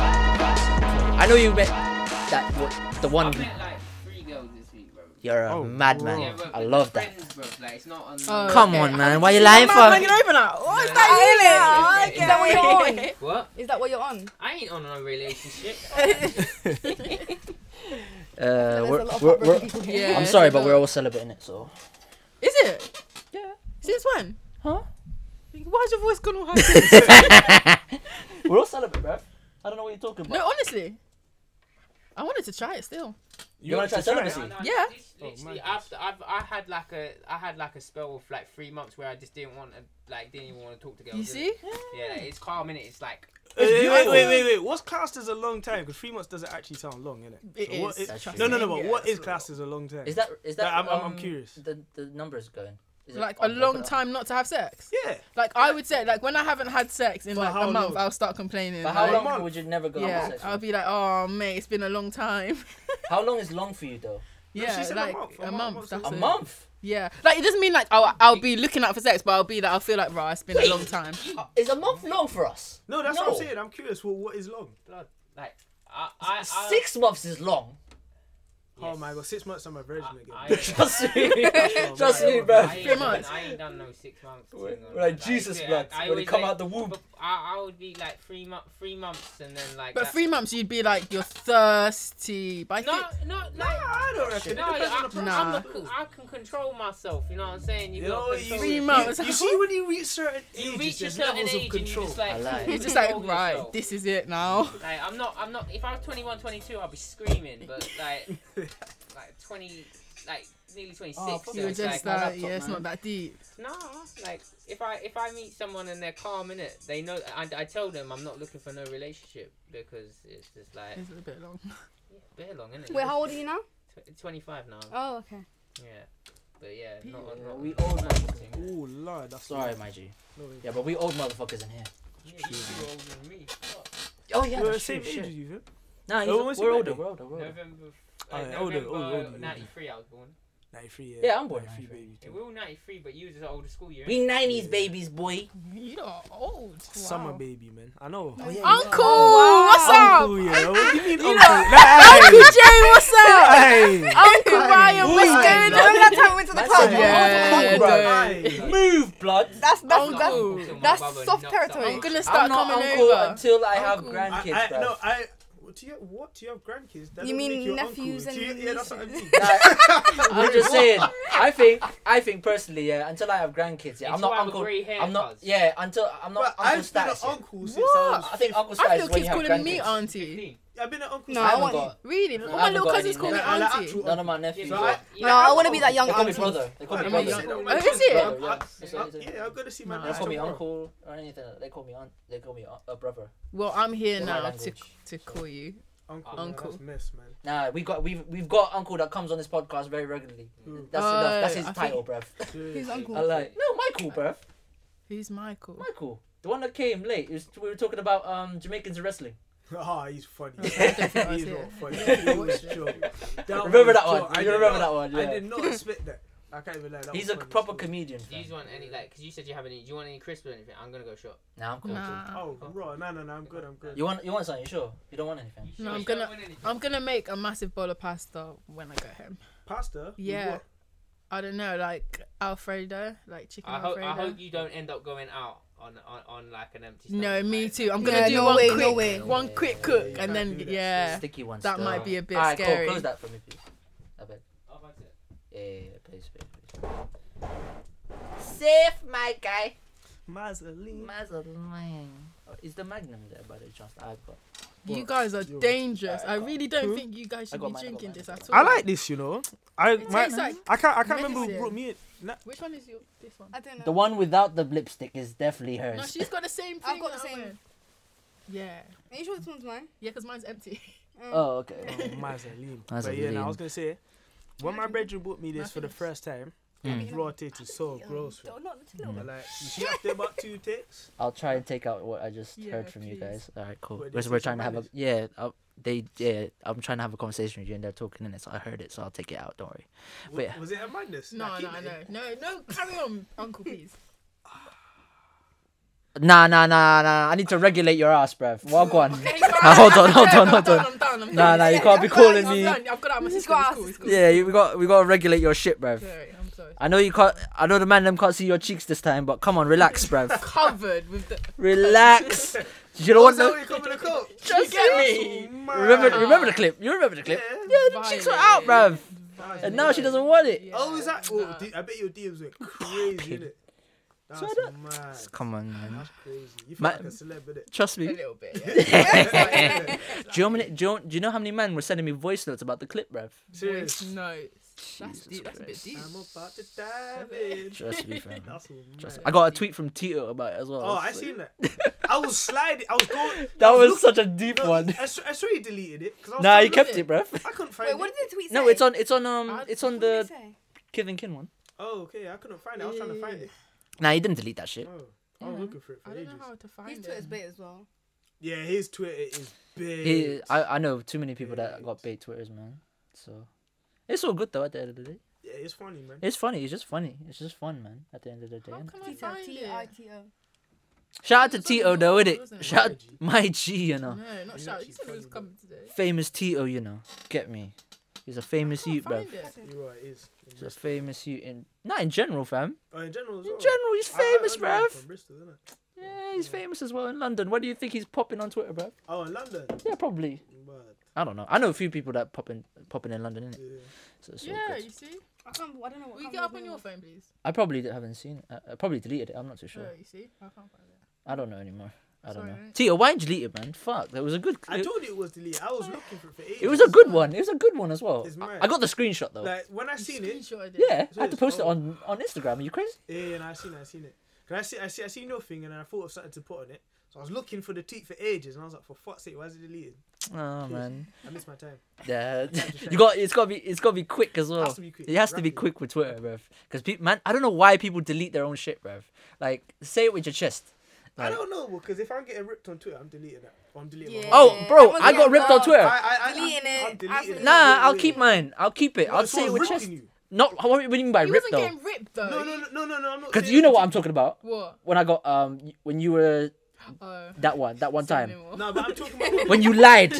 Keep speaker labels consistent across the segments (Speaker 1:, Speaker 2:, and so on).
Speaker 1: I know you met that w- the one.
Speaker 2: I've met like three girls this week, bro.
Speaker 1: You're a
Speaker 3: Oh,
Speaker 1: madman.
Speaker 3: bro.
Speaker 2: Yeah, bro,
Speaker 1: I
Speaker 2: but
Speaker 1: love that.
Speaker 2: friends, Bro. Like, it's not on.
Speaker 4: Oh.
Speaker 1: Come
Speaker 4: Okay.
Speaker 1: on, man. Why you lying
Speaker 4: Am I
Speaker 1: for?
Speaker 4: hanging over now? Oh, is
Speaker 2: Yeah.
Speaker 4: that you?
Speaker 2: Okay.
Speaker 4: Is that what you're on?
Speaker 2: What?
Speaker 4: Is that what you're on?
Speaker 2: I ain't on a relationship.
Speaker 1: Uh,
Speaker 4: There's
Speaker 1: we're,
Speaker 4: a lot of
Speaker 1: we're,
Speaker 4: heartbroken
Speaker 1: we're-
Speaker 4: people here.
Speaker 1: I'm sorry, but we're all celebrating it, so.
Speaker 4: Is it?
Speaker 1: Yeah.
Speaker 4: Since when?
Speaker 1: Huh?
Speaker 4: Why's your voice gone all high?
Speaker 1: we're all celebrating, bro. I don't know what you're talking about.
Speaker 4: no, honestly. I wanted to try it still.
Speaker 1: You wanna try
Speaker 2: No,
Speaker 1: celibacy?
Speaker 2: no,
Speaker 4: Yeah.
Speaker 2: lit-
Speaker 3: Oh,
Speaker 2: Literally,
Speaker 3: madness.
Speaker 2: after I've I had like a I had like a spell of like three months where I just didn't want to like didn't even want to talk to girls.
Speaker 4: You see?
Speaker 2: Yeah, like, it's calm and it's like
Speaker 3: Wait, wait,
Speaker 1: beautiful.
Speaker 3: wait, wait, wait. What's classed as a long time? Because three months doesn't actually sound long, innit?
Speaker 4: It
Speaker 3: So what
Speaker 4: is.
Speaker 3: is-
Speaker 1: That's true.
Speaker 3: No, no, no. But
Speaker 2: Yeah,
Speaker 3: what
Speaker 2: that's
Speaker 3: is
Speaker 2: a
Speaker 3: classed as a long time?
Speaker 1: Is that is that?
Speaker 3: Like, I'm- I'm- I'm
Speaker 1: um,
Speaker 3: curious.
Speaker 1: The the numbers going. Is it-
Speaker 4: Like
Speaker 1: I'll
Speaker 4: a
Speaker 1: look it
Speaker 4: long
Speaker 1: up.
Speaker 4: time not to have sex.
Speaker 3: Yeah.
Speaker 4: Like I would say, like when I haven't had sex in
Speaker 3: For
Speaker 4: like
Speaker 3: how
Speaker 4: a month,
Speaker 3: long?
Speaker 4: I'll start complaining.
Speaker 1: But how
Speaker 4: like,
Speaker 1: long
Speaker 3: month.
Speaker 1: would you never go on
Speaker 4: Yeah,
Speaker 1: sex?
Speaker 4: I'll be like, oh mate, it's been a long time.
Speaker 1: How long is long for you though?
Speaker 4: yeah,
Speaker 3: she said a
Speaker 4: like
Speaker 3: month, a
Speaker 4: a
Speaker 3: month,
Speaker 4: month.
Speaker 3: month's
Speaker 4: that's
Speaker 1: A
Speaker 4: it.
Speaker 1: month?
Speaker 4: Yeah, like it doesn't mean like I'll I'll be looking out for sex, but I'll be like I'll feel like right, it's been a long time.
Speaker 1: Is a month long for us?
Speaker 3: No, that's what
Speaker 1: No.
Speaker 3: I'm saying. I'm curious. Well, what is long?
Speaker 2: blood. Like I I,
Speaker 3: Uh,
Speaker 2: I
Speaker 1: Six months is long.
Speaker 3: Oh my god, six months I'm a virgin again.
Speaker 2: I-
Speaker 1: Trust me.
Speaker 3: Oh,
Speaker 1: Trust
Speaker 3: my
Speaker 1: me,
Speaker 3: God.
Speaker 1: bro.
Speaker 2: I ain't
Speaker 4: Three
Speaker 2: done-
Speaker 4: months.
Speaker 2: I ain't done no six months.
Speaker 1: We're-
Speaker 2: thing,
Speaker 1: we're
Speaker 2: no,
Speaker 1: like, Jesus,
Speaker 2: yeah,
Speaker 1: blood,
Speaker 2: I
Speaker 1: when they
Speaker 2: always,
Speaker 1: come
Speaker 2: like,
Speaker 1: out the womb.
Speaker 2: but I, I would be like three month, three months, and then like.
Speaker 4: But
Speaker 2: that-
Speaker 4: three months, you'd be like you're thirsty. But I
Speaker 2: No,
Speaker 4: think
Speaker 2: no, like.
Speaker 3: Nah, I don't reckon.
Speaker 2: No,
Speaker 3: it depends on
Speaker 2: I,
Speaker 3: the person.
Speaker 4: Nah.
Speaker 2: I'm a, I can control myself. You know what I'm saying? You
Speaker 3: You know,
Speaker 2: got
Speaker 3: you,
Speaker 4: Three
Speaker 3: you-
Speaker 4: months.
Speaker 3: you see when you reach certain
Speaker 2: You
Speaker 3: ages,
Speaker 2: reach a
Speaker 3: there's
Speaker 2: certain
Speaker 3: levels
Speaker 2: age
Speaker 3: of control.
Speaker 2: and you just like,
Speaker 1: I like.
Speaker 4: you're just like
Speaker 2: control
Speaker 4: right,
Speaker 2: yourself.
Speaker 4: this is it now.
Speaker 2: Like I'm not, I'm not. If I was 21, 22, I'd be screaming. But like, like 20, like nearly 26.
Speaker 1: Oh, fuck
Speaker 2: so
Speaker 4: You were
Speaker 2: it's
Speaker 4: just
Speaker 2: like,
Speaker 1: my
Speaker 4: like,
Speaker 1: laptop,
Speaker 4: yeah, it's
Speaker 1: man.
Speaker 4: not that deep.
Speaker 2: nah. Like if I if I meet someone and they're calm in it, they know. I, I tell them I'm not looking for no relationship because it's just like
Speaker 4: It's a bit long.
Speaker 2: bare long, innit?
Speaker 5: Wait, how old are you now?
Speaker 2: Tw- 25 now.
Speaker 5: Oh, okay.
Speaker 2: Yeah, but yeah, not,
Speaker 1: Yeah,
Speaker 2: not
Speaker 1: we
Speaker 2: not
Speaker 1: old
Speaker 2: mad
Speaker 1: motherfuckers.
Speaker 2: thing.
Speaker 3: Oh lord, that's
Speaker 1: Sorry, my G.
Speaker 3: No, wait.
Speaker 1: Yeah, but we old motherfuckers in here.
Speaker 2: Yeah, you two are older than me. Fuck.
Speaker 1: Oh yeah,
Speaker 3: We're the
Speaker 1: that's true,
Speaker 3: same age
Speaker 1: shit.
Speaker 3: as you, fam.
Speaker 1: Nah, he's,
Speaker 3: Oh, what's
Speaker 1: we're
Speaker 3: your
Speaker 1: older.
Speaker 3: birthday?
Speaker 1: We're older. We're older.
Speaker 2: November, uh,
Speaker 3: Alright, older,
Speaker 2: November
Speaker 3: older, older, older.
Speaker 2: 93 I was born.
Speaker 3: 93, yeah.
Speaker 1: Yeah, I'm born
Speaker 3: 93,
Speaker 1: 93.
Speaker 3: baby.
Speaker 2: Yeah,
Speaker 3: too.
Speaker 2: we were all 93, but you was the older school year.
Speaker 1: We
Speaker 2: innit?
Speaker 1: nineties babies, boy.
Speaker 4: You are old. Wow.
Speaker 3: Summer baby, man. I know.
Speaker 1: Oh, yeah, you
Speaker 4: Uncle,
Speaker 5: Oh, wow.
Speaker 4: what's up?
Speaker 3: Uncle, yeah. What do you mean,
Speaker 4: You
Speaker 3: uncle?
Speaker 4: know-
Speaker 3: Nah,
Speaker 4: Uncle Jay, what's up?
Speaker 3: hey, hey.
Speaker 4: Uncle Ryan,
Speaker 3: Ooh.
Speaker 4: what's going
Speaker 5: Remember
Speaker 4: on?
Speaker 5: that time we went to the
Speaker 1: That's
Speaker 5: club?
Speaker 1: a-
Speaker 4: Yeah,
Speaker 1: Uncle,
Speaker 4: dude.
Speaker 3: Hey.
Speaker 1: Move, blood.
Speaker 5: That's that's
Speaker 4: Uncle.
Speaker 2: Uncle
Speaker 5: that's
Speaker 2: till my
Speaker 5: that's
Speaker 2: brother
Speaker 5: soft
Speaker 2: knocked up.
Speaker 5: territory.
Speaker 4: I'm gonna
Speaker 1: I'm
Speaker 4: start
Speaker 1: not
Speaker 4: coming
Speaker 1: uncle
Speaker 4: over.
Speaker 1: until I have
Speaker 4: Uncle.
Speaker 3: I,
Speaker 1: grandkids,
Speaker 3: I,
Speaker 1: bro.
Speaker 3: no, I. What do you what do you have grandkids? That
Speaker 5: You
Speaker 3: don't
Speaker 5: mean
Speaker 3: make your
Speaker 5: nephews
Speaker 3: uncle. Do
Speaker 5: and
Speaker 3: you, yeah, that's what I
Speaker 5: nieces?
Speaker 3: mean.
Speaker 1: Nah, I'm just saying. I think, I think personally, yeah. Until I have grandkids, yeah, I'm
Speaker 2: Until
Speaker 1: not
Speaker 2: I have a
Speaker 1: uncle.
Speaker 2: grey hair,
Speaker 1: I'm not.
Speaker 2: cuz.
Speaker 1: Yeah, until I'm
Speaker 3: But
Speaker 1: not uncle
Speaker 3: I've been an
Speaker 1: status. yet.
Speaker 3: uncle since I was.
Speaker 1: I think uncle
Speaker 4: I have
Speaker 1: status is
Speaker 4: little
Speaker 1: when you
Speaker 4: kids
Speaker 1: have
Speaker 4: calling me
Speaker 1: grandkids.
Speaker 4: auntie.
Speaker 3: I've been an uncle.
Speaker 5: No,
Speaker 3: since
Speaker 5: I
Speaker 1: haven't
Speaker 5: want
Speaker 1: got-
Speaker 4: Really?
Speaker 1: No,
Speaker 4: All
Speaker 1: I
Speaker 4: my
Speaker 1: haven't
Speaker 4: little
Speaker 1: got
Speaker 4: cousins
Speaker 1: any
Speaker 4: call me
Speaker 3: like, like
Speaker 4: auntie.
Speaker 3: actual
Speaker 1: None of my
Speaker 2: Yeah,
Speaker 1: nephews.
Speaker 3: So
Speaker 2: but-
Speaker 3: I-
Speaker 2: yeah,
Speaker 5: No, I want to
Speaker 2: uncle.
Speaker 5: be that young
Speaker 1: They call me
Speaker 5: auntie.
Speaker 1: brother. They call me
Speaker 4: I'm
Speaker 1: brother.
Speaker 4: a
Speaker 3: Brother,
Speaker 4: young- Oh, is it?
Speaker 3: brother,
Speaker 1: yeah.
Speaker 3: yeah. Uh, Yeah, I'm gonna see my
Speaker 4: No,
Speaker 1: They
Speaker 3: dad
Speaker 1: call me
Speaker 3: tomorrow.
Speaker 1: uncle or anything. They call me aunt. They call me aunt, a brother.
Speaker 4: Well, I'm here
Speaker 1: In my
Speaker 4: now to,
Speaker 1: language.
Speaker 4: to call you.
Speaker 3: Uncle,
Speaker 4: Uncle.
Speaker 3: That's mess, man.
Speaker 1: Nah, we got we've we've got uncle that comes on this podcast very regularly.
Speaker 3: Mm.
Speaker 1: That's
Speaker 4: Oh,
Speaker 1: enough. That's his
Speaker 4: I
Speaker 1: title, bruv.
Speaker 5: Who's
Speaker 3: Seriously.
Speaker 1: I
Speaker 5: uncle?
Speaker 1: like no Michael, bruv.
Speaker 4: Who's Michael?
Speaker 1: Michael, the one that came late. It was, we were talking about um Jamaicans in wrestling.
Speaker 3: Ah, he's funny.
Speaker 4: think I
Speaker 3: he's
Speaker 4: see
Speaker 3: not
Speaker 4: it.
Speaker 3: funny.
Speaker 4: Yeah,
Speaker 3: He
Speaker 4: watch
Speaker 3: was
Speaker 4: it.
Speaker 3: joke.
Speaker 1: Remember
Speaker 3: was
Speaker 1: that one?
Speaker 3: joke. I
Speaker 1: You
Speaker 3: did
Speaker 1: remember
Speaker 3: not-
Speaker 1: that one?
Speaker 3: I
Speaker 1: Yeah.
Speaker 3: did not expect that. I can't even lie. That
Speaker 1: He's
Speaker 3: was
Speaker 1: a
Speaker 3: funny
Speaker 1: proper
Speaker 3: as
Speaker 1: comedian.
Speaker 2: Do
Speaker 1: fam.
Speaker 2: you want any like? Cause you said you have any. Do you want any crisps or anything? I'm gonna go shop.
Speaker 1: Nah, I'm cool.
Speaker 4: Nah.
Speaker 3: well. Oh, raw. No, no, no. I'm good. I'm good.
Speaker 1: You want you want something? You sure? You don't want anything?
Speaker 2: You sure
Speaker 4: I'm
Speaker 2: you
Speaker 4: gonna-
Speaker 2: don't want anything?
Speaker 4: I'm gonna make a massive bowl of pasta when I go home.
Speaker 3: pasta? You
Speaker 4: Yeah.
Speaker 3: what?
Speaker 4: I don't know, like Alfredo, like chicken
Speaker 2: I hope.
Speaker 4: Alfredo.
Speaker 2: I hope you don't end up going out on on, on like an empty.
Speaker 4: no,
Speaker 2: stomach,
Speaker 4: me
Speaker 2: like-
Speaker 4: too. I'm
Speaker 5: Yeah,
Speaker 4: gonna do
Speaker 5: no
Speaker 4: one
Speaker 5: way, no
Speaker 4: quick,
Speaker 5: way.
Speaker 4: one quick cook,
Speaker 3: Yeah,
Speaker 4: and
Speaker 3: you
Speaker 4: then
Speaker 3: can't do that.
Speaker 4: yeah.
Speaker 1: Sticky ones.
Speaker 4: That
Speaker 1: still.
Speaker 4: might be a bit
Speaker 1: Alright,
Speaker 4: scary.
Speaker 1: Cool. Close that for me, please. I bet.
Speaker 2: Oh, that's it.
Speaker 1: Yeah, yeah, yeah, please, please, please.
Speaker 5: Safe, my guy.
Speaker 3: Mazzolini.
Speaker 1: Oh, Is the Magnum there by the chance? I got.
Speaker 4: You
Speaker 1: What?
Speaker 4: guys are
Speaker 3: You're-
Speaker 4: dangerous.
Speaker 1: Alright,
Speaker 4: I
Speaker 1: cool.
Speaker 4: really don't
Speaker 3: Who?
Speaker 4: think you guys
Speaker 1: I
Speaker 4: should
Speaker 1: got
Speaker 4: be
Speaker 1: mine, I got
Speaker 4: drinking
Speaker 1: mine, I
Speaker 4: this
Speaker 1: got
Speaker 4: at all.
Speaker 3: I like this, you know. I
Speaker 4: It
Speaker 3: my,
Speaker 4: tastes like
Speaker 3: I can't I can't remember who
Speaker 4: medicine.
Speaker 3: brought me in. Nah,
Speaker 4: Which one is your this one?
Speaker 5: I don't know.
Speaker 1: The one without the lipstick is definitely hers.
Speaker 4: No, she's got the same thing.
Speaker 5: I've got
Speaker 4: that
Speaker 5: the
Speaker 4: I'm
Speaker 5: same.
Speaker 4: wearing. Yeah,
Speaker 5: Are you sure this one's mine?
Speaker 4: yeah, because mine's empty.
Speaker 5: Um,
Speaker 1: oh, okay.
Speaker 3: Mazzolini. But yeah,
Speaker 1: Mazzolini.
Speaker 3: nah, I was gonna say, when my brethren bought me this for the
Speaker 4: Muffins.
Speaker 3: first time,
Speaker 1: Hmm.
Speaker 3: Raw tit is so gross. fam.
Speaker 5: Don't, not the little
Speaker 3: But like, you should have to about two tits.
Speaker 1: I'll try and take out what I just
Speaker 4: Yeah,
Speaker 1: heard from you
Speaker 4: please.
Speaker 1: guys. All right, cool.
Speaker 3: Wait,
Speaker 1: Because
Speaker 3: this
Speaker 1: we're
Speaker 3: is your
Speaker 1: trying to have a
Speaker 3: manners?
Speaker 1: yeah. i they yeah. I'm trying to have a conversation with you, and they're talking in it. So I heard it, so I'll take it out. Don't worry.
Speaker 3: W-
Speaker 1: Wait.
Speaker 3: Was it a madness?
Speaker 4: No,
Speaker 3: Like,
Speaker 4: no,
Speaker 3: it-
Speaker 4: no, no, no. Carry on, Uncle, please.
Speaker 1: Nah, nah, nah, nah. I need to regulate your ass, bruv. Well, go on.
Speaker 4: Okay,
Speaker 1: Nah, hold on, hold on,
Speaker 4: I'm
Speaker 1: hold
Speaker 4: done,
Speaker 1: on.
Speaker 4: I'm done, I'm
Speaker 1: Nah,
Speaker 4: done.
Speaker 1: nah, you can't be
Speaker 4: I'm
Speaker 1: calling
Speaker 4: done,
Speaker 1: me.
Speaker 4: I'm done. I've got it out of my
Speaker 5: He's
Speaker 4: system. It's
Speaker 5: got
Speaker 4: cool,
Speaker 5: us.
Speaker 4: it's cool.
Speaker 1: Yeah, you- we got we got to regulate your shit, bruv.
Speaker 4: Sorry, I'm sorry.
Speaker 1: I know you can't. I know the man them can't see your cheeks this time, but come on, relax, bruv.
Speaker 4: Covered with the.
Speaker 1: Relax. You know what?
Speaker 3: So
Speaker 1: The,
Speaker 3: you come in a coat.
Speaker 1: just
Speaker 4: get
Speaker 1: me.
Speaker 3: Man.
Speaker 1: Remember, remember the clip. You remember the clip. Yeah, the cheeks were out, bruv.
Speaker 4: Violent.
Speaker 1: And now she doesn't want it.
Speaker 4: Yeah,
Speaker 3: Oh, is that? Oh,
Speaker 4: nah.
Speaker 3: D- I bet your DMs went crazy, innit? That's
Speaker 1: I
Speaker 3: mad.
Speaker 1: Come on, man.
Speaker 3: That's crazy. You feel
Speaker 1: Ma-
Speaker 3: like a celeb, innit?
Speaker 1: Trust
Speaker 4: A
Speaker 1: me.
Speaker 4: little bit. Yeah.
Speaker 1: do, you know how many, do, you, do you know how many men were sending me voice notes about the clip, bruv?
Speaker 3: Serious.
Speaker 4: No,
Speaker 1: Jesus
Speaker 4: that's deep. That's a bit
Speaker 1: Christ.
Speaker 4: deep.
Speaker 3: I'm about to dive in.
Speaker 1: Trust me, fam.
Speaker 3: That's mad.
Speaker 1: Trust I got a tweet from Tito about it as well.
Speaker 3: Oh, I
Speaker 1: So-
Speaker 3: seen that. I was sliding. I was going.
Speaker 1: That
Speaker 3: I
Speaker 1: was
Speaker 3: looking-
Speaker 1: such a deep
Speaker 3: No,
Speaker 1: one.
Speaker 3: I, sw- I swear you deleted it. 'cause I was
Speaker 1: Nah,
Speaker 3: still
Speaker 1: he kept
Speaker 4: looking.
Speaker 1: it, bruv.
Speaker 3: looking. I couldn't find
Speaker 5: Wait,
Speaker 3: it.
Speaker 5: what did the tweet say?
Speaker 1: No, it's on, it's on, um,
Speaker 4: I-
Speaker 1: it's on
Speaker 5: What did it
Speaker 1: the
Speaker 5: say?
Speaker 1: Kid and Kin one.
Speaker 3: Oh, okay. I couldn't find it. I was trying to find it.
Speaker 1: Nah, he didn't delete that shit.
Speaker 3: Oh, I was looking for it for
Speaker 4: I don't
Speaker 3: ages.
Speaker 4: know how to
Speaker 5: His
Speaker 4: find
Speaker 5: Twitter's
Speaker 4: it.
Speaker 5: bait as well.
Speaker 3: Yeah, his Twitter is big.
Speaker 1: He, I, I know too many people that
Speaker 3: Bait.
Speaker 1: got bait twitters, man. So, it's all good though. At the end of the day,
Speaker 3: yeah, it's funny, man.
Speaker 1: it's funny. It's just funny. It's just fun, man. At the end of the day.
Speaker 4: How can I
Speaker 5: Tito,
Speaker 4: find it?
Speaker 5: T-I-T-O.
Speaker 1: Shout out to
Speaker 4: It's on
Speaker 1: Tito though,
Speaker 4: yours,
Speaker 1: innit?
Speaker 4: isn't it?
Speaker 1: Shout
Speaker 3: My
Speaker 1: out my
Speaker 3: G.
Speaker 1: G, you know.
Speaker 4: No, not
Speaker 3: He's
Speaker 4: shout.
Speaker 3: actually
Speaker 4: You said he was
Speaker 3: funny,
Speaker 4: coming today.
Speaker 1: Famous Tito, you know. Get me. He's a famous
Speaker 4: Can't
Speaker 1: youth, bruv.
Speaker 4: find it.
Speaker 3: You are, it is.
Speaker 1: He's a famous youth in not in general, fam.
Speaker 3: Oh, in general, as
Speaker 1: In
Speaker 3: well.
Speaker 1: general, he's
Speaker 3: I- I- I
Speaker 1: famous,
Speaker 3: know him
Speaker 1: bruv.
Speaker 3: From Bristol, isn't it?
Speaker 1: Yeah, he's famous as well in London. What do you think he's popping on Twitter, bruv?
Speaker 3: Oh, in London.
Speaker 1: Yeah, probably.
Speaker 3: But,
Speaker 1: I don't know. I know a few people that popping popping in London, innit?
Speaker 3: yeah.
Speaker 1: So it's all
Speaker 4: Yeah,
Speaker 1: good.
Speaker 4: you see.
Speaker 5: I can't, I don't know what
Speaker 4: Will you
Speaker 5: can't
Speaker 4: get up
Speaker 5: remember
Speaker 4: on
Speaker 5: the
Speaker 4: your
Speaker 5: name
Speaker 4: phone, please?
Speaker 1: I probably d- haven't seen. it. Uh, I, I probably deleted it. I'm not too sure.
Speaker 4: Sure. you see. I can't find it.
Speaker 1: I don't know anymore. I don't
Speaker 4: Sorry,
Speaker 1: know.
Speaker 4: mate.
Speaker 1: Tito, why did you delete it, man? Fuck, that was a good.
Speaker 3: I
Speaker 1: it-
Speaker 3: told you it was deleted. I was looking for it for ages.
Speaker 1: it was a good one. It was a good one as well.
Speaker 3: It's
Speaker 1: I-
Speaker 3: mad.
Speaker 1: I got the screenshot though.
Speaker 3: Like, when I
Speaker 4: You
Speaker 3: seen it,
Speaker 4: screenshotted it.
Speaker 1: Yeah,
Speaker 3: It's
Speaker 1: I had to
Speaker 3: always-
Speaker 1: post it
Speaker 3: oh.
Speaker 1: on on Instagram. Are you crazy?
Speaker 3: yeah, and I seen it, I seen it. Cause I see, I see, I seen your thing, and I thought of something to put on it. So I was looking for the tweet for ages, and I was like, for fuck's sake, why is it deleted?
Speaker 1: Oh man,
Speaker 3: I missed my time.
Speaker 1: yeah.
Speaker 3: have to
Speaker 1: you got. It's got to be. It's got to be quick as well.
Speaker 3: Has to be quick,
Speaker 1: It has to be
Speaker 3: rapid.
Speaker 1: quick with Twitter, bruv. Because people, man, I don't know why people delete their own shit, bruv. Like, say it with your chest.
Speaker 3: I
Speaker 1: Like-
Speaker 3: don't know, because if I'm getting ripped on Twitter, I'm deleting that. I'm deleting my
Speaker 5: Yeah.
Speaker 3: whole-
Speaker 1: Oh, bro,
Speaker 5: everyone's
Speaker 1: I got
Speaker 5: getting
Speaker 1: ripped on
Speaker 5: robbed.
Speaker 1: Twitter.
Speaker 3: I, I, I,
Speaker 5: Deleting it.
Speaker 3: I'm deleting it.
Speaker 5: Absolutely.
Speaker 1: Nah, I'll
Speaker 3: Yeah,
Speaker 1: keep
Speaker 3: yeah.
Speaker 1: mine. I'll keep it.
Speaker 3: No,
Speaker 1: I'll
Speaker 3: it's
Speaker 1: say it
Speaker 3: all
Speaker 1: with
Speaker 3: ripping
Speaker 1: chest.
Speaker 3: you.
Speaker 1: Not. What do you mean by
Speaker 4: He
Speaker 1: ripped
Speaker 4: wasn't
Speaker 1: though?
Speaker 4: getting ripped though.
Speaker 3: No, no, no, no, no, no. I'm not.
Speaker 1: Because
Speaker 3: saying
Speaker 1: you know
Speaker 3: that
Speaker 1: what
Speaker 3: to-
Speaker 1: I'm talking about.
Speaker 4: What?
Speaker 1: When I got um, y- when you were
Speaker 4: Oh.
Speaker 1: that one, that one time,
Speaker 3: No, but I'm talking about.
Speaker 1: when you lied.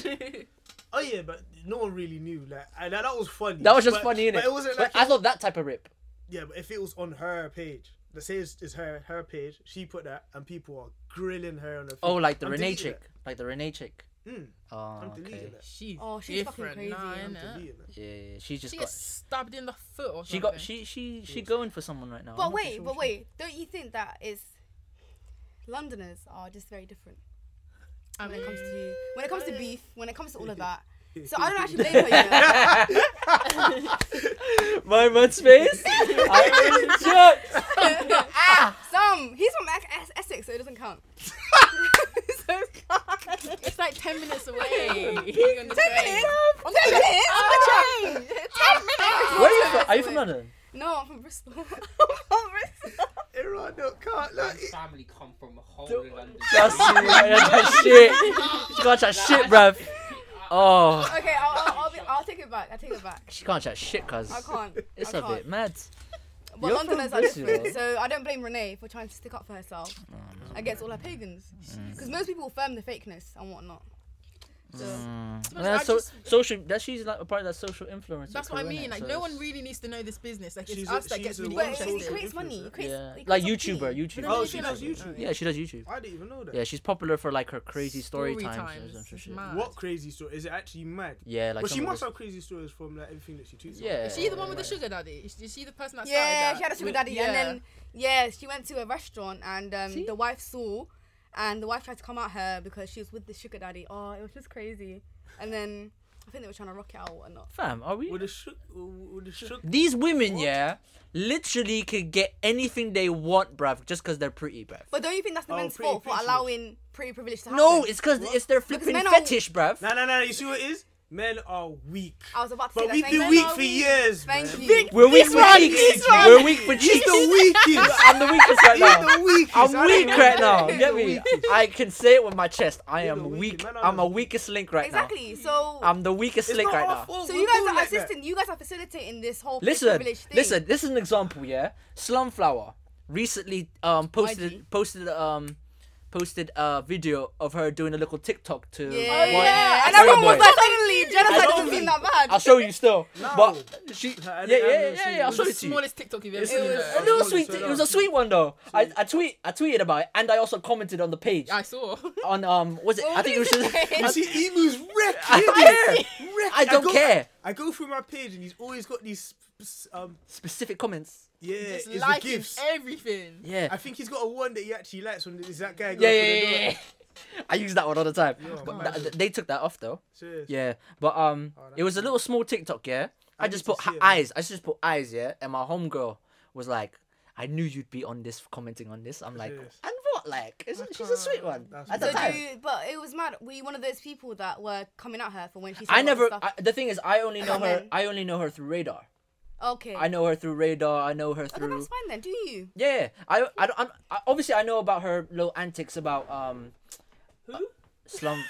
Speaker 3: oh yeah, but no one really knew. Like I, that, that was funny.
Speaker 1: That was just
Speaker 3: but,
Speaker 1: funny, innit?
Speaker 3: But it wasn't
Speaker 1: But
Speaker 3: like
Speaker 1: I thought that type of rip.
Speaker 3: yeah. But if it was on her page, let's say it's, it's her her page, she put that, and people are grilling her on the.
Speaker 1: Oh, like the Renee
Speaker 3: deleting
Speaker 1: chick, like the Renee chick.
Speaker 3: That. Mm,
Speaker 1: Oh,
Speaker 3: I'm
Speaker 1: okay.
Speaker 3: deleting that.
Speaker 4: She's
Speaker 5: Oh, she's fucking
Speaker 4: different,
Speaker 5: crazy,
Speaker 4: nah,
Speaker 5: I'm
Speaker 4: innit?
Speaker 3: Deleting that.
Speaker 1: Yeah, yeah, yeah, she just
Speaker 4: She
Speaker 1: got.
Speaker 4: gets stabbed in the foot or something.
Speaker 1: She got. She she she going for someone right now. I'm
Speaker 5: But
Speaker 1: not too
Speaker 5: wait,
Speaker 1: sure
Speaker 5: but
Speaker 1: she-
Speaker 5: wait, don't you think that is Londoners are just very different
Speaker 4: I
Speaker 5: when it
Speaker 4: mean,
Speaker 5: comes to when it comes to beef, when it comes to all of that. So I don't actually blame her. You know?
Speaker 1: My man's face. I'm in shock.
Speaker 5: Ah, Some he's from Ex- Ex- Essex, so it doesn't count. so it can't.
Speaker 4: it's like ten minutes away. You're on the
Speaker 5: Ten
Speaker 4: train.
Speaker 5: minutes. Ten minutes. on the train. Ten minutes.
Speaker 1: Where are you from? Are you from
Speaker 5: Wait.
Speaker 1: London?
Speaker 5: No, I'm from Bristol. I'm from Bristol.
Speaker 3: Everyone don't can't look. it-
Speaker 2: Family come from a whole of London.
Speaker 1: That's that shit. She can't chat shit, bruv. Oh,
Speaker 5: Okay, I'll, I'll, I'll, be, I'll take it back. I take it back.
Speaker 1: she can't chat shit, cause
Speaker 5: I can't.
Speaker 1: it's
Speaker 5: I
Speaker 1: a
Speaker 5: can't.
Speaker 1: bit mad.
Speaker 5: But
Speaker 1: You're
Speaker 5: Londoners
Speaker 1: from
Speaker 5: are
Speaker 1: Bristol.
Speaker 5: different, so I don't blame Renee for trying to stick up for herself
Speaker 1: Mm.
Speaker 5: against all her pagans. Because most people affirm the fakeness and whatnot. So,
Speaker 1: Mm.
Speaker 4: But
Speaker 1: Yeah,
Speaker 4: I
Speaker 1: so
Speaker 4: just-
Speaker 1: social. That she's like a part of that social influence.
Speaker 4: That's what I mean. Like no one really needs to know this business. Like it's
Speaker 3: She's a-
Speaker 4: us that
Speaker 3: she's
Speaker 4: gets
Speaker 3: a
Speaker 4: really
Speaker 5: but
Speaker 3: one
Speaker 5: it,
Speaker 3: social
Speaker 5: it
Speaker 4: interested.
Speaker 5: creates money.
Speaker 3: influencer.
Speaker 5: It creates,
Speaker 1: Yeah,
Speaker 5: it
Speaker 1: like
Speaker 5: creates
Speaker 1: YouTuber,
Speaker 5: opportunity.
Speaker 1: YouTuber.
Speaker 3: Oh,
Speaker 4: you
Speaker 3: she
Speaker 4: feel
Speaker 3: does
Speaker 4: like-
Speaker 3: YouTube.
Speaker 1: Yeah, she does YouTube.
Speaker 3: I didn't even know that.
Speaker 1: Yeah, she's popular for like her crazy story,
Speaker 4: Story
Speaker 1: times.
Speaker 4: times,
Speaker 1: and some
Speaker 4: it's
Speaker 1: shit.
Speaker 4: mad.
Speaker 3: What crazy story? Is it actually mad?
Speaker 1: Yeah, like
Speaker 3: well, she
Speaker 1: some of
Speaker 3: must
Speaker 1: those-
Speaker 3: have crazy stories from like everything that she tweets. on.
Speaker 1: Yeah.
Speaker 4: Is she the one with the sugar daddy? Is- Is she the person that started
Speaker 5: Yeah,
Speaker 4: that?
Speaker 5: she had a sugar
Speaker 4: With-
Speaker 5: daddy,
Speaker 4: yeah.
Speaker 5: and then yeah, she went to a restaurant, and um,
Speaker 1: See?
Speaker 5: the wife saw, and the wife tried to come at her because she was with the sugar daddy. Oh, it was just crazy. And then I think they were trying to rock it out or whatnot.
Speaker 1: Fam, are we?
Speaker 3: With the shook, with the shook.
Speaker 1: These women, yeah, literally could get anything they want, bruv, just because they're pretty, bruv.
Speaker 5: But don't you think that's the
Speaker 3: Oh,
Speaker 5: men's
Speaker 3: pretty
Speaker 5: fault for
Speaker 3: privilege.
Speaker 5: allowing pretty privilege to happen?
Speaker 1: No, it's because
Speaker 3: What?
Speaker 1: it's their flipping
Speaker 5: men are-
Speaker 1: fetish, bruv.
Speaker 3: Nah, nah, nah. You see what it is? Men are weak.
Speaker 5: I was about to say
Speaker 3: But
Speaker 5: that.
Speaker 3: we've
Speaker 5: Thank
Speaker 3: been
Speaker 5: you.
Speaker 3: weak
Speaker 5: Men are
Speaker 3: for years,
Speaker 5: Thank
Speaker 3: man.
Speaker 5: you.
Speaker 1: We're weak
Speaker 4: This
Speaker 1: for
Speaker 4: one,
Speaker 1: cheeks.
Speaker 4: this one.
Speaker 1: We're weak for
Speaker 3: He's
Speaker 1: cheeks.
Speaker 3: the weakest.
Speaker 1: I'm the weakest right
Speaker 3: He's
Speaker 1: now.
Speaker 3: the weakest.
Speaker 1: I'm weak right now. You
Speaker 3: He's
Speaker 1: get
Speaker 3: the
Speaker 1: me?
Speaker 3: weakest.
Speaker 1: I can say it with my chest. I
Speaker 3: You're
Speaker 1: am
Speaker 3: the
Speaker 1: weak.
Speaker 3: weakest. Man,
Speaker 1: I'm a
Speaker 3: honestly.
Speaker 1: weakest link right now.
Speaker 5: Exactly. So
Speaker 1: I'm the weakest
Speaker 3: It's
Speaker 1: link
Speaker 3: not
Speaker 1: right
Speaker 3: our
Speaker 1: now.
Speaker 3: fault,
Speaker 5: so
Speaker 3: we're
Speaker 5: you
Speaker 3: born
Speaker 5: guys are
Speaker 3: like that.
Speaker 5: assisting. You guys are facilitating this whole
Speaker 1: Listen,
Speaker 5: privilege thing.
Speaker 1: listen. This is an example, yeah. Slumflower recently um posted
Speaker 5: YG.
Speaker 1: posted um posted a video of her doing a little TikTok to.
Speaker 5: Yeah,
Speaker 4: Oh,
Speaker 1: one-
Speaker 5: yeah. And
Speaker 1: Sorry,
Speaker 5: everyone was
Speaker 1: boy.
Speaker 5: like, suddenly
Speaker 1: I
Speaker 5: genocide
Speaker 1: don't
Speaker 5: doesn't seem that bad.
Speaker 1: I'll show you still.
Speaker 3: No.
Speaker 1: But she, yeah,
Speaker 3: I haven't-
Speaker 1: yeah,
Speaker 3: I haven't
Speaker 1: yeah,
Speaker 3: seen
Speaker 1: yeah,
Speaker 3: it.
Speaker 1: I'll
Speaker 3: It was
Speaker 1: show
Speaker 4: the
Speaker 1: it to you.
Speaker 4: smallest TikTok you've ever
Speaker 3: It's
Speaker 4: seen.
Speaker 5: in
Speaker 4: in
Speaker 5: the-
Speaker 4: her.
Speaker 1: It was
Speaker 3: Smallest
Speaker 1: sweet.
Speaker 3: one
Speaker 1: It was a
Speaker 3: out.
Speaker 1: sweet one though. I, I tweet I tweeted about it and I also commented on the page
Speaker 4: I saw.
Speaker 1: on um was it I think it was just,
Speaker 3: You see, Emu's wrecked.
Speaker 1: I don't care. I don't
Speaker 3: go-
Speaker 1: care.
Speaker 3: I go through my page and he's always got these sp- um
Speaker 1: Specific comments.
Speaker 3: yeah, it's
Speaker 4: Just
Speaker 3: the
Speaker 4: liking
Speaker 3: gifs.
Speaker 4: everything.
Speaker 1: Yeah.
Speaker 3: I think he's got a one that he actually likes when is that guy
Speaker 1: Yeah,
Speaker 3: going
Speaker 1: yeah,
Speaker 3: for the
Speaker 1: yeah,
Speaker 3: door.
Speaker 1: yeah, yeah. I use that one all the time.
Speaker 3: Yo,
Speaker 1: but
Speaker 3: man.
Speaker 1: th- they took that off though.
Speaker 3: Serious.
Speaker 1: Yeah. But um
Speaker 3: Oh,
Speaker 1: it was a
Speaker 3: that's
Speaker 1: little small TikTok, yeah. I,
Speaker 3: I
Speaker 1: just
Speaker 3: need
Speaker 1: put
Speaker 3: to
Speaker 1: hi-
Speaker 3: see it, man.
Speaker 1: eyes. I just put eyes, yeah. And my homegirl was like, I knew you'd be on this commenting on this. I'm like,
Speaker 3: Serious.
Speaker 1: and what? Like, isn't she's a sweet one?
Speaker 3: That's
Speaker 1: At
Speaker 5: So
Speaker 1: the
Speaker 3: mad.
Speaker 1: time.
Speaker 5: do you- but it was mad. Were you one of those people that were coming at her for when she? Said
Speaker 1: I
Speaker 5: all this
Speaker 1: never.
Speaker 5: Stuff?
Speaker 1: I, the thing is, I only know her.
Speaker 5: Comment.
Speaker 1: I only know her through radar.
Speaker 5: okay.
Speaker 1: I know her through radar. I know her
Speaker 5: Oh, then
Speaker 1: through.
Speaker 5: that's fine then. Do you?
Speaker 1: Yeah, I, I, don't- I'm, I obviously I know about her little antics about um,
Speaker 2: Who?
Speaker 1: slum,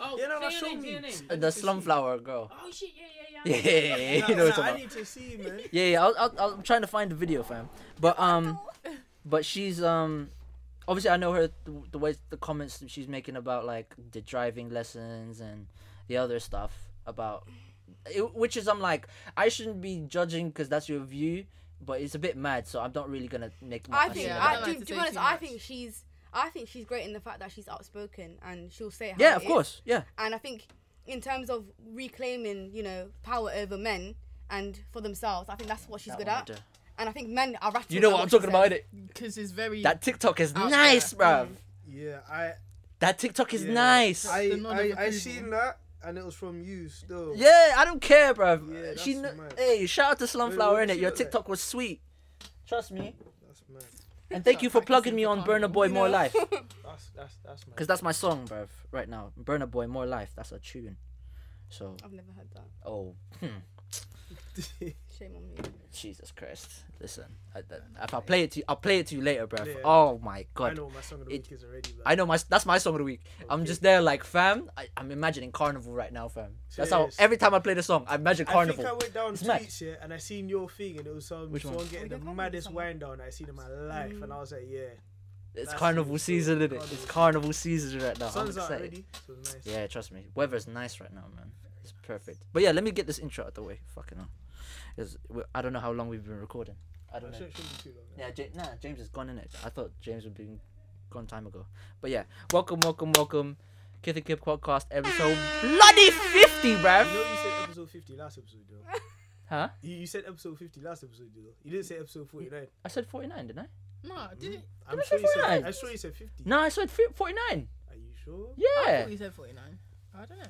Speaker 2: Oh,
Speaker 3: Yeah, no,
Speaker 2: say your
Speaker 3: that's so
Speaker 2: name, say your
Speaker 3: mean.
Speaker 2: name.
Speaker 1: the slumflower girl.
Speaker 2: Oh shit! Yeah, yeah, yeah.
Speaker 1: Yeah, yeah, yeah, yeah,
Speaker 3: Nah,
Speaker 1: you know what I'm talking
Speaker 3: nah, I
Speaker 1: about.
Speaker 3: need to see, man.
Speaker 1: Yeah, yeah, I'll, I'll, I'll, I'm trying to find the video, fam. But um, but she's um, obviously I know her the, the way the comments that she's making about like the driving lessons and the other stuff about, it, which is I'm like I shouldn't be judging because that's your view, but it's a bit mad, so I'm not really gonna make.
Speaker 5: I
Speaker 1: much
Speaker 5: think.
Speaker 1: shit
Speaker 4: Yeah,
Speaker 1: about
Speaker 5: I,
Speaker 1: it.
Speaker 4: don't
Speaker 5: do,
Speaker 4: like to say
Speaker 5: do you honest?
Speaker 4: too
Speaker 5: I
Speaker 4: much.
Speaker 5: think she's. I think she's great in the fact that she's outspoken and she'll say it how
Speaker 1: yeah,
Speaker 5: it
Speaker 1: of
Speaker 5: is.
Speaker 1: course, yeah.
Speaker 5: And I think in terms of reclaiming, you know, power over men and for themselves, I think that's what she's
Speaker 1: That
Speaker 5: good
Speaker 1: one
Speaker 5: at.
Speaker 1: right there.
Speaker 5: And I think men are rattled.
Speaker 1: You know
Speaker 5: by
Speaker 1: what I'm
Speaker 5: she Oh,
Speaker 1: talking about,
Speaker 5: says.
Speaker 1: it.
Speaker 4: Because it's very.
Speaker 1: That TikTok is
Speaker 4: Out
Speaker 1: nice,
Speaker 5: Mm.
Speaker 1: bruv.
Speaker 3: Yeah, I.
Speaker 1: That TikTok is
Speaker 3: yeah.
Speaker 1: nice.
Speaker 3: I,
Speaker 4: The nod of
Speaker 3: I, I
Speaker 4: approval.
Speaker 3: seen that and it was from you still.
Speaker 1: yeah, I don't care, bruv.
Speaker 3: Yeah,
Speaker 1: she,
Speaker 3: that's
Speaker 1: kn-
Speaker 3: mad.
Speaker 1: hey, shout out to
Speaker 3: what
Speaker 1: Slumflower
Speaker 3: does
Speaker 1: innit?
Speaker 3: she
Speaker 1: Your
Speaker 3: look like?
Speaker 1: TikTok was sweet. Trust me.
Speaker 3: That's mad.
Speaker 1: And thank you for
Speaker 4: Practicing
Speaker 1: plugging me
Speaker 4: for
Speaker 1: on
Speaker 4: carnival,
Speaker 1: Burner Boy
Speaker 5: you
Speaker 1: More
Speaker 5: know?
Speaker 1: Life,
Speaker 3: That's that's that's mad.
Speaker 1: because that's my song, bruv. Right now, Burner Boy More Life. That's a tune. So,
Speaker 5: I've never heard that.
Speaker 1: oh, hmm,
Speaker 5: Shame on me.
Speaker 1: Jesus Christ. Listen, I, I- if I play it to you, I'll play it to you later, bruv.
Speaker 3: Yeah.
Speaker 1: Oh my
Speaker 3: I
Speaker 1: God.
Speaker 3: know what my song of the
Speaker 1: It-
Speaker 3: week is already. But
Speaker 1: I know my that's my song of the week. I'm
Speaker 3: Okay.
Speaker 1: just there like fam. I, I'm imagining carnival right now, fam. That's how
Speaker 3: Serious.
Speaker 1: every time I play the song, I imagine carnival.
Speaker 3: I think I went down
Speaker 1: It's mad.
Speaker 3: tweets yeah, and I seen your thing and it was some
Speaker 1: Which one?
Speaker 3: someone
Speaker 5: Oh,
Speaker 3: getting
Speaker 5: you
Speaker 3: the
Speaker 5: got
Speaker 3: maddest
Speaker 5: someone.
Speaker 3: wind down I seen in my life, and I was like, yeah,
Speaker 1: It's
Speaker 3: That's
Speaker 1: carnival
Speaker 3: it,
Speaker 1: season,
Speaker 3: bro.
Speaker 1: isn't it? It's
Speaker 3: Carnival.
Speaker 1: carnival season right now.
Speaker 3: sun's
Speaker 1: I'm
Speaker 3: out
Speaker 1: excited.
Speaker 3: already. So it's nice.
Speaker 1: Yeah, trust me. Weather's nice right now, man. It's perfect. But yeah, let me get this intro out the way. Fucking hell. 'Cause we- I don't know how long we've been recording. I
Speaker 3: But
Speaker 1: don't
Speaker 3: it
Speaker 1: know.
Speaker 3: shouldn't- shouldn't be too long,
Speaker 1: Yeah, ja- nah, James is gone, innit? I thought James would be gone time ago. But yeah, welcome, welcome, welcome. Kith and Kip podcast episode bloody 50,
Speaker 3: You
Speaker 1: bruv.
Speaker 3: know you said episode 50 last episode though.
Speaker 1: Huh?
Speaker 3: You, you said episode 50 last episode though. You didn't say episode 49.
Speaker 1: I said 49, didn't I?
Speaker 4: No, did it?
Speaker 3: I'm
Speaker 1: I
Speaker 3: sure
Speaker 1: say
Speaker 3: you said
Speaker 1: 49?
Speaker 3: I'm sure you said 50.
Speaker 1: No, I said fi- 49.
Speaker 3: Are you sure?
Speaker 4: I
Speaker 1: Yeah.
Speaker 4: thought you said 49. I don't know.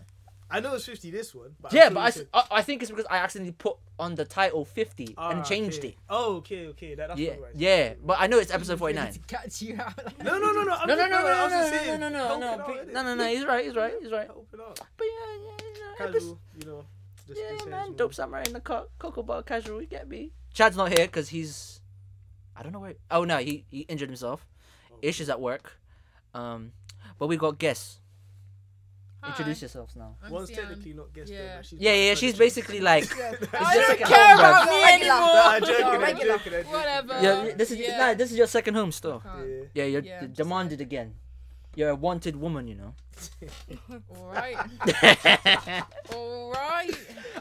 Speaker 3: I know it's 50 this one. But I'm
Speaker 1: Yeah,
Speaker 3: sure
Speaker 1: but
Speaker 3: you
Speaker 1: I, s-
Speaker 3: said-
Speaker 1: I- I think it's because I accidentally put on the title 50
Speaker 3: Ah,
Speaker 1: and changed
Speaker 3: okay.
Speaker 1: it.
Speaker 3: Oh, okay, okay. That, that's
Speaker 1: Yeah,
Speaker 3: what it was.
Speaker 1: yeah, but I know it's
Speaker 4: Really
Speaker 1: episode 49.
Speaker 4: To catch you out. like-
Speaker 3: No, no, no, no.
Speaker 1: No, no,
Speaker 3: I'm just-
Speaker 1: no, no,
Speaker 3: I
Speaker 1: no,
Speaker 3: was just
Speaker 1: no, no,
Speaker 3: saying,
Speaker 1: no, no,
Speaker 3: help
Speaker 1: no,
Speaker 3: it out,
Speaker 1: pe-
Speaker 3: innit?
Speaker 1: no, no, no, he's right, he's right, he's right.
Speaker 3: Help it out.
Speaker 1: But yeah, yeah, yeah. epis-
Speaker 3: Casual, you know. Just
Speaker 1: Yeah,
Speaker 3: just
Speaker 1: man,
Speaker 3: saying
Speaker 1: dope
Speaker 3: it's
Speaker 1: samurai in the co- cocoa bar, casual, you get me. Chad's not here because he's, I don't know where. Oh no, he he injured himself.
Speaker 3: Oh.
Speaker 1: Ish is at work, um, but we got guests.
Speaker 4: Hi,
Speaker 1: Introduce yourselves now.
Speaker 4: I'm
Speaker 3: more- One's
Speaker 4: Sian.
Speaker 3: technically not guest
Speaker 4: um, Yeah.
Speaker 3: there, but she's
Speaker 1: Yeah, yeah,
Speaker 3: not
Speaker 1: she's
Speaker 3: furniture.
Speaker 1: basically like.
Speaker 4: I
Speaker 1: It's
Speaker 4: don't
Speaker 1: just like a
Speaker 4: care
Speaker 1: home,
Speaker 4: about
Speaker 5: bruv.
Speaker 4: me
Speaker 5: Regular.
Speaker 4: anymore.
Speaker 3: Nah, I'm joking, I'm
Speaker 5: regular.
Speaker 3: joking, I'm joking.
Speaker 4: Whatever.
Speaker 1: yeah, this is
Speaker 4: Yeah.
Speaker 1: nah, this is your second home still.
Speaker 4: Can't.
Speaker 1: Yeah, you're
Speaker 4: Yeah,
Speaker 1: d-
Speaker 4: just
Speaker 1: demanded again. You're a wanted woman, you know. Oh.
Speaker 4: All right. All right.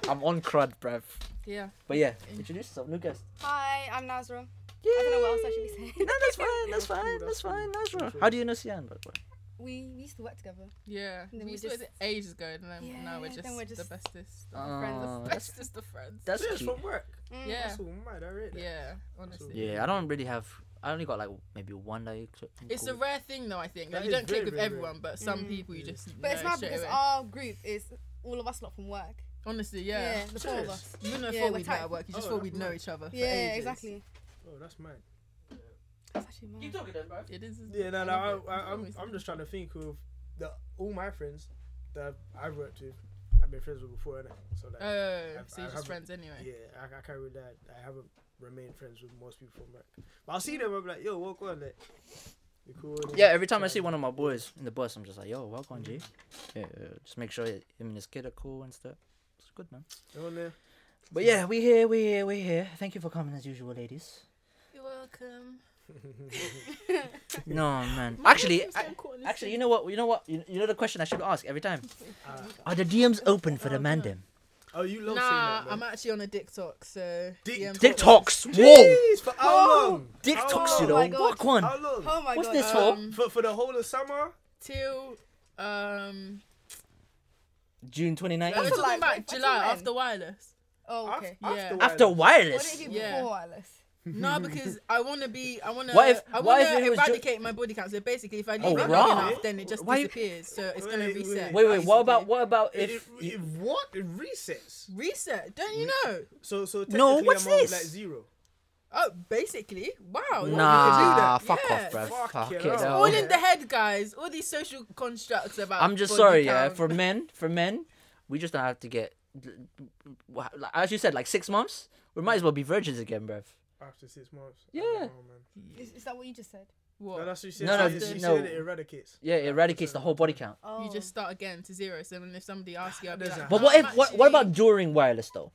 Speaker 1: I'm on crud, bruv.
Speaker 4: Yeah.
Speaker 1: But yeah, introduce yourself, new guest.
Speaker 5: Hi, I'm Nazra. I don't know what else I should be saying.
Speaker 1: No, that's fine. That's
Speaker 3: cool,
Speaker 1: fine. That's
Speaker 3: that's cool.
Speaker 1: fine. That's
Speaker 3: Cool,
Speaker 1: right.
Speaker 3: cool.
Speaker 1: How do you know Sian, by the way?
Speaker 5: We, we used to work together.
Speaker 4: Yeah.
Speaker 5: then
Speaker 4: we
Speaker 5: we
Speaker 4: used to do
Speaker 5: just-
Speaker 4: it ages ago, and then
Speaker 5: Yeah,
Speaker 4: now we're
Speaker 5: then
Speaker 4: just,
Speaker 5: we're
Speaker 4: the
Speaker 5: just-
Speaker 4: bestest. The
Speaker 5: friends
Speaker 1: Oh, that's
Speaker 4: bestest of friends.
Speaker 1: that's
Speaker 3: Serious,
Speaker 1: cute.
Speaker 3: from work.
Speaker 5: Mm.
Speaker 4: Yeah.
Speaker 3: That's all mad, I read it.
Speaker 4: yeah, honestly.
Speaker 1: Yeah, I don't really have. I only got like maybe one that you could.
Speaker 4: It's a
Speaker 1: could-
Speaker 4: rare thing, though. I think like,
Speaker 3: That
Speaker 4: you
Speaker 3: is
Speaker 4: don't click
Speaker 3: very,
Speaker 4: with
Speaker 3: very rare.
Speaker 4: everyone, but some
Speaker 5: Mm.
Speaker 4: people you
Speaker 3: Yeah.
Speaker 4: just.
Speaker 5: But it's
Speaker 4: know
Speaker 5: mad
Speaker 4: straight
Speaker 5: because
Speaker 4: away.
Speaker 5: our group is all of us lot from work.
Speaker 4: honestly,
Speaker 5: Yeah,
Speaker 4: yeah.
Speaker 5: the four of
Speaker 3: Serious?
Speaker 5: us.
Speaker 4: You wouldn't have
Speaker 5: Yeah,
Speaker 4: thought
Speaker 5: we're
Speaker 4: we'd met
Speaker 5: tight.
Speaker 4: at work. You just
Speaker 3: Oh,
Speaker 4: thought
Speaker 3: that's
Speaker 4: we'd know
Speaker 3: mad.
Speaker 4: each other. For
Speaker 5: Yeah,
Speaker 4: ages.
Speaker 5: exactly.
Speaker 3: Oh, that's mad.
Speaker 5: That's actually mad.
Speaker 1: talking then, bro?
Speaker 4: It is. isn't
Speaker 3: Yeah,
Speaker 4: it?
Speaker 3: no,
Speaker 4: I
Speaker 3: no,
Speaker 4: love
Speaker 3: I,
Speaker 4: it.
Speaker 3: I, I'm,
Speaker 4: Always-
Speaker 3: I'm just trying to think of the all my friends that I've worked with. I've been friends with before, innit? So like,
Speaker 4: Oh,
Speaker 3: I've-
Speaker 4: so you're
Speaker 3: I
Speaker 4: just
Speaker 3: haven't-
Speaker 4: friends anyway.
Speaker 3: yeah, I, I can't really lie. I haven't remained friends with most people from Rec. But I'll see them. I'll be like, yo, walk on, like, we cool. innit?
Speaker 1: Yeah, every time I see one of my boys in the bus, I'm just like, yo, welcome, G. Yeah, yeah, just make sure him and his kid are cool and stuff. It's good, man.
Speaker 3: You know what I mean?
Speaker 1: But yeah, we here, we here, we here. Thank you for coming as usual, ladies.
Speaker 4: You're welcome.
Speaker 1: No, man. Actually, I- actually, you know what? You know what? You, you know the question I should ask every time.
Speaker 3: Ah.
Speaker 1: Are the DMs open for the mandem?
Speaker 3: Oh, you love
Speaker 4: Nah,
Speaker 3: seeing that,
Speaker 4: I'm
Speaker 3: man.
Speaker 4: actually on a dick talk, so.
Speaker 3: Dick
Speaker 4: DM
Speaker 3: talk.
Speaker 1: Dick talks. Whoa.
Speaker 3: Jeez, for how long?
Speaker 1: Dick
Speaker 3: How
Speaker 1: talks, you
Speaker 3: long?
Speaker 1: know.
Speaker 5: my God.
Speaker 1: Fuck one.
Speaker 3: How long?
Speaker 5: Oh my
Speaker 1: What's
Speaker 5: god.
Speaker 1: this
Speaker 5: uh,
Speaker 1: for?
Speaker 4: Um,
Speaker 3: For, for the whole of summer?
Speaker 4: till um.
Speaker 1: June 29th.
Speaker 4: We're
Speaker 5: That's
Speaker 4: talking
Speaker 5: like-
Speaker 4: about
Speaker 5: that's
Speaker 4: July
Speaker 5: when?
Speaker 4: after wireless.
Speaker 5: Oh,
Speaker 3: Af-
Speaker 5: okay.
Speaker 4: Yeah.
Speaker 3: After,
Speaker 1: After
Speaker 5: What did
Speaker 1: wireless.
Speaker 5: you do
Speaker 4: Yeah.
Speaker 5: before wireless?
Speaker 4: No, because I want to be. I want to.
Speaker 1: What if-
Speaker 4: I
Speaker 1: what
Speaker 4: want
Speaker 1: if
Speaker 4: to
Speaker 1: it was ju-
Speaker 4: eradicate my body count. So basically, if I leave
Speaker 1: Oh,
Speaker 4: it
Speaker 1: raw.
Speaker 4: long enough, then it just
Speaker 1: Why you-
Speaker 4: disappears. So it's gonna
Speaker 3: Wait, wait.
Speaker 4: reset.
Speaker 1: Wait, wait. What about
Speaker 4: basically.
Speaker 1: what about
Speaker 3: It, it,
Speaker 1: if?
Speaker 3: it, what? It resets.
Speaker 4: reset? Don't you know?
Speaker 3: So, so technically
Speaker 1: what's
Speaker 3: I'm on,
Speaker 1: this?
Speaker 3: like zero.
Speaker 4: Oh, basically. Wow.
Speaker 1: Nah,
Speaker 4: what we could do
Speaker 1: fuck
Speaker 4: then.
Speaker 1: off, bro.
Speaker 4: Yes.
Speaker 3: Fuck
Speaker 1: Fuck
Speaker 3: it
Speaker 1: it
Speaker 3: up.
Speaker 1: up.
Speaker 4: All in the head, guys. All these social constructs about.
Speaker 1: I'm just
Speaker 4: body
Speaker 1: sorry, yeah.
Speaker 4: count.
Speaker 1: For men, for men, we just don't have to get. like- As you said, like six months, we might as well be virgins again, bruv.
Speaker 3: After six months. I
Speaker 1: Yeah.
Speaker 3: don't know, man.
Speaker 5: Is, is that what you just said?
Speaker 4: What?
Speaker 3: No, that's what you said.
Speaker 1: No,
Speaker 3: No,
Speaker 1: no,
Speaker 3: you said
Speaker 1: no.
Speaker 3: it eradicates.
Speaker 1: Yeah, it eradicates the whole body count.
Speaker 5: Oh.
Speaker 4: You just start again to zero. So then if somebody asks you, I'll be
Speaker 3: There's
Speaker 4: like,
Speaker 3: a-
Speaker 1: But
Speaker 4: "How
Speaker 1: what if
Speaker 4: much
Speaker 1: what,
Speaker 4: you
Speaker 1: what
Speaker 4: need?"
Speaker 1: about during wireless though?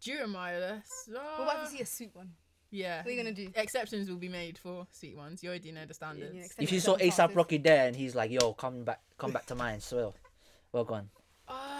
Speaker 4: during wireless?
Speaker 5: We're about to
Speaker 4: Uh,
Speaker 5: see a sweet one.
Speaker 4: yeah.
Speaker 5: What are you gonna do?
Speaker 4: Exceptions will be made for sweet ones. You already know the standards.
Speaker 5: Yeah, except
Speaker 1: If you
Speaker 5: it's
Speaker 1: saw
Speaker 5: seven
Speaker 1: ASAP
Speaker 5: passes.
Speaker 1: Rocky there and he's like, "Yo, come back, come back to mine," so well gone.
Speaker 4: Ah.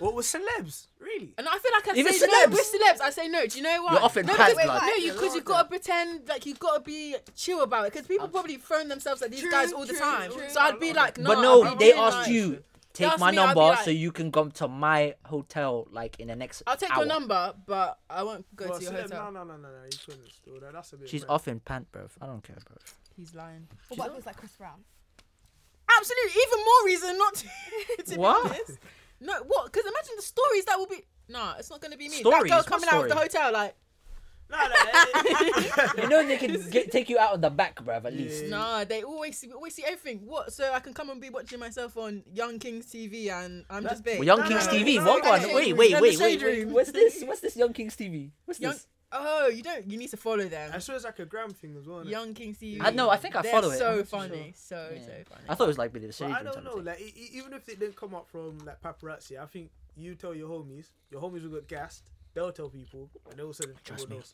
Speaker 3: What was celebs? Really?
Speaker 4: And I feel like I
Speaker 1: Even
Speaker 4: say
Speaker 1: celebs.
Speaker 4: no. With celebs, I say no. Do you know why?
Speaker 1: You're often
Speaker 4: no,
Speaker 1: bad
Speaker 4: because-
Speaker 1: blood.
Speaker 4: No, you because you've got to pretend like you've got to be chill about it. Because people probably phone themselves at these
Speaker 5: True,
Speaker 4: guys all the
Speaker 5: true,
Speaker 4: time.
Speaker 5: true.
Speaker 4: So I'd be like, no.
Speaker 1: but no,
Speaker 4: I'll
Speaker 1: they
Speaker 4: be
Speaker 1: asked
Speaker 4: like-
Speaker 1: you take
Speaker 4: asked
Speaker 1: my
Speaker 4: me, I'll be
Speaker 1: number so
Speaker 4: like-
Speaker 1: you can come to my hotel like in the next.
Speaker 4: I'll take
Speaker 1: hour.
Speaker 4: your number, but I won't go
Speaker 3: Well,
Speaker 4: to your
Speaker 3: celeb-
Speaker 4: hotel.
Speaker 3: No, no, no, no, no. You couldn't. do that. That's a bit.
Speaker 1: She's
Speaker 3: mad.
Speaker 1: off in pant, bruv. I don't care, bruv.
Speaker 4: He's lying.
Speaker 5: What about if it was like Chris Brown?
Speaker 4: Absolutely, even more reason not to. to
Speaker 1: What?
Speaker 4: Be honest. No, what? Because imagine the stories that will be. Nah, it's not going to be me.
Speaker 1: Stories?
Speaker 4: That girl
Speaker 1: What
Speaker 4: coming out of the
Speaker 1: story?
Speaker 4: hotel like,
Speaker 3: No, no, no, no.
Speaker 1: You know they can get, take you out of the back, bruv. At least.
Speaker 3: Yeah.
Speaker 4: nah. They always see, always see everything. What? So I can come and be watching myself on Young Kings TV, and I'm just big.
Speaker 1: Well, Young
Speaker 3: No,
Speaker 1: Kings
Speaker 3: no, no,
Speaker 1: TV.
Speaker 3: no,
Speaker 1: What
Speaker 3: no,
Speaker 1: one?
Speaker 3: no,
Speaker 1: Wait,
Speaker 4: no,
Speaker 1: wait,
Speaker 4: no,
Speaker 1: wait,
Speaker 4: no,
Speaker 1: wait,
Speaker 4: no,
Speaker 1: wait.
Speaker 4: no,
Speaker 1: What's
Speaker 4: no,
Speaker 1: this?
Speaker 4: no.
Speaker 1: What's this Young Kings TV? What's
Speaker 4: Young-
Speaker 1: this?
Speaker 4: Oh, you don't. You need to follow them.
Speaker 3: I swear it's like a gram thing as well. innit?
Speaker 4: Young Kings TV.
Speaker 1: I know. I think I
Speaker 4: They're
Speaker 1: follow it. I'm
Speaker 4: So
Speaker 1: not too
Speaker 4: funny. So
Speaker 1: Yeah.
Speaker 4: so funny.
Speaker 1: I thought it was like Billy the
Speaker 3: But
Speaker 1: Surgeon.
Speaker 3: I don't
Speaker 1: type
Speaker 3: know.
Speaker 1: thing.
Speaker 3: Like, e- e- even if it didn't come up from like paparazzi, I think you tell your homies, your homies will get gassed. They'll tell people, and they'll send it to
Speaker 1: Trust
Speaker 3: everyone
Speaker 1: me.
Speaker 3: else.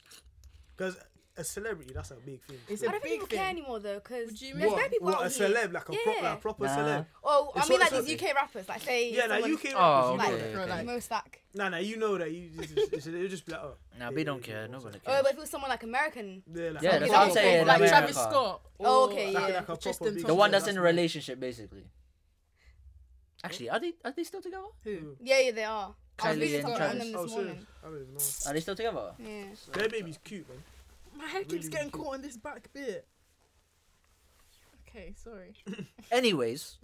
Speaker 3: Because a celebrity, that's a big thing.
Speaker 4: It's
Speaker 5: I
Speaker 4: a
Speaker 5: don't think
Speaker 4: big
Speaker 5: people care
Speaker 4: thing.
Speaker 5: anymore though, because
Speaker 4: What do you
Speaker 5: there's
Speaker 4: mean?
Speaker 5: no people
Speaker 3: what
Speaker 5: out
Speaker 3: a
Speaker 5: here.
Speaker 3: celeb, like a proper,
Speaker 5: Yeah.
Speaker 3: like, proper
Speaker 1: Nah.
Speaker 3: celeb.
Speaker 5: Oh, I
Speaker 3: It's
Speaker 5: mean,
Speaker 3: what-
Speaker 5: like
Speaker 3: it's
Speaker 5: these
Speaker 3: what-
Speaker 5: UK rappers, like say
Speaker 3: Yeah, like
Speaker 5: someone-
Speaker 3: UK.
Speaker 1: Oh,
Speaker 3: rappers, you
Speaker 5: like,
Speaker 3: know
Speaker 1: okay,
Speaker 3: that.
Speaker 4: bro,
Speaker 1: okay.
Speaker 4: like-
Speaker 5: Mo Stack.
Speaker 3: Nah, nah, you know that. You just, it's- it's- it'll just be like, oh.
Speaker 1: Nah,
Speaker 3: yeah,
Speaker 1: we
Speaker 3: yeah,
Speaker 1: don't
Speaker 3: yeah,
Speaker 1: care.
Speaker 3: yeah,
Speaker 1: Nobody
Speaker 5: Oh,
Speaker 1: cares.
Speaker 5: but if it was someone like American,
Speaker 3: Yeah, like,
Speaker 1: Yeah, that's
Speaker 3: like,
Speaker 4: Like
Speaker 1: what I'm
Speaker 4: people
Speaker 1: saying.
Speaker 4: Like
Speaker 1: America.
Speaker 4: Travis Scott.
Speaker 5: Oh,
Speaker 4: or
Speaker 5: okay,
Speaker 3: like
Speaker 5: yeah.
Speaker 3: a proper
Speaker 4: Tristan
Speaker 3: big-
Speaker 1: The one
Speaker 4: Thompson.
Speaker 1: that's in a
Speaker 3: That's-
Speaker 1: relationship, basically. Actually, are they are they still together?
Speaker 4: Who?
Speaker 5: yeah, yeah, they are. I was
Speaker 1: Kylie
Speaker 5: reading
Speaker 1: and
Speaker 5: something on
Speaker 1: Travis.
Speaker 5: them
Speaker 3: oh,
Speaker 5: this
Speaker 3: serious?
Speaker 5: morning.
Speaker 3: I don't even know.
Speaker 1: Are they still together?
Speaker 5: Yeah.
Speaker 3: Their baby's cute, man.
Speaker 4: My hair keeps
Speaker 3: Really
Speaker 4: getting
Speaker 3: cute.
Speaker 4: caught on this back bit. Okay, sorry.
Speaker 1: Anyways,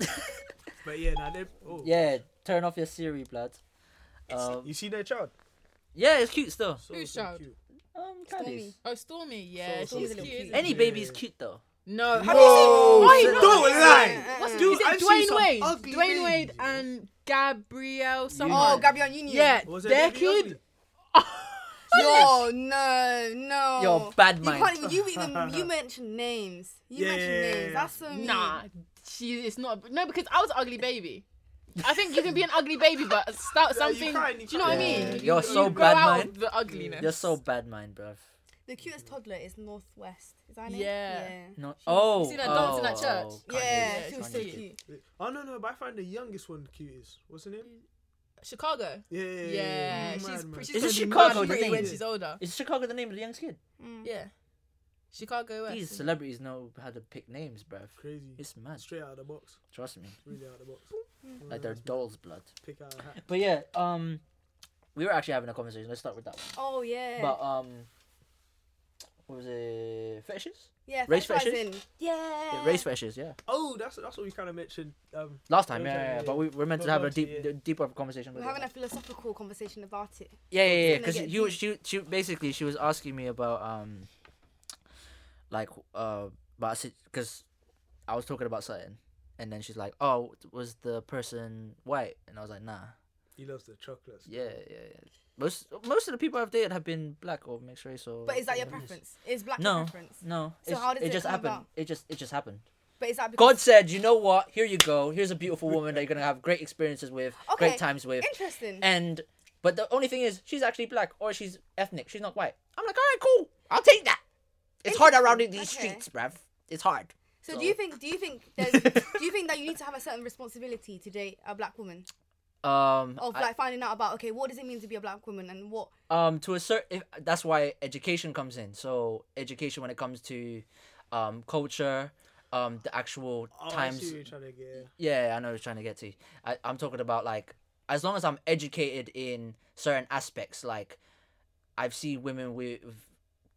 Speaker 3: But yeah, nah, they. Oh.
Speaker 1: yeah, turn off your Siri, blood. Um,
Speaker 3: You see their child?
Speaker 1: yeah, it's cute still.
Speaker 3: So,
Speaker 4: Whose
Speaker 3: so
Speaker 4: child?
Speaker 3: cute.
Speaker 1: Um,
Speaker 5: Stormy.
Speaker 1: Kylie's.
Speaker 4: Oh, Stormy, yeah,
Speaker 3: So-
Speaker 4: she's
Speaker 5: so-
Speaker 4: cute. isn't
Speaker 1: Any
Speaker 4: she?
Speaker 3: Yeah.
Speaker 1: baby's cute though.
Speaker 4: No, have
Speaker 3: Whoa,
Speaker 4: you seen? Why
Speaker 3: don't
Speaker 4: not?
Speaker 3: lie.
Speaker 4: What's
Speaker 3: Dude,
Speaker 4: is it?
Speaker 3: I've seen some
Speaker 4: Dwayne Wade,
Speaker 3: ugly
Speaker 4: Dwayne
Speaker 3: babies,
Speaker 4: Wade,
Speaker 3: you know.
Speaker 4: and Gabrielle. Someone.
Speaker 5: Oh, Gabrielle Union.
Speaker 4: yeah,
Speaker 3: Was their
Speaker 4: their
Speaker 3: baby
Speaker 4: kid.
Speaker 3: ugly?
Speaker 5: Yo, no, no.
Speaker 1: You're bad
Speaker 5: Oh, You
Speaker 1: mind.
Speaker 5: can't even. You even. You mentioned names. You
Speaker 3: Yeah,
Speaker 5: mentioned
Speaker 3: yeah, yeah,
Speaker 5: names.
Speaker 3: yeah.
Speaker 5: That's so mean.
Speaker 4: Nah, she. It's not. No, because I was an ugly baby. I think you can be an ugly baby, but start
Speaker 3: Yeah, you
Speaker 4: something.
Speaker 3: can't,
Speaker 4: do
Speaker 3: you
Speaker 4: you know what I
Speaker 1: can't.
Speaker 4: mean?
Speaker 1: Yeah, you're
Speaker 4: You-
Speaker 1: so
Speaker 4: you grow
Speaker 1: bad,
Speaker 4: out
Speaker 1: man.
Speaker 4: of The ugliness.
Speaker 1: You're so bad mind, bruv.
Speaker 5: The cutest toddler is Northwest. Is that her name?
Speaker 4: Yeah.
Speaker 1: No. Oh.
Speaker 4: seen her dance in that
Speaker 1: oh,
Speaker 4: church?
Speaker 1: Kanye's-
Speaker 5: Yeah. Yeah,
Speaker 4: Yeah,
Speaker 5: she was
Speaker 1: Kanye's
Speaker 5: so
Speaker 1: kid.
Speaker 5: cute.
Speaker 3: Oh no no, but I find the youngest one the cutest. What's her name?
Speaker 4: Chicago.
Speaker 3: Yeah, yeah, yeah,
Speaker 4: Yeah,
Speaker 3: yeah.
Speaker 4: she's
Speaker 3: Mad,
Speaker 4: pretty.
Speaker 1: Is
Speaker 4: She's
Speaker 1: it
Speaker 4: gonna be mad
Speaker 1: Chicago, you
Speaker 4: pretty when
Speaker 1: think?
Speaker 4: she's older.
Speaker 1: Is Chicago the name of the youngest kid?
Speaker 5: Mm.
Speaker 4: Yeah, Chicago West.
Speaker 1: These celebrities know how to pick names, bruv.
Speaker 3: man. crazy.
Speaker 1: It's mad.
Speaker 3: Straight out of the box.
Speaker 1: Trust me.
Speaker 3: Really out of the box.
Speaker 1: Like they're dolls' blood.
Speaker 3: Pick out a hat.
Speaker 1: But yeah, um, we were actually having a conversation. Let's start with that one.
Speaker 5: Oh yeah.
Speaker 1: But um, what was it? Fetishes?
Speaker 5: yeah.
Speaker 1: race
Speaker 5: that's what I was
Speaker 1: fetishes?
Speaker 5: in. Yeah.
Speaker 1: Yeah, race fetishes. Yeah.
Speaker 3: Oh, that's that's what we kind of mentioned. Um,
Speaker 1: Last time, yeah,
Speaker 3: Okay,
Speaker 1: yeah, yeah.
Speaker 3: yeah.
Speaker 1: But we we're meant to
Speaker 3: But
Speaker 1: have a
Speaker 3: not
Speaker 1: deep,
Speaker 3: yet.
Speaker 1: d- deeper conversation.
Speaker 5: We're
Speaker 1: With
Speaker 5: having a
Speaker 1: it.
Speaker 5: philosophical conversation about it.
Speaker 1: Yeah, yeah, yeah.
Speaker 5: gonna
Speaker 1: Because
Speaker 5: get
Speaker 1: you,
Speaker 5: deep.
Speaker 1: she, she, basically, she was asking me about um, like uh, about because I was talking about something, and then she's like, "Oh, was the person white?" And I was like, "Nah."
Speaker 3: He loves the chocolates.
Speaker 1: Yeah, yeah, yeah. Most most of the people I've dated have been black or mixed race or.
Speaker 5: But is that your
Speaker 1: Japanese.
Speaker 5: preference? Is black
Speaker 1: No.
Speaker 5: your preference?
Speaker 1: No.
Speaker 5: So
Speaker 1: it's-
Speaker 5: how does
Speaker 1: it
Speaker 5: it
Speaker 1: just
Speaker 5: come
Speaker 1: happened?
Speaker 5: about?
Speaker 1: It just it just happened.
Speaker 5: But is that because
Speaker 1: God said, you know what? Here you go. Here's a beautiful woman that you're gonna have great experiences with,
Speaker 5: Okay,
Speaker 1: great times with,
Speaker 5: interesting?
Speaker 1: and but the only thing is she's actually black or she's ethnic. She's not white. I'm like, all right, cool. I'll take that. It's hard around in these
Speaker 5: Okay.
Speaker 1: streets, bruv. It's hard.
Speaker 5: So, do you think do you think there's do you think that you need to have a certain responsibility to date a black woman
Speaker 1: Um,
Speaker 3: Oh,
Speaker 5: of
Speaker 1: I-
Speaker 5: like finding out about okay what does it mean to be a black woman and what
Speaker 1: um to a certain that's why education comes in so education when it comes to um culture um the actual
Speaker 3: Oh, I see
Speaker 1: times
Speaker 3: what you're trying to get.
Speaker 1: yeah i know what you're trying to get to I, i'm talking about like as long as i'm educated in certain aspects like i've seen women with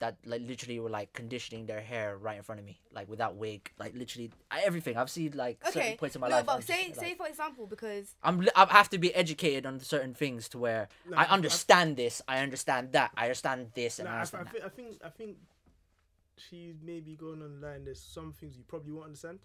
Speaker 1: that like literally were like conditioning their hair right in front of me like without wig like literally everything i've seen like certain
Speaker 5: okay
Speaker 1: points in my
Speaker 5: no
Speaker 1: life
Speaker 5: but
Speaker 1: I'm just
Speaker 5: say
Speaker 1: like-
Speaker 5: say for example because
Speaker 1: I'm li- I have to be educated on certain things to where
Speaker 3: No,
Speaker 1: I
Speaker 3: I- I-
Speaker 1: understand this, I understand that, I understand this, and
Speaker 3: Nah,
Speaker 1: I
Speaker 3: I,
Speaker 1: understand
Speaker 3: I, think, I think I think she's maybe going online. There's some things you probably won't understand,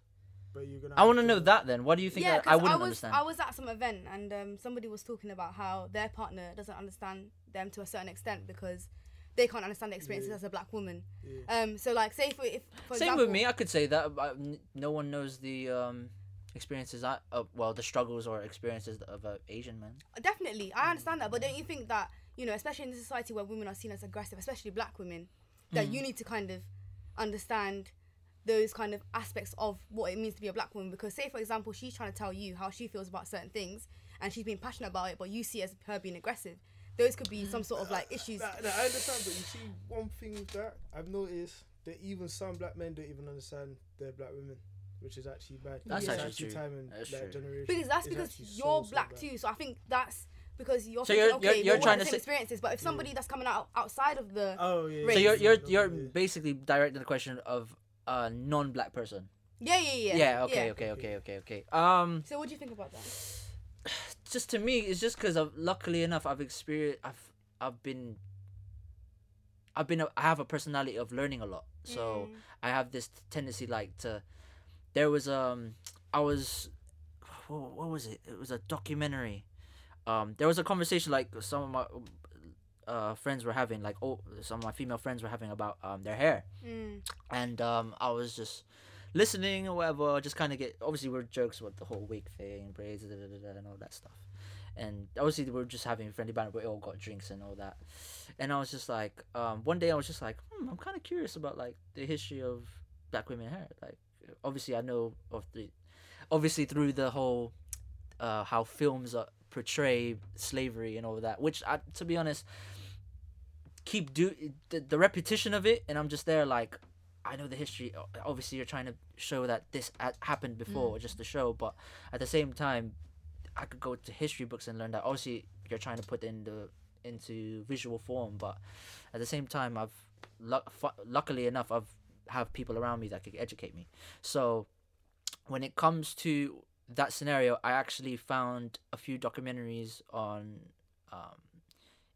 Speaker 3: but you're gonna.
Speaker 1: that. I want to know that then. What do you think
Speaker 5: yeah
Speaker 1: that I
Speaker 5: 'cause
Speaker 1: wouldn't
Speaker 5: was
Speaker 1: understand?
Speaker 5: I was at some event and um, somebody was talking about how their partner doesn't understand them to a certain extent because they can't understand the experiences
Speaker 3: Yeah.
Speaker 5: as a black woman
Speaker 3: Yeah.
Speaker 5: um so like say for if for
Speaker 1: Same
Speaker 5: example,
Speaker 1: with me. I could say that but n- no one knows the um, experiences. I uh, well, the struggles or experiences of an Asian man.
Speaker 5: Definitely,
Speaker 1: Mm.
Speaker 5: I understand that, but don't you think that you know, especially in the society where women are seen as aggressive, especially black women, that
Speaker 1: Mm.
Speaker 5: you need to kind of understand those kind of aspects of what it means to be a black woman? Because say, for example, she's trying to tell you how she feels about certain things, and she's being passionate about it, but you see it as her being aggressive. Those could be some sort of like issues.
Speaker 3: Nah, nah, I understand, but you see, one thing with that I've noticed that even some black men don't even understand their black women, which is actually bad.
Speaker 1: That's
Speaker 3: It's
Speaker 1: actually true.
Speaker 3: time and
Speaker 1: That's
Speaker 3: that
Speaker 1: true.
Speaker 3: generation.
Speaker 5: Because that's
Speaker 3: is
Speaker 5: because
Speaker 3: actually
Speaker 5: you're
Speaker 3: so, so
Speaker 5: black
Speaker 3: bad.
Speaker 5: too. So I think that's because you're
Speaker 1: So
Speaker 5: thinking,
Speaker 1: you're- you're-
Speaker 5: okay,
Speaker 1: you're
Speaker 5: we're all
Speaker 1: trying
Speaker 5: the
Speaker 1: to
Speaker 5: same
Speaker 1: say- Mm.
Speaker 5: experiences, but if somebody that's coming out outside of the
Speaker 3: Oh yeah.
Speaker 5: Race.
Speaker 1: So you're you're
Speaker 3: Yeah.
Speaker 1: you're
Speaker 3: Yeah.
Speaker 1: basically directing the question of a non-black person.
Speaker 5: yeah, yeah, yeah,
Speaker 1: Yeah. okay.
Speaker 5: yeah.
Speaker 1: Okay. Okay. Okay. Okay. Um.
Speaker 5: So what do you think about that?
Speaker 1: just to me, it's just because I've luckily enough I've experienced I've I've been I've been a, I have a personality of learning a lot,
Speaker 5: Mm.
Speaker 1: so I have this tendency like to. There was um I was, what, what was it? It was a documentary. Um, there was a conversation like some of my uh friends were having like oh some of my female friends were having about um their hair,
Speaker 5: Mm.
Speaker 1: and um I was just listening or whatever, just kind of get obviously we we're jokes with the whole wig thing, braids, da, da, da, da, and all that stuff. And obviously we we're just having a friendly banter, we all got drinks and all that. And I was just like, um, one day I was just like, hmm, I'm kind of curious about like the history of black women hair. Like, obviously I know of the, obviously through the whole, uh, how films are, portray slavery and all that. Which I, to be honest, keep do the, the repetition of it, and I'm just there like, I know the history. o- Obviously, you're trying to show that this ha- happened before, just to show. But at the same time, I could go to history books and learn that. Obviously, you're trying to put in the into visual form, but at the same time, I've luck, fu- luckily enough, I've have people around me that could educate me. So when it comes to that scenario, I actually found a few documentaries on. Um,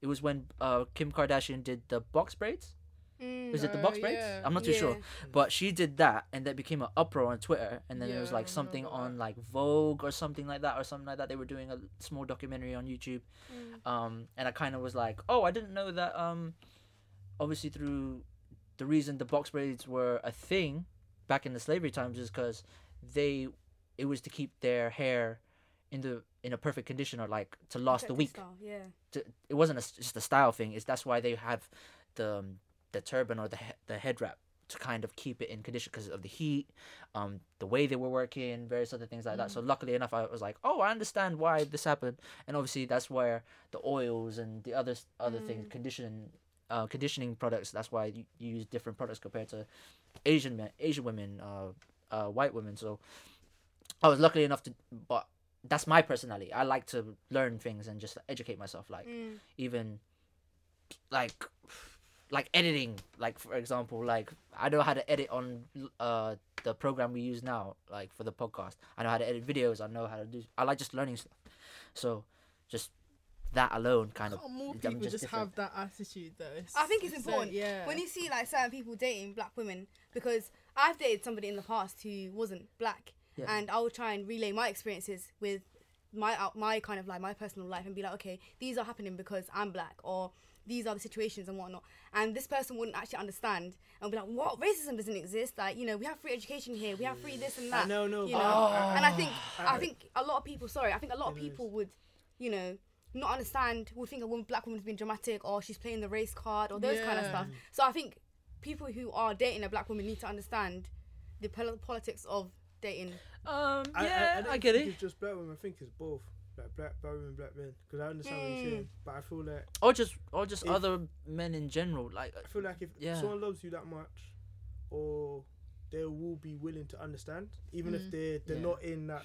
Speaker 1: it was when uh, Kim Kardashian did the box braids.
Speaker 5: Mm.
Speaker 1: Is it the
Speaker 4: Uh,
Speaker 1: box braids?
Speaker 4: yeah.
Speaker 1: I'm not too sure.
Speaker 5: Yeah.
Speaker 1: But she did that, and that became an uproar on Twitter. And then it was
Speaker 4: Yeah, I
Speaker 1: like something
Speaker 4: remember
Speaker 1: on like Vogue or something like that, or something like that. They were doing a small documentary on YouTube,
Speaker 5: Mm.
Speaker 1: um, and I kind of was like, oh, I didn't know that. Um, obviously through the reason the box braids were a thing back in the slavery times is because they it was to keep their hair in the in a perfect condition or like to last the
Speaker 5: Protective
Speaker 1: week
Speaker 5: style, Yeah.
Speaker 1: to, it wasn't a s just a style thing. It's that's why they have the um, the turban or the he- the head wrap to kind of keep it in condition because of the heat, um, the way they were working, various other things like that. So luckily enough, I was like, oh, I understand why this happened, and obviously that's where the oils and the other s- other things condition. Uh, conditioning products. That's why you, you use different products compared to Asian men, Asian women, uh, uh, white women. So I was lucky enough to, but that's my personality. I like to learn things and just educate myself. Like
Speaker 5: Mm.
Speaker 1: even like like editing like for example like i know how to edit on uh the program we use now like for the podcast i know how to edit videos i know how to do i like just learning stuff so just that alone kind of
Speaker 4: Can't more
Speaker 1: I'm
Speaker 4: people just,
Speaker 1: different.
Speaker 4: have that attitude though? It's-
Speaker 5: I think it's
Speaker 4: so-
Speaker 5: important
Speaker 4: yeah.
Speaker 5: when you see like certain people dating black women because I've dated somebody in the past who wasn't black,
Speaker 1: Yeah.
Speaker 5: and I will try and relay my experiences with my out my kind of like my personal life and be like, okay, these are happening because I'm black or these are the situations and whatnot. And this person wouldn't actually understand and be like, what racism doesn't exist? Like, you know, we have free education here, we have free this and
Speaker 3: I
Speaker 5: that.
Speaker 3: know, no,
Speaker 5: you
Speaker 3: but-
Speaker 5: know?
Speaker 3: Oh.
Speaker 5: and I think
Speaker 3: I-
Speaker 5: I think a lot of people. Sorry, I think a lot of
Speaker 3: It
Speaker 5: people
Speaker 3: is.
Speaker 5: would, you know. Not understand, would think a woman, black woman's being dramatic, or she's playing the race card, or those kind of
Speaker 4: Yeah.
Speaker 5: stuff. So I think people who are dating a black woman need to understand the pol- politics of dating.
Speaker 1: Um,
Speaker 3: I- I-
Speaker 1: yeah, I,
Speaker 3: don't
Speaker 1: get
Speaker 3: think
Speaker 1: it.
Speaker 3: It's just black women. I think it's both. Like black, black women, black men. Because I understand what
Speaker 1: Hmm.
Speaker 5: Mm.
Speaker 3: you're saying, but I feel like
Speaker 1: Or just, or just
Speaker 3: If-
Speaker 1: other men in general. Like,
Speaker 3: I feel like if
Speaker 1: Yeah.
Speaker 3: someone loves you that much, or they will be willing to understand, even
Speaker 5: Mm.
Speaker 3: if they they're
Speaker 1: Yeah.
Speaker 3: not in that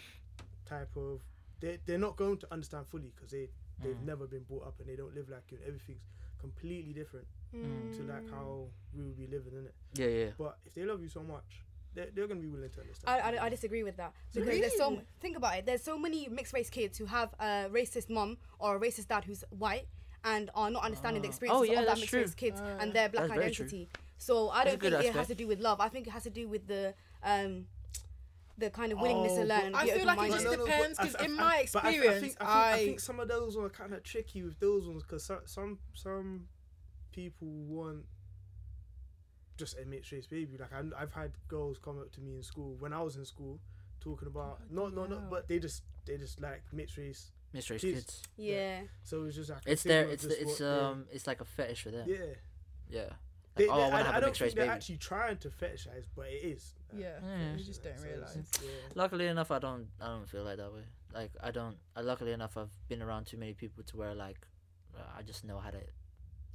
Speaker 3: type of they they're not going to understand fully because they they've
Speaker 1: Mm.
Speaker 3: never been brought up and they don't live like you. and Everything's completely different Mm, to
Speaker 5: Mm.
Speaker 3: like how we will be living in it.
Speaker 1: yeah, yeah.
Speaker 3: But if they love you so much, they're, they're gonna be willing to understand.
Speaker 5: I, I, I disagree with that because there's so
Speaker 4: Really?
Speaker 5: think about it. There's so many mixed race kids who have a racist mom or a racist dad who's white and are not understanding the experiences
Speaker 1: Oh, yeah,
Speaker 5: of that
Speaker 1: that's
Speaker 5: mixed
Speaker 1: true.
Speaker 5: race kids
Speaker 4: Ah,
Speaker 5: and their black
Speaker 1: That's very true.
Speaker 5: identity. So I
Speaker 1: That's a
Speaker 5: don't
Speaker 1: good
Speaker 5: think it has
Speaker 1: aspect.
Speaker 5: to do with love. I think it has to do with the um the kind of willingness
Speaker 3: Oh,
Speaker 5: to
Speaker 3: but
Speaker 5: learn. and
Speaker 4: I
Speaker 5: be
Speaker 4: feel like it
Speaker 5: open-minded.
Speaker 4: just depends,
Speaker 3: but I
Speaker 4: 'cause
Speaker 3: th-
Speaker 4: in
Speaker 3: I-
Speaker 4: my
Speaker 3: but I th- I, think,
Speaker 4: experience,
Speaker 3: I, think,
Speaker 4: I-
Speaker 3: think some of those are kind of tricky with those ones because some, some some people want just a mixed race baby. Like I'm, I've had girls come up to me in school when I was in school talking about
Speaker 4: Oh,
Speaker 3: no no no,
Speaker 4: hell.
Speaker 3: but they just they just like mixed race.
Speaker 1: Mixed race
Speaker 3: Jeez.
Speaker 1: kids.
Speaker 5: yeah.
Speaker 3: So it's just like a
Speaker 1: It's
Speaker 3: stigma
Speaker 1: their,
Speaker 3: of
Speaker 1: it's,
Speaker 3: just
Speaker 1: the, it's
Speaker 3: what they-
Speaker 1: um, it's like a fetish for them.
Speaker 3: yeah.
Speaker 1: Yeah. Like,
Speaker 3: They,
Speaker 1: oh,
Speaker 3: they-
Speaker 1: I
Speaker 3: I,
Speaker 1: want to
Speaker 3: I
Speaker 1: have a
Speaker 3: don't
Speaker 1: mixed
Speaker 3: think
Speaker 1: race
Speaker 3: they're
Speaker 1: baby.
Speaker 3: actually trying to fetishize, but it is. like,
Speaker 4: Yeah.
Speaker 1: Yeah.
Speaker 4: You just don't
Speaker 3: so it's-
Speaker 4: realise.
Speaker 3: yeah.
Speaker 1: Luckily enough, I don't, I don't feel like that way. Like, I don't. I, luckily enough, I've been around too many people to where like, uh, I just know how to,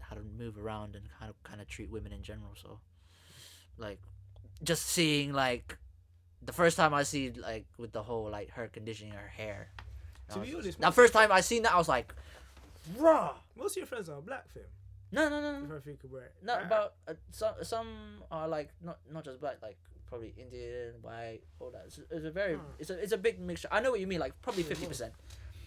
Speaker 1: how to move around and kind of, kind of treat women in general. So, like, just seeing like, the first time I see like with the whole like her conditioning her hair. I
Speaker 3: To
Speaker 1: was
Speaker 3: be
Speaker 1: just-
Speaker 3: honest,
Speaker 1: the first time I seen that, I was like,
Speaker 3: Bruh, most of your friends are black, fam.
Speaker 1: no, no, no, no.
Speaker 3: If I think about it,
Speaker 1: No,
Speaker 3: I-
Speaker 1: but uh, some some are like not not just black, like probably Indian, white, all that. It's, it's a very
Speaker 3: Hmm.
Speaker 1: it's a it's a big mixture. I know what you mean, like probably
Speaker 3: Yeah,
Speaker 1: fifty percent,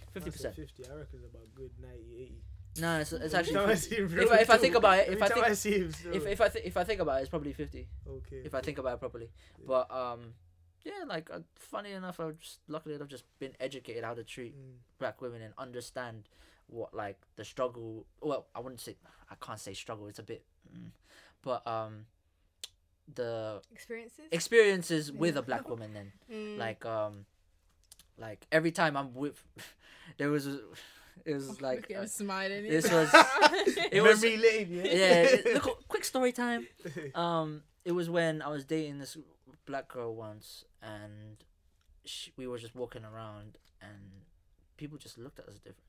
Speaker 3: I
Speaker 1: fifty
Speaker 3: said
Speaker 1: percent.
Speaker 3: 50, I reckon it's about a good 90, 80.
Speaker 1: No, it's, it's
Speaker 3: Every
Speaker 1: actually
Speaker 3: time I
Speaker 1: if
Speaker 3: see him,
Speaker 1: if I- if I think about it,
Speaker 3: every
Speaker 1: if I
Speaker 3: time
Speaker 1: think-
Speaker 3: I see him, still.
Speaker 1: if I th- if I think about it, it's probably fifty
Speaker 3: okay,
Speaker 1: if I think about it properly.
Speaker 3: Yeah.
Speaker 1: But um, yeah, like uh, funny enough, I've just luckily I've just been educated how to treat
Speaker 3: Mm.
Speaker 1: black women and understand what like the struggle well i wouldn't say i can't say struggle it's a bit mm, but um the
Speaker 5: Experiences.
Speaker 1: experiences with a
Speaker 5: Yeah.
Speaker 1: black woman then
Speaker 5: Mm.
Speaker 1: like um like every time i'm with there was a- it
Speaker 5: Oh
Speaker 1: was like
Speaker 4: Look at
Speaker 1: uh,
Speaker 4: him smiling.
Speaker 1: this was it was
Speaker 3: memory lane, yeah.
Speaker 1: yeah look, quick story time um it was when i was dating this black girl once and she, we were just walking around and people just looked at us different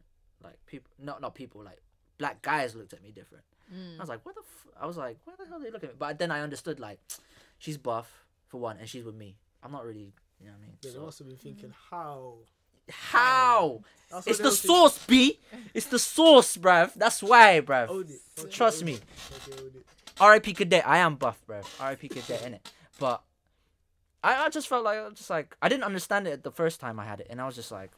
Speaker 1: like people not not people like black guys looked at me different
Speaker 4: Mm.
Speaker 1: i was like what the f-? i was like why the hell are they looking at me but then i understood like she's buff for one and she's with me i'm not really you know what i mean
Speaker 3: They
Speaker 1: So-
Speaker 3: must have been thinking how.
Speaker 1: how
Speaker 3: That's
Speaker 1: it's
Speaker 3: what they
Speaker 1: the
Speaker 3: was
Speaker 1: sauce b it's the sauce bruv that's why bruv
Speaker 3: thinking. Own it. Fuck it,
Speaker 1: Trust
Speaker 3: own
Speaker 1: me.
Speaker 3: it. Fuck it, own it.
Speaker 1: R.I.P. Cadet. I am buff, bro. R.I.P. Cadet, innit? But I, I just felt like I was just like I didn't understand it the first time I had it, and I was just like,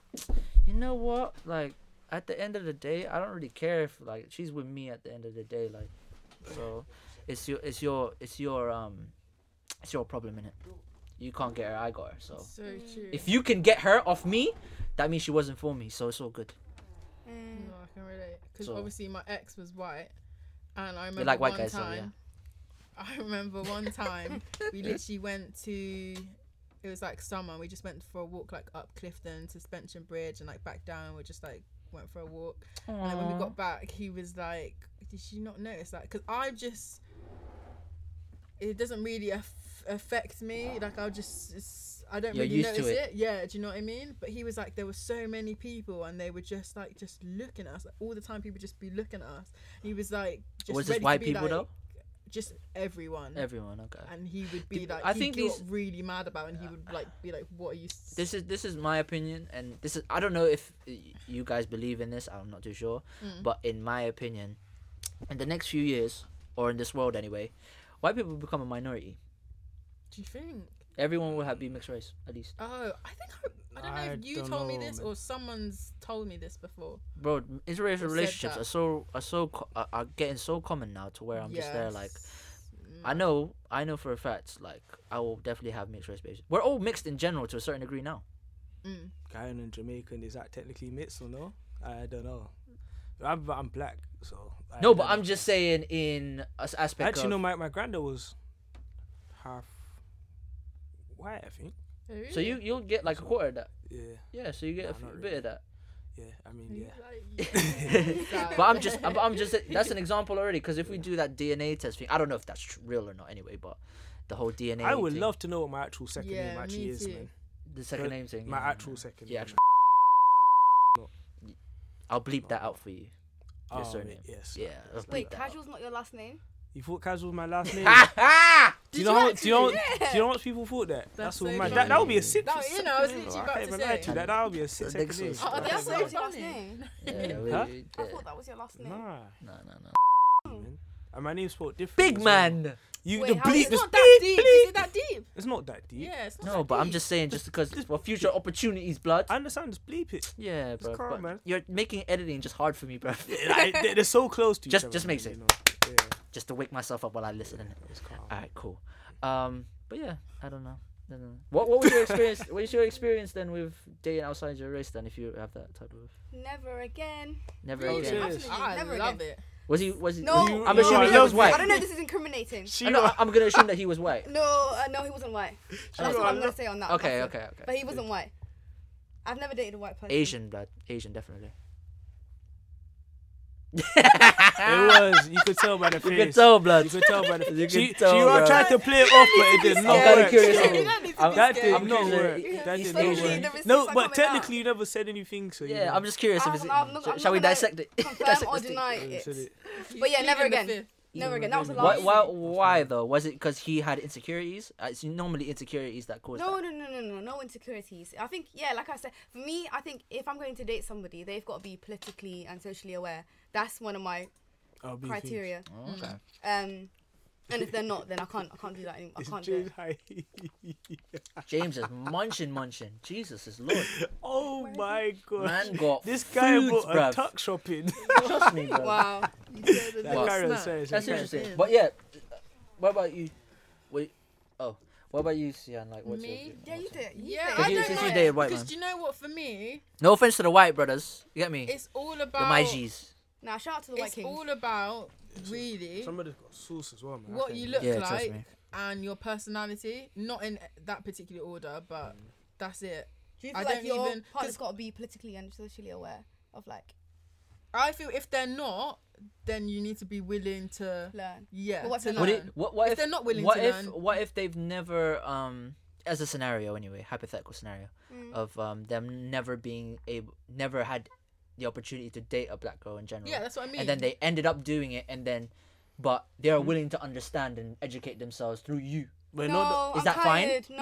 Speaker 1: you know what? Like at the end of the day, I don't really care if like she's with me at the end of the day, like so it's your it's your it's your um it's your problem, innit? You can't get her, I got her. So
Speaker 4: so
Speaker 5: Mm.
Speaker 4: true.
Speaker 1: if you can get her off me, that means she wasn't for me, so it's all good.
Speaker 5: Mm.
Speaker 4: No, I can relate. Because
Speaker 1: So-
Speaker 4: obviously my ex was white, and I remember
Speaker 1: like white
Speaker 4: one
Speaker 1: guys, so yeah.
Speaker 4: time. I remember one time we literally went to. It was like summer. We just went for a walk, like up Clifton, Suspension Bridge, and like back down. We just like went for a walk. And then when we got back, he was like, "Did she not notice that?" Because I just, it doesn't really aff- affect me. Like I'll just, it's, I don't
Speaker 1: You're
Speaker 4: really
Speaker 1: used to
Speaker 4: notice
Speaker 1: it.
Speaker 4: it. Yeah, do you know what I mean? But he was like, there were so many people, and they were just like, just looking at us like, all the time. People just be looking at us. He was like, just
Speaker 1: was this
Speaker 4: ready to
Speaker 1: white
Speaker 4: be,
Speaker 1: people
Speaker 4: like,
Speaker 1: though?
Speaker 4: Just everyone.
Speaker 1: Everyone, okay.
Speaker 4: and he would be
Speaker 1: Dep-
Speaker 4: like,
Speaker 1: I
Speaker 4: I
Speaker 1: think
Speaker 4: think he got
Speaker 1: these-
Speaker 4: really mad about, it and he would like be like, "What are you?" s-
Speaker 1: this is this is my opinion and this is i don't know if y- you guys believe in this i'm not too sure but in my opinion in the next few years or in this world anyway white people will become a minority
Speaker 4: do you think?
Speaker 1: everyone will have be mixed race at least
Speaker 4: Oh, I think I, I don't know
Speaker 3: I
Speaker 4: if you
Speaker 3: don't
Speaker 4: told me
Speaker 3: know,
Speaker 4: this
Speaker 3: man.
Speaker 4: or someone's told me this before.
Speaker 1: bro interracial
Speaker 4: said
Speaker 1: relationships
Speaker 4: that.
Speaker 1: are so are so co- are, are getting so common now to where i'm just there like
Speaker 4: Yes. Mm,
Speaker 1: i know i know for a fact like i will definitely have mixed race babies we're all mixed in general to a certain degree now
Speaker 4: Mm.
Speaker 3: Guyana and Jamaican is that technically mixed or no? I don't know. I'm, but I'm black, so I
Speaker 1: No, but
Speaker 3: don't
Speaker 1: I'm
Speaker 3: know.
Speaker 1: just saying in as aspect
Speaker 3: actually
Speaker 1: of
Speaker 3: no. My my granddad was half white, I think.
Speaker 1: so you you'll get like a quarter of that.
Speaker 3: Yeah,
Speaker 1: Yeah, so you get a
Speaker 3: Nah,
Speaker 1: few,
Speaker 3: not
Speaker 1: bit
Speaker 3: really.
Speaker 1: of that.
Speaker 3: yeah. I mean, yeah.
Speaker 1: but I'm just, I'm, I'm just. That's an example already. Because if we do that DNA test thing, I don't know if that's tr- real or not. Anyway, but the whole DNA.
Speaker 3: I would
Speaker 1: thing,
Speaker 3: love to know what my actual second
Speaker 4: Yeah,
Speaker 3: name actually
Speaker 4: me
Speaker 3: is,
Speaker 4: too.
Speaker 3: man.
Speaker 1: the second
Speaker 3: but
Speaker 1: name thing.
Speaker 3: My
Speaker 1: yeah.
Speaker 3: actual second.
Speaker 1: Yeah,
Speaker 3: name.
Speaker 1: I'll bleep that out for you.
Speaker 3: Oh,
Speaker 1: Your
Speaker 3: mate,
Speaker 1: surname.
Speaker 3: yes.
Speaker 1: Yeah. I'll bleep
Speaker 5: Wait,
Speaker 1: that out.
Speaker 5: casual's not your last name?
Speaker 3: You thought casual was my last name.
Speaker 1: Ah, ah!
Speaker 3: do you know how? Do you know? Do you know what people thought that? That's,
Speaker 4: That's
Speaker 3: all
Speaker 4: so
Speaker 3: my.
Speaker 4: funny.
Speaker 3: That, that would be a six.
Speaker 4: No, you know, I was
Speaker 3: second name, bro.
Speaker 4: literally about
Speaker 3: can't
Speaker 4: to
Speaker 3: even lie
Speaker 4: say.
Speaker 3: to you, That that would be a six
Speaker 1: think
Speaker 3: second name.
Speaker 1: so.
Speaker 4: Oh,
Speaker 5: Oh,
Speaker 4: that's
Speaker 5: that's
Speaker 4: so
Speaker 5: that was your last
Speaker 4: funny.
Speaker 5: name.
Speaker 1: Yeah, we-
Speaker 3: Huh?
Speaker 1: we-
Speaker 5: I
Speaker 1: yeah.
Speaker 5: thought that was your last name.
Speaker 3: Nah,
Speaker 1: No, no, no.
Speaker 3: man. And my name's spelled different.
Speaker 1: Big
Speaker 3: as well.
Speaker 1: man.
Speaker 3: You
Speaker 5: Wait,
Speaker 3: the
Speaker 5: how
Speaker 3: bleep
Speaker 5: is
Speaker 4: It's
Speaker 5: It's
Speaker 3: this
Speaker 4: not that deep. Is it that deep?
Speaker 3: It's not that deep.
Speaker 4: Yeah, it's not
Speaker 1: No, but I'm just saying, just because for future opportunities, blood.
Speaker 3: I understand. Just bleep it.
Speaker 1: Yeah, bro.
Speaker 3: calm,
Speaker 1: but
Speaker 3: man.
Speaker 1: You're making editing just hard for me, bro.
Speaker 3: Like, they- they're so close to each
Speaker 1: Just-
Speaker 3: other.
Speaker 1: just
Speaker 3: man,
Speaker 1: makes
Speaker 3: you
Speaker 1: it.
Speaker 3: know.
Speaker 1: just to wake myself up while I listen. innit?
Speaker 3: Yeah, it's calm.
Speaker 1: All right, cool. Um, but yeah, I don't know. I don't know. What what was your experience? what is your experience then with dating outside your race? Then, if you have that type of
Speaker 5: Never again.
Speaker 1: never
Speaker 3: Oh,
Speaker 1: again,
Speaker 3: serious?
Speaker 4: I
Speaker 5: Never
Speaker 4: love
Speaker 5: again.
Speaker 4: it.
Speaker 1: was he was he?
Speaker 5: No,
Speaker 1: was he-
Speaker 3: You-
Speaker 1: I'm
Speaker 3: you
Speaker 1: assuming
Speaker 3: are
Speaker 1: he was
Speaker 3: lovely.
Speaker 5: I
Speaker 1: white.
Speaker 5: don't know if this is incriminating.
Speaker 1: I
Speaker 3: She
Speaker 1: know,
Speaker 3: wa-
Speaker 1: I'm gonna assume that he was white.
Speaker 5: No, uh, no, he wasn't white. That's
Speaker 3: you
Speaker 5: what
Speaker 3: are
Speaker 5: I'm gonna
Speaker 3: lo-
Speaker 5: say on that.
Speaker 1: Okay,
Speaker 5: that's it.
Speaker 1: okay, okay.
Speaker 5: But he wasn't white. I've never dated a white person.
Speaker 1: Asian blood, Asian definitely.
Speaker 3: it was. You could tell by the face.
Speaker 1: Ah. You can tell blood.
Speaker 3: You could tell by the face. She,
Speaker 1: tell,
Speaker 3: she
Speaker 1: bro.
Speaker 3: was trying to play it off, but it did not
Speaker 1: I'm kinda
Speaker 3: work.
Speaker 1: curious.
Speaker 3: yo.
Speaker 1: You I'm-
Speaker 3: That
Speaker 1: I'm
Speaker 3: did not
Speaker 1: curious.
Speaker 3: work.
Speaker 1: You-
Speaker 3: That
Speaker 5: you
Speaker 3: did
Speaker 5: slowly
Speaker 3: not
Speaker 5: read the
Speaker 3: work.
Speaker 5: receipts
Speaker 3: No,
Speaker 5: are coming
Speaker 3: but
Speaker 5: out.
Speaker 3: technically you never said anything, so you
Speaker 1: Yeah,
Speaker 3: know.
Speaker 1: I'm just curious. If it's,
Speaker 5: I'm- I'm not- I'm
Speaker 1: shall we
Speaker 5: not gonna
Speaker 1: dissect it?
Speaker 5: Confirm
Speaker 1: Dissect
Speaker 5: or
Speaker 1: this thing.
Speaker 5: deny
Speaker 3: Yeah, Oh, you
Speaker 5: it.
Speaker 3: said it.
Speaker 5: But yeah, never again. Never
Speaker 3: Yeah,
Speaker 5: again. That was the
Speaker 3: never
Speaker 1: Why,
Speaker 5: last.
Speaker 3: again.
Speaker 1: why, why though? Was it because he had insecurities? Uh, It's normally insecurities that cause
Speaker 5: No,
Speaker 1: that.
Speaker 5: no, no, no, no, no insecurities. I think, yeah, like I said, for me, I think if I'm going to date somebody, they've got to be politically and socially aware. That's one of my
Speaker 3: I'll be
Speaker 5: criteria.
Speaker 1: Oh, okay.
Speaker 5: Um, and if they're not, then I can't, I can't do that anymore. I
Speaker 3: It's
Speaker 5: can't do
Speaker 3: James
Speaker 5: it.
Speaker 3: Hyde.
Speaker 1: James is munching, munching. Jesus is Lord.
Speaker 3: oh my god.
Speaker 1: Man got
Speaker 3: this guy
Speaker 1: foods,
Speaker 3: brought
Speaker 1: bruv.
Speaker 3: a tuck shop in.
Speaker 1: Trust me, bro.
Speaker 5: Wow.
Speaker 3: that
Speaker 1: Wow.
Speaker 3: Karen
Speaker 4: Snap.
Speaker 3: says.
Speaker 1: That's
Speaker 3: okay.
Speaker 1: interesting.
Speaker 4: Yeah.
Speaker 1: But yeah, what about you? Wait. Oh, what about you, Sian? Like, what's
Speaker 4: Me?
Speaker 1: your?
Speaker 5: Yeah, you did. You
Speaker 4: Yeah,
Speaker 5: did.
Speaker 4: I
Speaker 1: you-
Speaker 4: don't
Speaker 1: since
Speaker 4: know.
Speaker 1: you dated white
Speaker 4: because
Speaker 1: man.
Speaker 4: do you know what? For me,
Speaker 1: No offense to the white brothers. You get me?
Speaker 4: it's all
Speaker 1: You're
Speaker 4: about.
Speaker 1: my G's.
Speaker 5: Now shout out to the White
Speaker 4: It's
Speaker 5: Kings.
Speaker 4: all about really
Speaker 3: Somebody's got sauce as well, man. I
Speaker 4: what
Speaker 3: think.
Speaker 4: you look
Speaker 1: Yeah, trust
Speaker 4: like
Speaker 1: me.
Speaker 4: and your personality. Not in that particular order, but that's it.
Speaker 5: Do you
Speaker 4: I
Speaker 5: feel like
Speaker 4: don't
Speaker 5: your
Speaker 4: even- 'cause-
Speaker 5: partner's got to be politically and socially aware of like
Speaker 4: I feel if they're not, then you need to be willing to
Speaker 5: learn?
Speaker 4: yeah.
Speaker 5: But what
Speaker 4: to
Speaker 5: if-
Speaker 1: Would
Speaker 4: learn.
Speaker 1: it? What? What
Speaker 4: If
Speaker 1: if,
Speaker 4: they're not willing
Speaker 1: What
Speaker 4: to
Speaker 1: if?
Speaker 4: learn.
Speaker 1: What if they've never um. As a scenario, anyway, hypothetical scenario
Speaker 4: Mm.
Speaker 1: of um, them never being able, never had the opportunity to date a black girl in general.
Speaker 4: Yeah, that's what I mean. Mm.
Speaker 1: and then they ended up doing it and then but they are willing to understand and educate themselves through you
Speaker 3: But
Speaker 5: No,
Speaker 3: not
Speaker 5: I'm
Speaker 1: Is that fine?
Speaker 5: tired. No,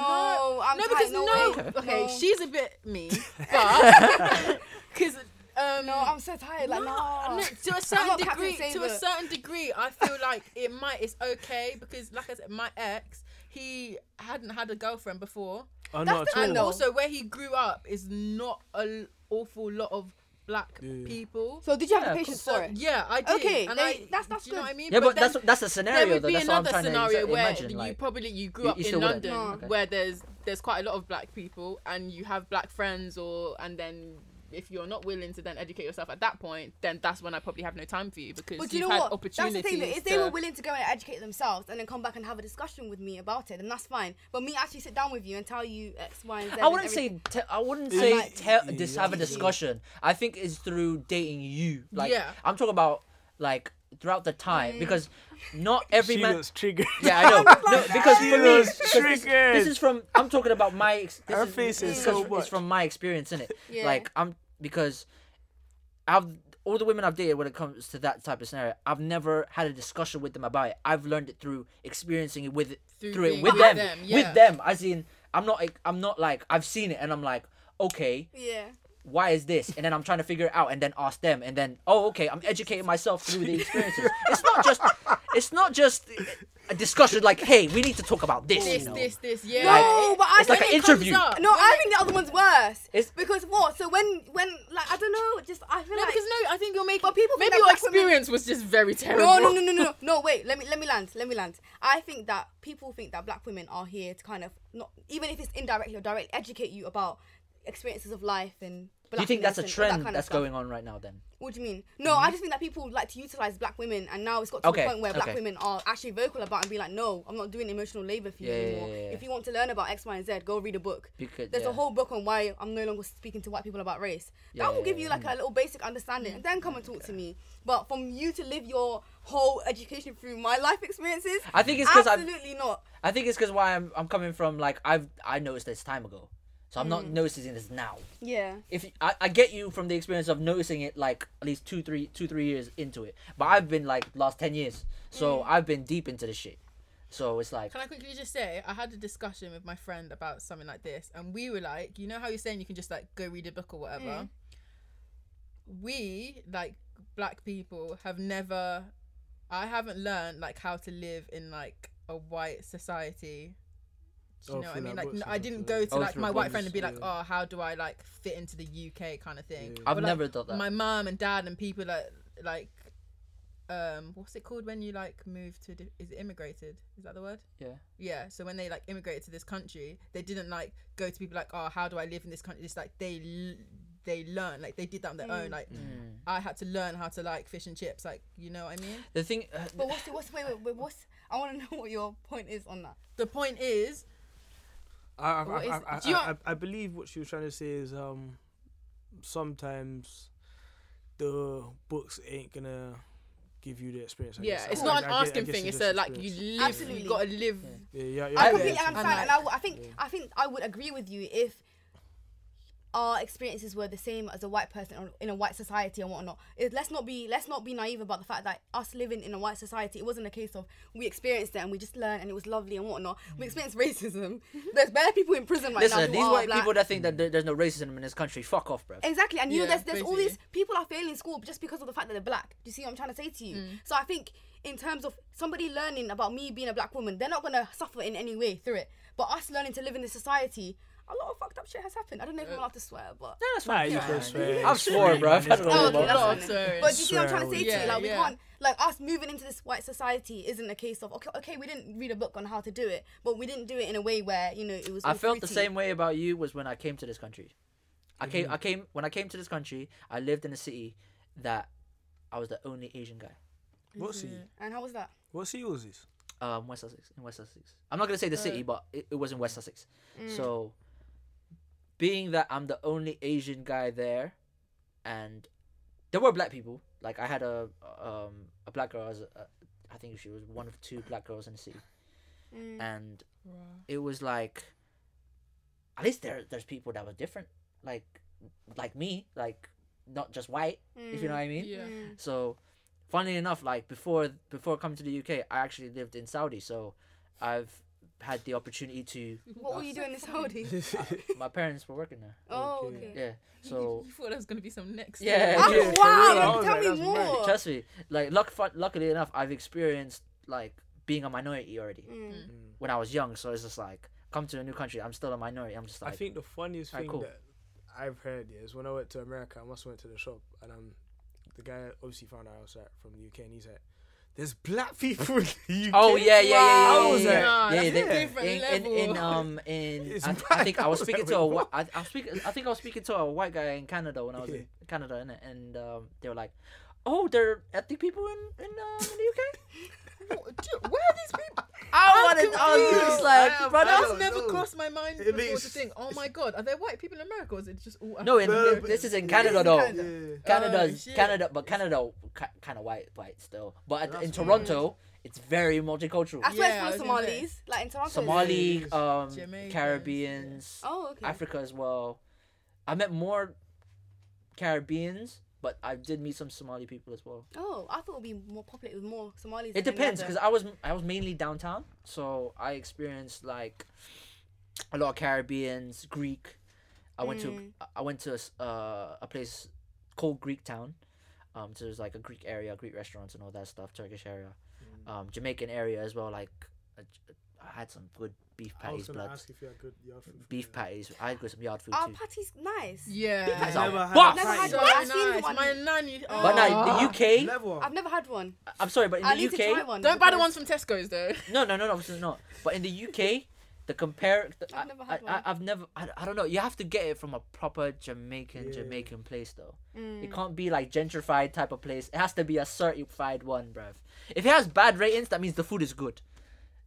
Speaker 5: I'm
Speaker 4: no,
Speaker 5: tired.
Speaker 4: because
Speaker 5: no,
Speaker 4: no.
Speaker 5: way.
Speaker 4: Okay,
Speaker 5: No.
Speaker 4: she's a bit me, but because um,
Speaker 5: No, I'm so tired. Like, no.
Speaker 4: no, no, to a
Speaker 5: I'm
Speaker 4: certain
Speaker 5: not Captain
Speaker 4: degree, to a
Speaker 5: Saver.
Speaker 4: certain degree, I feel like it might. It's okay because, like I said, my ex, he hadn't had a girlfriend before,
Speaker 3: the, oh,
Speaker 5: that's
Speaker 3: not
Speaker 5: the
Speaker 3: at
Speaker 4: and
Speaker 5: angle.
Speaker 3: all.
Speaker 5: No.
Speaker 4: also where he grew up is not an awful lot of black
Speaker 3: Yeah.
Speaker 4: people.
Speaker 5: So did you have
Speaker 1: Yeah,
Speaker 5: the
Speaker 1: of
Speaker 5: patience
Speaker 4: So,
Speaker 5: for it?
Speaker 4: yeah, I did.
Speaker 5: Okay,
Speaker 4: and
Speaker 5: they-
Speaker 4: I,
Speaker 5: that's- that's
Speaker 4: do you know
Speaker 5: good.
Speaker 4: what I mean.
Speaker 1: yeah but, that's
Speaker 4: then-
Speaker 1: that's a
Speaker 4: there
Speaker 1: scenario
Speaker 4: would
Speaker 1: though
Speaker 4: be
Speaker 1: that's what i'm
Speaker 4: another
Speaker 1: trying
Speaker 4: scenario
Speaker 1: to exa-
Speaker 4: where
Speaker 1: imagine
Speaker 4: you
Speaker 1: like
Speaker 4: probably you grew
Speaker 1: you-
Speaker 4: up
Speaker 1: you
Speaker 4: in
Speaker 1: still wouldn't.
Speaker 4: London
Speaker 5: No.
Speaker 1: Okay.
Speaker 4: where there's there's quite a lot of black people and you have black friends or and then if you're not willing to then educate yourself at that point then that's when I probably have no time for you because
Speaker 5: But do
Speaker 4: you've
Speaker 5: you know
Speaker 4: had
Speaker 5: what? That's
Speaker 4: opportunities
Speaker 5: the thing. Though, if they
Speaker 4: to-
Speaker 5: were willing to go and educate themselves and then come back and have a discussion with me about it, then that's fine. But me actually sit down with you and tell you X, Y, and Z.
Speaker 1: I wouldn't
Speaker 5: and
Speaker 1: say te- I wouldn't
Speaker 3: Yeah,
Speaker 1: say
Speaker 5: like-
Speaker 1: te- dis- have a
Speaker 3: Yeah.
Speaker 1: discussion. I think it's through dating you. Like
Speaker 4: Yeah.
Speaker 1: I'm talking about like throughout the time because not every
Speaker 3: she
Speaker 1: man.
Speaker 3: looks triggered.
Speaker 1: Yeah, I know. no, because
Speaker 3: She
Speaker 1: for me,
Speaker 3: looks
Speaker 1: because this,
Speaker 3: triggered.
Speaker 1: this is from I'm talking about my. Ex- this
Speaker 3: Her
Speaker 1: is,
Speaker 3: face is
Speaker 1: because
Speaker 3: so
Speaker 1: It's
Speaker 3: much.
Speaker 1: from my experience, innit?
Speaker 5: Yeah.
Speaker 1: Like I'm because I've all the women I've dated when it comes to that type of scenario, I've never had a discussion with them about it. I've learned it through experiencing it with through,
Speaker 4: Through
Speaker 1: it
Speaker 4: being
Speaker 1: with,
Speaker 4: with
Speaker 1: them,
Speaker 4: them,
Speaker 1: with
Speaker 4: yeah.
Speaker 1: them. As in, I'm not like I'm not like I've seen it and I'm like, okay,
Speaker 5: Yeah.
Speaker 1: why is this? And then I'm trying to figure it out and then ask them and then oh okay, I'm educating myself through the experiences. it's not just it's not just a discussion like hey we need to talk about this.
Speaker 4: this
Speaker 1: you know?
Speaker 4: this this yeah
Speaker 5: No, but I
Speaker 1: It's like
Speaker 5: think
Speaker 1: an
Speaker 5: it
Speaker 4: comes
Speaker 1: interview.
Speaker 4: up-
Speaker 5: No,
Speaker 4: when
Speaker 5: I
Speaker 4: it-
Speaker 5: think the other one's worse.
Speaker 1: It's-
Speaker 5: because what? So when when like I don't know, just I feel
Speaker 4: no
Speaker 5: like
Speaker 4: because no I think you're making
Speaker 5: But people think
Speaker 4: maybe your
Speaker 5: that black women-
Speaker 4: experience was just very terrible
Speaker 5: No, no, no, no, no, no. Wait, let me let me land. Let me land. I think that people think that black women are here to kind of not, even if it's indirectly or directly, educate you about experiences of life and.
Speaker 1: Do you think that's a
Speaker 5: blackness
Speaker 1: trend
Speaker 5: and all that kind of
Speaker 1: that's
Speaker 5: stuff.
Speaker 1: going on right now? Then
Speaker 5: What do you mean? No, I just think that people like to utilize black women, and now it's got
Speaker 1: Mm-hmm.
Speaker 5: to
Speaker 1: Okay,
Speaker 5: the point where black
Speaker 1: okay.
Speaker 5: women are actually vocal about and be like, "No, I'm not doing emotional labor for you
Speaker 1: Yeah, yeah,
Speaker 5: anymore.
Speaker 1: yeah, yeah.
Speaker 5: If you want to learn about X, Y, and Z, go read a book.
Speaker 1: because
Speaker 5: There's
Speaker 1: yeah.
Speaker 5: a whole book on why I'm no longer speaking to white people about race.
Speaker 1: Yeah,
Speaker 5: that will
Speaker 1: yeah,
Speaker 5: give
Speaker 1: yeah.
Speaker 5: you like a little basic understanding, and then come and talk to me. But from you to live your whole education through my life experiences,
Speaker 1: I think it's because I
Speaker 5: absolutely not.
Speaker 1: I think it's because why I'm I'm coming from like I've I noticed this time ago, so I'm
Speaker 5: Mm.
Speaker 1: not noticing this now.
Speaker 5: Yeah.
Speaker 1: If you- I, I get you from the experience of noticing it like at least two three two three years into it, but I've been like last ten years, so
Speaker 5: Mm.
Speaker 1: I've been deep into this shit. So it's like
Speaker 4: Can I quickly just say, I had a discussion with my friend about something like this, and we were like, you know how you're saying you can just like go read a book or whatever?
Speaker 1: Mm.
Speaker 4: We, like black people, have never, I haven't learned like how to live in like a white society. Do you
Speaker 3: Oh,
Speaker 4: know what I
Speaker 3: through, like,
Speaker 4: mean? Like,
Speaker 3: books
Speaker 4: n-
Speaker 3: and
Speaker 4: I
Speaker 3: stuff,
Speaker 4: didn't
Speaker 3: yeah.
Speaker 4: go to
Speaker 1: Oh,
Speaker 4: like
Speaker 1: through
Speaker 4: my white friend
Speaker 1: books,
Speaker 4: and be like,
Speaker 3: yeah.
Speaker 4: oh, how do I like fit into the UK kind of thing?
Speaker 3: Yeah.
Speaker 1: I've
Speaker 4: Or, like,
Speaker 1: never done that.
Speaker 4: my mum and dad and people that like um what's it called when you like move to a di- is it immigrated is that the word
Speaker 1: Yeah.
Speaker 4: yeah so when they like immigrated to this country they didn't like go to people like oh how do i live in this country it's like they l- they learn like they did that on their own like
Speaker 3: Mm.
Speaker 4: i had to learn how to like fish and chips like you know what i mean
Speaker 1: the thing. Uh,
Speaker 5: But what's the, what's wait, wait, wait what's I want to know what your point is on that.
Speaker 4: the point is
Speaker 3: I I,
Speaker 4: What is-
Speaker 3: I, I,
Speaker 4: do you
Speaker 3: I,
Speaker 4: want-
Speaker 3: I, I believe what she was trying to say is um sometimes the books ain't gonna give you the experience. I
Speaker 4: yeah
Speaker 3: guess.
Speaker 4: it's
Speaker 3: I-
Speaker 4: not
Speaker 3: I
Speaker 4: an
Speaker 3: get- I
Speaker 4: asking
Speaker 3: guess
Speaker 4: thing it's
Speaker 3: just
Speaker 4: a like you
Speaker 3: experience.
Speaker 4: live
Speaker 5: Absolutely.
Speaker 4: you gotta live
Speaker 3: Yeah, yeah, yeah.
Speaker 5: I
Speaker 1: Yeah,
Speaker 5: completely
Speaker 1: yeah,
Speaker 5: understand,
Speaker 4: and
Speaker 5: and I, w- I think I think I would agree with you if our experiences were the same as a white person or in a white society and whatnot. It, let's not be let's not be naive about the fact that us living in a white society, it wasn't a case of we experienced it and we just learned and it was lovely and whatnot. We experienced racism. There's better people in prison right now.
Speaker 1: Listen,
Speaker 5: who
Speaker 1: these
Speaker 5: are
Speaker 1: white
Speaker 5: black.
Speaker 1: people that think that there, there's no racism in this country, fuck off, bro.
Speaker 5: Exactly, and you know,
Speaker 4: Yeah,
Speaker 5: there's there's all these
Speaker 4: basically.
Speaker 5: people are failing school just because of the fact that they're black. Do you see what I'm trying to say to you?
Speaker 4: Mm.
Speaker 5: So I think in terms of somebody learning about me being a black woman, they're not gonna suffer in any way through it. But us learning to live in this society, a lot of fucked up shit has happened. I don't know if I'm allowed to swear, but
Speaker 3: Nah, you can swear.
Speaker 1: I've sworn, bro. I've had a
Speaker 5: Oh,
Speaker 1: lot
Speaker 5: okay,
Speaker 1: of
Speaker 5: that's
Speaker 4: lot
Speaker 5: fine
Speaker 4: of
Speaker 5: then.
Speaker 4: swearing.
Speaker 5: But do you see what
Speaker 3: Swear
Speaker 5: I'm trying to say
Speaker 3: words.
Speaker 5: to you?
Speaker 4: Yeah,
Speaker 5: Like we
Speaker 4: yeah.
Speaker 5: can't like us moving into this white society isn't a case of okay, okay, we didn't read a book on how to do it, but we didn't do it in a way where you know it was.
Speaker 1: I
Speaker 5: all
Speaker 1: felt the
Speaker 5: fruity.
Speaker 1: same way about you was when I came to this country. I came, I came when I came to this country. I lived in a city that I was the only Asian guy.
Speaker 3: What city?
Speaker 5: And how was that?
Speaker 3: What city was this?
Speaker 1: Um, West Sussex in West Sussex. I'm not gonna say the city, but it, it was in West Sussex. So, being that I'm the only Asian guy there, and there were black people. Like I had a um a black girl. I, was, uh, I think she was one of two black girls in the city,
Speaker 5: Mm.
Speaker 1: and it was like at least there there's people that were different like like me like not just white
Speaker 5: mm.
Speaker 1: if you know what i mean
Speaker 4: yeah
Speaker 1: so funnily enough like before before coming to the uk i actually lived in saudi so i've had the opportunity to
Speaker 5: What were you doing in Saudi?
Speaker 1: my parents were working there
Speaker 5: oh,
Speaker 3: Okay.
Speaker 5: okay.
Speaker 1: yeah so
Speaker 4: you thought that was gonna be some next
Speaker 1: Yeah,
Speaker 4: story.
Speaker 5: Oh
Speaker 1: yeah.
Speaker 5: wow!
Speaker 3: For real.
Speaker 5: Tell
Speaker 3: I was like,
Speaker 5: me
Speaker 3: that's mad.
Speaker 5: more.
Speaker 1: trust me like luck, fu- luckily enough i've experienced like being a minority already
Speaker 5: Mm.
Speaker 4: Mm.
Speaker 1: when i was young so it's just like come to a new country i'm still a minority i'm just
Speaker 3: I
Speaker 1: like
Speaker 3: think the funniest
Speaker 1: Alright,
Speaker 3: thing
Speaker 1: cool.
Speaker 3: that I've heard yeah, is when I went to America, I must have went to the shop and um, the guy obviously found out I was like, from the UK and he's like, "There's black people in the UK."
Speaker 1: Oh yeah, yeah, yeah, yeah.
Speaker 3: Wow. I was
Speaker 1: yeah,
Speaker 3: like,
Speaker 1: yeah,
Speaker 4: nah,
Speaker 1: yeah,
Speaker 4: that's
Speaker 1: they-
Speaker 4: a different
Speaker 1: in, in, in
Speaker 4: level.
Speaker 1: um in
Speaker 3: It's
Speaker 1: I,
Speaker 3: mad
Speaker 1: I think I was
Speaker 3: how
Speaker 1: speaking
Speaker 3: that
Speaker 1: to a
Speaker 3: we
Speaker 1: whi- I, I was speaking I think I was speaking to a white guy in Canada when I was in Canada innit? and um they were like, oh, they're ethnic people in in, um, in the UK.
Speaker 4: What- do- Where are these people?
Speaker 1: I
Speaker 4: I'm
Speaker 1: wanted I was just
Speaker 4: confused.
Speaker 1: like,
Speaker 3: I am-
Speaker 1: brother.
Speaker 3: I
Speaker 4: That's
Speaker 3: don't
Speaker 4: never
Speaker 3: know.
Speaker 4: crossed my mind
Speaker 3: It
Speaker 4: before
Speaker 3: means-
Speaker 4: to think, oh my god, are there white people in America or is it just all
Speaker 1: No, in,
Speaker 3: No, but-
Speaker 1: this is in
Speaker 3: yeah,
Speaker 1: Canada
Speaker 5: in
Speaker 1: though.
Speaker 5: Canada.
Speaker 3: Yeah.
Speaker 1: Canada's
Speaker 4: shit.
Speaker 1: Canada, but Canada kind of white, white still. But at, in
Speaker 3: That's
Speaker 1: Toronto, it's very multicultural.
Speaker 5: I swear
Speaker 4: Yeah, I
Speaker 5: it's
Speaker 4: was
Speaker 5: full
Speaker 4: gonna
Speaker 5: of
Speaker 4: say.
Speaker 5: Somalis. Like in Toronto. it's-
Speaker 1: Somali, um,
Speaker 4: Jamaicans,
Speaker 1: Caribbeans.
Speaker 5: Oh, okay.
Speaker 1: Africa as well. I met more Caribbeans, but I did meet some Somali people as well.
Speaker 5: oh, I thought it would be more popular with more Somalis.
Speaker 1: It
Speaker 5: than any
Speaker 1: depends
Speaker 5: other.
Speaker 1: because I was I was mainly downtown, so I experienced like a lot of Caribbeans, Greek. I went
Speaker 5: Mm.
Speaker 1: to I went to a s- uh, a place called Greek Town. Um, so there's like a Greek area, Greek restaurants and all that stuff, Turkish area,
Speaker 3: Mm.
Speaker 1: um, Jamaican area as well. Like I, I had some good beef
Speaker 3: I was
Speaker 1: patties,
Speaker 3: gonna
Speaker 1: blood
Speaker 3: ask if you had good yard food.
Speaker 1: beef patties. I had good some yard food
Speaker 5: Our
Speaker 1: too.
Speaker 5: patty's nice.
Speaker 1: That's
Speaker 4: Yeah.
Speaker 1: all.
Speaker 3: Never had
Speaker 1: Fuck!
Speaker 3: a
Speaker 5: Never
Speaker 3: patty.
Speaker 5: had
Speaker 4: So
Speaker 5: one. I've seen the
Speaker 4: nice.
Speaker 5: one.
Speaker 4: My nanny. Oh.
Speaker 1: But now the UK,
Speaker 3: Never.
Speaker 5: I've never had one.
Speaker 1: I'm sorry, but in
Speaker 5: I
Speaker 1: the
Speaker 5: need
Speaker 1: UK,
Speaker 5: to try one.
Speaker 4: Don't buy the
Speaker 5: because-
Speaker 4: ones from Tesco's though.
Speaker 1: No, no, no, no, obviously not. But in the UK, The compare, the,
Speaker 5: I've
Speaker 1: I,
Speaker 5: never had
Speaker 1: I,
Speaker 5: one.
Speaker 1: I, have never. I, I don't know. You have to get it from a proper Jamaican
Speaker 3: Yeah.
Speaker 1: Jamaican place though.
Speaker 5: Mm.
Speaker 1: It can't be like gentrified type of place. It has to be a certified one, bruv. If it has bad ratings, that means the food is good.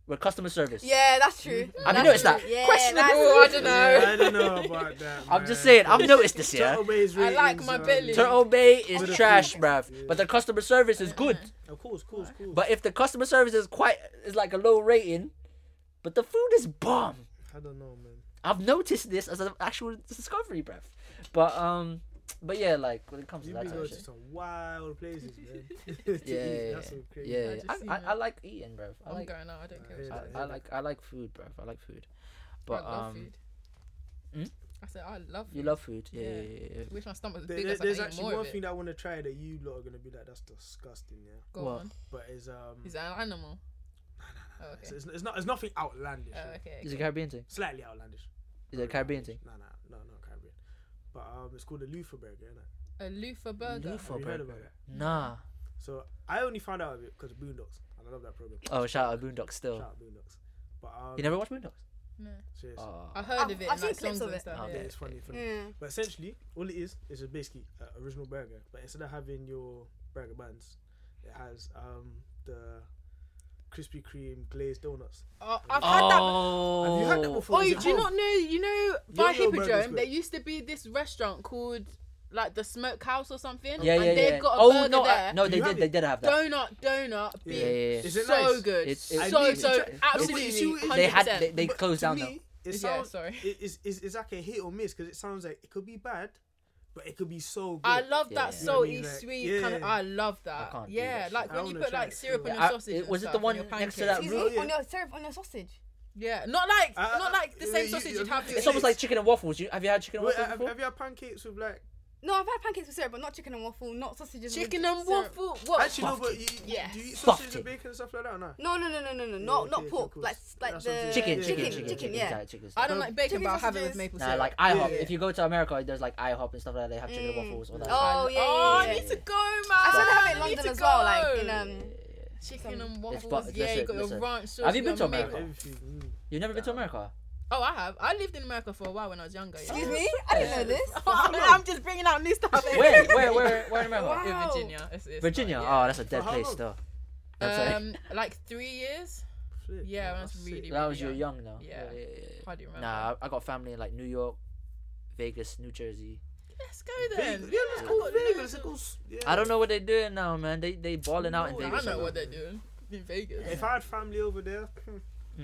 Speaker 1: We're customer service.
Speaker 5: Yeah, that's true.
Speaker 4: Mm-hmm.
Speaker 1: I've
Speaker 5: That's
Speaker 1: noticed
Speaker 5: true.
Speaker 1: that.
Speaker 5: Yeah,
Speaker 4: Questionable, I
Speaker 5: that's true.
Speaker 4: don't know.
Speaker 3: I don't know about that.
Speaker 1: I'm just
Speaker 3: man.
Speaker 1: saying. I've noticed this, yeah.
Speaker 3: Turtle Bay's
Speaker 4: I like
Speaker 3: ratings
Speaker 4: my
Speaker 3: are-
Speaker 4: belly.
Speaker 1: Turtle Bay
Speaker 3: With
Speaker 1: is
Speaker 3: the
Speaker 1: trash,
Speaker 3: food.
Speaker 1: bruv.
Speaker 3: Yeah.
Speaker 1: But the customer service is good.
Speaker 5: Mm-hmm.
Speaker 3: Of course, of course, of course.
Speaker 1: But if the customer service is quite is like a low rating, but the food is bomb.
Speaker 3: I don't know, man.
Speaker 1: I've noticed this as an actual discovery, bruv. But um, but yeah, like when it comes to
Speaker 3: You
Speaker 1: that
Speaker 3: be
Speaker 1: type of
Speaker 3: going to
Speaker 1: shit.
Speaker 3: some wild places, man. to eat.
Speaker 1: Yeah, yeah,
Speaker 3: That's so crazy.
Speaker 1: yeah,
Speaker 4: I just
Speaker 1: I,
Speaker 4: see
Speaker 1: I, I
Speaker 4: that.
Speaker 1: like eating, bruv. I
Speaker 4: I'm
Speaker 1: like
Speaker 4: going out. I don't care.
Speaker 3: Yeah,
Speaker 4: What
Speaker 1: I,
Speaker 4: you
Speaker 1: I like I like food, bruv. I like food. But
Speaker 4: I love
Speaker 1: um,
Speaker 4: food.
Speaker 1: hmm?
Speaker 4: I said I love.
Speaker 1: you
Speaker 4: food.
Speaker 1: love food, yeah.
Speaker 4: Yeah.
Speaker 1: yeah, yeah, yeah.
Speaker 4: Wish my stomach was
Speaker 3: There-
Speaker 4: bigger.
Speaker 3: there-
Speaker 4: so I
Speaker 3: there's
Speaker 4: could eat
Speaker 3: actually
Speaker 4: more
Speaker 3: one
Speaker 4: of it.
Speaker 3: thing that I want to try that you lot are gonna be like, that's disgusting, yeah.
Speaker 4: Go
Speaker 1: What?
Speaker 4: on.
Speaker 3: But it's um,
Speaker 4: Is that an animal? Oh,
Speaker 3: it's,
Speaker 4: okay.
Speaker 3: it's, it's not, it's nothing outlandish.
Speaker 1: Uh,
Speaker 4: Oh,
Speaker 3: yeah.
Speaker 4: okay.
Speaker 1: Is it Caribbean thing?
Speaker 3: Slightly outlandish.
Speaker 1: Is it a Caribbean thing?
Speaker 3: No, no, no, not Caribbean. But um, it's called a loofah burger, innit?
Speaker 4: A loofah burger.
Speaker 1: Loofah
Speaker 3: Have you heard
Speaker 1: burger.
Speaker 3: about it?
Speaker 1: Nah.
Speaker 3: So I only found out of it because of Boondocks, and I love that program.
Speaker 1: Oh, shout out Boondocks still.
Speaker 3: Shout out Boondocks. But um,
Speaker 1: You never watched Boondocks?
Speaker 4: No.
Speaker 3: seriously,
Speaker 1: Oh.
Speaker 4: I heard
Speaker 5: I've-
Speaker 4: of it.
Speaker 5: I've
Speaker 4: in, like,
Speaker 5: seen clips
Speaker 4: songs
Speaker 5: of
Speaker 4: and
Speaker 5: it.
Speaker 4: Stuff.
Speaker 1: Oh,
Speaker 3: yeah,
Speaker 4: yeah.
Speaker 3: it's funny, funny.
Speaker 5: Yeah.
Speaker 3: But essentially, all it is is just basically an original burger, but instead of having your burger buns, it has um the Krispy Kreme glazed donuts.
Speaker 4: Oh, I've had that.
Speaker 3: Have you had that before?
Speaker 4: Oh,
Speaker 3: Is
Speaker 4: do
Speaker 3: it
Speaker 4: you
Speaker 3: real?
Speaker 4: not know? You know, by
Speaker 3: Yo-Yo Burger
Speaker 4: Hippodrome,
Speaker 3: Square.
Speaker 4: there used to be this restaurant called like the Smokehouse or something.
Speaker 1: Yeah,
Speaker 4: and
Speaker 1: yeah,
Speaker 4: they've
Speaker 1: yeah.
Speaker 4: got a
Speaker 1: Oh
Speaker 4: burger
Speaker 1: no, I,
Speaker 4: there.
Speaker 1: no, they
Speaker 3: You have
Speaker 1: did.
Speaker 3: it?
Speaker 1: They did have that.
Speaker 4: Donut, donut,
Speaker 1: Yeah,
Speaker 4: beef.
Speaker 1: yeah, yeah.
Speaker 3: Is it
Speaker 4: so
Speaker 3: nice?
Speaker 4: good,
Speaker 1: It's-
Speaker 4: so
Speaker 1: it's-
Speaker 4: so
Speaker 3: It's-
Speaker 4: good,
Speaker 3: it's-
Speaker 4: absolutely.
Speaker 3: it's- it's-
Speaker 1: They had. They,
Speaker 4: 100%.
Speaker 1: they
Speaker 3: But
Speaker 1: closed
Speaker 3: to
Speaker 1: down
Speaker 3: me,
Speaker 1: now.
Speaker 3: It
Speaker 4: yeah,
Speaker 3: sounds
Speaker 4: sorry.
Speaker 3: it is it's, it's like a hit or miss because it sounds like it could be bad, but it could be so good.
Speaker 4: I love that
Speaker 1: Yeah.
Speaker 4: salty,
Speaker 3: You know what I mean? Like,
Speaker 4: sweet kind of.
Speaker 3: yeah.
Speaker 4: I love that.
Speaker 1: I can't do
Speaker 4: yeah,
Speaker 1: that
Speaker 4: like
Speaker 1: shit.
Speaker 3: I
Speaker 4: when you
Speaker 3: wanna
Speaker 4: put
Speaker 3: try
Speaker 4: like
Speaker 3: it,
Speaker 4: syrup
Speaker 3: yeah.
Speaker 4: on
Speaker 1: I-
Speaker 4: your sausage.
Speaker 1: it-
Speaker 4: and
Speaker 1: was it the
Speaker 4: stuff, on
Speaker 1: one
Speaker 4: your
Speaker 1: next to
Speaker 4: pancakes.
Speaker 1: that
Speaker 5: Excuse
Speaker 3: Bro,
Speaker 5: me,
Speaker 3: yeah.
Speaker 5: on your syrup on your sausage.
Speaker 4: Yeah, not like
Speaker 3: I-
Speaker 4: not
Speaker 3: I-
Speaker 4: like the
Speaker 3: Uh, you-
Speaker 4: same
Speaker 3: you-
Speaker 4: sausage
Speaker 3: you-
Speaker 4: you'd have.
Speaker 3: it's
Speaker 4: with
Speaker 1: It's almost
Speaker 4: eggs.
Speaker 1: like chicken and waffles. You, have you had chicken and
Speaker 3: Wait,
Speaker 1: waffles
Speaker 3: have,
Speaker 1: before?
Speaker 3: have you had pancakes with like?
Speaker 5: No, I've had pancakes with syrup, but not chicken and waffle, not sausages. with
Speaker 4: chicken and
Speaker 5: syrup.
Speaker 4: waffle.
Speaker 1: Oh,
Speaker 4: What?
Speaker 3: Actually, no, but
Speaker 1: Buffed
Speaker 3: you,
Speaker 4: Yes.
Speaker 3: do you eat
Speaker 1: Buffed
Speaker 3: sausage
Speaker 1: it.
Speaker 3: and bacon and stuff like that? or No.
Speaker 5: No, no, no, no, no, no, not
Speaker 3: okay,
Speaker 5: not
Speaker 3: okay,
Speaker 5: pork,
Speaker 3: cool.
Speaker 5: like like
Speaker 3: That's what I'm
Speaker 5: the
Speaker 3: saying.
Speaker 1: Chicken,
Speaker 3: Yeah,
Speaker 1: chicken,
Speaker 5: chicken,
Speaker 1: chicken,
Speaker 5: chicken,
Speaker 1: yeah.
Speaker 5: yeah.
Speaker 1: exactly, chicken's
Speaker 4: I
Speaker 1: good.
Speaker 4: don't
Speaker 3: Uh,
Speaker 4: like bacon,
Speaker 5: chicken
Speaker 4: but I have it with
Speaker 5: sausages.
Speaker 4: maple
Speaker 1: Nah,
Speaker 4: syrup.
Speaker 1: like IHOP.
Speaker 3: Yeah.
Speaker 1: If you go to America, there's like IHOP and stuff like that. They have chicken and
Speaker 5: Mm.
Speaker 1: waffles. All that.
Speaker 5: Oh,
Speaker 4: Like,
Speaker 5: yeah,
Speaker 4: Oh,
Speaker 5: yeah,
Speaker 4: I
Speaker 5: yeah.
Speaker 4: need to go, man.
Speaker 5: I started
Speaker 4: I
Speaker 5: having it in
Speaker 4: Ah, need
Speaker 5: London
Speaker 4: to
Speaker 5: as well, like
Speaker 4: go.
Speaker 5: in um.
Speaker 4: chicken and
Speaker 5: some-
Speaker 1: It's
Speaker 4: waffles.
Speaker 1: bu-
Speaker 4: yeah,
Speaker 1: listen,
Speaker 4: you got
Speaker 1: listen.
Speaker 4: your ranch sauce.
Speaker 1: Have you
Speaker 4: got
Speaker 1: been to
Speaker 4: maple-
Speaker 1: America?
Speaker 3: Everything. Mm.
Speaker 1: You've never been to America?
Speaker 4: Oh, I have. I lived in America for a while when I was younger. Yeah.
Speaker 5: Excuse me, I didn't know this.
Speaker 4: I'm just bringing out new stuff.
Speaker 1: Where, where, where, where in America?
Speaker 5: Wow.
Speaker 4: In Virginia. It's, it's
Speaker 1: Virginia.
Speaker 4: not-
Speaker 1: Oh, that's a dead
Speaker 3: For how
Speaker 1: place,
Speaker 3: long?
Speaker 1: though. I'm
Speaker 4: yeah.
Speaker 1: sorry.
Speaker 4: um, like three years.
Speaker 3: Flip,
Speaker 4: Yeah,
Speaker 3: man,
Speaker 4: when I was
Speaker 3: that's
Speaker 4: really-
Speaker 3: sick.
Speaker 1: that was your
Speaker 4: young.
Speaker 1: young, though.
Speaker 4: Yeah.
Speaker 1: yeah, yeah.
Speaker 4: I do remember.
Speaker 1: Nah, I I got family in like New York, Vegas, New Jersey.
Speaker 4: Let's go then.
Speaker 3: Vegas. Yeah, let's go
Speaker 4: I've got
Speaker 3: Vegas.
Speaker 4: loads
Speaker 3: Let's
Speaker 4: of-
Speaker 3: go s- yeah.
Speaker 1: I don't know what they're doing now, man. They they balling out in
Speaker 4: Oh,
Speaker 1: Vegas.
Speaker 4: I know
Speaker 1: right
Speaker 4: what they're doing in Vegas.
Speaker 3: If I had family over there, hmm,
Speaker 1: now.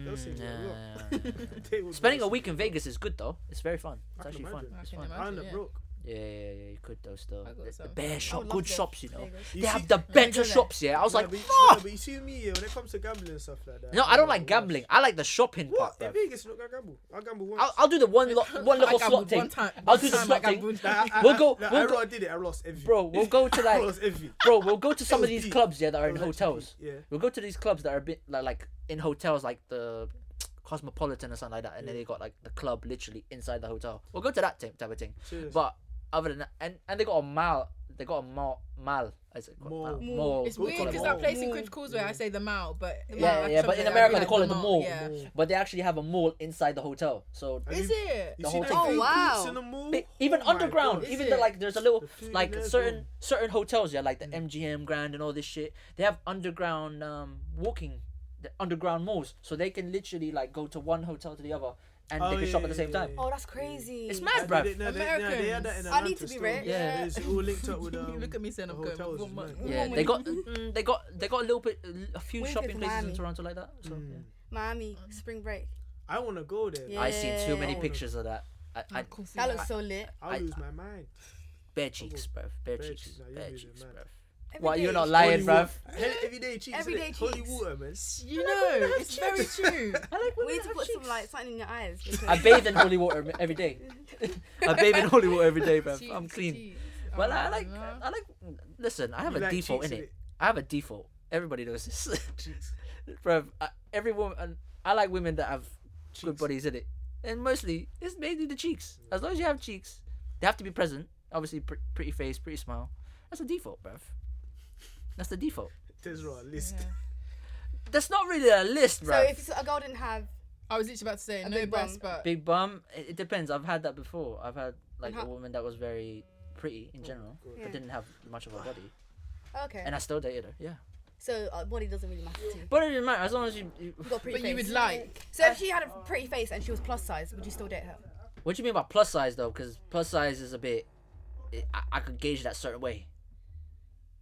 Speaker 3: they'll
Speaker 1: Mm,
Speaker 3: see me
Speaker 1: yeah,
Speaker 3: as
Speaker 1: yeah,
Speaker 3: well.
Speaker 1: yeah.
Speaker 3: They would
Speaker 1: Spending a
Speaker 3: love
Speaker 1: week
Speaker 3: me.
Speaker 1: in Vegas is good though. It's very fun.
Speaker 3: I
Speaker 1: It's
Speaker 3: can
Speaker 1: actually fun.
Speaker 3: imagine.
Speaker 4: I
Speaker 1: It's
Speaker 4: can
Speaker 1: fun.
Speaker 4: imagine.
Speaker 3: I'm
Speaker 4: yeah.
Speaker 3: broke.
Speaker 1: Yeah, yeah, yeah. You could though still.
Speaker 4: I got
Speaker 1: The, the
Speaker 4: some.
Speaker 1: bear shop,
Speaker 5: love
Speaker 1: good
Speaker 5: Ve-
Speaker 1: shops, you know.
Speaker 5: Vegas.
Speaker 1: They
Speaker 3: You
Speaker 1: have
Speaker 3: see-
Speaker 1: the better
Speaker 5: Vegas.
Speaker 1: shops. Yeah, I was
Speaker 3: Yeah,
Speaker 1: like,
Speaker 3: but you-
Speaker 1: fuck.
Speaker 3: yeah, but you see me yeah, when it comes to gambling and stuff like that.
Speaker 1: No,
Speaker 3: I'm
Speaker 1: I don't
Speaker 3: not
Speaker 1: like
Speaker 3: the
Speaker 1: gambling.
Speaker 3: worst.
Speaker 1: I like the shopping
Speaker 3: What?
Speaker 1: part.
Speaker 3: In
Speaker 1: bruv.
Speaker 3: Vegas, you're not gonna gamble. I'll gamble once.
Speaker 1: I'll, I'll do the one lo- one
Speaker 4: I
Speaker 1: little slot
Speaker 4: gambled
Speaker 1: thing.
Speaker 4: One time,
Speaker 1: I'll
Speaker 4: one
Speaker 1: do the
Speaker 4: time I
Speaker 1: slot thing.
Speaker 4: gambled.
Speaker 3: Like, I- I-
Speaker 1: We'll go-
Speaker 3: like,
Speaker 1: we'll
Speaker 3: I
Speaker 1: go-
Speaker 3: I did it. I lost everything.
Speaker 1: Bro, we'll go to
Speaker 3: I
Speaker 1: like,
Speaker 3: lost everything.
Speaker 1: bro, we'll go to some of
Speaker 3: It was
Speaker 1: these
Speaker 3: deep.
Speaker 1: clubs, yeah, that are in
Speaker 3: It was
Speaker 1: hotels.
Speaker 3: actually deep, Yeah.
Speaker 1: We'll go to these clubs that are a bit like like in hotels, like the Cosmopolitan or something like that, and then they got like the club literally inside the hotel. We'll go to that type type of thing.
Speaker 3: Cheers.
Speaker 1: But other than that, and, and they got a mall. They got a mall. Mall. Is it called?
Speaker 3: Mall.
Speaker 1: Mall.
Speaker 5: Mall.
Speaker 1: Mall.
Speaker 4: It's
Speaker 3: We'll
Speaker 4: weird
Speaker 3: call it
Speaker 4: because
Speaker 3: mall.
Speaker 4: that place in
Speaker 3: Mall.
Speaker 4: Cribs Causeway, I say the mall, but
Speaker 1: Mm. Yeah,
Speaker 4: like,
Speaker 1: yeah,
Speaker 4: some
Speaker 1: but in
Speaker 4: say,
Speaker 1: America
Speaker 4: I really
Speaker 1: they
Speaker 4: like
Speaker 1: call it the mall.
Speaker 4: Yeah.
Speaker 1: But they actually have a mall inside the hotel. So
Speaker 3: Have
Speaker 4: Is
Speaker 3: you-
Speaker 4: it?
Speaker 3: You
Speaker 1: The
Speaker 3: see
Speaker 1: whole
Speaker 3: the
Speaker 5: thing.
Speaker 3: food
Speaker 5: Oh,
Speaker 3: courts
Speaker 5: wow.
Speaker 3: in the mall?
Speaker 1: They- even
Speaker 3: Oh my
Speaker 1: underground,
Speaker 3: God.
Speaker 1: even
Speaker 4: Is
Speaker 1: the
Speaker 4: it?
Speaker 1: like, there's a little
Speaker 3: The food
Speaker 1: like
Speaker 3: in there,
Speaker 1: certain
Speaker 3: bro.
Speaker 1: certain hotels. Yeah, like the MGM Grand and all this shit. They have underground um walking, the underground malls, so they can literally like go to one hotel to the other and
Speaker 3: Oh,
Speaker 1: they can shop
Speaker 3: yeah,
Speaker 1: at the same
Speaker 3: yeah,
Speaker 1: time.
Speaker 3: yeah,
Speaker 5: Oh, that's crazy.
Speaker 1: It's
Speaker 3: I
Speaker 1: mad,
Speaker 3: did
Speaker 1: bruv.
Speaker 3: it- no, they- no, they had that in
Speaker 4: Americans.
Speaker 5: I need
Speaker 3: Atlanta
Speaker 5: to be
Speaker 3: still.
Speaker 5: rich.
Speaker 1: Yeah.
Speaker 3: It's all linked up with um,
Speaker 4: Look at me saying
Speaker 3: the
Speaker 4: I'm going
Speaker 3: hotels,
Speaker 4: with
Speaker 3: it's
Speaker 4: one
Speaker 3: mad.
Speaker 4: month.
Speaker 1: Yeah,
Speaker 5: Woman.
Speaker 1: they got mm, they got they got a little bit, a few
Speaker 5: Winfield's
Speaker 1: shopping places in
Speaker 5: Miami.
Speaker 1: Toronto like that. So, yeah.
Speaker 3: Mm.
Speaker 5: Miami spring break.
Speaker 3: I want to go there.
Speaker 5: Yeah.
Speaker 1: I seen too many
Speaker 5: Yeah. Mm.
Speaker 1: pictures of that. I, I,
Speaker 5: That looks so lit.
Speaker 3: I'll
Speaker 1: I-
Speaker 3: lose my mind.
Speaker 1: bare cheeks, bruv. Bare,
Speaker 3: Bare
Speaker 1: cheeks,
Speaker 3: cheeks, nah, you
Speaker 1: bare
Speaker 3: losing
Speaker 1: cheeks,
Speaker 3: mad.
Speaker 1: bruv.
Speaker 5: Every
Speaker 1: What? You're
Speaker 5: day.
Speaker 1: not lying,
Speaker 3: Holy
Speaker 1: bruv.
Speaker 3: wa- Hell, Everyday cheeks.
Speaker 5: Everyday
Speaker 3: innit? Holy
Speaker 5: cheeks.
Speaker 3: water, man.
Speaker 4: You know, it's very true.
Speaker 1: I like
Speaker 5: We need to put some like something in your eyes.
Speaker 1: I bathe in holy water m- every day. I bathe in holy water every day, bruv.
Speaker 4: Cheeks,
Speaker 1: I'm clean.
Speaker 4: cheeks.
Speaker 1: But
Speaker 4: Oh,
Speaker 1: like, I like,
Speaker 4: no.
Speaker 1: I like. Listen, I have
Speaker 3: You
Speaker 1: a
Speaker 3: like
Speaker 1: default in
Speaker 3: cheeks,
Speaker 1: it. I have a default. Everybody knows this,
Speaker 3: Cheeks.
Speaker 1: bruv. I, every woman, I like women that have good
Speaker 3: Cheeks.
Speaker 1: bodies in it, and mostly it's mainly the cheeks. As long as you have cheeks, they have to be present. Obviously, pr- pretty face, pretty smile. That's a default, bruv. That's the default.
Speaker 3: There's a list.
Speaker 4: Yeah.
Speaker 1: That's not really a list,
Speaker 5: So
Speaker 1: bruv.
Speaker 5: if a girl didn't have
Speaker 4: I was literally about to say
Speaker 5: A
Speaker 4: no
Speaker 5: big
Speaker 4: breasts,
Speaker 5: bum.
Speaker 4: but
Speaker 1: Big bum. It, it depends. I've had that before. I've had like
Speaker 4: Uh-huh.
Speaker 5: how-
Speaker 1: a woman that was very pretty
Speaker 4: Mm.
Speaker 1: in general,
Speaker 5: Yeah.
Speaker 1: but didn't have much of a body,
Speaker 5: Okay.
Speaker 1: and I still dated her. Yeah,
Speaker 5: so uh, body doesn't really matter to you.
Speaker 1: but it didn't matter as long as you. you
Speaker 5: You got a pretty
Speaker 4: but you
Speaker 5: face.
Speaker 4: would like.
Speaker 5: So if she had a pretty face and she was plus size, would you still date her?
Speaker 1: what do you mean by plus size though? Because plus size is a bit. It, I, I could gauge that certain way.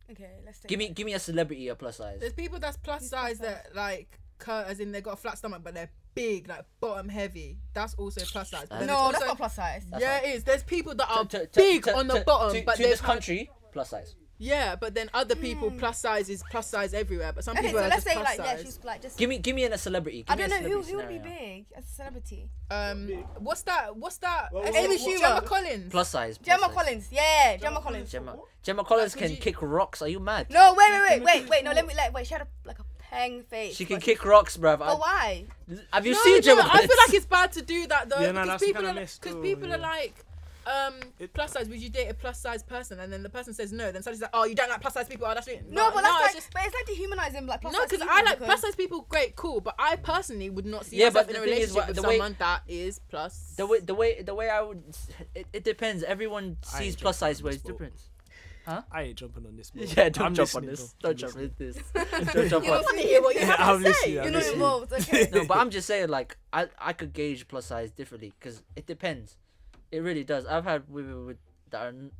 Speaker 5: Okay, let's take.
Speaker 1: Give
Speaker 5: it.
Speaker 1: me, give me a celebrity a plus size.
Speaker 4: There's people that's plus size that like cut as in they got a flat stomach but they're big, like bottom heavy. That's also plus size.
Speaker 1: Uh,
Speaker 4: But then
Speaker 5: No,
Speaker 4: there's
Speaker 5: that's
Speaker 4: also-
Speaker 5: not plus size.
Speaker 4: Yeah, it is. There's people that are
Speaker 1: To- to-
Speaker 4: big
Speaker 1: to-
Speaker 4: on the
Speaker 1: to-
Speaker 4: bottom,
Speaker 1: to,
Speaker 4: but
Speaker 1: to
Speaker 4: they
Speaker 1: this Hmm.
Speaker 4: have
Speaker 1: country plus size.
Speaker 4: Yeah, but then other people plus size is plus size everywhere, but some
Speaker 5: Okay, so
Speaker 4: people are
Speaker 5: let's
Speaker 4: just
Speaker 5: say
Speaker 4: plus
Speaker 5: like yeah,
Speaker 4: size.
Speaker 5: she's like just.
Speaker 1: Give me, give me an, a celebrity. Give
Speaker 5: I
Speaker 1: me a
Speaker 5: don't know who
Speaker 1: celebrity
Speaker 5: who would be
Speaker 1: scenario.
Speaker 5: big as a celebrity.
Speaker 4: um, what's that? What's that?
Speaker 3: Well,
Speaker 4: Is
Speaker 3: Amy
Speaker 4: it
Speaker 5: Schumer.
Speaker 4: Gemma Collins.
Speaker 1: Plus size. plus
Speaker 5: Gemma
Speaker 1: size.
Speaker 5: Collins, yeah, Gemma Collins.
Speaker 1: Gemma, Gemma Collins
Speaker 4: Like, would
Speaker 1: can
Speaker 4: you-
Speaker 1: kick rocks. Are you mad?
Speaker 5: No, wait, wait, wait, wait, wait. No, let me like wait. She had a, like a pang face.
Speaker 1: She can
Speaker 5: but-
Speaker 1: kick rocks, bruv.
Speaker 5: But why?
Speaker 1: I- Have you
Speaker 4: no,
Speaker 1: seen
Speaker 4: no,
Speaker 1: Gemma
Speaker 4: I
Speaker 1: Collins?
Speaker 4: feel like it's bad to do that though,
Speaker 3: Yeah, no,
Speaker 4: because
Speaker 3: that's
Speaker 4: people
Speaker 3: kinda
Speaker 4: are
Speaker 3: messed
Speaker 4: because
Speaker 3: up,
Speaker 4: people are
Speaker 3: yeah.
Speaker 4: like. Um,
Speaker 3: It-
Speaker 4: plus size. Would you date a plus size person? And then the person says no. Then suddenly it's like, oh, you don't like plus size people. Oh, that's really,
Speaker 5: No, but that's
Speaker 4: it's
Speaker 5: like,
Speaker 4: just-
Speaker 5: but it's like dehumanizing like plus
Speaker 4: no,
Speaker 5: size
Speaker 4: because
Speaker 5: people
Speaker 4: I like plus size people, great, cool, but I personally would not see
Speaker 1: Yeah,
Speaker 4: myself
Speaker 1: but
Speaker 4: in
Speaker 1: the
Speaker 4: a
Speaker 1: thing is,
Speaker 4: relationship
Speaker 1: what-
Speaker 4: with
Speaker 1: the way-
Speaker 4: someone that is plus.
Speaker 1: the way, the way, the way I would. It, it depends. Everyone
Speaker 3: I
Speaker 1: sees
Speaker 3: ain't
Speaker 1: plus
Speaker 3: jumping
Speaker 1: size
Speaker 3: on
Speaker 1: ways
Speaker 3: this boat.
Speaker 1: different.
Speaker 3: I ain't jumping on this. boat.
Speaker 1: Yeah, don't
Speaker 3: I'm
Speaker 1: jump on
Speaker 3: listening,
Speaker 1: this.
Speaker 3: though. I'm
Speaker 1: Don't jump
Speaker 3: listening.
Speaker 1: on this. don't jump
Speaker 4: You don't
Speaker 1: on.
Speaker 4: want to hear what you have
Speaker 3: I'm
Speaker 4: to
Speaker 3: listening,
Speaker 4: say.
Speaker 3: I'm
Speaker 5: You're not
Speaker 3: listening.
Speaker 5: involved. Okay.
Speaker 1: No, but I'm just saying, like, I I could gauge plus size differently because it depends. It really does. I've had women with that are n-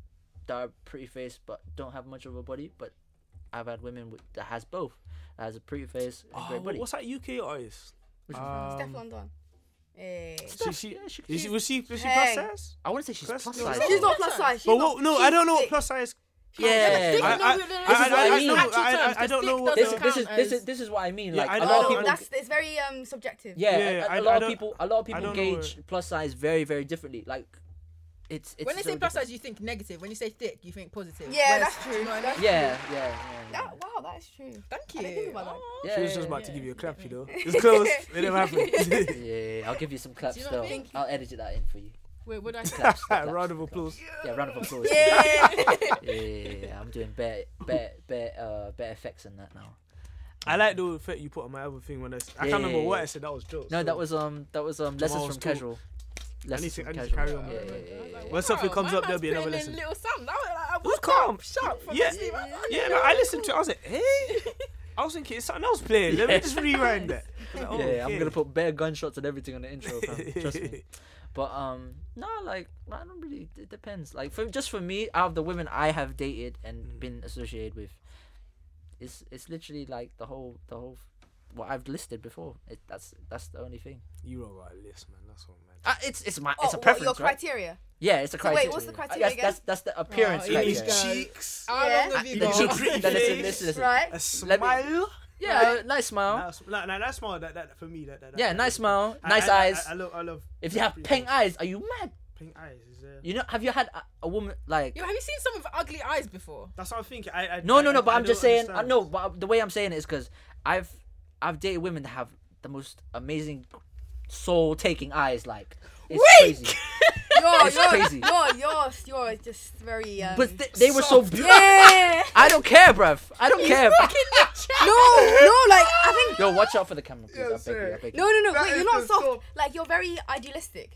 Speaker 1: that are pretty face but don't have much of a body, but I've had women with, that has both, that has a pretty face and
Speaker 3: Oh,
Speaker 1: great body.
Speaker 3: what's that UK artist?
Speaker 1: Which
Speaker 5: Steph
Speaker 3: Um,
Speaker 5: London.
Speaker 4: Um,
Speaker 5: Hey.
Speaker 3: she, she,
Speaker 1: Yeah, she could-
Speaker 3: is she, was she, was she
Speaker 5: Hey.
Speaker 3: plus size?
Speaker 1: I wouldn't say she's
Speaker 3: That's
Speaker 1: plus
Speaker 3: not-
Speaker 1: size.
Speaker 3: She's
Speaker 5: She's
Speaker 1: though.
Speaker 5: not plus size. She's
Speaker 3: But
Speaker 5: not,
Speaker 3: what, no,
Speaker 5: she's
Speaker 3: I don't know what
Speaker 5: thick.
Speaker 3: plus size.
Speaker 1: Yeah.
Speaker 4: Thick,
Speaker 3: I-
Speaker 4: no,
Speaker 3: I-
Speaker 4: no, no,
Speaker 3: I-
Speaker 4: no,
Speaker 1: I-
Speaker 4: no,
Speaker 1: I-
Speaker 4: no,
Speaker 1: I-
Speaker 4: no,
Speaker 1: I-
Speaker 4: actual
Speaker 3: I-
Speaker 4: terms,
Speaker 3: I don't
Speaker 4: 'cause
Speaker 3: know
Speaker 4: thick
Speaker 3: what
Speaker 1: this, is
Speaker 4: doesn't
Speaker 3: the-
Speaker 1: this is
Speaker 4: count
Speaker 1: this
Speaker 4: as-
Speaker 1: is this is what I mean.
Speaker 3: Yeah,
Speaker 1: Like
Speaker 3: I-
Speaker 1: a
Speaker 3: I
Speaker 1: lot
Speaker 3: don't
Speaker 1: of people,
Speaker 5: That's it's very um subjective.
Speaker 1: yeah,
Speaker 3: Yeah,
Speaker 1: a- a
Speaker 3: I- I
Speaker 1: lot of
Speaker 3: don't-
Speaker 1: people, a lot of
Speaker 3: I
Speaker 1: people
Speaker 3: don't know
Speaker 1: gauge plus size very, very differently. Like, it's it's
Speaker 4: When they
Speaker 1: so
Speaker 4: say plus
Speaker 1: different.
Speaker 4: size, you think negative. When you say thick, you think positive.
Speaker 5: Yeah,
Speaker 4: Whereas-
Speaker 5: that's true.
Speaker 4: do you know what I mean?
Speaker 5: That's-
Speaker 1: yeah, yeah, yeah. yeah.
Speaker 5: That, wow, that is true.
Speaker 4: Thank you.
Speaker 5: I didn't think about that.
Speaker 4: Aw.
Speaker 1: yeah
Speaker 3: She was
Speaker 1: yeah,
Speaker 3: just about
Speaker 1: yeah.
Speaker 4: yeah,
Speaker 3: to give you a
Speaker 4: yeah,
Speaker 3: clap,
Speaker 4: yeah.
Speaker 3: you know. It's close. it never
Speaker 1: Yeah,
Speaker 3: happened.
Speaker 1: yeah, yeah, I'll give you some claps
Speaker 4: you know
Speaker 1: though.
Speaker 4: what I mean?
Speaker 1: I'll edit that in for you.
Speaker 4: Wait, what did I say?
Speaker 1: Claps, claps,
Speaker 3: Round of
Speaker 1: claps.
Speaker 3: applause.
Speaker 1: Yeah, round of applause.
Speaker 5: Yeah.
Speaker 1: yeah, yeah, yeah, I'm doing better, better, better, uh, better effects than that now.
Speaker 3: I like the effect you put on my other thing when I, s- I
Speaker 1: Yeah,
Speaker 3: can't remember
Speaker 1: yeah,
Speaker 3: what
Speaker 1: yeah.
Speaker 3: I said. That was jokes.
Speaker 1: No,
Speaker 3: so-
Speaker 1: that was um, that was um, lessons
Speaker 3: Tomorrow's
Speaker 1: from
Speaker 3: talk.
Speaker 1: casual. Lessons
Speaker 3: to-
Speaker 1: from
Speaker 3: I need
Speaker 1: casual.
Speaker 3: to carry on
Speaker 1: Yeah,
Speaker 3: with
Speaker 1: yeah,
Speaker 3: it.
Speaker 1: yeah, yeah, yeah.
Speaker 3: When something
Speaker 4: Wow,
Speaker 3: comes
Speaker 4: my
Speaker 3: up, there'll be
Speaker 4: man's
Speaker 3: another
Speaker 4: putting in
Speaker 3: lesson.
Speaker 4: Little something. I was like, I
Speaker 3: Who's
Speaker 4: was
Speaker 3: calm?
Speaker 4: Sharp. from
Speaker 3: Yeah,
Speaker 4: this level.
Speaker 3: yeah. No, I listened to. it. I was like, "Eh?" hey. I was thinking something else playing. Let me just rewind that. I was like,
Speaker 1: Yeah,
Speaker 3: okay.
Speaker 1: I'm gonna put bare gunshots and everything on the intro. Fam. Trust me. But um, no, like I don't really. It depends. Like for just for me, out of the women I have dated and
Speaker 3: Mm.
Speaker 1: been associated with, it's it's literally like the whole the whole what I've listed before. It, that's that's the only thing.
Speaker 3: You all got a list, man. That's what, man.
Speaker 1: Uh, it's it's my
Speaker 5: Oh,
Speaker 1: it's a
Speaker 5: what,
Speaker 1: preference,
Speaker 5: your
Speaker 1: right?
Speaker 5: criteria.
Speaker 1: Yeah, it's a
Speaker 5: So
Speaker 1: criteria.
Speaker 5: wait, what's the criteria
Speaker 1: that's,
Speaker 5: again?
Speaker 1: that's that's the appearance
Speaker 4: Oh, yeah.
Speaker 1: criteria.
Speaker 4: English guys.
Speaker 3: cheeks,
Speaker 4: How
Speaker 5: Yeah.
Speaker 4: long have
Speaker 3: Uh,
Speaker 4: you
Speaker 3: you
Speaker 1: Then
Speaker 3: Your
Speaker 1: listen,
Speaker 4: got?
Speaker 3: pretty
Speaker 1: then listen,
Speaker 3: face.
Speaker 1: listen, listen.
Speaker 5: Right.
Speaker 3: a
Speaker 1: Let me-
Speaker 3: smile.
Speaker 1: Yeah, uh, nice smile.
Speaker 3: Nice, nah, nah, that's smile. That, that for me. That, that, that
Speaker 1: Yeah, nice smile,
Speaker 3: I-
Speaker 1: nice
Speaker 3: I, I-
Speaker 1: eyes.
Speaker 3: I, I love, I love.
Speaker 1: if you have
Speaker 3: pretty
Speaker 1: pink
Speaker 3: face.
Speaker 1: eyes, are you mad?
Speaker 3: pink eyes, is uh, there?
Speaker 1: You know, have you had a, a woman like?
Speaker 4: Yo, have you seen some of ugly eyes before?
Speaker 3: That's what I'm thinking. I, I,
Speaker 1: No,
Speaker 3: I,
Speaker 1: no, no.
Speaker 3: I-
Speaker 1: But
Speaker 3: I
Speaker 1: I'm just
Speaker 3: don't
Speaker 1: saying. I
Speaker 3: understand.
Speaker 1: know, but uh, the way I'm saying it is because I've I've dated women that have the most amazing soul-taking eyes. Like it's crazy.
Speaker 5: You're,
Speaker 1: It's
Speaker 5: you're,
Speaker 1: crazy.
Speaker 5: you're, you're, you're just very. Um,
Speaker 1: But th- they were so
Speaker 4: Soft.
Speaker 1: beautiful.
Speaker 5: yeah.
Speaker 1: I don't care, bruv. I don't care.
Speaker 5: No, no, like I think.
Speaker 1: Yo, watch out for the camera, please. I
Speaker 3: Yeah,
Speaker 1: beg you, I
Speaker 3: sorry.
Speaker 1: beg you.
Speaker 5: No, no, no.
Speaker 3: That
Speaker 5: wait, you're
Speaker 3: is
Speaker 5: not
Speaker 3: the
Speaker 5: soft.
Speaker 3: soft.
Speaker 5: Like you're very idealistic.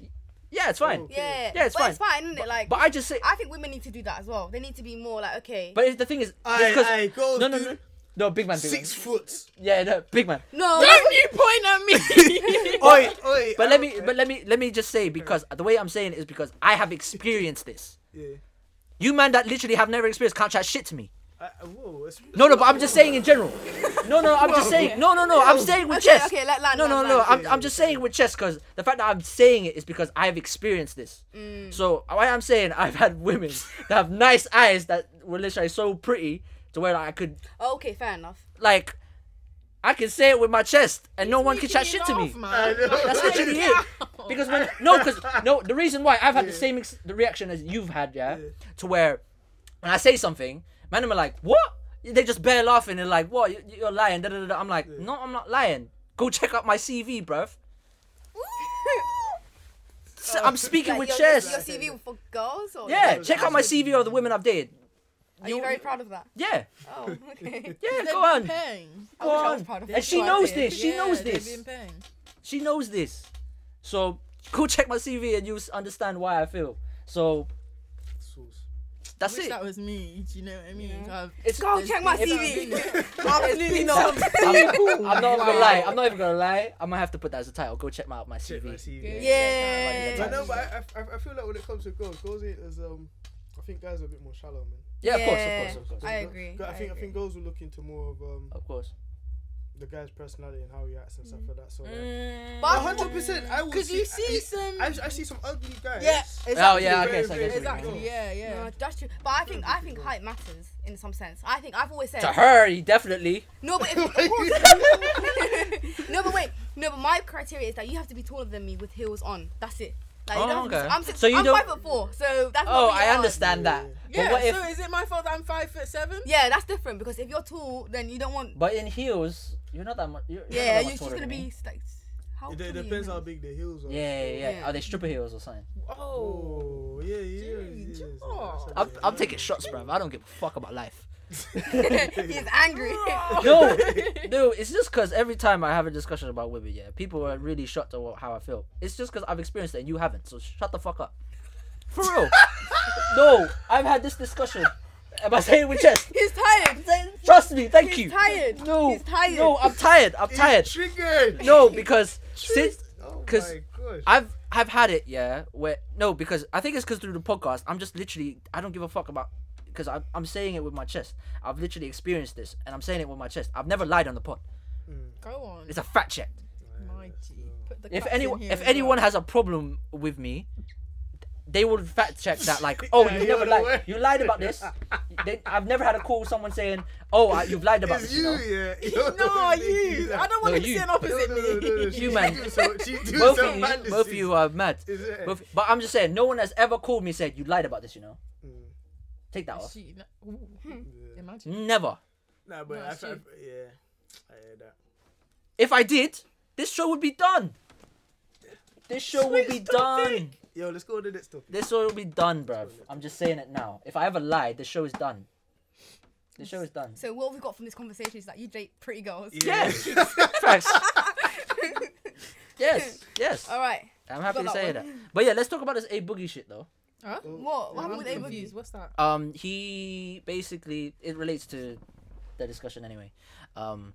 Speaker 1: Yeah, it's fine.
Speaker 5: Yeah.
Speaker 1: Yeah, it's
Speaker 5: but
Speaker 1: fine.
Speaker 5: It's fine, isn't it? Like,
Speaker 1: But I just say.
Speaker 5: I think women need to do that as well. They need to be more like, okay.
Speaker 1: But it- the thing is,
Speaker 3: Aye,
Speaker 1: because
Speaker 3: aye, go,
Speaker 1: no, no, no,
Speaker 3: dude.
Speaker 1: no, big man, big
Speaker 3: Six
Speaker 1: man.
Speaker 3: foot.
Speaker 1: Yeah, no, big man.
Speaker 5: no.
Speaker 4: Don't you point at me?
Speaker 3: Oi, oi. oh,
Speaker 1: But let me, but let me, let me just say because the way I'm saying it is because I have experienced this.
Speaker 3: Yeah.
Speaker 1: You man that literally have never experienced can't chat shit to me.
Speaker 3: I, I- whoa, it's,
Speaker 1: No, no, but I'm just saying in general. No, no, I'm just saying. No, no, no, I'm saying with
Speaker 5: Okay,
Speaker 1: chess.
Speaker 5: okay, let- land,
Speaker 1: no, no,
Speaker 5: land,
Speaker 1: no,
Speaker 5: land.
Speaker 1: I'm, I'm just saying with chess because the fact that I'm saying it is because I've experienced this.
Speaker 5: Mm.
Speaker 1: So why I'm saying I've had women that have nice eyes that were literally so pretty to where I could
Speaker 5: Oh, okay, fair enough.
Speaker 1: like, I can say it with my chest and no one can
Speaker 4: Making
Speaker 1: chat
Speaker 4: me
Speaker 1: shit to me.
Speaker 4: laugh, man.
Speaker 1: That's literally it. Because when no, because no, the reason why I've had the same ex- the reaction as you've had, yeah,
Speaker 3: Yeah.
Speaker 1: to where when I say something, man, them are like, what? They just bare laughing and like, what? You, you're lying. Da, da, da, da. I'm like, no, I'm not lying. Go check out my CV, bruv. S-
Speaker 4: Oh.
Speaker 1: I'm speaking
Speaker 5: Like,
Speaker 1: with
Speaker 5: your,
Speaker 1: chest.
Speaker 5: Your CV for girls? Or
Speaker 1: yeah, check out my CV of the women I've dated.
Speaker 5: Are you very proud of that?
Speaker 1: Yeah,
Speaker 5: Oh, okay.
Speaker 1: yeah, go on,
Speaker 4: Pain.
Speaker 5: I
Speaker 1: go
Speaker 5: wish I was
Speaker 1: on.
Speaker 5: proud of
Speaker 1: And
Speaker 5: that.
Speaker 1: she
Speaker 5: Go on,
Speaker 1: knows
Speaker 5: dear.
Speaker 1: this. She
Speaker 4: Yeah,
Speaker 1: knows
Speaker 4: they've
Speaker 1: this.
Speaker 4: been paying.
Speaker 1: She knows this. So go check my CV and you'll s- understand why I feel. So
Speaker 3: Sauce.
Speaker 1: that's
Speaker 4: wish
Speaker 1: it.
Speaker 4: that was me. Do you know what I mean? I've-
Speaker 1: It's
Speaker 5: Go
Speaker 1: it's
Speaker 5: check my
Speaker 1: been-
Speaker 5: CV.
Speaker 4: Absolutely not.
Speaker 1: I'm, I'm not gonna
Speaker 4: Wow.
Speaker 1: lie. I'm not even gonna lie. I might have to put that as a title. Go check my out my
Speaker 3: Check my
Speaker 1: CV.
Speaker 3: CV.
Speaker 1: Yeah.
Speaker 3: But no,
Speaker 5: Yeah.
Speaker 3: but I, I, I feel like when it comes to girls, girls ain't as um. I think guys are a bit more shallow, man.
Speaker 1: Yeah, of course,
Speaker 5: Yeah.
Speaker 1: of course, of course,
Speaker 5: I agree,
Speaker 3: I
Speaker 5: I
Speaker 3: think I,
Speaker 5: agree.
Speaker 3: think girls will look into more of um
Speaker 1: of course.
Speaker 3: the guy's personality and how he acts and stuff like that. So. like,
Speaker 1: Mm.
Speaker 5: But-
Speaker 3: A hundred percent. I will.
Speaker 4: Because you see
Speaker 3: I,
Speaker 4: some.
Speaker 3: I, I see some ugly guys.
Speaker 4: Yeah,
Speaker 1: Oh yeah, I
Speaker 3: Very,
Speaker 1: guess, I
Speaker 3: very
Speaker 1: guess.
Speaker 4: Exactly. Yeah, yeah.
Speaker 5: No, that's true. But I think I think height matters in some sense. I think I've always said
Speaker 1: To her, he definitely.
Speaker 5: no, but if, of course. no, but wait, no, but my criteria is that you have to be taller than me with heels on. That's it. Like, you
Speaker 1: Oh,
Speaker 5: don't have to be-
Speaker 1: okay.
Speaker 5: I'm six,
Speaker 1: So you
Speaker 5: I'm
Speaker 1: don't-
Speaker 5: five foot four, so that's not
Speaker 1: Oh,
Speaker 5: really
Speaker 1: I
Speaker 5: hard.
Speaker 1: understand that.
Speaker 4: Yeah,
Speaker 1: But what if?
Speaker 4: so is it my fault that I'm five foot seven?
Speaker 5: Yeah, that's different because if you're tall, then you don't want.
Speaker 1: But in heels, you're not that much. You're, you're
Speaker 5: yeah,
Speaker 1: not that much
Speaker 5: you she's
Speaker 1: taller
Speaker 5: gonna
Speaker 1: than me.
Speaker 5: be s- like. s- How
Speaker 3: It,
Speaker 5: tall
Speaker 3: it
Speaker 5: are you,
Speaker 3: depends
Speaker 5: man?
Speaker 3: how big the heels are.
Speaker 1: Yeah, yeah, yeah.
Speaker 5: Yeah.
Speaker 1: Are they stripper heels or something?
Speaker 4: Oh.
Speaker 3: Oh, yeah, yeah.
Speaker 4: Dude,
Speaker 3: yeah, yeah,
Speaker 4: oh.
Speaker 1: I'm, I'm taking shots, bruv. I don't give a fuck about life.
Speaker 5: He's angry.
Speaker 1: No, no. It's just because every time I have a discussion about women, yeah, people are really shocked at what, how I feel. It's just because I've experienced it and you haven't. So shut the fuck up. For real. no, I've had this discussion. Am I saying it with chest?
Speaker 5: He's tired.
Speaker 1: Trust me. Thank
Speaker 5: He's
Speaker 1: you.
Speaker 5: tired.
Speaker 1: No,
Speaker 5: He's tired.
Speaker 1: no. I'm tired. I'm tired.
Speaker 3: Triggered.
Speaker 1: No, because since
Speaker 3: Oh
Speaker 1: because
Speaker 3: my gosh.
Speaker 1: I've I've had it, yeah. Where no, because I think it's because through the podcast, I'm just literally I don't give a fuck about because I'm I'm saying it with my chest. I've literally experienced this, and I'm saying it with my chest. I've never lied on the pod.
Speaker 4: Go on.
Speaker 1: It's a fact check.
Speaker 4: My G. Put the
Speaker 1: If
Speaker 4: cups in
Speaker 1: anyone
Speaker 4: here
Speaker 1: if
Speaker 4: as
Speaker 1: anyone
Speaker 4: well.
Speaker 1: has a problem with me, they will fact check that like, oh,
Speaker 3: Yeah,
Speaker 1: you
Speaker 3: you're
Speaker 1: never
Speaker 3: the
Speaker 1: lied.
Speaker 3: worst.
Speaker 1: You lied about this. They, I've never had a call someone saying, oh, I, you've lied about
Speaker 3: It's
Speaker 1: this. You
Speaker 3: you,
Speaker 1: know?
Speaker 3: yeah.
Speaker 4: No, you. I don't
Speaker 1: No,
Speaker 4: want him to
Speaker 1: you.
Speaker 4: sit opposite me.
Speaker 1: You, man.
Speaker 3: Both
Speaker 1: Both of you, both of you are mad. Both, but I'm just saying, no one has ever called me said you lied about this. You know,
Speaker 3: Mm.
Speaker 1: take that off.
Speaker 4: She- ooh,
Speaker 1: Hmm.
Speaker 4: Imagine.
Speaker 1: Never.
Speaker 3: Nah, but
Speaker 4: No,
Speaker 3: I,
Speaker 4: it's
Speaker 3: I,
Speaker 4: you.
Speaker 3: yeah, I hear that.
Speaker 1: If I did, this show would be done. This show would be done.
Speaker 3: Yo, let's go to the next topic.
Speaker 1: This show will be done, bruv. I'm just saying it now. If I ever lie, the show is done. The show is done.
Speaker 5: So what we got from this conversation is that you date pretty girls.
Speaker 1: Yes. Facts. yes. Yes.
Speaker 5: All right.
Speaker 1: I'm happy to
Speaker 5: Got that
Speaker 1: say that.
Speaker 5: one.
Speaker 1: But yeah, let's talk about this A Boogie shit though.
Speaker 4: Huh?
Speaker 1: Oh,
Speaker 5: What? What
Speaker 4: I'm
Speaker 5: happened with A Boogie?
Speaker 4: confused. What's that?
Speaker 1: Um, he basically it relates to the discussion anyway. Um,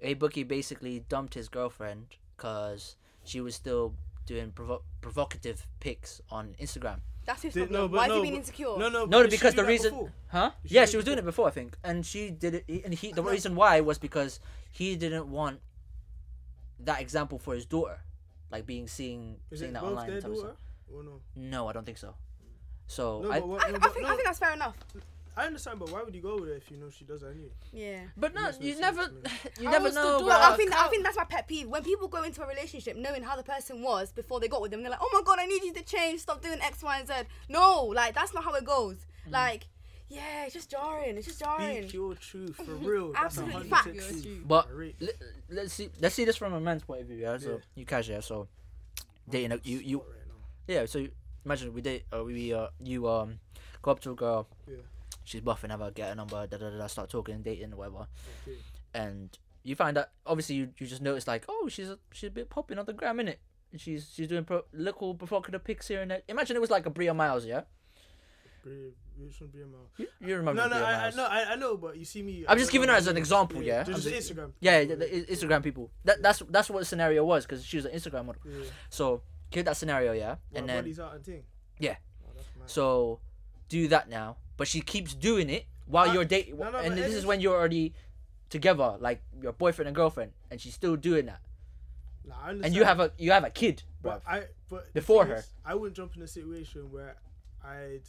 Speaker 1: a bookie basically dumped his girlfriend because she was still doing provo- provocative pics on Instagram.
Speaker 5: That's his
Speaker 3: Did-
Speaker 5: problem.
Speaker 3: no, but
Speaker 5: Why
Speaker 3: no,
Speaker 5: is he being
Speaker 3: but-
Speaker 5: insecure?
Speaker 3: No, no,
Speaker 1: No,
Speaker 3: but
Speaker 1: because
Speaker 3: she
Speaker 1: the
Speaker 3: do that
Speaker 1: reason,
Speaker 3: before.
Speaker 1: huh?
Speaker 3: Did she
Speaker 1: Yeah,
Speaker 3: do
Speaker 1: she
Speaker 3: it
Speaker 1: was doing it before, I think, and she did it. And he, the reason why was because he didn't want that example for his daughter, like being seeing
Speaker 3: Is
Speaker 1: seeing
Speaker 3: it
Speaker 1: that
Speaker 3: both
Speaker 1: online.
Speaker 3: their
Speaker 1: type of stuff.
Speaker 3: daughter? Or no?
Speaker 1: No, I don't think so. So
Speaker 3: No,
Speaker 1: I,
Speaker 3: but, what,
Speaker 5: I,
Speaker 3: no,
Speaker 5: I
Speaker 3: but,
Speaker 5: think
Speaker 3: no,
Speaker 5: I think that's fair enough.
Speaker 3: I understand, but why would you go with her if you know she does that anyway?
Speaker 5: Yeah.
Speaker 1: but no,
Speaker 3: Yes,
Speaker 1: you
Speaker 3: yes,
Speaker 1: never,
Speaker 3: yes,
Speaker 1: you
Speaker 4: I
Speaker 1: never
Speaker 4: was the
Speaker 1: know.
Speaker 4: daughter.
Speaker 1: bruh.
Speaker 5: But I
Speaker 4: Uh,
Speaker 5: think I
Speaker 4: Cal-
Speaker 5: think that's my pet peeve. When people go into a relationship knowing how the person was before they got with them, they're like, "Oh my god, I need you to change. Stop doing X, Y, and Z." No, like that's not how it goes.
Speaker 3: Mm.
Speaker 5: Like, yeah, it's just jarring. It's just jarring.
Speaker 3: Speak your truth for real.
Speaker 5: Absolutely
Speaker 3: That's
Speaker 5: fact.
Speaker 3: 100%
Speaker 4: Speak your
Speaker 3: truth.
Speaker 4: truth.
Speaker 1: But
Speaker 3: Right.
Speaker 1: let, let's see let's see this from a man's point of view. Yeah, so
Speaker 3: Yeah.
Speaker 1: you cash yeah, so dating a, you you
Speaker 3: Spot right now.
Speaker 1: yeah. So you, imagine we date uh, we uh you um go up to a girl.
Speaker 3: Yeah.
Speaker 1: She's buffing, have her get a number, da da da, da start talking, dating, whatever,
Speaker 3: Okay.
Speaker 1: and you find out obviously you, you just notice like oh she's a, she's a bit popping on the gram innit? And She's she's doing pro- little provocative pics here and there. Imagine it was like a Bria Miles, yeah.
Speaker 3: Bri- which one, Bria Miles?
Speaker 1: You, you remember
Speaker 3: No, no,
Speaker 1: Bria
Speaker 3: I, I
Speaker 1: Miles?
Speaker 3: know, I, I know, but you see me.
Speaker 1: I'm just giving her as an example, yeah.
Speaker 3: Just,
Speaker 1: I'm
Speaker 3: just
Speaker 1: just-
Speaker 3: Instagram.
Speaker 1: Yeah, yeah, the I- Instagram people. That that's that's what the scenario was because she was an Instagram model.
Speaker 3: Yeah.
Speaker 1: So give that scenario, yeah, and
Speaker 3: And
Speaker 1: then
Speaker 3: body's out and thing.
Speaker 1: Yeah.
Speaker 3: Oh, that's mad.
Speaker 1: So do that now. But she keeps doing it while
Speaker 3: Uh,
Speaker 1: you're dating.
Speaker 3: no, no,
Speaker 1: and
Speaker 3: but
Speaker 1: this
Speaker 3: it
Speaker 1: is
Speaker 3: is-
Speaker 1: when you're already together, like your boyfriend and girlfriend, and she's still doing that.
Speaker 3: Nah, I
Speaker 1: And
Speaker 3: understand,
Speaker 1: you have a you have a kid, bruv.
Speaker 3: But I, but the
Speaker 1: Before
Speaker 3: thing
Speaker 1: her.
Speaker 3: is, I wouldn't jump in a situation where I'd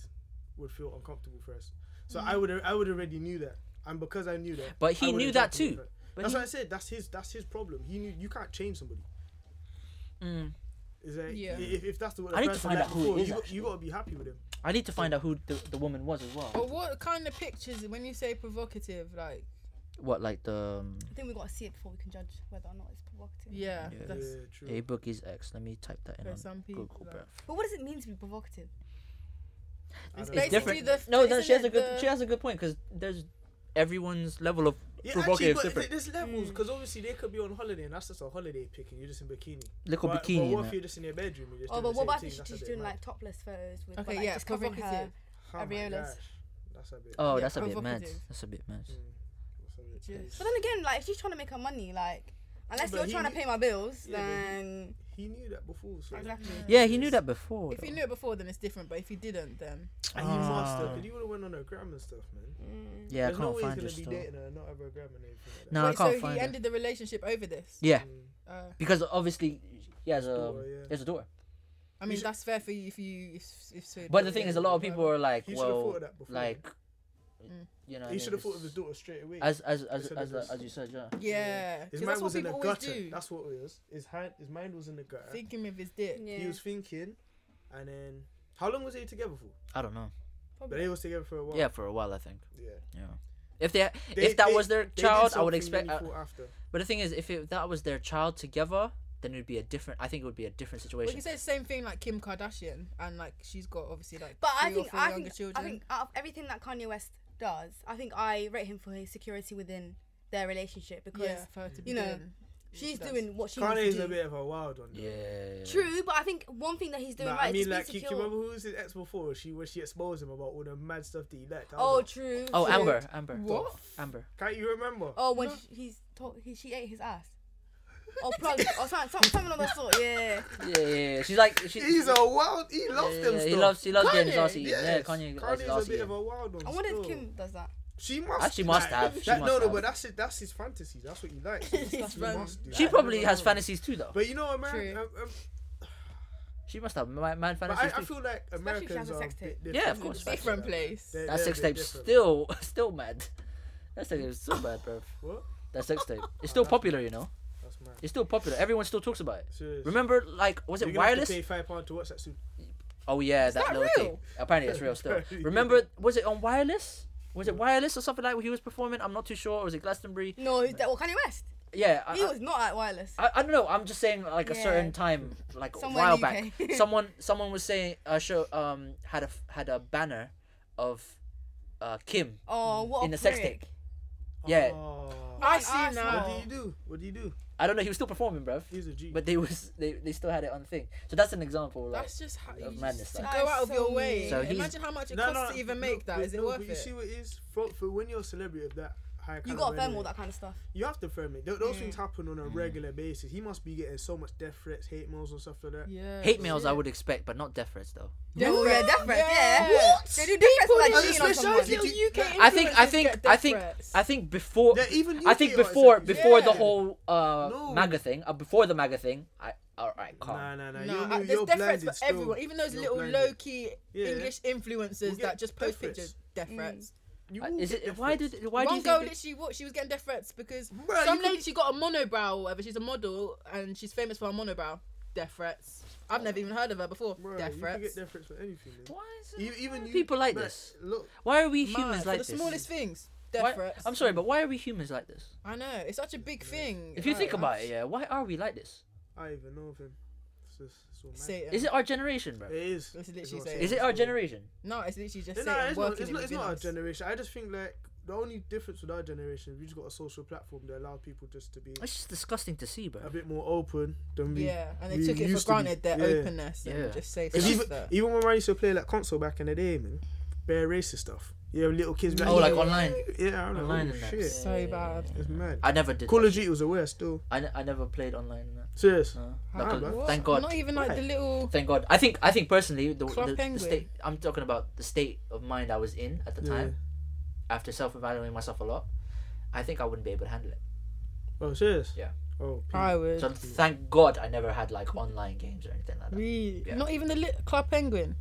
Speaker 3: would feel uncomfortable first. So I would, I would already knew that, and because I knew that.
Speaker 1: But he
Speaker 3: I wouldn't
Speaker 1: knew that
Speaker 3: jump in
Speaker 1: too.
Speaker 3: it first.
Speaker 1: But
Speaker 3: that's
Speaker 1: he-
Speaker 3: what I said. That's his. That's his problem. He knew you can't change somebody.
Speaker 1: Mm.
Speaker 3: Is that,
Speaker 4: Yeah.
Speaker 3: If, if that's the word
Speaker 1: I need to find out who it is,
Speaker 3: You, got-
Speaker 1: actually.
Speaker 3: you gotta be happy with him.
Speaker 1: I need to find out who the, the woman was as well.
Speaker 3: Oh.
Speaker 4: But what kind of pictures, when you say provocative, like,
Speaker 1: What like the um,
Speaker 5: I think we gotta see it before we can judge whether or not it's provocative.
Speaker 4: yeah,
Speaker 1: Yeah.
Speaker 4: that's
Speaker 3: yeah, true.
Speaker 1: a bookie's ex? Let me type that in
Speaker 4: For
Speaker 1: on
Speaker 4: some people,
Speaker 1: Google,
Speaker 4: like-
Speaker 1: bruv.
Speaker 5: But what does it mean to be provocative?
Speaker 3: I don't
Speaker 1: It's
Speaker 3: know.
Speaker 4: basically
Speaker 1: different.
Speaker 4: the-
Speaker 1: no, no, she
Speaker 4: isn't
Speaker 1: has a
Speaker 4: it
Speaker 1: good
Speaker 4: the-
Speaker 1: she has a good point because there's everyone's level of
Speaker 3: Yeah,
Speaker 1: provocative,
Speaker 3: actually, but
Speaker 1: different.
Speaker 3: th- there's levels because obviously they could be on holiday and that's just a holiday pic and you're just in bikini.
Speaker 1: Little
Speaker 3: but,
Speaker 1: bikini,
Speaker 3: But what
Speaker 1: innit?
Speaker 3: if you're just in your bedroom? And you're just
Speaker 5: Oh,
Speaker 3: doing
Speaker 5: but
Speaker 3: the
Speaker 5: what
Speaker 3: same
Speaker 5: about
Speaker 3: thing?
Speaker 5: if she's
Speaker 3: That's a
Speaker 5: just
Speaker 3: bit
Speaker 5: doing
Speaker 3: mad.
Speaker 5: like topless photos with
Speaker 4: Okay,
Speaker 5: like,
Speaker 4: yeah,
Speaker 5: just covering her?
Speaker 4: provocative.
Speaker 3: Oh my
Speaker 5: areolas?
Speaker 3: gosh, That's a bit.
Speaker 1: Oh,
Speaker 4: Yeah,
Speaker 1: that's a bit mad.
Speaker 4: provocative.
Speaker 1: That's a bit mad.
Speaker 3: mm, that's a bit
Speaker 4: Yes.
Speaker 3: crazy.
Speaker 5: But then again, like if she's trying to make her money, like unless
Speaker 3: But
Speaker 5: you're
Speaker 3: he
Speaker 5: trying to
Speaker 3: knew-
Speaker 5: pay my bills,
Speaker 3: Yeah, but he-
Speaker 5: then
Speaker 3: He knew that before, so
Speaker 5: exactly.
Speaker 1: Yeah, he knew that before.
Speaker 4: If you
Speaker 1: though.
Speaker 4: knew it before, then it's different. But if you didn't, then
Speaker 3: and he must have.
Speaker 1: Ah.
Speaker 3: 'cause He would have went on her gram and stuff, man.
Speaker 5: Mm.
Speaker 1: yeah, I
Speaker 3: There's
Speaker 1: can't
Speaker 3: no way he's
Speaker 1: find
Speaker 3: gonna
Speaker 1: this
Speaker 3: be
Speaker 1: though.
Speaker 3: dating her, and not have her gram and everything. Like that.
Speaker 1: No,
Speaker 4: Wait,
Speaker 1: I can't
Speaker 4: so
Speaker 1: find
Speaker 4: he
Speaker 1: it.
Speaker 4: ended the relationship over this.
Speaker 1: Yeah,
Speaker 3: Mm.
Speaker 4: Uh,
Speaker 1: because obviously he has a
Speaker 3: Daughter, yeah.
Speaker 1: he has a daughter.
Speaker 4: I mean,
Speaker 3: should-
Speaker 4: that's fair for you if you if, if so.
Speaker 1: But the thing is, a lot of people are like,
Speaker 3: He should have thought
Speaker 1: well,
Speaker 3: of that before.
Speaker 1: like,
Speaker 4: Mm.
Speaker 1: you know, what
Speaker 3: he
Speaker 1: I
Speaker 3: should
Speaker 1: mean?
Speaker 3: have thought of his
Speaker 1: It's-
Speaker 3: daughter straight away.
Speaker 1: As as as
Speaker 3: Instead
Speaker 1: as,
Speaker 3: of
Speaker 1: as,
Speaker 3: just-
Speaker 1: you said, yeah.
Speaker 4: Yeah, 'cause
Speaker 3: his
Speaker 4: that's
Speaker 3: mind
Speaker 4: what
Speaker 3: was in
Speaker 4: people
Speaker 3: a
Speaker 4: always
Speaker 3: gutter.
Speaker 4: do.
Speaker 3: That's what it was. His hand, his mind was in the gutter.
Speaker 4: Thinking with his dick.
Speaker 5: Yeah.
Speaker 3: He was thinking, and then how long was they together for?
Speaker 1: I don't know.
Speaker 3: But they was together for a while.
Speaker 1: Yeah, for a while I think.
Speaker 3: yeah.
Speaker 1: Yeah. If they,
Speaker 3: They-
Speaker 1: if that
Speaker 3: they-
Speaker 1: was their
Speaker 3: They did
Speaker 1: child, I would
Speaker 3: something
Speaker 1: expect. uh, I,
Speaker 3: meaningful after.
Speaker 1: but the thing is, if it, that was their child together, then it'd be a different. I think it would be a different
Speaker 4: Well, you
Speaker 1: situation.
Speaker 4: can say the same thing like Kim Kardashian, and like she's got obviously like
Speaker 5: But I
Speaker 4: three
Speaker 5: think
Speaker 4: or four
Speaker 5: I
Speaker 4: younger
Speaker 5: think, I
Speaker 4: children.
Speaker 5: think out of everything that Kanye West does, I think I rate him for his security within their relationship because
Speaker 4: yeah, for her to be
Speaker 5: you know,
Speaker 4: doing what she
Speaker 5: she's
Speaker 4: does.
Speaker 5: doing what she
Speaker 3: Kanye
Speaker 5: needs
Speaker 3: is
Speaker 5: to
Speaker 3: a
Speaker 5: do.
Speaker 3: bit of a wild one. though.
Speaker 1: yeah.
Speaker 5: True, but I think one thing that he's doing
Speaker 3: Nah,
Speaker 5: right
Speaker 3: I
Speaker 5: is
Speaker 3: mean,
Speaker 5: to be
Speaker 3: like, you, you
Speaker 5: secure.
Speaker 3: remember who was his ex before? She when she exposed him about all the mad stuff that he liked. I was
Speaker 5: oh,
Speaker 3: like,
Speaker 5: true.
Speaker 1: Oh,
Speaker 5: true.
Speaker 1: Amber, Amber,
Speaker 4: What?
Speaker 1: Amber.
Speaker 3: can't you remember?
Speaker 5: Oh, when
Speaker 4: No.
Speaker 5: she, he's told, he, she ate his ass. Oh, plug. oh, something, something, something of the sort. Yeah.
Speaker 1: Yeah, yeah, yeah. She's like she,
Speaker 3: He's a wild. He
Speaker 1: yeah,
Speaker 3: loves
Speaker 1: yeah,
Speaker 3: them
Speaker 1: yeah,
Speaker 3: stuff.
Speaker 1: He loves he loves getting
Speaker 4: Kanye?
Speaker 1: saucy. Yeah,
Speaker 3: Yes.
Speaker 1: Kanye loves
Speaker 3: Kanye's a
Speaker 1: saucy.
Speaker 3: bit of a wild one.
Speaker 5: I wonder
Speaker 3: still.
Speaker 5: if Kim does that.
Speaker 3: She must.
Speaker 1: Actually must
Speaker 3: like,
Speaker 1: have, she
Speaker 3: that-
Speaker 1: must
Speaker 3: no, no,
Speaker 1: have.
Speaker 3: but that's it. That's his fantasy. That's what he likes.
Speaker 5: It's
Speaker 3: He
Speaker 5: just
Speaker 4: wrong.
Speaker 3: must do
Speaker 1: She
Speaker 3: that.
Speaker 1: probably has
Speaker 3: Yeah.
Speaker 1: fantasies too, though.
Speaker 3: But you know, America.
Speaker 4: True.
Speaker 3: Um, um,
Speaker 1: She must have mad, mad
Speaker 3: but
Speaker 1: fantasies
Speaker 3: I, I
Speaker 1: too.
Speaker 3: feel like
Speaker 5: if she has
Speaker 3: Americans
Speaker 5: a
Speaker 3: are a
Speaker 5: sex
Speaker 3: bit
Speaker 5: tape.
Speaker 3: different.
Speaker 1: Yeah, of course.
Speaker 3: Especially
Speaker 4: Different
Speaker 3: like
Speaker 4: place.
Speaker 3: They're-
Speaker 1: That
Speaker 3: they're a
Speaker 1: sex
Speaker 3: bit
Speaker 1: tape's
Speaker 3: different.
Speaker 1: still still mad. That sex tape is so bad, bro.
Speaker 3: What?
Speaker 1: That sex tape. It's still popular, you know.
Speaker 3: That's mad.
Speaker 1: It's still popular. Everyone still talks about it.
Speaker 3: Serious.
Speaker 1: Remember, like, was
Speaker 3: You're
Speaker 1: it
Speaker 3: gonna have to
Speaker 1: wireless?
Speaker 3: Pay five pound to watch that soon.
Speaker 1: Oh yeah, that,
Speaker 4: that
Speaker 1: little thing.
Speaker 4: real?
Speaker 1: Apparently, it's real still.
Speaker 3: Apparently.
Speaker 1: Remember, was it on wireless? Was
Speaker 3: Mm.
Speaker 1: it wireless or something like he was performing? I'm not too sure. Or was it Glastonbury?
Speaker 5: No, he's that. Well, Kanye West.
Speaker 1: Yeah, I,
Speaker 5: He was not at Wireless.
Speaker 1: I, I don't know. I'm just saying like a
Speaker 5: Yeah.
Speaker 1: certain time, like
Speaker 5: Somewhere
Speaker 1: a while
Speaker 5: in the
Speaker 1: back,
Speaker 5: UK.
Speaker 1: someone someone was saying a show um had a f- had a banner of uh Kim.
Speaker 5: Oh, what
Speaker 1: In
Speaker 5: a
Speaker 1: the sex
Speaker 5: prick.
Speaker 1: tape. Yeah,
Speaker 3: Oh.
Speaker 5: What
Speaker 4: I
Speaker 5: an
Speaker 4: see now.
Speaker 3: What do
Speaker 5: arsehole.
Speaker 3: you do? What do you do?
Speaker 1: I don't know. He was still performing, bruv.
Speaker 3: He's a G.
Speaker 1: But they was they, they still had it on thing. So that's an example. Like,
Speaker 4: That's just how
Speaker 1: of
Speaker 4: you just
Speaker 1: madness,
Speaker 4: to
Speaker 1: like.
Speaker 4: go out of
Speaker 5: So
Speaker 4: your way.
Speaker 1: So he's-
Speaker 4: Imagine how much it costs to even make that.
Speaker 3: but-
Speaker 4: Is it
Speaker 3: no,
Speaker 4: worth
Speaker 3: but
Speaker 4: it?
Speaker 3: You see what it is for, for when you're a celebrity of that high.
Speaker 5: You
Speaker 3: caliber
Speaker 5: gotta firm
Speaker 3: anyway,
Speaker 5: all that kind of stuff.
Speaker 3: You have to firm it. Th- Those
Speaker 4: Mm.
Speaker 3: things happen on a regular basis. He must be getting so much death threats, hate mails, and stuff like that.
Speaker 4: yeah.
Speaker 1: hate mails I would expect, but not death threats though.
Speaker 5: Yeah, well, yeah, death threats, yeah.
Speaker 4: What?
Speaker 5: They do death
Speaker 4: People that
Speaker 5: threats like cheating
Speaker 3: are
Speaker 5: on someone.
Speaker 3: special-
Speaker 4: UK
Speaker 1: I think I
Speaker 4: influencers
Speaker 1: think
Speaker 4: get
Speaker 1: I
Speaker 4: death
Speaker 1: think
Speaker 4: threats.
Speaker 1: I think before
Speaker 3: Yeah, even
Speaker 1: I
Speaker 3: UK
Speaker 1: think
Speaker 3: are
Speaker 1: before
Speaker 3: exceptions.
Speaker 1: before the
Speaker 4: Yeah.
Speaker 1: whole uh
Speaker 3: No.
Speaker 1: MAGA thing, uh, before the MAGA thing, I all right, calm.
Speaker 3: Nah, nah, nah.
Speaker 4: No,
Speaker 3: you're, you're
Speaker 4: I- uh, there's death threats
Speaker 3: blinded
Speaker 4: for
Speaker 3: still.
Speaker 4: everyone, even those
Speaker 3: You're
Speaker 4: little
Speaker 3: blinded.
Speaker 4: low key
Speaker 3: Yeah.
Speaker 4: English influencers
Speaker 3: get
Speaker 4: that just post
Speaker 3: death threats.
Speaker 4: pictures death
Speaker 5: Mm.
Speaker 4: threats.
Speaker 3: You
Speaker 1: Uh,
Speaker 3: will
Speaker 1: Is
Speaker 3: get
Speaker 1: it
Speaker 3: death
Speaker 1: why
Speaker 3: threats.
Speaker 1: did why do
Speaker 4: One
Speaker 1: you
Speaker 4: girl
Speaker 1: think?
Speaker 4: literally what she was getting death threats because
Speaker 3: Bruh,
Speaker 4: some
Speaker 3: you could-
Speaker 4: lady she got a monobrow or whatever. She's a model and she's famous for her monobrow. Death threats. I've never even heard of her before.
Speaker 3: Bruh,
Speaker 4: death
Speaker 3: you could
Speaker 4: threats.
Speaker 3: get death threats for anything, man.
Speaker 1: Why is it
Speaker 3: E- even you,
Speaker 1: people like
Speaker 3: bruh,
Speaker 1: this?
Speaker 3: Look,
Speaker 1: Why are we
Speaker 4: Mad,
Speaker 1: humans
Speaker 4: for
Speaker 1: like
Speaker 4: the
Speaker 1: this?
Speaker 4: smallest things. Death
Speaker 1: Why-
Speaker 4: threats.
Speaker 1: I'm sorry, but why are we humans like this?
Speaker 4: I know it's such a big thing.
Speaker 1: If you
Speaker 4: Like,
Speaker 1: think
Speaker 4: I'm
Speaker 1: about
Speaker 4: s-
Speaker 1: it, yeah, why are we like this?
Speaker 3: I even know of him. It's just so mad.
Speaker 4: Satan.
Speaker 1: Is it our generation, bro?
Speaker 3: It is.
Speaker 4: This
Speaker 3: It's
Speaker 4: is literally
Speaker 3: not
Speaker 4: saying-
Speaker 1: Is it our generation?
Speaker 4: No, it's literally just
Speaker 3: No,
Speaker 4: Satan
Speaker 3: no, it's not,
Speaker 4: working
Speaker 3: it's
Speaker 4: in
Speaker 3: not, it's
Speaker 4: within
Speaker 3: not our
Speaker 4: us.
Speaker 3: generation. I just think like the only difference with our generation is we just got a social platform that allows people just to be
Speaker 1: It's just disgusting to see, bro.
Speaker 3: a bit more open than we.
Speaker 4: Yeah, and they
Speaker 3: we
Speaker 4: took it for
Speaker 3: used to be-
Speaker 4: granted their
Speaker 3: yeah.
Speaker 4: openness and
Speaker 1: Yeah.
Speaker 4: just say
Speaker 3: Cause
Speaker 4: stuff
Speaker 3: even,
Speaker 4: that.
Speaker 3: even when I used to play like console back in the day, man, bare racist stuff. Yeah, little kids. be
Speaker 1: Oh,
Speaker 4: Yeah.
Speaker 1: like online,
Speaker 3: yeah, I'm like,
Speaker 1: online
Speaker 3: oh,
Speaker 1: and that.
Speaker 3: shit,
Speaker 1: Yeah,
Speaker 4: So
Speaker 1: yeah, yeah,
Speaker 4: bad.
Speaker 1: yeah, yeah.
Speaker 3: it's mad.
Speaker 1: I never did.
Speaker 3: Call
Speaker 1: that
Speaker 3: of
Speaker 1: shit.
Speaker 3: Duty was the worst, though.
Speaker 1: I, ne- I never played online. and that.
Speaker 3: Serious.
Speaker 1: No.
Speaker 4: How-
Speaker 1: Like a-
Speaker 3: Ah, bro.
Speaker 4: what?
Speaker 1: thank God.
Speaker 4: Not even like the little.
Speaker 1: Thank God. I think I think personally the,
Speaker 4: Club
Speaker 1: the, the
Speaker 4: Penguin.
Speaker 1: state I'm talking about the state of mind I was in at the
Speaker 3: Yeah.
Speaker 1: time after self evaluating myself a lot. I think I wouldn't be able to handle it.
Speaker 3: Oh, serious.
Speaker 1: Yeah.
Speaker 3: Oh, Pete.
Speaker 4: I would.
Speaker 1: So thank God I never had like online games or anything like that.
Speaker 4: Really?
Speaker 1: Yeah.
Speaker 4: Not even the lit Club Penguin.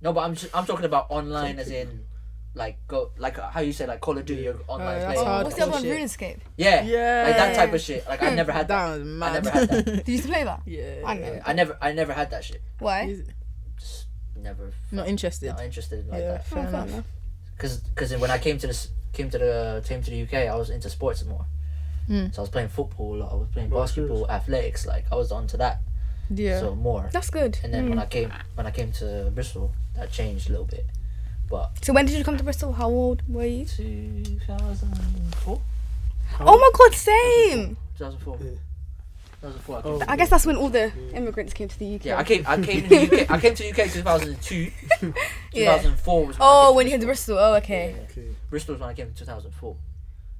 Speaker 1: No, but I'm just, I'm talking about online as in like go like uh, how you say like Call of Duty or online
Speaker 4: Uh, that's
Speaker 1: play.
Speaker 4: hard.
Speaker 5: Oh, what's the other one?
Speaker 4: Bullshit.
Speaker 5: RuneScape.
Speaker 1: Yeah. Like that type
Speaker 5: Yeah.
Speaker 1: of shit. Like I never had that.
Speaker 4: That was mad.
Speaker 1: never had that.
Speaker 5: Did you used to play that?
Speaker 4: yeah.
Speaker 5: I know.
Speaker 1: Yeah, I never I never had that shit.
Speaker 5: Why?
Speaker 1: Just never
Speaker 4: eh? Not interested.
Speaker 1: not interested in like
Speaker 4: yeah,
Speaker 1: that.
Speaker 4: fair enough.
Speaker 1: because because when I came to this came to the came to the UK, I was into sports more.
Speaker 4: Mm.
Speaker 5: Hmm.
Speaker 1: So I was playing football, a lot, I was playing
Speaker 3: Oh,
Speaker 1: basketball, athletics. Like I was onto that
Speaker 4: Yeah.
Speaker 1: so more.
Speaker 5: That's good.
Speaker 1: And then when I came when I came to Bristol, that changed a little bit.
Speaker 5: So when did you come to Bristol? How old were you?
Speaker 1: 2004.
Speaker 5: Oh my god, same.
Speaker 1: 2004.
Speaker 3: Yeah.
Speaker 1: 2004. I came
Speaker 3: Oh,
Speaker 1: to
Speaker 5: I guess that's when all the immigrants came to the UK.
Speaker 1: Yeah, I came. I came to the UK. I came to the UK in 2002.
Speaker 5: Yeah.
Speaker 1: 2004 was. When I
Speaker 5: Oh,
Speaker 1: came
Speaker 5: when
Speaker 1: to
Speaker 5: you came to
Speaker 1: Bristol.
Speaker 5: Bristol. Oh, okay.
Speaker 1: Yeah,
Speaker 3: okay.
Speaker 1: Bristol was when I came in 2004.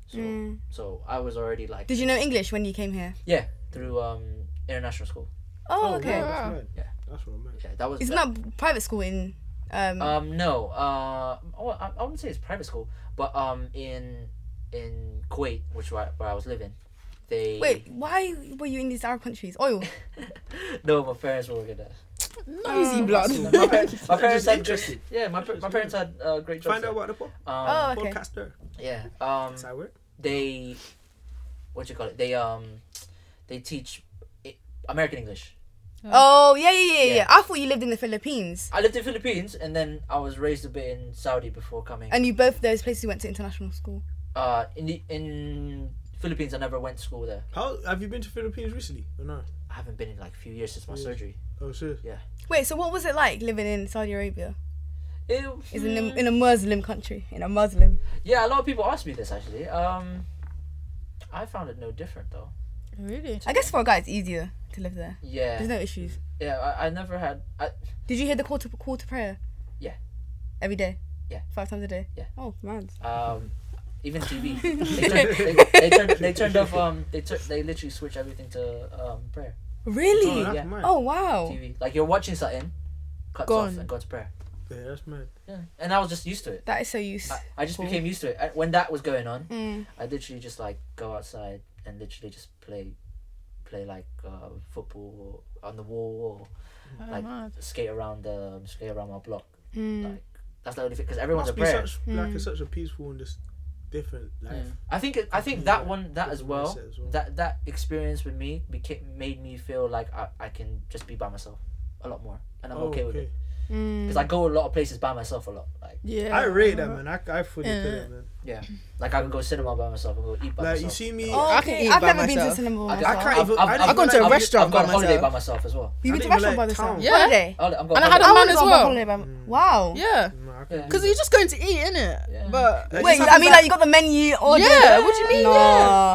Speaker 1: So,
Speaker 5: Mm.
Speaker 1: so I was already like.
Speaker 5: Did you know English when you came here?
Speaker 1: Yeah, through um international school.
Speaker 5: Oh, okay.
Speaker 3: Yeah, that's, mad.
Speaker 1: Yeah.
Speaker 3: that's what I meant.
Speaker 1: Yeah, that was.
Speaker 5: Isn't
Speaker 1: that-
Speaker 5: that private school in? Um,
Speaker 1: Um, no. Uh, oh, I, I wouldn't say it's private school, but um, in in Kuwait, which where, I- where I was living, they.
Speaker 5: wait, why were you in these Arab countries? Oil.
Speaker 1: no, my parents were working there.
Speaker 4: Noisy
Speaker 1: Oh,
Speaker 4: blood.
Speaker 1: My parents, my
Speaker 3: Just
Speaker 1: parents had great,
Speaker 3: interested.
Speaker 1: yeah, my, par- my parents had uh, great jobs.
Speaker 3: Find out what the po-
Speaker 1: there. Um,
Speaker 5: Oh, okay.
Speaker 3: podcaster.
Speaker 1: Yeah. Um,
Speaker 3: That's how it works.
Speaker 1: they, what you call it? They um, they teach i- American English.
Speaker 5: Oh, yeah, yeah, yeah, yeah,
Speaker 1: Yeah.
Speaker 5: I thought you lived in the Philippines,
Speaker 1: I lived in Philippines, and then I was raised a bit in Saudi before coming.
Speaker 5: and you both those places you went to international school.
Speaker 1: Uh, in the in Philippines, I never went to school there.
Speaker 3: How have you been to Philippines recently? Or no?
Speaker 1: I haven't been in like a few years since my
Speaker 3: Yeah.
Speaker 1: surgery.
Speaker 3: Oh, sure.
Speaker 5: Wait, so what was it like living in Saudi Arabia?
Speaker 1: Ew.
Speaker 5: Is in a, in a Muslim country, in a Muslim.
Speaker 1: Yeah, a lot of people ask me this actually. Um, I found it no different though.
Speaker 4: Really?
Speaker 5: I guess for a guy, it's easier to live there.
Speaker 1: Yeah,
Speaker 5: There's no issues.
Speaker 1: yeah. I, I never had. I,
Speaker 5: Did you hear the call to call to prayer?
Speaker 1: Yeah.
Speaker 5: Every day.
Speaker 1: Yeah.
Speaker 5: Five times a day.
Speaker 1: Yeah.
Speaker 5: Oh man.
Speaker 1: um, even TV. they, turned, they, they turned. They turned off. Um, they took. They literally switched everything to um prayer.
Speaker 5: Really?
Speaker 3: Oh, that's
Speaker 1: Yeah.
Speaker 3: mad.
Speaker 5: Oh wow.
Speaker 1: TV. Like you're watching something, cuts off
Speaker 4: Gone.
Speaker 1: and go to prayer.
Speaker 3: Yeah, that's mad.
Speaker 1: Yeah. And I was just used to it.
Speaker 5: That is so use.
Speaker 1: I, I just became used to it. I, when that was going on,
Speaker 5: Mm.
Speaker 1: I literally just like go outside and literally just play, play like uh, football or on the wall
Speaker 4: Oh,
Speaker 1: Like-
Speaker 4: mad.
Speaker 1: or skate around the skate around my block.
Speaker 5: Mm.
Speaker 1: Like that's the only thing because everyone's Hmm. a
Speaker 3: Must be
Speaker 1: prayer.
Speaker 3: such like
Speaker 5: Mm.
Speaker 3: it's such a peaceful and just different life.
Speaker 1: Mm. I think it- I think that one that as well
Speaker 3: Mindset as well.
Speaker 1: that that experience with me became made me feel like I, I can just be by myself a lot more and I'm
Speaker 3: Oh,
Speaker 1: okay with it
Speaker 5: Mm.
Speaker 1: because I go a lot of places by myf a lot like
Speaker 4: Yeah.
Speaker 3: I rate that man. I, I fully
Speaker 4: Yeah.
Speaker 3: yeah. that man.
Speaker 1: like I can go cinema by myself and go eat by
Speaker 3: Like
Speaker 1: myself.
Speaker 3: you see me,
Speaker 5: Oh,
Speaker 4: I
Speaker 5: okay.
Speaker 4: can eat
Speaker 5: I've
Speaker 4: by
Speaker 5: never been to
Speaker 4: myself.
Speaker 5: cinema.
Speaker 1: I,
Speaker 5: myself.
Speaker 3: I can't even.
Speaker 1: I've-
Speaker 3: I
Speaker 1: I've
Speaker 3: don't
Speaker 1: gone
Speaker 3: like-
Speaker 4: to a
Speaker 1: I've-
Speaker 4: restaurant
Speaker 1: I've gone
Speaker 4: by
Speaker 1: holiday by
Speaker 4: myself.
Speaker 1: myself as well.
Speaker 5: You've
Speaker 3: I
Speaker 5: been to
Speaker 3: didn't
Speaker 5: restaurant
Speaker 3: even
Speaker 5: by
Speaker 3: like
Speaker 5: yourself.
Speaker 3: town.
Speaker 4: Yeah.
Speaker 5: Holiday.
Speaker 1: Holiday- I'm going
Speaker 4: And I
Speaker 1: holiday.
Speaker 4: had a
Speaker 5: I
Speaker 4: man
Speaker 5: would've
Speaker 4: as
Speaker 5: gone on holiday
Speaker 4: well.
Speaker 5: by my-
Speaker 3: Mm.
Speaker 5: Wow.
Speaker 4: Yeah.
Speaker 3: Nah, I
Speaker 1: Yeah.
Speaker 3: can't do
Speaker 4: Because you're just going to eat, innit?
Speaker 1: Yeah.
Speaker 4: But
Speaker 3: Like,
Speaker 5: Wait,
Speaker 3: Something
Speaker 5: I mean,
Speaker 4: like-
Speaker 5: like you got the menu ordered.
Speaker 4: Yeah, what do you mean,
Speaker 5: Nah.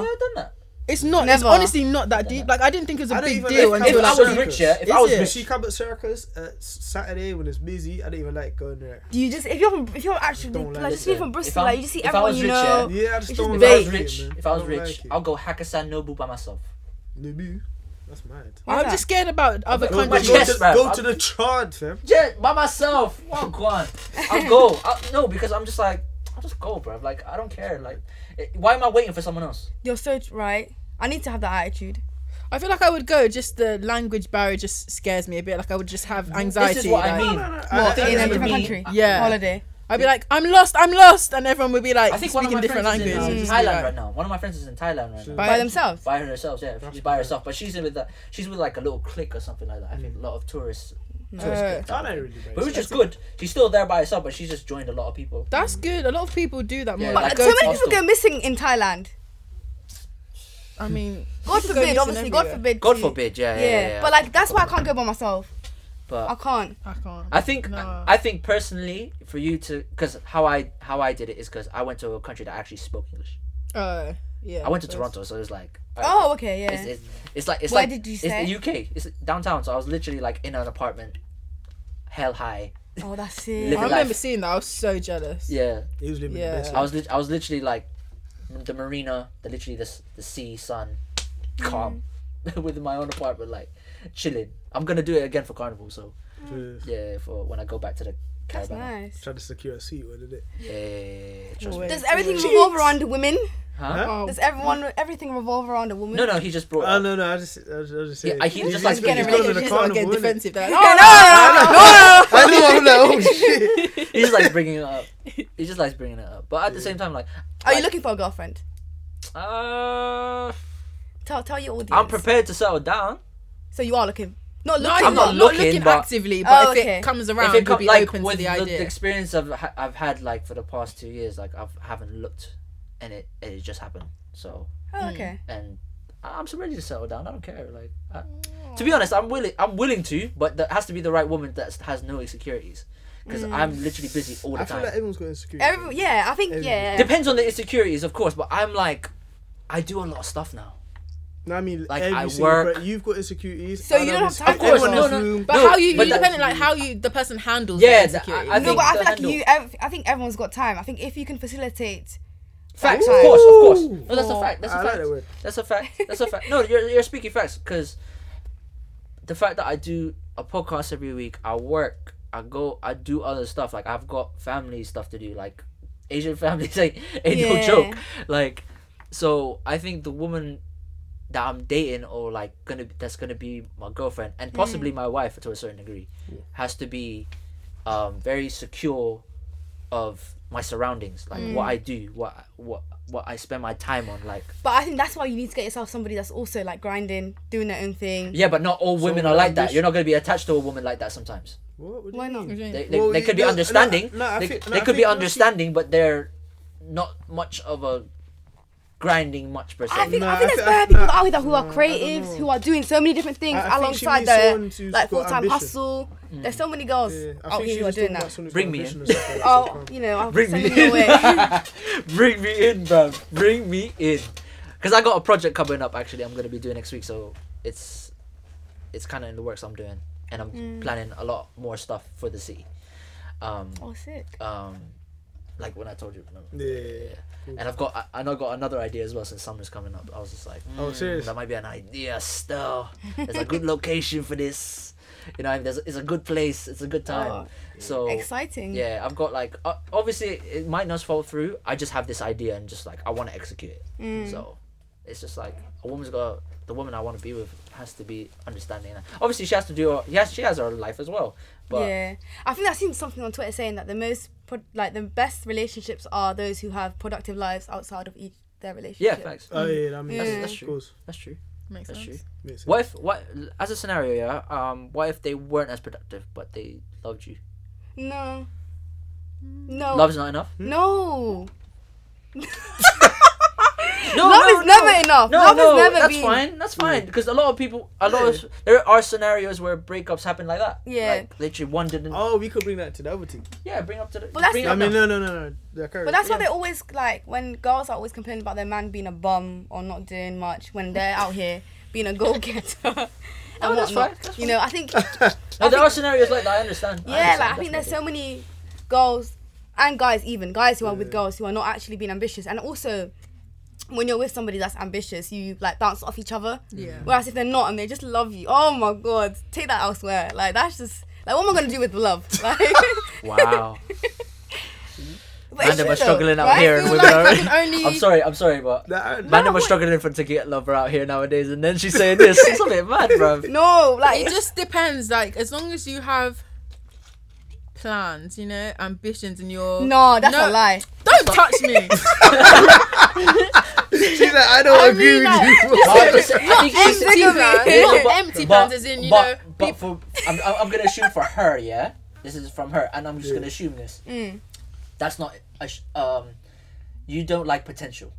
Speaker 1: Yeah, I've done that.
Speaker 4: it's not. It's
Speaker 5: Never.
Speaker 4: honestly not that deep. Like I didn't think it was
Speaker 3: I
Speaker 4: a
Speaker 3: don't
Speaker 4: big
Speaker 3: even
Speaker 4: deal
Speaker 3: like-
Speaker 4: until
Speaker 1: If
Speaker 3: I've
Speaker 1: I
Speaker 4: like.
Speaker 3: done
Speaker 1: was
Speaker 3: that.
Speaker 1: rich, yeah. If
Speaker 4: Is
Speaker 1: I was
Speaker 4: it?
Speaker 1: rich,
Speaker 3: that. When she come at circus uh, Saturday when it's busy, I don't even like going there.
Speaker 5: Do you just if you're from if you're actually
Speaker 3: Don't like
Speaker 5: like
Speaker 3: it
Speaker 5: just being
Speaker 1: then.
Speaker 5: from
Speaker 1: If
Speaker 5: Bristol,
Speaker 1: I'm-
Speaker 5: like you just see
Speaker 1: if I
Speaker 5: everyone
Speaker 1: was
Speaker 5: you
Speaker 1: rich, yeah.
Speaker 5: know.
Speaker 3: Yeah, I just don't
Speaker 5: It's
Speaker 1: if
Speaker 5: just
Speaker 1: I was
Speaker 3: like
Speaker 1: rich,
Speaker 3: it, man.
Speaker 1: if I was
Speaker 3: Don't
Speaker 1: rich,
Speaker 3: like it.
Speaker 1: I'll go Hakkasan Nobu by myself.
Speaker 3: Nubu. That's mad.
Speaker 5: Why
Speaker 4: I'm
Speaker 5: that?
Speaker 4: just scared about other
Speaker 3: Go,
Speaker 1: my
Speaker 3: go,
Speaker 4: countries.
Speaker 1: chest,
Speaker 3: to,
Speaker 1: bruv.
Speaker 3: go to the chard, fam.
Speaker 1: Yeah, by myself. Well, go on. I'll go. I'll, no, because I'm just like, I'll just go, bro. Like, I don't care. Like, eh, why am I waiting for someone else?
Speaker 5: You're so right. I need to have that attitude.
Speaker 4: I feel like I would go. Just the language barrier just scares me a bit. Like I would just have anxiety.
Speaker 1: This is what I
Speaker 4: like-
Speaker 1: mean.
Speaker 3: I- I-
Speaker 1: I think
Speaker 5: in a
Speaker 1: for
Speaker 5: different
Speaker 1: me-
Speaker 5: country.
Speaker 1: I-
Speaker 4: Yeah.
Speaker 5: Holiday.
Speaker 4: I'd be like, I'm lost, I'm lost, and everyone would be like,
Speaker 1: I think one of
Speaker 4: speaking
Speaker 1: my
Speaker 4: different
Speaker 1: friends is in
Speaker 4: languages.
Speaker 1: uh,
Speaker 4: Just be
Speaker 1: Thailand
Speaker 4: like,
Speaker 1: right now. One of my friends is in Thailand right now.
Speaker 3: Sure.
Speaker 4: "Bye."
Speaker 5: By themselves.
Speaker 1: By herself, yeah.
Speaker 3: That's
Speaker 1: She's by
Speaker 3: bad.
Speaker 1: herself, but she's in with that. She's with like a little clique or something like that. I think
Speaker 5: Mm.
Speaker 1: a lot of tourists. tourists
Speaker 4: Uh,
Speaker 1: clique
Speaker 3: I
Speaker 1: type
Speaker 3: don't
Speaker 1: of
Speaker 3: really.
Speaker 1: thing.
Speaker 3: rate
Speaker 1: But it was
Speaker 3: it.
Speaker 1: just good. She's still there by herself, but she's just joined a lot of people.
Speaker 4: That's good. A lot of people do that more.
Speaker 1: Yeah,
Speaker 4: like,
Speaker 1: like-
Speaker 4: go
Speaker 5: So
Speaker 4: to-
Speaker 5: many people
Speaker 1: hostel.
Speaker 5: go missing in Thailand.
Speaker 4: I mean,
Speaker 5: God
Speaker 4: people go
Speaker 5: forbid,
Speaker 4: missing
Speaker 5: obviously. God
Speaker 4: everywhere.
Speaker 5: forbid.
Speaker 1: God
Speaker 5: to-
Speaker 1: forbid, yeah, yeah,
Speaker 5: Yeah.
Speaker 1: yeah. yeah.
Speaker 5: But like that's why I can't go by myself.
Speaker 1: But-
Speaker 5: I can't.
Speaker 4: I can't.
Speaker 1: I think
Speaker 4: No.
Speaker 1: I think personally for you to because how I how I did it is because I went to a country that actually spoke English.
Speaker 4: Uh, yeah.
Speaker 1: I went to
Speaker 4: that's-
Speaker 1: Toronto, so it was like
Speaker 5: Oh, okay,
Speaker 1: it's,
Speaker 5: yeah.
Speaker 1: it's, it's like it's
Speaker 5: Where
Speaker 1: like
Speaker 5: did you
Speaker 1: it's
Speaker 5: stay?
Speaker 1: the UK, it's downtown. So I was literally like in an apartment, hell high.
Speaker 5: Oh, that's
Speaker 1: Living
Speaker 4: I
Speaker 5: it.
Speaker 1: life.
Speaker 4: remember seeing that. I was so jealous.
Speaker 1: Yeah,
Speaker 3: He was living
Speaker 4: Yeah.
Speaker 3: the best.
Speaker 1: I was lit- I was literally like the marina, the literally the s- the sea, sun, calm,
Speaker 5: Mm.
Speaker 1: within my own apartment, like chilling. I'm gonna do it again for carnival, so
Speaker 3: life. Yeah.
Speaker 1: yeah, for when I go back to the
Speaker 5: That's
Speaker 1: caravan.
Speaker 5: nice.
Speaker 3: Tried to secure a seat, wasn't it?
Speaker 1: Yeah, trust me.
Speaker 4: Always.
Speaker 5: Does everything revolve around women?
Speaker 1: Huh?
Speaker 3: Huh?
Speaker 4: Oh,
Speaker 5: Does everyone everything revolve around a woman?
Speaker 1: No, no, he just brought. it
Speaker 3: Oh
Speaker 1: up.
Speaker 3: no no! I just I was, I was just
Speaker 1: Yeah,
Speaker 3: saying.
Speaker 1: I- he
Speaker 3: He's-
Speaker 1: just,
Speaker 3: he's-
Speaker 1: like,
Speaker 3: he's
Speaker 4: Get
Speaker 1: He's
Speaker 4: in
Speaker 3: gone
Speaker 4: relation,
Speaker 3: to
Speaker 4: you
Speaker 3: the
Speaker 4: just gotta get
Speaker 3: carnival, innit?
Speaker 4: defensive. They're
Speaker 1: Oh,
Speaker 5: No,
Speaker 4: Like,
Speaker 5: no, no, no,
Speaker 3: I
Speaker 5: no.
Speaker 3: know I'm like oh shit.
Speaker 1: He just likes bringing it up. He just likes bringing it up. But at the same time, like,
Speaker 5: Are Oh, you
Speaker 1: like,
Speaker 5: looking for a girlfriend?
Speaker 1: Uh,
Speaker 5: Tell tell your audience.
Speaker 1: I'm prepared to settle down.
Speaker 5: So you are looking. Not
Speaker 4: no, I'm
Speaker 5: looking.
Speaker 1: I'm
Speaker 4: not,
Speaker 1: not
Speaker 4: looking,
Speaker 1: looking, but-
Speaker 4: actively, but
Speaker 5: Oh,
Speaker 4: if
Speaker 5: okay.
Speaker 4: it comes around,
Speaker 1: if it
Speaker 4: you'll
Speaker 1: comes
Speaker 4: be
Speaker 1: like
Speaker 4: open
Speaker 1: with
Speaker 4: to the
Speaker 1: the, the
Speaker 4: idea.
Speaker 1: experience I've ha- I've had like for the past two years, like I've I haven't looked, and it it just happened. So
Speaker 5: Oh, okay.
Speaker 1: and I- I'm so ready to settle down. I don't care. Like, I, to be honest, I'm willing. I'm willing to, but that has to be the right woman that has no insecurities, because I'm literally busy all the
Speaker 3: I feel
Speaker 1: time.
Speaker 3: like everyone's got insecurity.
Speaker 5: Every, yeah, I think
Speaker 3: Everyone.
Speaker 5: yeah.
Speaker 1: Depends on the insecurities, of course, but I'm like, I do a lot of stuff now.
Speaker 3: No, I mean,
Speaker 1: Like,
Speaker 3: every
Speaker 1: I
Speaker 3: single
Speaker 1: work-
Speaker 3: per- you've got insecurities.
Speaker 5: So you
Speaker 3: Adam
Speaker 5: don't have
Speaker 3: is-
Speaker 5: time
Speaker 1: for it.
Speaker 3: everyone
Speaker 1: No,
Speaker 3: else
Speaker 1: no,
Speaker 3: room-
Speaker 4: But
Speaker 1: No,
Speaker 4: how you,
Speaker 1: but
Speaker 4: you
Speaker 1: that-
Speaker 4: depending like how you the person handles
Speaker 1: Yeah,
Speaker 4: their
Speaker 1: that-
Speaker 4: insecurity.
Speaker 1: I
Speaker 5: no,
Speaker 1: think
Speaker 5: but I feel
Speaker 1: the
Speaker 5: like
Speaker 1: handle-
Speaker 5: you. ev- I think everyone's got time. I think if you can facilitate,
Speaker 1: Facts,
Speaker 5: Ooh.
Speaker 1: of course, of course. No, that's a fact. That's a
Speaker 3: I
Speaker 1: fact.
Speaker 3: like that word.
Speaker 1: That's a fact. That's a fact. No, you're, you're speaking facts because the fact that I do a podcast every week, I work, I go, I do other stuff. Like I've got family stuff to do. Like Asian families ain't, ain't no
Speaker 5: Yeah.
Speaker 1: joke. Like, so I think the woman that I'm dating or like gonna that's gonna be my girlfriend and possibly my wife to a certain degree has to be um, very secure of my surroundings, like what I do, what what what I spend my time on, like.
Speaker 5: but I think that's why you need to get yourself somebody that's also like grinding, doing their own thing.
Speaker 1: Yeah, but not all women
Speaker 3: So
Speaker 1: are like that.
Speaker 3: ambition-
Speaker 1: You're not going to be attached to a woman like that sometimes.
Speaker 3: What? What do you
Speaker 5: Why
Speaker 3: mean?
Speaker 5: not?
Speaker 1: They,
Speaker 4: They,
Speaker 1: they,
Speaker 3: Well,
Speaker 1: they
Speaker 3: you-
Speaker 1: could be
Speaker 3: no, no,
Speaker 1: understanding.
Speaker 3: no, I
Speaker 1: they
Speaker 3: think- no,
Speaker 1: they
Speaker 3: I
Speaker 1: could be
Speaker 3: think what she-
Speaker 1: understanding, but they're not much of a grinding much per se.
Speaker 5: I think
Speaker 3: Nah,
Speaker 5: I think
Speaker 3: I
Speaker 5: there's
Speaker 3: thi- I-
Speaker 5: better people
Speaker 3: nah,
Speaker 5: out here that who are
Speaker 3: nah, I don't
Speaker 5: creatives,
Speaker 3: know.
Speaker 5: who are doing so many different things
Speaker 3: I- I think she
Speaker 5: alongside
Speaker 3: means
Speaker 5: their
Speaker 3: someone who's
Speaker 5: like
Speaker 3: got
Speaker 5: full time
Speaker 3: ambition.
Speaker 5: hustle.
Speaker 1: Mm.
Speaker 5: There's so many girls
Speaker 3: Yeah, I
Speaker 5: out
Speaker 3: think
Speaker 5: here
Speaker 3: she
Speaker 5: who are
Speaker 3: was
Speaker 5: doing
Speaker 3: doing
Speaker 5: that.
Speaker 3: that.
Speaker 1: Bring me in.
Speaker 5: Oh, you know, I'll
Speaker 1: Bring
Speaker 5: send
Speaker 1: me
Speaker 5: you away.
Speaker 1: in. Bring me in, bro. Bring me in. Because I got a project coming up. Actually, I'm going to be doing next week, so it's it's kind of in the works. I'm doing, and I'm
Speaker 5: Mm.
Speaker 1: planning a lot more stuff for the city. Um,
Speaker 5: Oh, sick.
Speaker 1: um, like when I told you, remember?
Speaker 3: Yeah.
Speaker 1: And I've got, I- I know I've got another idea as well since summer's coming up. I was just like,
Speaker 3: Oh,
Speaker 1: "Mm,
Speaker 3: serious?
Speaker 1: That might be an idea still. There's a good location for this. You know, there's, it's a good place. It's a good time.
Speaker 5: Oh,
Speaker 1: so
Speaker 5: Exciting.
Speaker 1: yeah, I've got like, uh, obviously it might not fall through. I just have this idea and just like I want to execute it.
Speaker 5: Mm.
Speaker 1: So it's just like a woman's got the woman I want to be with has to be understanding. that. Obviously, she has to do. her- Yes, she has her life as well. But
Speaker 5: yeah, I think I seen something on Twitter saying that the most pro- like the best relationships are those who have productive lives outside of each their
Speaker 1: yeah,
Speaker 5: relationship.
Speaker 1: thanks.
Speaker 3: Oh yeah, that makes
Speaker 5: That's-
Speaker 3: sense.
Speaker 1: that's
Speaker 3: Of
Speaker 1: true.
Speaker 3: course.
Speaker 1: That's true.
Speaker 4: Makes
Speaker 1: That's
Speaker 4: sense.
Speaker 1: true.
Speaker 3: Makes sense.
Speaker 1: What if what as a scenario, yeah? Um, what if they weren't as productive but they loved you?
Speaker 5: No. No.
Speaker 1: Love's not enough.
Speaker 5: no.
Speaker 1: No,
Speaker 5: Love is never enough.
Speaker 1: No,
Speaker 5: Love has
Speaker 1: no,
Speaker 5: never
Speaker 1: that's
Speaker 5: been-
Speaker 1: fine. That's fine because a lot of people, a lot of there are scenarios where breakups happen like that.
Speaker 5: Yeah.
Speaker 1: like, literally one didn't.
Speaker 3: Oh, we could bring that to the other team.
Speaker 1: Yeah, bring up to the.
Speaker 5: But that's-
Speaker 1: bring
Speaker 5: Yeah,
Speaker 3: I
Speaker 1: up
Speaker 3: mean,
Speaker 1: the-
Speaker 3: no, no, no, no. Yeah, carry
Speaker 5: But
Speaker 3: on.
Speaker 5: that's why
Speaker 1: Yeah.
Speaker 5: they always like when girls are always complaining about their man being a bum or not doing much when they're out here being a goal getter. and
Speaker 1: No, that's
Speaker 5: whatnot.
Speaker 1: fine, that's
Speaker 5: You know, I think
Speaker 1: no, there are scenarios like that. I understand. I
Speaker 5: yeah, like I
Speaker 1: understand,
Speaker 5: think there's
Speaker 1: definitely.
Speaker 5: so many girls and guys even guys who are with girls who are not actually being ambitious and also when you're with somebody that's ambitious you like bounce off each other
Speaker 4: Yeah.
Speaker 5: whereas if they're not and they just love you oh my god take that elsewhere like that's just like what am I gonna do with love like
Speaker 1: Wow,
Speaker 5: but
Speaker 1: man,
Speaker 5: it's true
Speaker 1: them are
Speaker 5: though,
Speaker 1: struggling out
Speaker 5: right?
Speaker 1: here,
Speaker 4: I
Speaker 1: and
Speaker 4: feel
Speaker 1: women
Speaker 4: like
Speaker 1: are.
Speaker 4: I can only.
Speaker 1: I'm sorry, I'm sorry, but
Speaker 3: That-
Speaker 1: man, them are struggling for to get lover out here nowadays, and then she's saying this. It's a bit mad, bro.
Speaker 5: no like
Speaker 4: It just depends. Like as long as you have plans, you know, ambitions, and your
Speaker 5: no that's
Speaker 4: No.
Speaker 5: a lie
Speaker 4: Don't touch me.
Speaker 3: She's like, I don't
Speaker 4: I
Speaker 3: agree
Speaker 4: mean, like,
Speaker 3: with you.
Speaker 1: I think she said-
Speaker 4: empty
Speaker 5: Sick of
Speaker 4: plans.
Speaker 5: it.
Speaker 4: Not
Speaker 1: but-
Speaker 4: empty
Speaker 1: but-
Speaker 4: plans, as in you
Speaker 1: but,
Speaker 4: know.
Speaker 1: But
Speaker 4: peop-
Speaker 1: for I'm, I'm I'm gonna assume for her, yeah. This is from her, and I'm just gonna assume this.
Speaker 5: Mm.
Speaker 1: That's not a sh- um. You don't like potential.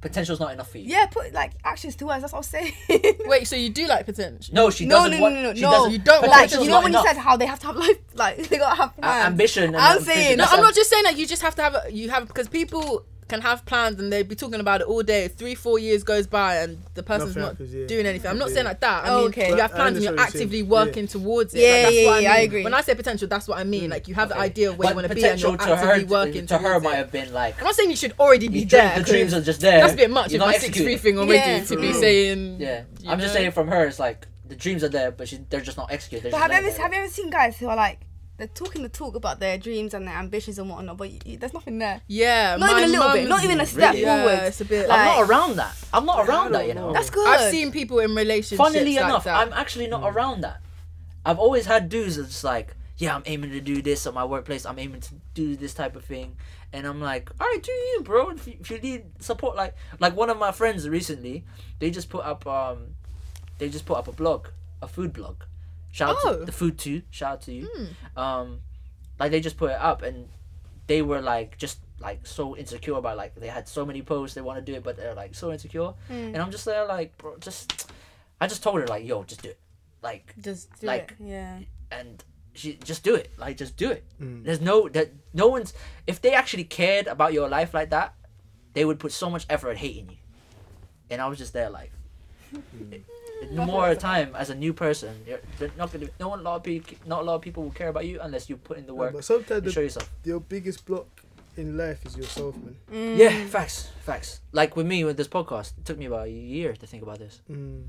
Speaker 1: Potential's not enough for you.
Speaker 5: yeah put like actions to words that's what I was saying
Speaker 4: Wait, so you do like potential?
Speaker 1: No, she
Speaker 5: No,
Speaker 1: doesn't
Speaker 5: no,
Speaker 1: want.
Speaker 5: no, no,
Speaker 1: she
Speaker 5: no.
Speaker 1: Doesn't,
Speaker 4: You don't want
Speaker 5: like
Speaker 1: potential's
Speaker 5: you know
Speaker 1: not
Speaker 5: when
Speaker 1: enough.
Speaker 5: you said how they have to have life like they gotta have
Speaker 1: A-
Speaker 5: plans
Speaker 1: ambition. and
Speaker 5: I'm
Speaker 1: ambition,
Speaker 5: saying,
Speaker 4: No,
Speaker 1: that's
Speaker 4: I'm
Speaker 1: a-
Speaker 4: not just saying that you just have to have a, you have because people can have plans and they be talking about it all day. Three, four years goes by and the person's
Speaker 3: Nothing
Speaker 4: not
Speaker 3: happens, yeah.
Speaker 4: doing anything. I'm not saying like that. I
Speaker 5: Oh,
Speaker 4: mean,
Speaker 5: okay.
Speaker 4: you have
Speaker 3: But I understand
Speaker 4: plans and you're
Speaker 3: what you're saying.
Speaker 4: actively
Speaker 3: Yeah. Hmm.
Speaker 4: working towards it.
Speaker 5: Yeah,
Speaker 4: Like, that's
Speaker 5: yeah,
Speaker 4: what I,
Speaker 5: yeah, I
Speaker 4: mean.
Speaker 5: agree.
Speaker 4: When I say potential, that's what I mean. Like you have the
Speaker 1: Okay.
Speaker 4: idea of where you
Speaker 1: But
Speaker 4: want to be and
Speaker 1: potential
Speaker 4: you're
Speaker 1: to her,
Speaker 4: actively
Speaker 1: to,
Speaker 4: working
Speaker 1: to her
Speaker 4: towards
Speaker 1: might
Speaker 4: it.
Speaker 1: have been like
Speaker 4: I'm not saying you should already
Speaker 1: you
Speaker 4: be
Speaker 1: dream-
Speaker 4: there.
Speaker 1: the
Speaker 4: 'cause
Speaker 1: dreams are just there.
Speaker 4: That's a bit much.
Speaker 1: You're
Speaker 4: You're
Speaker 1: not
Speaker 4: my six three
Speaker 1: executing.
Speaker 4: thing already
Speaker 5: Yeah.
Speaker 4: to be
Speaker 3: Mm.
Speaker 4: saying.
Speaker 1: Yeah,
Speaker 4: you
Speaker 1: I'm just
Speaker 4: know.
Speaker 1: saying from her, it's like the dreams are there, but she, they're just not executed.
Speaker 5: But have you, ever, have you ever seen guys who are like, they're talking the talk about their dreams and their ambitions and whatnot, but y y there's nothing there?
Speaker 4: Yeah,
Speaker 5: Not even
Speaker 4: my
Speaker 5: a little
Speaker 4: mum's-
Speaker 5: bit, not even a step
Speaker 1: Really?
Speaker 4: Yeah,
Speaker 5: forward.
Speaker 4: it's a bit.
Speaker 5: Like-
Speaker 1: I'm not around that. I'm not around that.
Speaker 3: don't
Speaker 1: You know.
Speaker 3: know.
Speaker 5: That's good.
Speaker 4: I've seen people in relationships.
Speaker 1: Funnily
Speaker 4: like
Speaker 1: enough,
Speaker 4: that.
Speaker 1: I'm actually not around that. I've always had dudes that's just like, yeah, I'm aiming to do this at my workplace. I'm aiming to do this type of thing, and I'm like, all right, do you, bro? If you, if you need support, like, like one of my friends recently, they just put up, um, they just put up a blog, a food blog. Shout out
Speaker 4: Oh.
Speaker 1: to the food too. Shout out to you. Um, like they just put it up, and they were like just like so insecure about like they had so many posts they want to do it, but they're like so insecure. And I'm just there like, bro, just I just told her like, yo, just do it. Like
Speaker 5: Just
Speaker 1: do Like- it,
Speaker 5: Yeah.
Speaker 1: and she just do it. Like just do it. There's no that no one's if they actually cared about your life like that, they would put so much effort at hating you. and I was just there like. The more time as a new person, you're, they're not gonna. No one, a lot of people, not a lot of people will care about you unless you put in the
Speaker 3: No,
Speaker 1: work
Speaker 3: but sometimes
Speaker 1: and show
Speaker 3: the,
Speaker 1: yourself.
Speaker 3: your biggest block in life is yourself, man.
Speaker 5: Mm.
Speaker 1: Yeah, facts, facts. Like with me with this podcast, it took me about a year to think about this.
Speaker 3: Mm.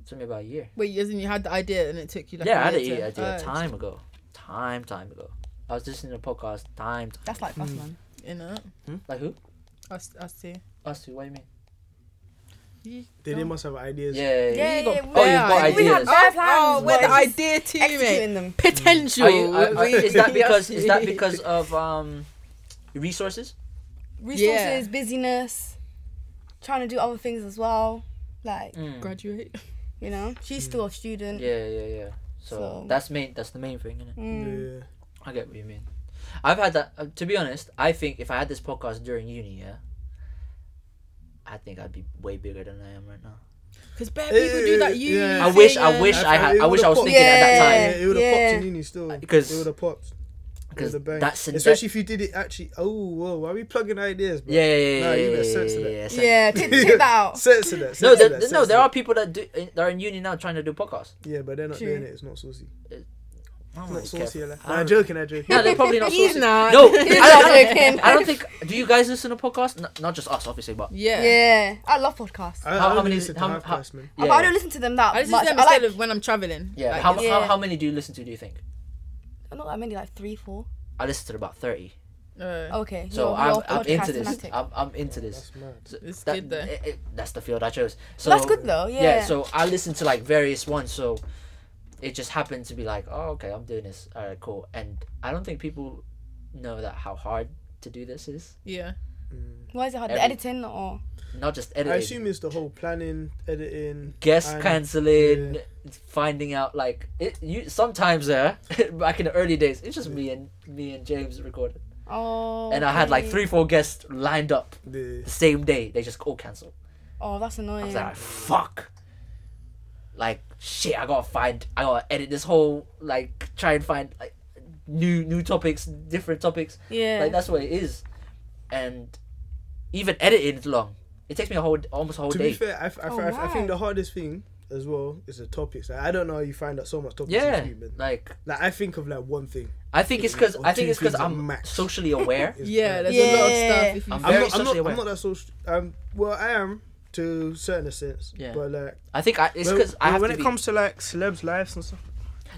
Speaker 1: It took me about a year.
Speaker 4: Wait, as in you had the idea and it took you like
Speaker 1: yeah, I
Speaker 4: a
Speaker 1: had an
Speaker 4: year
Speaker 1: idea
Speaker 4: to- oh,
Speaker 1: time ago, time, time ago. I was listening to a podcast time, time.
Speaker 5: That's like us,
Speaker 3: Mm.
Speaker 5: man.
Speaker 4: In it,
Speaker 1: Like who?
Speaker 4: us, us two.
Speaker 1: Us two. What do you mean?
Speaker 4: You
Speaker 3: They, they
Speaker 5: Oh.
Speaker 4: don't-
Speaker 3: must have ideas.
Speaker 1: Yeah,
Speaker 5: Yeah,
Speaker 1: you got-
Speaker 5: yeah,
Speaker 1: oh,
Speaker 4: yeah,
Speaker 1: you've got
Speaker 4: we
Speaker 1: ideas.
Speaker 5: had bad plans,
Speaker 4: Oh, with
Speaker 5: but
Speaker 4: the
Speaker 5: it's just
Speaker 4: idea too, mate.
Speaker 5: Executing them.
Speaker 4: Potential.
Speaker 1: Are you, are- are- is that
Speaker 4: Yes.
Speaker 1: because is that because of um resources?
Speaker 5: Resources, busyness, trying to do other things as well. Like,
Speaker 1: Mm.
Speaker 4: graduate?
Speaker 5: you know, she's still a student.
Speaker 1: Yeah, yeah, yeah. So,
Speaker 5: So-
Speaker 1: that's main. That's the main thing, isn't it?
Speaker 5: Mm.
Speaker 3: Yeah.
Speaker 1: I get what you mean. I've had that. Uh, to be honest, I think if I had this podcast during uni, yeah, I think I'd be way bigger than I am right now.
Speaker 4: Because bare people do that.
Speaker 3: Eh,
Speaker 4: You.
Speaker 3: yeah.
Speaker 1: I wish, I
Speaker 4: thing
Speaker 1: wish
Speaker 4: and-
Speaker 1: I had, I wish I was thinking at
Speaker 5: Yeah.
Speaker 1: that
Speaker 3: Yeah,
Speaker 1: time
Speaker 3: it would have
Speaker 5: Yeah.
Speaker 3: popped in uni still.
Speaker 1: Because-
Speaker 3: it would have popped.
Speaker 1: because
Speaker 3: With a bang.
Speaker 1: that sense.
Speaker 3: Especially if you did it actually. Oh, whoa! Why are we plugging ideas, bro?
Speaker 1: yeah, yeah, yeah,
Speaker 3: Nah, you
Speaker 1: yeah,
Speaker 3: better
Speaker 1: yeah,
Speaker 3: censor
Speaker 1: yeah,
Speaker 3: that.
Speaker 1: yeah, sen-
Speaker 5: Yeah, take, take that out.
Speaker 3: Censor that.
Speaker 1: No, there,
Speaker 3: Censor
Speaker 1: there-
Speaker 3: that,
Speaker 1: no, there
Speaker 3: censor that.
Speaker 1: are people that do that are in uni now trying to do podcasts. Oh
Speaker 3: Yeah, but they're not
Speaker 5: True. Oh
Speaker 3: doing it. It's not saucy.
Speaker 1: I don't
Speaker 3: It's not
Speaker 1: really care.
Speaker 3: saucy. Like.
Speaker 1: I
Speaker 3: Nah, I'm
Speaker 1: don't-
Speaker 3: joking. I'm joking.
Speaker 1: No, they're probably not
Speaker 4: He's
Speaker 1: saucy.
Speaker 4: not.
Speaker 1: No,
Speaker 5: He's
Speaker 1: I-
Speaker 5: not
Speaker 1: I-
Speaker 5: joking.
Speaker 1: I don't think. Do you guys listen to podcasts? N- not just us, obviously, but
Speaker 4: Yeah.
Speaker 5: Yeah, I love podcasts.
Speaker 3: I,
Speaker 1: How-
Speaker 3: I
Speaker 1: how
Speaker 3: don't
Speaker 1: many-
Speaker 3: listen to
Speaker 1: how-
Speaker 3: half
Speaker 1: how-
Speaker 3: class, man.
Speaker 5: But I don't listen to them that
Speaker 4: I listen
Speaker 5: much.
Speaker 4: to them
Speaker 5: I
Speaker 4: instead
Speaker 5: like,
Speaker 4: of when I'm traveling.
Speaker 1: yeah.
Speaker 4: Like,
Speaker 1: how,
Speaker 4: it's-
Speaker 1: How,
Speaker 5: Yeah.
Speaker 1: how many do you listen to? Do you think?
Speaker 5: not that many, like three, four.
Speaker 1: I listen to about thirty. Oh.
Speaker 4: uh,
Speaker 5: Okay.
Speaker 1: So
Speaker 5: you're-
Speaker 1: I'm,
Speaker 5: you're
Speaker 1: I'm into
Speaker 5: podcast
Speaker 1: this.
Speaker 5: fanatic.
Speaker 1: I'm, I'm into this.
Speaker 3: That's mad.
Speaker 1: So
Speaker 4: It's good though.
Speaker 1: it- it- that's the field I chose. So
Speaker 5: That's good though. Yeah.
Speaker 1: Yeah. So I listened to like various ones. So it just happened to be like, oh, okay, I'm doing this. All right, cool. And I don't think people know that how hard to do this is.
Speaker 4: yeah.
Speaker 5: Why is it hard? The
Speaker 1: Every-
Speaker 5: editing Oh. or
Speaker 1: Not just
Speaker 3: I
Speaker 1: editing.
Speaker 3: assume it's the whole planning, editing.
Speaker 1: guest
Speaker 3: and-
Speaker 1: canceling, finding out like it. You sometimes there back in the early days, it's just me and me and James recorded,
Speaker 5: oh.
Speaker 1: and I had like
Speaker 5: okay.
Speaker 1: three, four guests lined up
Speaker 3: The,
Speaker 1: the same day. They just all canceled.
Speaker 5: Oh, that's
Speaker 1: I was
Speaker 5: annoying.
Speaker 1: like, fuck. Like shit, I gotta find, I gotta edit this whole like try and find like new new topics, different topics.
Speaker 5: yeah.
Speaker 1: Like that's what it is, and even editing is long. It takes me a whole almost a whole
Speaker 3: to
Speaker 1: day.
Speaker 3: be fair, I, f- I f-
Speaker 5: Oh,
Speaker 3: I f- I
Speaker 5: wow.
Speaker 3: think the hardest thing as well is the topics. Like, I don't know how you find out so much topics.
Speaker 1: yeah,
Speaker 3: each week, man.
Speaker 1: like
Speaker 3: Like I think of like one thing.
Speaker 1: I think it's
Speaker 3: Two
Speaker 1: because
Speaker 3: or
Speaker 1: I think
Speaker 3: two
Speaker 1: it's because
Speaker 3: things at
Speaker 1: I'm
Speaker 3: max.
Speaker 1: socially aware.
Speaker 3: It's
Speaker 4: Yeah,
Speaker 3: bad.
Speaker 4: there's a lot of
Speaker 5: Yeah.
Speaker 4: stuff. If you
Speaker 1: I'm
Speaker 3: I'm
Speaker 1: very
Speaker 3: not, I'm,
Speaker 1: socially
Speaker 3: not,
Speaker 1: aware.
Speaker 3: I'm not that social. Um, well, I am to a certain extent.
Speaker 1: Yeah.
Speaker 3: But like,
Speaker 1: I think I, it's
Speaker 3: when-
Speaker 1: because I have
Speaker 3: when
Speaker 1: to
Speaker 3: it
Speaker 1: be.
Speaker 3: comes to like celebs' lives and stuff.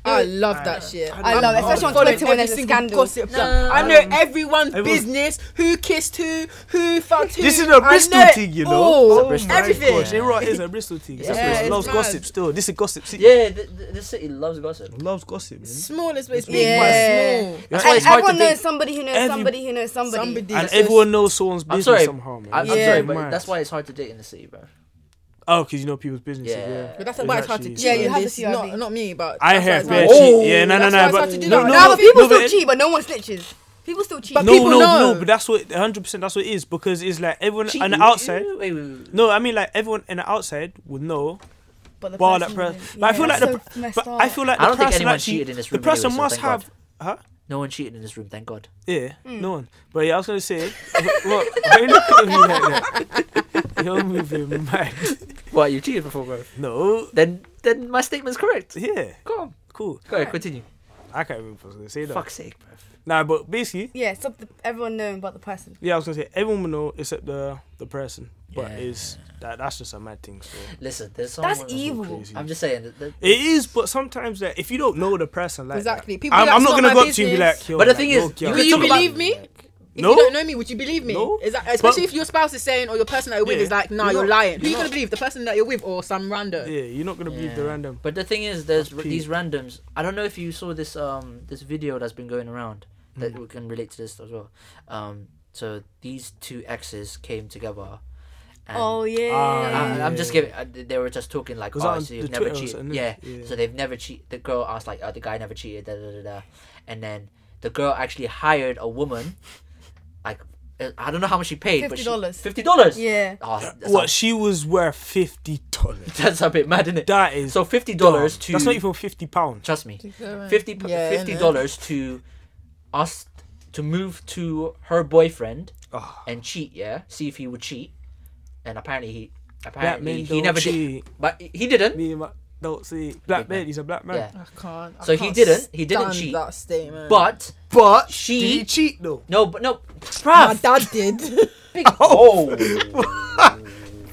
Speaker 4: I love
Speaker 3: I
Speaker 4: that
Speaker 3: know.
Speaker 4: shit.
Speaker 3: I
Speaker 5: I love it,
Speaker 3: know.
Speaker 5: especially on
Speaker 4: Following
Speaker 5: Twitter when
Speaker 4: every
Speaker 5: there's a
Speaker 4: single
Speaker 5: scandal.
Speaker 4: gossip.
Speaker 1: No.
Speaker 4: I know everyone's
Speaker 3: Everyone's-
Speaker 4: business, who kissed who, who fucked who.
Speaker 3: This is
Speaker 4: I
Speaker 3: a Bristol
Speaker 4: know it
Speaker 3: thing, you know.
Speaker 4: all.
Speaker 1: It's a Bristol thing.
Speaker 4: oh, everything.
Speaker 1: Yeah.
Speaker 3: Everyone is a Bristol thing.
Speaker 1: It's
Speaker 3: It's
Speaker 1: a Bristol thing.
Speaker 3: loves
Speaker 4: Mad.
Speaker 3: gossip still. This is gossip city.
Speaker 1: Yeah, th- th- this city loves gossip.
Speaker 3: Loves gossip. Man.
Speaker 4: Smallest, but it's big,
Speaker 5: Yeah.
Speaker 4: but small.
Speaker 1: That's why
Speaker 5: and
Speaker 1: it's hard to
Speaker 5: everyone knows
Speaker 1: be.
Speaker 5: somebody who knows
Speaker 3: Every-
Speaker 5: somebody who knows somebody.
Speaker 4: Somebody.
Speaker 3: And
Speaker 4: it's just-
Speaker 3: everyone knows someone's
Speaker 1: I'm
Speaker 3: business
Speaker 1: sorry.
Speaker 3: somehow, man.
Speaker 1: I- I'm
Speaker 4: Yeah.
Speaker 1: sorry, but
Speaker 3: Mad.
Speaker 1: that's why it's hard to date in the city, bro.
Speaker 3: Oh, because you know people's business. Yeah.
Speaker 1: Yeah.
Speaker 4: But that's why it's hard to
Speaker 3: actually-
Speaker 4: cheat.
Speaker 5: Yeah, you
Speaker 4: on
Speaker 5: have to
Speaker 4: this.
Speaker 5: see how
Speaker 4: Not,
Speaker 5: big.
Speaker 4: not me, but
Speaker 3: I
Speaker 4: that's why
Speaker 3: have
Speaker 4: it's hard
Speaker 3: bare
Speaker 4: to-
Speaker 1: cheat.
Speaker 3: cheat. Yeah, no, no,
Speaker 4: That's why
Speaker 3: no.
Speaker 4: it's hard
Speaker 3: But
Speaker 4: to do
Speaker 3: no,
Speaker 4: that.
Speaker 3: no,
Speaker 5: Nah,
Speaker 3: but-
Speaker 5: but people
Speaker 3: no,
Speaker 5: still
Speaker 3: but-
Speaker 5: cheat, but no one snitches. People still cheat.
Speaker 4: But
Speaker 3: no,
Speaker 4: people
Speaker 3: no,
Speaker 4: know.
Speaker 3: no. But that's what 100. percent That's what it is because it's like everyone on
Speaker 1: Cheating.
Speaker 3: the outside.
Speaker 1: Wait, wait, wait.
Speaker 3: No, I mean like everyone in the outside would know.
Speaker 5: but the
Speaker 3: Wow, that
Speaker 5: person
Speaker 3: press.
Speaker 5: who-
Speaker 3: But I feel like
Speaker 5: that's
Speaker 3: the.
Speaker 5: so messed
Speaker 3: But
Speaker 5: up.
Speaker 3: I feel like
Speaker 1: I
Speaker 3: the
Speaker 1: don't think
Speaker 3: person
Speaker 1: anyone
Speaker 3: actually-
Speaker 1: cheated in this
Speaker 3: The
Speaker 1: room anyway,
Speaker 3: person
Speaker 1: so
Speaker 3: must
Speaker 1: thank God.
Speaker 3: have. Huh?
Speaker 1: No one cheated in this room, thank God.
Speaker 3: Yeah,
Speaker 4: Mm.
Speaker 3: no one. But yeah, I was gonna say, what? Why you looking at me like that? You're moving mad.
Speaker 1: What, you cheated before, bro?
Speaker 3: No.
Speaker 1: Then then my statement's correct.
Speaker 3: Yeah.
Speaker 1: Go on.
Speaker 3: Cool.
Speaker 1: Go ahead, continue.
Speaker 3: I can't remember what I was gonna say though.
Speaker 1: Fuck's sake, bro.
Speaker 3: Nah, but basically,
Speaker 5: Yeah, so the- everyone knowing about the person.
Speaker 3: yeah, I was gonna say everyone will know except the the person. But
Speaker 1: Yeah.
Speaker 3: it's that that's just a mad thing. So
Speaker 1: Listen, there's someone.
Speaker 5: That's evil.
Speaker 3: crazy.
Speaker 1: I'm just saying. That, that-
Speaker 3: it is, but sometimes like, if you don't know the person, like
Speaker 4: Exactly.
Speaker 3: like,
Speaker 4: People
Speaker 3: I'm,
Speaker 4: like,
Speaker 3: I'm not
Speaker 4: "It's not
Speaker 3: gonna
Speaker 4: my
Speaker 3: go up to you and be
Speaker 4: business."
Speaker 3: like, yo,
Speaker 1: But the
Speaker 3: like,
Speaker 1: thing is,
Speaker 3: yo, girl,
Speaker 1: you
Speaker 4: Will
Speaker 1: could
Speaker 4: you
Speaker 1: talk about-
Speaker 4: believe me? If
Speaker 3: No.
Speaker 4: you don't know me, would you believe me?
Speaker 3: No.
Speaker 4: Is that, especially
Speaker 3: But-
Speaker 4: if your spouse is saying or your person that you're with
Speaker 3: Yeah.
Speaker 4: is like, nah,
Speaker 3: You're
Speaker 4: you're,
Speaker 3: not-
Speaker 4: lying. Who
Speaker 3: you're
Speaker 4: you gonna
Speaker 3: not-
Speaker 4: believe? The person that you're with or some random?
Speaker 3: Yeah, you're not gonna believe the
Speaker 1: Yeah.
Speaker 3: random.
Speaker 1: But the thing is, there's
Speaker 3: That's
Speaker 1: r- these randoms. I don't know if you saw this um this video that's been going around that
Speaker 3: Mm.
Speaker 1: we can relate to this as well. Um, so these two exes came together. And
Speaker 5: Oh yeah.
Speaker 3: Ah,
Speaker 1: I, I'm just
Speaker 3: yeah.
Speaker 1: giving. I, they were just talking like,
Speaker 3: Was that
Speaker 1: oh,
Speaker 3: on
Speaker 1: so you've
Speaker 3: the
Speaker 1: never
Speaker 3: Twitter or
Speaker 1: cheated.
Speaker 3: something,
Speaker 1: Yeah.
Speaker 3: isn't it? Yeah.
Speaker 1: So they've never cheated. The girl asked like, oh, the guy never cheated. Da da da da. And then the girl actually hired a woman. Like, uh, I don't know how much she paid. but she-
Speaker 5: $50.
Speaker 1: Fifty dollars.
Speaker 5: Yeah.
Speaker 1: Oh, that's,
Speaker 3: What
Speaker 1: A,
Speaker 3: she was worth fifty dollars.
Speaker 1: that's a bit mad, isn't it?
Speaker 3: That is
Speaker 1: So fifty dollars
Speaker 3: dumb.
Speaker 1: to.
Speaker 3: That's not even fifty pounds.
Speaker 1: Trust me.
Speaker 4: Yeah.
Speaker 1: 50
Speaker 4: Yeah, innit?
Speaker 1: dollars to us to move to her boyfriend
Speaker 3: Oh.
Speaker 6: Ah,
Speaker 1: and cheat. Yeah, see if he would cheat, and apparently he
Speaker 6: Black
Speaker 2: Apparently,
Speaker 6: men
Speaker 2: he
Speaker 6: don't
Speaker 2: never did,
Speaker 6: cheat.
Speaker 1: but he didn't.
Speaker 6: Me and my don't see. Black
Speaker 1: man.
Speaker 6: men. He's a black man.
Speaker 1: Yeah.
Speaker 4: I can't. I
Speaker 1: So he
Speaker 4: can't
Speaker 1: didn't- he didn't
Speaker 4: stand
Speaker 1: cheat.
Speaker 4: That statement.
Speaker 1: But
Speaker 3: But
Speaker 1: She-
Speaker 3: did he cheat though?
Speaker 1: no, but no,
Speaker 4: my
Speaker 1: bruv.
Speaker 4: dad did.
Speaker 1: big- Oh.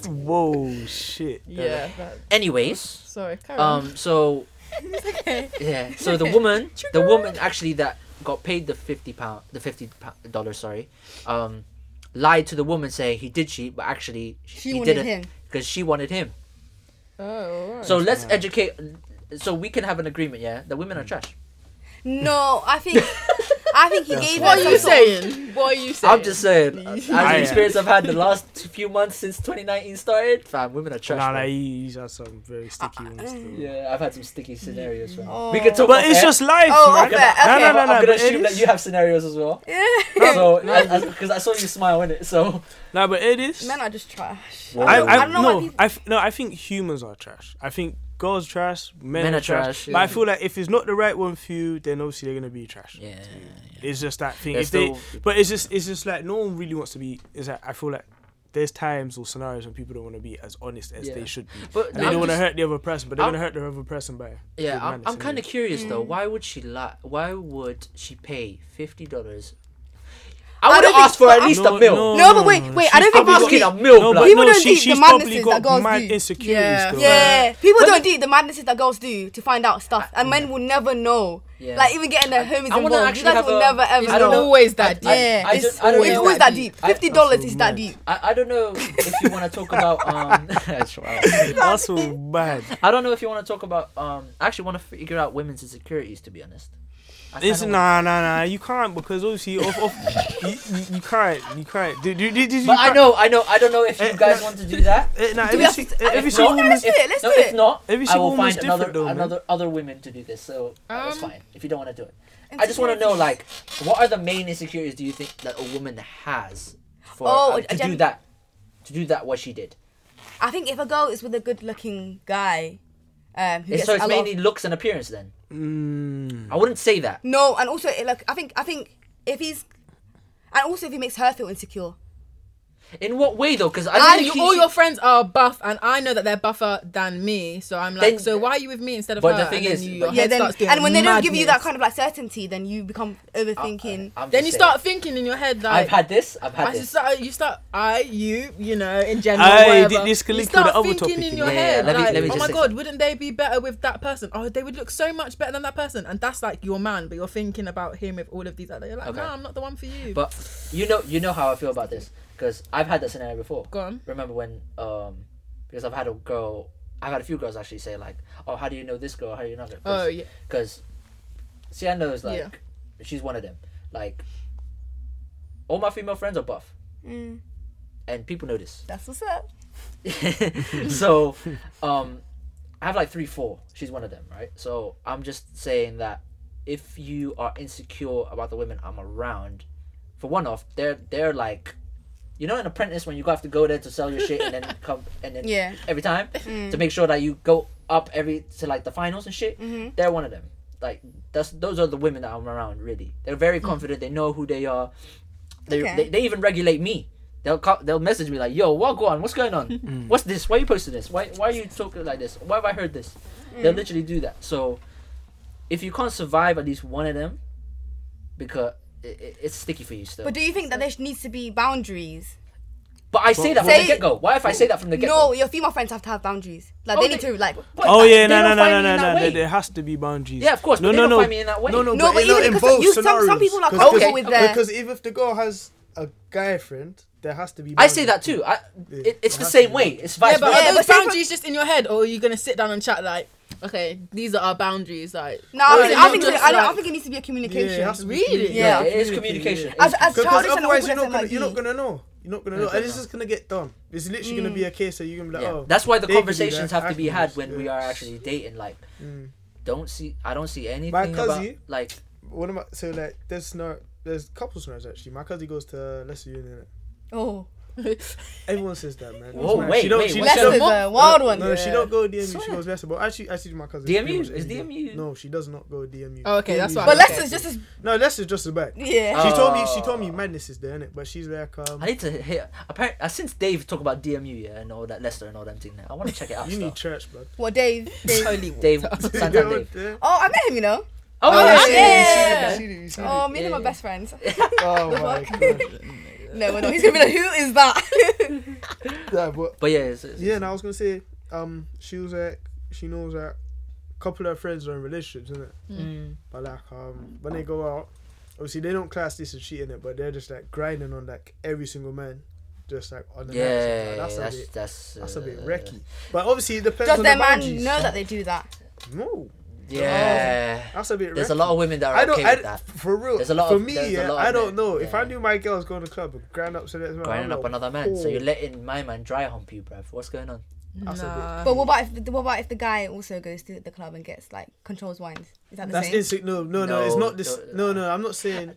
Speaker 6: Whoa, shit.
Speaker 4: yeah. That,
Speaker 1: Anyways,
Speaker 4: sorry. Carry on.
Speaker 1: um, so
Speaker 4: It's okay.
Speaker 1: yeah, so the woman, the woman actually that got paid the fifty pound, the fifty dollars, sorry, um, lied to the woman saying he did cheat, but actually
Speaker 5: She
Speaker 1: he
Speaker 5: wanted
Speaker 1: didn't
Speaker 5: him.
Speaker 1: because she wanted him.
Speaker 4: Oh. alright.
Speaker 1: So let's educate. So we can have an agreement, yeah, that
Speaker 6: Mm.
Speaker 1: women are trash.
Speaker 5: No, I think I think he gave
Speaker 4: What
Speaker 5: her
Speaker 4: are you
Speaker 5: some sort of-
Speaker 4: saying? What are you saying?
Speaker 1: I'm just saying, as
Speaker 6: I
Speaker 1: the
Speaker 6: am.
Speaker 1: experience I've had the last few months since 2019 started, fam, women are trash.
Speaker 6: Nah, nah,
Speaker 1: man.
Speaker 6: he- he's had some very sticky ones. though.
Speaker 1: Yeah, I've had some sticky scenarios. Man.
Speaker 5: Oh.
Speaker 1: We can talk.
Speaker 6: But
Speaker 1: off
Speaker 6: it's
Speaker 1: air.
Speaker 6: just life,
Speaker 5: Oh,
Speaker 6: man.
Speaker 5: okay,
Speaker 6: No,
Speaker 5: okay.
Speaker 6: no,
Speaker 1: I'm
Speaker 6: no, no.
Speaker 1: gonna
Speaker 6: But it
Speaker 1: assume that
Speaker 6: is-
Speaker 1: you have scenarios as well. So, because I saw you smile in it, so
Speaker 6: No, but it is.
Speaker 5: Men are just trash.
Speaker 1: Whoa.
Speaker 6: I, I,
Speaker 5: I don't know why
Speaker 6: no,
Speaker 5: people-
Speaker 6: I, f- no, I think humans are trash. I think girls trash, men, are trash. But
Speaker 1: yeah.
Speaker 6: I feel like if it's not the right one for you, then obviously they're gonna be trash.
Speaker 1: yeah,
Speaker 6: It's just that thing.
Speaker 1: They're
Speaker 6: If they,
Speaker 1: still-
Speaker 6: but it's just, it's just like no one really wants to be. Is that I feel like there's times or scenarios when people don't want to be as honest as
Speaker 1: Yeah.
Speaker 6: they should be.
Speaker 1: but
Speaker 6: And they
Speaker 1: I'm
Speaker 6: don't want to
Speaker 1: just-
Speaker 6: hurt the other person, but they're
Speaker 1: I'm-
Speaker 6: gonna hurt the other person by.
Speaker 1: Yeah,
Speaker 6: good
Speaker 1: I'm,
Speaker 6: manners
Speaker 1: I'm
Speaker 6: anyway.
Speaker 1: kind of curious though.
Speaker 6: Mm.
Speaker 1: Why would she lie? Why would she pay fifty dollars? I
Speaker 5: I
Speaker 1: would have
Speaker 5: don't
Speaker 1: asked
Speaker 5: think-
Speaker 1: for at
Speaker 5: no,
Speaker 1: least a mil.
Speaker 6: no,
Speaker 3: Oh,
Speaker 5: No, but wait, wait,
Speaker 6: she's
Speaker 5: I don't think
Speaker 1: I'm
Speaker 6: probably
Speaker 1: asking
Speaker 5: people-
Speaker 1: a
Speaker 6: got-
Speaker 1: mil,
Speaker 6: No,
Speaker 1: blood.
Speaker 6: but
Speaker 5: People
Speaker 6: no,
Speaker 5: don't
Speaker 6: she,
Speaker 5: do
Speaker 6: she's
Speaker 5: the
Speaker 6: probably
Speaker 5: madnesses
Speaker 6: got
Speaker 5: that girls
Speaker 6: mad
Speaker 5: do.
Speaker 6: insecurities.
Speaker 4: Yeah.
Speaker 6: though.
Speaker 5: Yeah, people
Speaker 1: But
Speaker 5: don't do the madnesses that girls do to find out stuff, and men will never know.
Speaker 1: Yeah.
Speaker 5: Like even getting their homies
Speaker 1: I wanna
Speaker 5: involved,
Speaker 1: actually
Speaker 5: you guys
Speaker 1: have
Speaker 5: will
Speaker 1: a-
Speaker 5: never ever.
Speaker 1: I
Speaker 4: I
Speaker 1: don't
Speaker 5: know.
Speaker 1: know.
Speaker 4: Always that deep.
Speaker 1: I-
Speaker 5: Yeah,
Speaker 1: I
Speaker 5: it's
Speaker 1: just- I don't
Speaker 5: always,
Speaker 1: know.
Speaker 5: that deep.
Speaker 1: I-
Speaker 5: Fifty dollars is
Speaker 6: so
Speaker 5: that
Speaker 6: mad.
Speaker 5: deep.
Speaker 1: I, I don't know if you want to talk about um. wow.
Speaker 6: That's so bad.
Speaker 1: I don't know if you want to talk about um. I actually want to figure out women's insecurities. To be honest, I kinda
Speaker 6: It's
Speaker 1: wanna-
Speaker 6: nah, nah, nah. You can't because obviously, off, off, you, you, you can't, you can't. Did, did, did, did, you
Speaker 1: But I
Speaker 6: can't-
Speaker 1: know, I know, I don't know if you
Speaker 6: Eh,
Speaker 1: guys
Speaker 6: no.
Speaker 1: want to do that.
Speaker 6: Eh, nah,
Speaker 5: Do
Speaker 6: every,
Speaker 5: we have
Speaker 6: si-
Speaker 5: to-
Speaker 6: eh, every
Speaker 1: If
Speaker 6: single
Speaker 1: not-
Speaker 5: Yeah,
Speaker 6: woman's
Speaker 5: let's do it. Let's
Speaker 1: no,
Speaker 5: do
Speaker 1: if
Speaker 5: it.
Speaker 1: not,
Speaker 6: Every
Speaker 1: I
Speaker 6: single
Speaker 1: will
Speaker 6: woman's
Speaker 1: find another
Speaker 6: different though, man.
Speaker 1: another other women to do this. So that's
Speaker 4: Um,
Speaker 1: fine if you don't want to do it. I just want to know, like, what are the main insecurities do you think that a woman has for
Speaker 5: Oh,
Speaker 1: uh,
Speaker 5: a
Speaker 1: to do
Speaker 5: gen-
Speaker 1: that, to do that what she did?
Speaker 5: I think if a girl is with a good-looking guy, um, who
Speaker 1: It's-
Speaker 5: gets
Speaker 1: so
Speaker 5: a
Speaker 1: it's
Speaker 5: lot.
Speaker 1: mainly looks and appearance. Then
Speaker 6: Mm,
Speaker 1: I wouldn't say that.
Speaker 5: No, and also it, like I think I think if he's, and also if he makes her feel insecure.
Speaker 1: In what way though? Because I don't
Speaker 4: And
Speaker 1: think
Speaker 4: you,
Speaker 1: she-
Speaker 4: all
Speaker 1: she-
Speaker 4: your friends are buff, and I know that they're buffer than me. So I'm like,
Speaker 1: Then-
Speaker 4: so why are you with me instead of
Speaker 1: But
Speaker 4: her?
Speaker 1: the thing
Speaker 4: and
Speaker 1: is-
Speaker 4: then you, your
Speaker 1: Yeah,
Speaker 5: Yeah,
Speaker 4: head
Speaker 5: then
Speaker 4: starts doing
Speaker 5: and when they don't give you that
Speaker 4: madness.
Speaker 5: kind of like certainty, then you become overthinking.
Speaker 1: I'm
Speaker 4: then
Speaker 1: just saying.
Speaker 4: you start thinking in your head like,
Speaker 1: I've had this. I've had
Speaker 4: I
Speaker 1: this.
Speaker 4: start, you start, I, you, you know, in general.
Speaker 6: Aye,
Speaker 4: whatever.
Speaker 6: thi- this can
Speaker 4: you
Speaker 6: link to the
Speaker 4: start
Speaker 6: other
Speaker 4: thinking
Speaker 6: topic,
Speaker 4: in
Speaker 6: you
Speaker 4: your
Speaker 1: know. Yeah,
Speaker 4: head,
Speaker 1: let me-
Speaker 4: like,
Speaker 1: let me
Speaker 4: oh
Speaker 1: just
Speaker 4: my
Speaker 1: say
Speaker 4: god, wouldn't they be better with that person? Oh, they would look so much better than that person, and that's like your man, but you're thinking about him with all of these other. You're like,
Speaker 1: Okay.
Speaker 4: no, I'm not the one for you.
Speaker 1: But you know, you know how I feel about this because I've had that scenario before.
Speaker 4: go on.
Speaker 1: remember when um because I've had a girl I've had a few girls actually say like oh how do you know this girl how do you know that
Speaker 4: Oh yeah,
Speaker 1: because Sienna is like
Speaker 4: Yeah.
Speaker 1: she's one of them like all my female friends are buff
Speaker 5: Mm,
Speaker 1: and people know this
Speaker 5: that's what's up.
Speaker 1: so um I have like three four she's one of them right so I'm just saying that if you are insecure about the women I'm around for one off they're they're like you know an apprentice when you have to go there to sell your shit and then come and then
Speaker 5: Yeah.
Speaker 1: every time
Speaker 5: Mm.
Speaker 1: to make sure that you go up every to like the finals and shit.
Speaker 5: Mhm.
Speaker 1: They're one of them. Like that's those are the women that I'm around. Really, they're very confident. They know who they are. They,
Speaker 5: Mm. Okay.
Speaker 1: they, they even regulate me. They'll call, they'll message me like, "Yo, what go on? What's going on?
Speaker 6: Mm.
Speaker 1: What's this? Why you posting this? Why why are you talking like this? Why have I heard this?" They'll
Speaker 5: Mm.
Speaker 1: literally do that. So if you can't survive at least one of them, because it, it, it's sticky for you still.
Speaker 5: But
Speaker 1: But,
Speaker 5: do you think that there sh- needs to be boundaries?
Speaker 1: I say that from
Speaker 5: Say-
Speaker 1: the get go. Why if I say that from the get go?
Speaker 5: No, your female friends have to have boundaries. Like
Speaker 1: Oh,
Speaker 5: they need
Speaker 1: they-
Speaker 5: to like.
Speaker 6: Oh yeah, no, no, no, no, no, no. There, there has to be boundaries.
Speaker 1: Yeah, of course.
Speaker 6: No,
Speaker 1: but
Speaker 6: no,
Speaker 1: they don't
Speaker 6: no.
Speaker 1: find me in that way.
Speaker 3: No, no,
Speaker 5: No,
Speaker 3: but,
Speaker 5: but
Speaker 3: it- no,
Speaker 5: even
Speaker 3: in
Speaker 5: because
Speaker 3: both
Speaker 5: you- some- some
Speaker 3: scenarios.
Speaker 5: people are
Speaker 3: 'Cause- because-
Speaker 5: comfortable with their-
Speaker 3: Because if, if the girl has a guy friend, there has to be.
Speaker 1: I say
Speaker 3: boundaries.
Speaker 1: that too. I,
Speaker 3: Yeah,
Speaker 1: it, it's
Speaker 3: it
Speaker 1: the
Speaker 3: has
Speaker 1: same
Speaker 3: to be.
Speaker 1: way. It's
Speaker 4: yeah,
Speaker 1: vice
Speaker 4: but
Speaker 1: versa.
Speaker 4: are
Speaker 5: but
Speaker 4: those
Speaker 5: say for-
Speaker 4: boundaries just in your head, or are you gonna sit down and chat like, okay, these are our boundaries, like.
Speaker 5: No, I
Speaker 4: or
Speaker 5: think,
Speaker 4: is it
Speaker 5: I,
Speaker 4: not
Speaker 5: think
Speaker 4: just
Speaker 5: I, don't, I
Speaker 4: like-
Speaker 5: think it needs to be a
Speaker 3: Yeah,
Speaker 5: communication.
Speaker 3: it has to be
Speaker 4: Really?
Speaker 3: communicated.
Speaker 5: Yeah.
Speaker 1: it is communication.
Speaker 3: yeah.
Speaker 5: as
Speaker 1: It's-
Speaker 5: as
Speaker 3: Because
Speaker 5: childish and
Speaker 3: otherwise you're
Speaker 5: awkward as
Speaker 3: not
Speaker 5: it
Speaker 3: gonna
Speaker 5: might
Speaker 3: you're not
Speaker 5: be.
Speaker 3: gonna know. You're not gonna know.
Speaker 1: Okay,
Speaker 3: And it's
Speaker 1: no.
Speaker 3: just gonna get done. It's literally gonna be a case that you're gonna be like,
Speaker 1: Mm. yeah.
Speaker 3: oh.
Speaker 1: That's why the
Speaker 3: they can do
Speaker 1: conversations
Speaker 3: that.
Speaker 1: have to
Speaker 3: I
Speaker 1: be
Speaker 3: can
Speaker 1: had
Speaker 3: just-
Speaker 1: when
Speaker 3: yeah.
Speaker 1: we are actually dating. Like,
Speaker 3: Mm.
Speaker 1: don't see. I don't see anything about
Speaker 3: cousin-
Speaker 1: like.
Speaker 3: One of my so like there's no there's a couple scenarios actually. My cousin goes to Leicester Union.
Speaker 5: Oh,
Speaker 3: Everyone says that, man.
Speaker 1: Whoa,
Speaker 3: Man,
Speaker 1: wait,
Speaker 3: she don't,
Speaker 1: wait,
Speaker 3: she
Speaker 1: what's
Speaker 3: don't-
Speaker 1: up?
Speaker 5: Leicester's a wild one.
Speaker 3: No, she
Speaker 4: Yeah.
Speaker 3: don't go DMU. She
Speaker 1: Swear.
Speaker 3: goes Leicester, but actually, actually, my cousin.
Speaker 1: DMU?
Speaker 3: pretty much
Speaker 1: Is
Speaker 3: every day.
Speaker 1: DMU?
Speaker 3: No, she does not go DMU.
Speaker 4: Oh, okay, that's
Speaker 3: DMU
Speaker 4: what
Speaker 5: But
Speaker 4: I'm
Speaker 5: Leicester's just as
Speaker 3: No, Leicester's just the back.
Speaker 5: yeah.
Speaker 1: Oh.
Speaker 3: She told me, she told me madness is there, innit? But she's like, um,
Speaker 1: I need to hear. Apparently, uh, since Dave talked about DMU, yeah, and all that Leicester and all them thing, I want to check it out.
Speaker 3: you
Speaker 1: still.
Speaker 3: need church, blood.
Speaker 5: What Dave? Dave.
Speaker 4: totally
Speaker 1: Dave,
Speaker 4: walked out.
Speaker 1: Santan Dave.
Speaker 3: Yeah.
Speaker 5: Oh, I met him. You know.
Speaker 1: Oh,
Speaker 5: Oh,
Speaker 1: yeah, yeah,
Speaker 5: yeah.
Speaker 1: yeah.
Speaker 5: Oh, me and him
Speaker 1: Yeah.
Speaker 5: are best friends.
Speaker 6: Oh
Speaker 5: my
Speaker 6: god.
Speaker 5: No, we're not. He's gonna be like, who is that?
Speaker 1: But yeah, it's, it's,
Speaker 3: Yeah, and I was gonna say, um, she was like, she knows that a couple of her friends are in relationships, innit?
Speaker 1: Mm.
Speaker 3: But like, um, when they go out, obviously they don't class this as cheating, it, but they're just like grinding on like every single man, just like on the night.
Speaker 1: yeah,
Speaker 3: Like,
Speaker 1: that's
Speaker 3: that's a
Speaker 1: that's
Speaker 3: bit,
Speaker 1: that's,
Speaker 3: that's a bit
Speaker 1: uh,
Speaker 3: wrecky. But obviously it depends
Speaker 5: Does
Speaker 3: on
Speaker 5: their
Speaker 3: the
Speaker 5: man
Speaker 3: boundaries.
Speaker 5: know that they do that?
Speaker 3: No,
Speaker 1: Yeah,
Speaker 3: that's a bit.
Speaker 1: there's
Speaker 3: wrecky.
Speaker 1: a lot of women that are
Speaker 3: I don't.
Speaker 1: okay
Speaker 3: I
Speaker 1: with that.
Speaker 3: For real,
Speaker 1: There's a lot
Speaker 3: for
Speaker 1: of-
Speaker 3: me,
Speaker 1: there's a
Speaker 3: yeah,
Speaker 1: lot
Speaker 3: I
Speaker 1: of
Speaker 3: don't
Speaker 1: it,
Speaker 3: know. If I
Speaker 1: yeah.
Speaker 3: knew my girl was going to the club and grind up to the next man,
Speaker 1: Grinding up
Speaker 3: I'm like,
Speaker 1: another man, so
Speaker 3: "Oh."
Speaker 1: you're letting my man dry hump you, bruv. What's going on?
Speaker 3: That's a bit-
Speaker 4: Nah.
Speaker 5: But what about if what about if the guy also goes to the club and gets like controls wines? Is that the
Speaker 3: That's
Speaker 5: same?
Speaker 3: insig. No, no, no, It's
Speaker 1: No,
Speaker 3: not this. No,
Speaker 1: no.
Speaker 3: no. I'm not saying.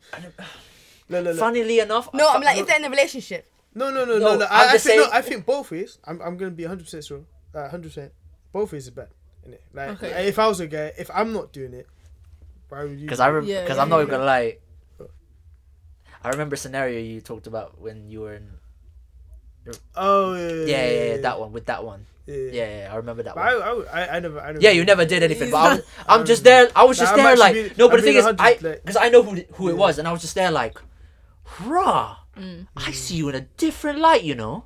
Speaker 3: No, no, no.
Speaker 1: Funnily enough,
Speaker 5: no,
Speaker 1: I
Speaker 5: I'm like
Speaker 1: fu-
Speaker 5: if they're in a relationship.
Speaker 3: No, no, no, no.
Speaker 1: No,
Speaker 3: no.
Speaker 1: I'm
Speaker 3: I, I
Speaker 1: just
Speaker 3: think no,
Speaker 1: saying-
Speaker 3: I think both ways. I'm, I'm gonna be 100 percent sure. 100 percent. Both ways is bad. Innit? Like,
Speaker 4: Okay.
Speaker 3: like, if I was a guy, if I'm not doing it, why would you?
Speaker 1: Because
Speaker 3: do
Speaker 1: I
Speaker 3: it?
Speaker 1: because
Speaker 4: Yeah,
Speaker 1: I'm not
Speaker 4: yeah,
Speaker 1: even gonna lie. I remember a scenario you talked about when you were in.
Speaker 3: Oh yeah.
Speaker 1: Yeah, yeah, yeah, that one with that one.
Speaker 3: Yeah.
Speaker 1: Yeah, yeah, yeah, I remember that
Speaker 3: But I,
Speaker 1: one.
Speaker 3: I, would- I, I never, I never.
Speaker 1: Yeah, you never did anything, but I was,
Speaker 3: I
Speaker 1: I'm just there.
Speaker 3: remember.
Speaker 1: I was just
Speaker 3: Like,
Speaker 1: there,
Speaker 3: I'm
Speaker 1: like
Speaker 3: actually being-
Speaker 1: no. But
Speaker 3: I'm
Speaker 1: the thing
Speaker 3: being
Speaker 1: is,
Speaker 3: 100,
Speaker 1: I
Speaker 3: like-
Speaker 1: because I know who who it
Speaker 3: Yeah. Mm.
Speaker 1: was, and I was just there, like, rah. I see you in a different light, you know.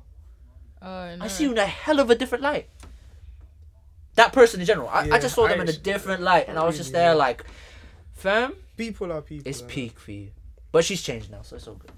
Speaker 4: Oh,
Speaker 3: Mm.
Speaker 4: no.
Speaker 1: I see you in a hell of a different light. That person in general, I, I
Speaker 3: Yeah,
Speaker 1: just saw
Speaker 3: I
Speaker 1: them in a
Speaker 3: actually-
Speaker 1: different light, and I was just
Speaker 3: really,
Speaker 1: there,
Speaker 3: yeah.
Speaker 1: like, fam,
Speaker 3: People are people.
Speaker 1: it's
Speaker 3: innit?
Speaker 1: peak for you. But she's changed now, so it's all good.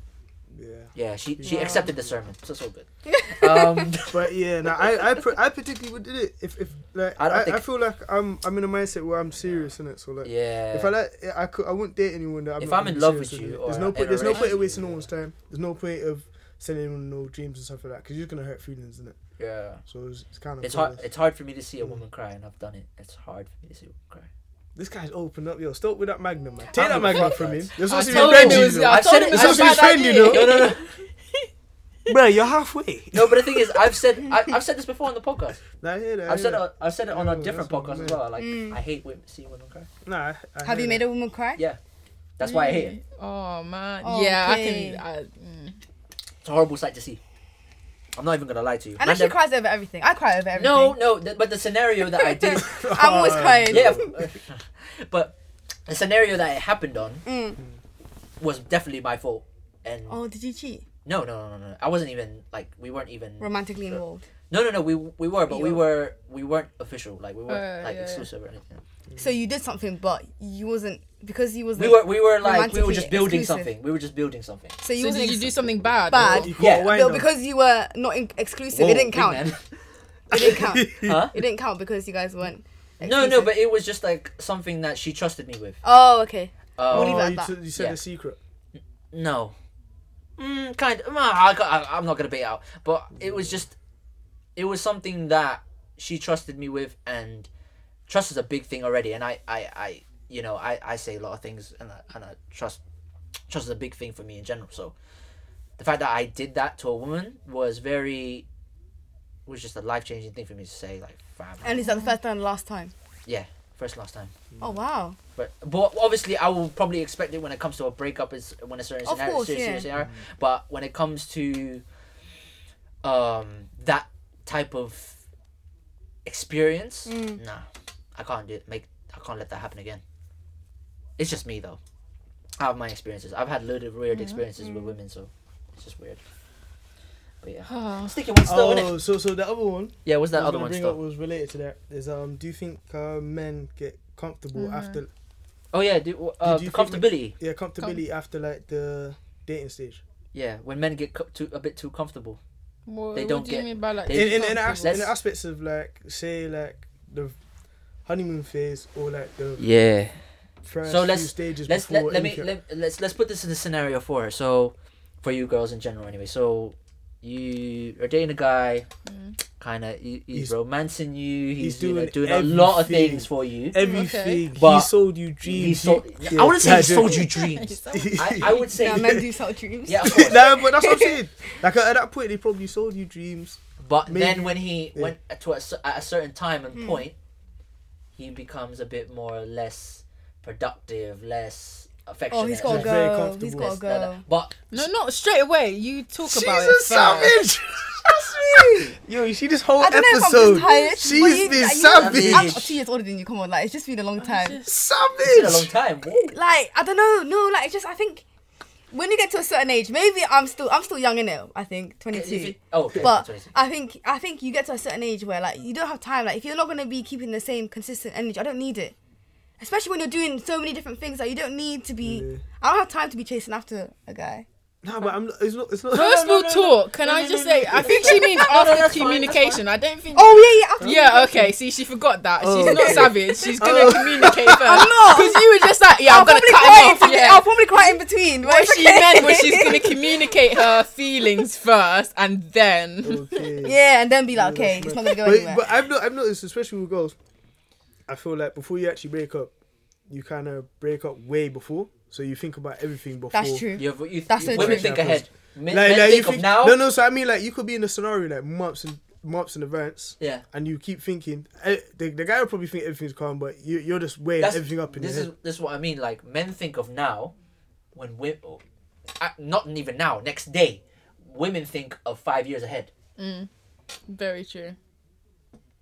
Speaker 3: Yeah.
Speaker 1: Yeah, she she
Speaker 4: Yeah.
Speaker 1: accepted the sermon, so it's all good. Um,
Speaker 3: But yeah, nah, I, I, pr- I particularly would do it if, if like
Speaker 1: I
Speaker 3: I,
Speaker 1: don't
Speaker 3: I,
Speaker 1: think-
Speaker 3: feel like I'm, I'm in a mindset where I'm serious in it. So like,
Speaker 1: yeah.
Speaker 3: if I like, I could, I wouldn't date anyone that I'm.
Speaker 1: If
Speaker 3: not
Speaker 1: I'm in
Speaker 3: really
Speaker 1: love
Speaker 3: serious
Speaker 1: with you or
Speaker 3: there's no
Speaker 1: in a
Speaker 3: point. There's no point
Speaker 1: relationship,
Speaker 3: of wasting
Speaker 1: yeah.
Speaker 3: no one's time. There's no point of sending anyone no dreams and stuff like that because you're just gonna hurt feelings in it.
Speaker 1: yeah.
Speaker 3: So it's, it's kind of.
Speaker 1: It's hard.
Speaker 3: pointless.
Speaker 1: It's hard for me to see a woman cry, and I've done it. It's hard for me to see a woman cry.
Speaker 3: This guy's opened up. Yo, stop with that Magnum, man. Take
Speaker 1: I'm
Speaker 3: that Magnum
Speaker 1: offended.
Speaker 3: from him. You're
Speaker 4: I
Speaker 3: supposed to be
Speaker 4: told
Speaker 3: friend,
Speaker 4: him it
Speaker 3: you
Speaker 4: was-
Speaker 3: know.
Speaker 4: I
Speaker 1: I've
Speaker 4: told
Speaker 1: said
Speaker 4: him
Speaker 1: it-
Speaker 4: it was
Speaker 1: I've
Speaker 4: a
Speaker 1: said
Speaker 4: bad
Speaker 1: it's
Speaker 3: friendly,
Speaker 4: idea.
Speaker 3: though.
Speaker 1: No, no, no.
Speaker 6: Bro, you're halfway.
Speaker 1: No, but the thing is, I've said I, I've said this before on the podcast.
Speaker 3: Nah, I hear that, I
Speaker 1: I've
Speaker 3: hear
Speaker 1: said
Speaker 3: that.
Speaker 1: it, I've said it on a
Speaker 3: No,
Speaker 1: different
Speaker 3: that's what
Speaker 1: podcast
Speaker 3: I
Speaker 1: as
Speaker 3: meant.
Speaker 1: well. Like
Speaker 5: Mm.
Speaker 1: I hate women, seeing women cry.
Speaker 3: Nah, I, I
Speaker 5: Have
Speaker 3: hear
Speaker 5: you made
Speaker 3: that.
Speaker 5: a woman cry?
Speaker 1: Yeah. That's
Speaker 3: Mm.
Speaker 1: why I hate it.
Speaker 4: Oh man.
Speaker 5: Oh,
Speaker 4: yeah, I
Speaker 5: okay.
Speaker 4: can. I, mm.
Speaker 1: It's a horrible sight to see. I'm not even gonna lie to you.
Speaker 5: And then she
Speaker 1: Random-
Speaker 5: cries over everything. I cry over everything.
Speaker 1: no, no. Th- but the scenario that I did,
Speaker 5: I'm always
Speaker 3: Oh,
Speaker 5: crying.
Speaker 1: yeah. but the scenario that it happened on
Speaker 5: Mm.
Speaker 1: was definitely my fault. And
Speaker 5: Oh, did you cheat?
Speaker 1: no, no, no, no, no. I wasn't even like we weren't even.
Speaker 5: Romantically involved.
Speaker 1: No, no, no. We we were, but we
Speaker 5: Yo. Oh,
Speaker 1: were we weren't official. Like we weren't
Speaker 4: Uh,
Speaker 1: like
Speaker 4: yeah, yeah.
Speaker 1: exclusive or anything.
Speaker 5: So you did something, but you wasn't because you wasn't.
Speaker 1: We were we were like we were
Speaker 5: romantically
Speaker 1: just building
Speaker 5: exclusive.
Speaker 1: something. We were just building something.
Speaker 5: So you
Speaker 4: So
Speaker 5: wasn't
Speaker 4: did you do
Speaker 5: ex-
Speaker 4: something bad? or
Speaker 5: bad.
Speaker 4: what?
Speaker 3: You
Speaker 1: Yeah.
Speaker 3: can't wind
Speaker 5: but
Speaker 3: up.
Speaker 5: because you were not in- exclusive,
Speaker 1: Whoa,
Speaker 5: it didn't
Speaker 1: big
Speaker 5: count.
Speaker 1: man.
Speaker 5: It didn't count. it
Speaker 1: huh?
Speaker 5: didn't count because you guys weren't.
Speaker 1: No, no,
Speaker 5: exclusive.
Speaker 1: but it was just like something that she trusted me with.
Speaker 5: oh, okay.
Speaker 1: Um,
Speaker 5: We'll leave it
Speaker 3: Oh,
Speaker 5: at
Speaker 3: you,
Speaker 5: that.
Speaker 3: t- you said
Speaker 1: Yeah.
Speaker 3: the secret.
Speaker 1: No. Mm, kind of. Nah, I, ca- I, I'm not going to bait out. But it was just. It was something that she trusted me with, and trust is a big thing already. And I, I, I you know, I, I say a lot of things, and I, and I trust. Trust is a big thing for me in general. So the fact that I did that to a woman was very. was just a life changing thing for me to say, like, fam.
Speaker 5: And is that the first time and last time?
Speaker 1: First, last time.
Speaker 5: Oh wow.
Speaker 1: But, but obviously, I will probably expect it when it comes to a breakup is when a certain
Speaker 5: Of
Speaker 1: scenario,
Speaker 5: course,
Speaker 1: serious,
Speaker 5: yeah.
Speaker 1: serious scenario. But when it comes to um that type of experience,
Speaker 5: Mm.
Speaker 1: nah, I can't do it. Make I can't let that happen again. It's just me though. I have my experiences. I've had a load of weird
Speaker 5: Mm-hmm.
Speaker 1: experiences
Speaker 5: Mm.
Speaker 1: with women, so it's just weird. But yeah,
Speaker 4: Oh.
Speaker 1: sticking one still, innit?
Speaker 3: Oh, so so the other one.
Speaker 1: Yeah, what's that
Speaker 3: I was
Speaker 1: other
Speaker 3: gonna
Speaker 1: one
Speaker 3: bring
Speaker 1: still?
Speaker 3: up was related to that. Is um, do you think uh, men get comfortable
Speaker 4: Mhm.
Speaker 3: after
Speaker 1: Oh yeah, do, uh,
Speaker 3: Did you
Speaker 1: the
Speaker 3: think we-
Speaker 1: comfortability.
Speaker 3: yeah comfortability after like the dating stage?
Speaker 1: Yeah, when men get co- too a bit too comfortable.
Speaker 4: What,
Speaker 1: They
Speaker 4: what
Speaker 1: don't
Speaker 4: do you
Speaker 1: get-
Speaker 4: mean by like?
Speaker 1: they-
Speaker 3: In
Speaker 1: It's
Speaker 3: in, in,
Speaker 4: comfortable?
Speaker 3: as- in
Speaker 1: Let's-
Speaker 3: aspects of like say like the honeymoon phase or like the
Speaker 1: Yeah.
Speaker 3: first
Speaker 1: So
Speaker 3: few
Speaker 1: let's-
Speaker 3: stages
Speaker 1: let's let,
Speaker 3: before
Speaker 1: let me
Speaker 3: anything.
Speaker 1: let, let's let's put this in a scenario for her.
Speaker 5: Mm-hmm.
Speaker 1: So, for you girls in general, anyway. So, you are dating a guy.
Speaker 4: Mm.
Speaker 1: kind of he, he's,
Speaker 3: He's-
Speaker 1: romancing you. He's,
Speaker 3: he's
Speaker 1: you know,
Speaker 3: doing
Speaker 1: doing a lot of
Speaker 3: everything.
Speaker 1: things for you.
Speaker 3: Everything.
Speaker 1: But
Speaker 3: he sold you dreams.
Speaker 1: He sold,
Speaker 3: you-
Speaker 1: I wouldn't say he
Speaker 3: Yeah.
Speaker 1: sold you dreams. I, I would say,
Speaker 5: Yeah, men do sell dreams.
Speaker 1: yeah, of course.
Speaker 3: no, but that's what I'm saying. Like at that point, they probably sold you dreams.
Speaker 1: But
Speaker 3: Maybe-
Speaker 1: then when he
Speaker 3: yeah.
Speaker 1: went to a, cer- at a certain time
Speaker 5: Hmm.
Speaker 1: and point, he becomes a bit more less productive, less affectionate.
Speaker 5: Oh, he's got a
Speaker 1: less-
Speaker 3: very
Speaker 5: girl. He's
Speaker 3: comfortable.
Speaker 5: got a
Speaker 1: less da- da-
Speaker 5: girl.
Speaker 1: But
Speaker 4: No, not straight away. You talk
Speaker 3: She's
Speaker 4: about it.
Speaker 3: a
Speaker 4: first.
Speaker 3: savage. That's me. Yo, you see this whole
Speaker 5: I don't know if I'm
Speaker 3: episode.
Speaker 5: just tired. but
Speaker 3: She's
Speaker 5: you-
Speaker 3: been
Speaker 5: like, you know,
Speaker 3: savage.
Speaker 5: I'm two years older than you. Come on, like it's just been a long time.
Speaker 1: it's been a long
Speaker 3: Savage.
Speaker 1: time. Whoa.
Speaker 5: like I don't know, no, like it's just I think when you get to a certain age, maybe I'm still I'm still young in it. I think twenty two.
Speaker 1: Oh, okay.
Speaker 5: But
Speaker 1: 22.
Speaker 5: I think I think you get to a certain age where like you don't have time. Like if you're not gonna be keeping the same consistent energy, I don't need it. Especially when you're doing so many different things, like you don't need to be.
Speaker 3: Yeah.
Speaker 5: I don't have time to be chasing after a guy.
Speaker 3: No, but I'm. It's not. It's not.
Speaker 4: Personal talk. Can I just say? I think she means after
Speaker 1: that's fine,
Speaker 4: communication. I don't think.
Speaker 5: Oh yeah, yeah. After
Speaker 4: Yeah, okay. See, she forgot that.
Speaker 3: Oh.
Speaker 4: She's not savage. She's gonna
Speaker 3: Oh.
Speaker 4: communicate first.
Speaker 5: I'm not.
Speaker 4: Because you were just like, yeah,
Speaker 5: I'll
Speaker 4: I'm gonna
Speaker 5: probably
Speaker 4: cut
Speaker 5: cry.
Speaker 4: him
Speaker 5: in
Speaker 4: off.
Speaker 5: between-
Speaker 4: Yeah.
Speaker 5: I'll probably cry in between. but
Speaker 4: What
Speaker 5: it's
Speaker 4: she
Speaker 5: okay.
Speaker 4: meant was she's gonna communicate her feelings first and then.
Speaker 3: Okay.
Speaker 5: Yeah, and then be like,
Speaker 3: Yeah,
Speaker 5: okay,
Speaker 3: that's
Speaker 5: it's
Speaker 3: mad.
Speaker 5: not gonna go
Speaker 3: But,
Speaker 5: anywhere.
Speaker 3: but I've, no, I've noticed, especially with girls, I feel like before you actually break up, you kind of break up way before. So you think about everything before.
Speaker 5: That's true.
Speaker 1: You have, you,
Speaker 5: That's
Speaker 1: you,
Speaker 5: so
Speaker 1: women
Speaker 5: true.
Speaker 1: think ahead. Men,
Speaker 3: Like,
Speaker 1: men
Speaker 3: like,
Speaker 1: think
Speaker 3: you
Speaker 1: of
Speaker 3: think-
Speaker 1: now.
Speaker 3: No, no. So I mean, like, you could be in a scenario like months and months in advance,
Speaker 1: Yeah.
Speaker 3: and you keep thinking. eh, the, the guy will probably think everything's calm, but you, you're just weighing
Speaker 1: That's-
Speaker 3: everything up in your
Speaker 1: this is
Speaker 3: head.
Speaker 1: this is what I mean. Like men think of now, when women, not even now, next day, women think of five years ahead.
Speaker 4: Very true.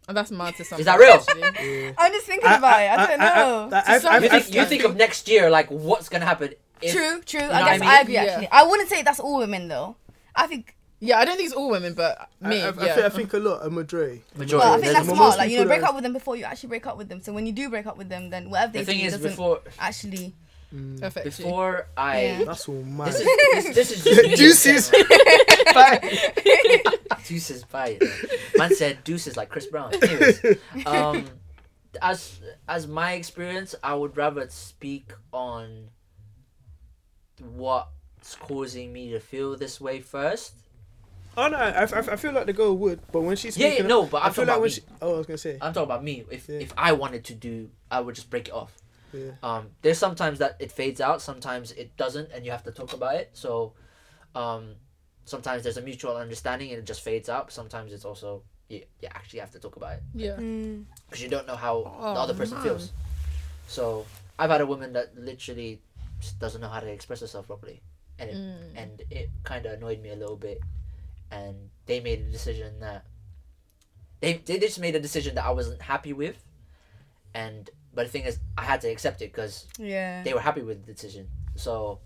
Speaker 4: And that's mad to something.
Speaker 1: Is that real?
Speaker 4: actually.
Speaker 5: I'm just thinking about it. I don't know.
Speaker 3: I, I,
Speaker 4: To
Speaker 3: I,
Speaker 4: some
Speaker 3: I,
Speaker 1: You
Speaker 4: I've-
Speaker 1: think,
Speaker 4: I've-
Speaker 1: you think of next year, like what's gonna happen. if-
Speaker 5: True, true.
Speaker 1: know
Speaker 5: I
Speaker 1: what
Speaker 5: guess
Speaker 1: I
Speaker 5: I,
Speaker 1: mean?
Speaker 5: agree.
Speaker 4: Yeah.
Speaker 5: Actually, I wouldn't say that's all women though. I think,
Speaker 4: yeah, I don't think it's all women, but
Speaker 3: I,
Speaker 4: me.
Speaker 3: I,
Speaker 4: yeah.
Speaker 3: think, I think a lot, a majority.
Speaker 1: Majority.
Speaker 5: well, I
Speaker 1: Sorry,
Speaker 5: think
Speaker 1: there's
Speaker 5: that's
Speaker 1: more
Speaker 5: smart. Like you know,
Speaker 3: people
Speaker 5: break
Speaker 3: that-
Speaker 5: up with them before you actually break up with them. So when you do break up with them, then whatever they
Speaker 1: The thing
Speaker 5: do
Speaker 1: is,
Speaker 5: doesn't
Speaker 1: before
Speaker 5: actually.
Speaker 4: Affect you.
Speaker 1: before I,
Speaker 5: Yeah.
Speaker 3: That's all mad.
Speaker 1: this is this, this is just me,
Speaker 3: Deuces.
Speaker 1: man. Deuces by it. Man said deuces like Chris Brown. Anyways, um, as as my experience, I would rather speak on what's causing me to feel this way first.
Speaker 3: Oh no, I, I, I feel like the girl would, but when she's
Speaker 1: Yeah, yeah,
Speaker 3: speaking
Speaker 1: no, but
Speaker 3: I
Speaker 1: I'm
Speaker 3: feel
Speaker 1: talking
Speaker 3: like
Speaker 1: about
Speaker 3: when
Speaker 1: me.
Speaker 3: she. Oh, I was gonna say.
Speaker 1: I'm talking about me. If
Speaker 3: Yeah.
Speaker 1: if I wanted to do, I would just break it off.
Speaker 3: Yeah.
Speaker 1: Um, there's sometimes that it fades out, sometimes it doesn't, and you have to talk about it. So, um, sometimes there's a mutual understanding and it just fades out. Sometimes it's also you, you actually have to talk about it
Speaker 4: Yeah.
Speaker 5: Mm.
Speaker 1: because you don't know how
Speaker 4: Oh,
Speaker 1: the other person
Speaker 4: man.
Speaker 1: feels. So I've had a woman that literally just doesn't know how to express herself properly, and it,
Speaker 4: Mm.
Speaker 1: and it kind of annoyed me a little bit. And they made a decision that they they just made a decision that I wasn't happy with, and but the thing is I had to accept it because
Speaker 5: Yeah.
Speaker 1: they were happy with the decision. So,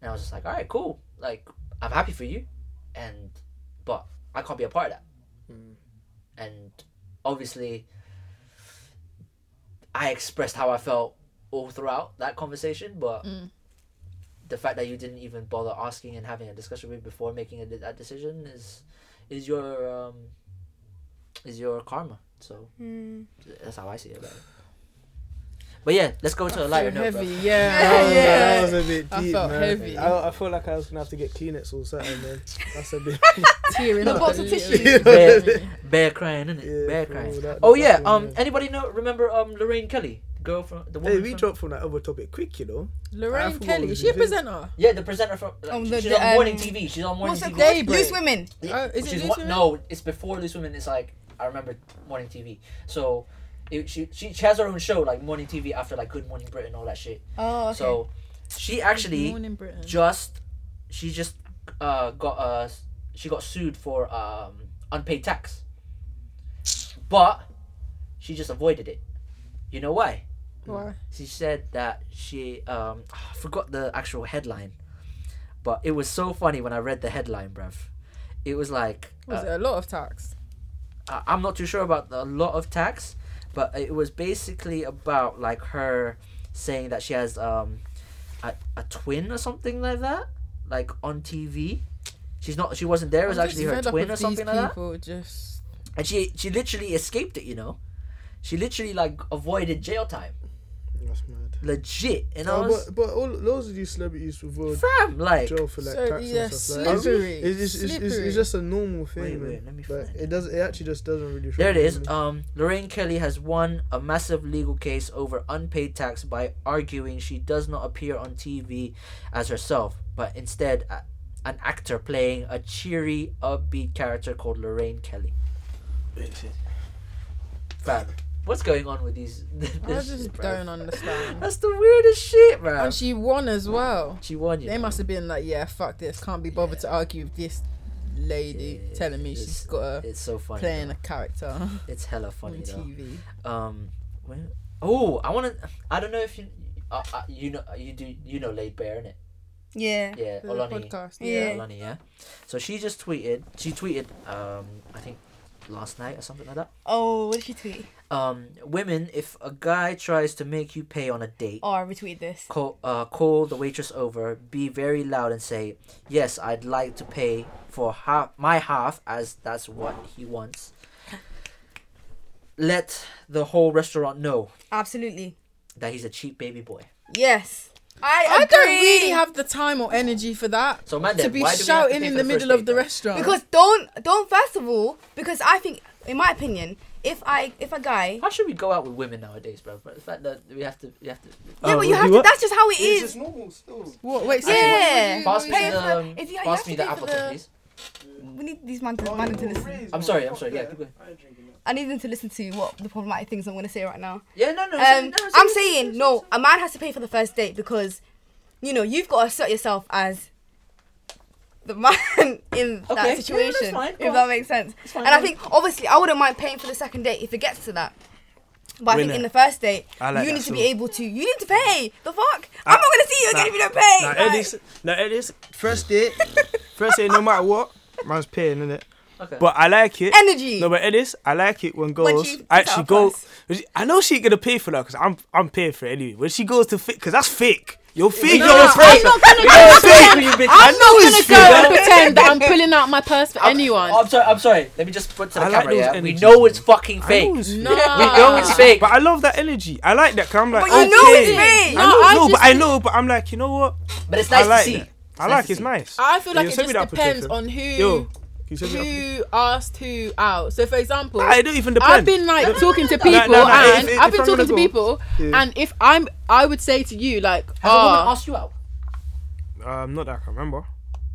Speaker 1: and I was just like, all right, cool. Like, I'm happy for you, and but I can't be a part of that.
Speaker 3: Mm.
Speaker 1: And obviously, I expressed how I felt all throughout that conversation, but
Speaker 4: Mm.
Speaker 1: the fact that you didn't even bother asking and having a discussion with me before making a, that decision is is your um is your karma. So
Speaker 5: Mm.
Speaker 1: that's how I see it. About it. But yeah, let's go to a lighter note. bro.
Speaker 4: heavy, yeah. Oh,
Speaker 3: That was,
Speaker 5: Yeah.
Speaker 3: that was a bit
Speaker 4: I
Speaker 3: deep,
Speaker 4: felt
Speaker 3: man.
Speaker 4: heavy.
Speaker 3: I, I felt like I was gonna have to get Kleenex or something, man. That's a bit.
Speaker 4: Tearing
Speaker 5: The
Speaker 4: up
Speaker 5: box
Speaker 4: a
Speaker 5: of
Speaker 4: little.
Speaker 5: tissues.
Speaker 1: Bear, bear crying, isn't it?
Speaker 3: Yeah,
Speaker 1: bear
Speaker 3: for
Speaker 1: crying.
Speaker 3: all that-
Speaker 1: oh
Speaker 3: that
Speaker 1: yeah.
Speaker 3: one,
Speaker 1: Um.
Speaker 3: yeah.
Speaker 1: Anybody know? Remember? Um. Lorraine Kelly, girl from the woman.
Speaker 3: hey, we
Speaker 1: from-
Speaker 3: dropped from that other topic quick, you know. I
Speaker 4: Lorraine
Speaker 3: forgot
Speaker 4: Kelly,
Speaker 3: what
Speaker 4: is she a
Speaker 3: it is.
Speaker 4: presenter?
Speaker 1: Yeah, the presenter from. Like,
Speaker 5: Um,
Speaker 1: she-
Speaker 5: the-
Speaker 1: she's
Speaker 5: the,
Speaker 1: on morning
Speaker 5: um,
Speaker 1: TV. She's on morning
Speaker 5: What's Uh, it
Speaker 1: TV.
Speaker 5: called?
Speaker 4: Daybreak.
Speaker 5: Loose women.
Speaker 1: Yeah,
Speaker 4: Oh, is
Speaker 1: which
Speaker 4: it
Speaker 1: is
Speaker 4: Loose
Speaker 1: what?
Speaker 4: Women?
Speaker 1: No, it's before Loose Women. It's like I remember morning TV. So, it, she she she has her own show like morning TV after like Good Morning Britain all that shit.
Speaker 5: Oh, okay.
Speaker 1: So, she actually
Speaker 4: Morning Britain.
Speaker 1: just she just uh got uh she got sued for um unpaid tax but she just avoided it you know why
Speaker 4: Why?
Speaker 1: she said that she um I forgot the actual headline but it was so funny when i read the headline bruv it was like
Speaker 4: Was
Speaker 1: uh,
Speaker 4: it a lot of tax?
Speaker 1: I- i'm not too sure about the lot of tax but it was basically about like her saying that she has um a, a twin or something like that like on tv she's not she wasn't there it was
Speaker 4: I'm
Speaker 1: actually
Speaker 4: just
Speaker 1: her
Speaker 4: fed up
Speaker 1: twin
Speaker 4: of
Speaker 1: or something like
Speaker 4: these
Speaker 1: that
Speaker 4: people Just
Speaker 1: and she she literally escaped it you know she literally like avoided jail time
Speaker 3: That's mad.
Speaker 1: legit, and I
Speaker 6: Oh,
Speaker 1: was
Speaker 6: but but all loads of these celebrities were
Speaker 1: fam like.
Speaker 6: jail for like
Speaker 4: So,
Speaker 6: tax
Speaker 4: yeah,
Speaker 6: and stuff. Like, it's,
Speaker 4: slippery,
Speaker 6: it's, it's, it's, it's,
Speaker 4: slippery.
Speaker 6: it's just a normal thing,
Speaker 1: Wait,
Speaker 6: man.
Speaker 1: wait, let me
Speaker 6: But
Speaker 1: find
Speaker 6: it does. It actually just doesn't really.
Speaker 1: There it
Speaker 6: shock me,
Speaker 1: is.
Speaker 6: man.
Speaker 1: Um, Lorraine Kelly has won a massive legal case over unpaid tax by arguing she does not appear on TV as herself, but instead a- an actor playing a cheery, upbeat character called Lorraine Kelly. Fam, what's going on with these?
Speaker 4: I
Speaker 1: this
Speaker 4: just
Speaker 1: shit, bruv?
Speaker 4: don't understand.
Speaker 1: That's the weirdest shit, man.
Speaker 4: and she won as well.
Speaker 1: She won you.
Speaker 4: They must have been like, yeah, fuck this. Can't be bothered to argue with this lady
Speaker 1: Yeah,
Speaker 4: telling me
Speaker 1: it's-
Speaker 4: she's got a
Speaker 1: It's so funny.
Speaker 4: playing
Speaker 1: though.
Speaker 4: a character
Speaker 1: It's hella
Speaker 4: on
Speaker 1: funny though.
Speaker 4: TV.
Speaker 1: Um, when, oh, I want to. I don't know if you, uh, uh, you know, you do, you know, Laid Bear, innit?
Speaker 5: Yeah.
Speaker 1: Yeah,
Speaker 4: The
Speaker 1: Olani.
Speaker 4: podcast.
Speaker 1: Yeah,
Speaker 4: Yeah.
Speaker 5: Yeah.
Speaker 1: Olani. Yeah. So she just tweeted. She tweeted. Um, I think last night or something like that.
Speaker 5: Oh, what did she tweet?
Speaker 1: Um, women, if a guy tries to make you pay on a date.
Speaker 5: Oh, I retweeted this.
Speaker 1: Call, uh, call the waitress over, be very loud and say, Yes, I'd like to pay for half, my half, as that's what he wants. Let the whole restaurant know
Speaker 5: Absolutely.
Speaker 1: that he's a cheap baby boy.
Speaker 5: Yes. I,
Speaker 4: I
Speaker 5: agree.
Speaker 4: don't really have the time or energy for that.
Speaker 1: So, man,
Speaker 4: to
Speaker 1: then,
Speaker 4: be
Speaker 1: why do we have to
Speaker 4: shouting
Speaker 1: pay
Speaker 4: in
Speaker 1: for
Speaker 4: the
Speaker 1: the
Speaker 4: middle
Speaker 1: first
Speaker 4: of
Speaker 1: date,
Speaker 4: the
Speaker 1: though?
Speaker 4: restaurant.
Speaker 5: because don't don't first of all because I think in my opinion if I if a guy
Speaker 1: How should we go out with women nowadays, bro? But the fact that we have to, we have to.
Speaker 5: yeah
Speaker 1: Oh,
Speaker 5: but
Speaker 1: do
Speaker 5: you have to
Speaker 1: what?
Speaker 5: that's just how it
Speaker 6: It's
Speaker 5: is
Speaker 6: just normal still.
Speaker 4: what? Wait, so what-
Speaker 5: Yeah.
Speaker 4: what-
Speaker 1: Pass
Speaker 4: what-
Speaker 1: me
Speaker 5: Pay
Speaker 1: the,
Speaker 5: for-
Speaker 1: um,
Speaker 5: if you- you
Speaker 1: pass
Speaker 5: have
Speaker 1: me
Speaker 5: to
Speaker 1: the
Speaker 5: pay for
Speaker 1: apple,
Speaker 5: the-
Speaker 1: please.
Speaker 5: we need these man to, man to listen
Speaker 1: I'm sorry, I'm sorry. Yeah, keep going.
Speaker 6: I ain't drinking that.
Speaker 5: I need them to listen to what the problematic things I'm gonna say right now
Speaker 1: Yeah, no, no. say-
Speaker 5: um,
Speaker 1: no, say-
Speaker 5: I'm saying no. A man has to pay for the first date because, you know, you've got to assert yourself as the man in
Speaker 1: Okay, yeah,
Speaker 5: that
Speaker 1: that's
Speaker 5: situation.
Speaker 1: fine, go
Speaker 5: If
Speaker 1: on.
Speaker 5: that makes sense.
Speaker 1: fine,
Speaker 5: and
Speaker 1: go
Speaker 5: I
Speaker 1: on.
Speaker 5: think obviously I wouldn't mind paying for the second date if it gets to that. But I think
Speaker 6: Winner.
Speaker 5: in the first date,
Speaker 6: I like
Speaker 5: you
Speaker 6: that
Speaker 5: need to be
Speaker 6: too. Ah,
Speaker 5: able to. You need to pay. The fuck! I, am not gonna see you again if you don't pay.
Speaker 6: Now,
Speaker 5: Like,
Speaker 6: Eddie's, now Eddie's first date, first date, no matter what, man's paying, innit?
Speaker 1: Okay.
Speaker 6: But I like it.
Speaker 5: energy.
Speaker 6: No, but Edis, I like it when
Speaker 5: When
Speaker 6: girls
Speaker 5: she puts out
Speaker 6: actually
Speaker 5: a
Speaker 6: go.
Speaker 5: price.
Speaker 6: I know she gonna pay for that because I'm I'm paying for it anyway. When she goes to fake, because that's fake. You're fake.
Speaker 4: No,
Speaker 6: you're a
Speaker 4: I'm
Speaker 6: person.
Speaker 4: not gonna go.
Speaker 6: You're
Speaker 4: I'm
Speaker 6: fake.
Speaker 1: you bitch.
Speaker 6: I know
Speaker 4: not gonna
Speaker 6: it's
Speaker 4: go
Speaker 6: fake.
Speaker 4: and pretend that I'm pulling out my purse for anyone.
Speaker 1: Oh, I'm sorry. I'm sorry. Let me just put to the
Speaker 6: I like
Speaker 1: camera.
Speaker 6: those
Speaker 1: Yeah? We
Speaker 6: energies,
Speaker 1: know it's
Speaker 6: man.
Speaker 1: fucking
Speaker 6: I know
Speaker 1: fake.
Speaker 6: it's fake.
Speaker 4: No.
Speaker 1: We know it's fake.
Speaker 6: But I love that energy. I like that. Cause I'm like,
Speaker 5: But you know it's
Speaker 6: okay.
Speaker 5: fake.
Speaker 6: I
Speaker 4: No,
Speaker 6: know,
Speaker 4: I
Speaker 6: no, but
Speaker 4: just-
Speaker 6: I know. But I'm like, you know what?
Speaker 1: But it's nice
Speaker 6: I like
Speaker 1: to see.
Speaker 6: that. I
Speaker 1: nice
Speaker 6: like
Speaker 1: to
Speaker 6: it's
Speaker 1: see.
Speaker 6: nice.
Speaker 4: I feel
Speaker 6: Yeah,
Speaker 4: like it
Speaker 6: send me that
Speaker 4: just
Speaker 6: picture,
Speaker 4: depends
Speaker 6: sir.
Speaker 4: on who
Speaker 6: Yo, can you send me that picture?
Speaker 4: who asked who out. So, for example,
Speaker 6: Ah, it don't even depend.
Speaker 4: I've been like talking to people,
Speaker 6: no, no, if-
Speaker 4: and
Speaker 6: if-
Speaker 4: I've
Speaker 6: if
Speaker 4: been
Speaker 6: I'm
Speaker 4: talking
Speaker 6: gonna
Speaker 4: to
Speaker 6: go-
Speaker 4: people,
Speaker 6: Yeah.
Speaker 4: and if I'm, I would say to you like,
Speaker 1: Has a woman
Speaker 4: ah,
Speaker 1: asked you out?
Speaker 6: um, not that I can remember.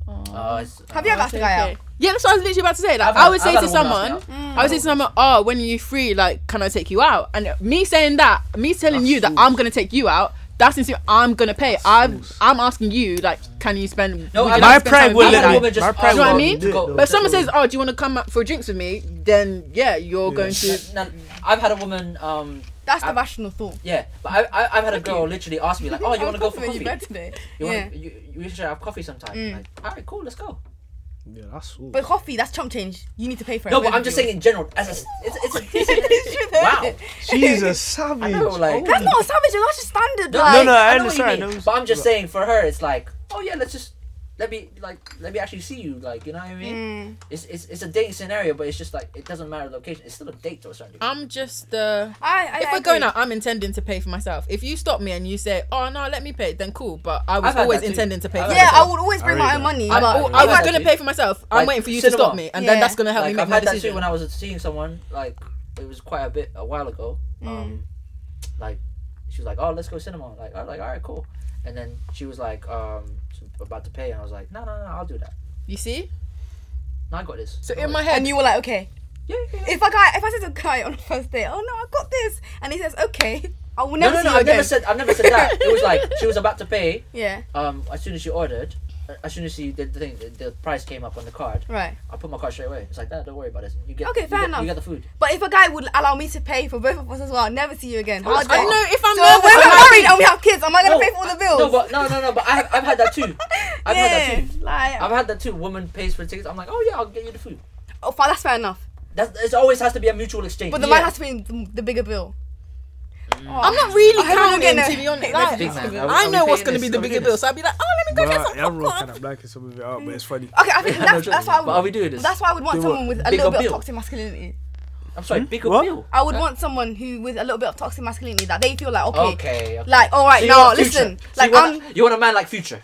Speaker 1: Uh, it's-
Speaker 5: Have you ever asked a guy out?
Speaker 4: oh,
Speaker 5: Mm,
Speaker 4: yeah, that's what I was literally about to say. Like,
Speaker 1: I've
Speaker 4: I
Speaker 1: had-
Speaker 4: would
Speaker 1: I've
Speaker 4: say
Speaker 1: had
Speaker 4: to
Speaker 1: a woman ask me
Speaker 4: someone,
Speaker 1: out.
Speaker 4: I would say to someone, oh, when are you free? Like, can I take you out? And me saying that, me telling you that
Speaker 6: That's
Speaker 4: I'm gonna take you out. That's sincere. I'm gonna pay. I'm
Speaker 6: sauce.
Speaker 4: I'm asking you, like, can you spend?
Speaker 1: No,
Speaker 4: would
Speaker 1: I-
Speaker 4: you
Speaker 1: My
Speaker 4: like to spend
Speaker 6: pride
Speaker 4: time
Speaker 6: will
Speaker 4: with
Speaker 6: let
Speaker 4: me?
Speaker 6: me-
Speaker 1: woman just
Speaker 6: my
Speaker 1: asked
Speaker 6: private
Speaker 1: you
Speaker 4: Do you know what I
Speaker 1: out
Speaker 4: mean?
Speaker 1: to go-
Speaker 4: But if someone
Speaker 6: That's
Speaker 4: says, "Oh, do you want to come out for drinks with me?" Then yeah, you're
Speaker 6: Yeah.
Speaker 4: going to.
Speaker 1: uh, No, no, I've had a woman. Um,
Speaker 5: That's the
Speaker 1: I-
Speaker 5: rational thought.
Speaker 1: yeah, but I, I, I've had a girl literally ask me like, "Oh, you
Speaker 5: I'm
Speaker 1: want to go for
Speaker 5: confident
Speaker 1: coffee?
Speaker 5: You better today.
Speaker 1: You
Speaker 5: yeah.
Speaker 1: want you, you should have coffee sometime."
Speaker 5: Mm.
Speaker 1: Like, all right, cool, let's go.
Speaker 6: Yeah, that's all.
Speaker 5: But coffee, that's chump change. You need to pay for it.
Speaker 1: No, but
Speaker 5: whether
Speaker 1: I'm just
Speaker 5: you-
Speaker 1: saying in general. As a, it's, it's a
Speaker 5: It's true, though.
Speaker 1: wow.
Speaker 6: She's a savage.
Speaker 1: I know, like-
Speaker 5: That's not a savage. That's just standard.
Speaker 1: No,
Speaker 5: like,
Speaker 6: no, I
Speaker 1: know what
Speaker 6: understand,
Speaker 1: you mean,
Speaker 6: I understand.
Speaker 1: But I'm just saying for her, it's like, oh yeah, let's just let me like let me actually see you, like you know what I mean?
Speaker 5: Mm.
Speaker 1: It's, it's it's a dating scenario, but it's just like it doesn't matter the location. It's still a date to a certain degree.
Speaker 4: I'm just. Uh,
Speaker 5: I, I,
Speaker 4: if
Speaker 5: I
Speaker 4: we're going
Speaker 5: agree.
Speaker 4: out, I'm intending to pay for myself. If you stop me and you say, "Oh no, let me pay," then cool. But I
Speaker 1: I've
Speaker 4: was
Speaker 1: had
Speaker 4: always
Speaker 1: that too.
Speaker 4: intending to pay.
Speaker 1: I've
Speaker 4: for
Speaker 1: had
Speaker 5: yeah,
Speaker 1: that
Speaker 5: I
Speaker 4: myself.
Speaker 5: would always bring
Speaker 6: I
Speaker 5: my
Speaker 6: read
Speaker 5: own
Speaker 6: that.
Speaker 5: money.
Speaker 4: I,
Speaker 5: but
Speaker 4: oh,
Speaker 1: I've
Speaker 4: I was
Speaker 1: had that
Speaker 4: going to
Speaker 1: too.
Speaker 4: pay for myself. I'm
Speaker 1: Like,
Speaker 4: waiting for you to
Speaker 1: cinema.
Speaker 4: stop me, and then
Speaker 5: Yeah.
Speaker 4: that's going to help
Speaker 1: like
Speaker 4: me make
Speaker 1: I've
Speaker 4: my
Speaker 1: had that too
Speaker 4: decision.
Speaker 1: when I was seeing someone. Like it was quite a bit a while ago. Um, like she was like, "Oh, let's go cinema." Like I was like, "All right, cool." And then she was like, um, about to pay, and I was like, "No, no, no, I'll do that.
Speaker 4: You see?
Speaker 1: No, I got this."
Speaker 4: So
Speaker 1: Don't
Speaker 4: in my
Speaker 1: worry."
Speaker 4: head,
Speaker 5: and you were like, okay.
Speaker 1: yeah, yeah, yeah.
Speaker 5: If a guy, if I said to a guy on the first date, oh no, I got this, and he says, okay, I will
Speaker 1: No,
Speaker 5: never
Speaker 1: no,
Speaker 5: see
Speaker 1: no.
Speaker 5: you
Speaker 1: I've
Speaker 5: again.
Speaker 1: never said. I've never said that. It was like she was about to pay.
Speaker 5: yeah,
Speaker 1: Um, as soon as she ordered, uh, as soon as she did the thing, the, the price came up on the card.
Speaker 5: right.
Speaker 1: I put my card straight away. It's like, nah, don't worry about it. You get.
Speaker 5: Okay,
Speaker 1: you
Speaker 5: fair
Speaker 1: get,
Speaker 5: enough.
Speaker 1: You get the food.
Speaker 5: But if a guy would allow me to pay for both of us as well, I'll never see you again. How
Speaker 1: that's
Speaker 5: dare-
Speaker 4: I know if I'm
Speaker 5: So
Speaker 4: nervous,
Speaker 5: when
Speaker 4: I'm
Speaker 5: we're
Speaker 4: happy.
Speaker 5: married and we have kids, am I gonna
Speaker 1: No,
Speaker 5: pay for all the bills?
Speaker 1: No, but no, no, no. But I've, I've had that too. I've
Speaker 5: Oh. yeah,
Speaker 1: had that too.
Speaker 5: like,
Speaker 1: I've had that too. Woman pays for tickets. I'm like, oh yeah, I'll get you the food.
Speaker 5: oh, fine, that's fair enough.
Speaker 1: That's it. Always has to be a mutual exchange.
Speaker 5: But the
Speaker 4: Yeah.
Speaker 5: man has to pay the, the bigger bill.
Speaker 1: Mm.
Speaker 5: Oh,
Speaker 4: I'm not really
Speaker 5: I hope I'm
Speaker 4: counting
Speaker 5: gonna-
Speaker 4: to be honest.
Speaker 5: That's
Speaker 4: Like,
Speaker 1: big, man. Are we-
Speaker 4: I
Speaker 1: are we
Speaker 4: know what's
Speaker 1: paying
Speaker 4: going
Speaker 1: this?
Speaker 4: to be
Speaker 1: Are
Speaker 4: the
Speaker 1: we
Speaker 4: bigger
Speaker 1: doing
Speaker 4: bill, so I'd be like, "Oh, let me go get
Speaker 6: Bruh,
Speaker 4: some
Speaker 6: everyone
Speaker 4: popcorn."
Speaker 6: kind of blacking some of it out, but it's funny.
Speaker 5: Okay, I think that's, that's why I would.
Speaker 1: But are we doing this?
Speaker 5: That's why I would want
Speaker 6: Do what?
Speaker 5: someone with a
Speaker 1: Bigger
Speaker 5: little bit
Speaker 1: bill.
Speaker 5: of toxic masculinity.
Speaker 1: I'm sorry, bigger
Speaker 6: What?
Speaker 1: bill.
Speaker 5: I would want someone who with a little bit of toxic masculinity that they feel like okay,
Speaker 1: Okay. okay.
Speaker 5: like all right
Speaker 1: So you
Speaker 5: now
Speaker 1: want Future.
Speaker 5: listen,
Speaker 1: So
Speaker 5: like
Speaker 1: you want,
Speaker 5: I'm
Speaker 1: you want a man like Future.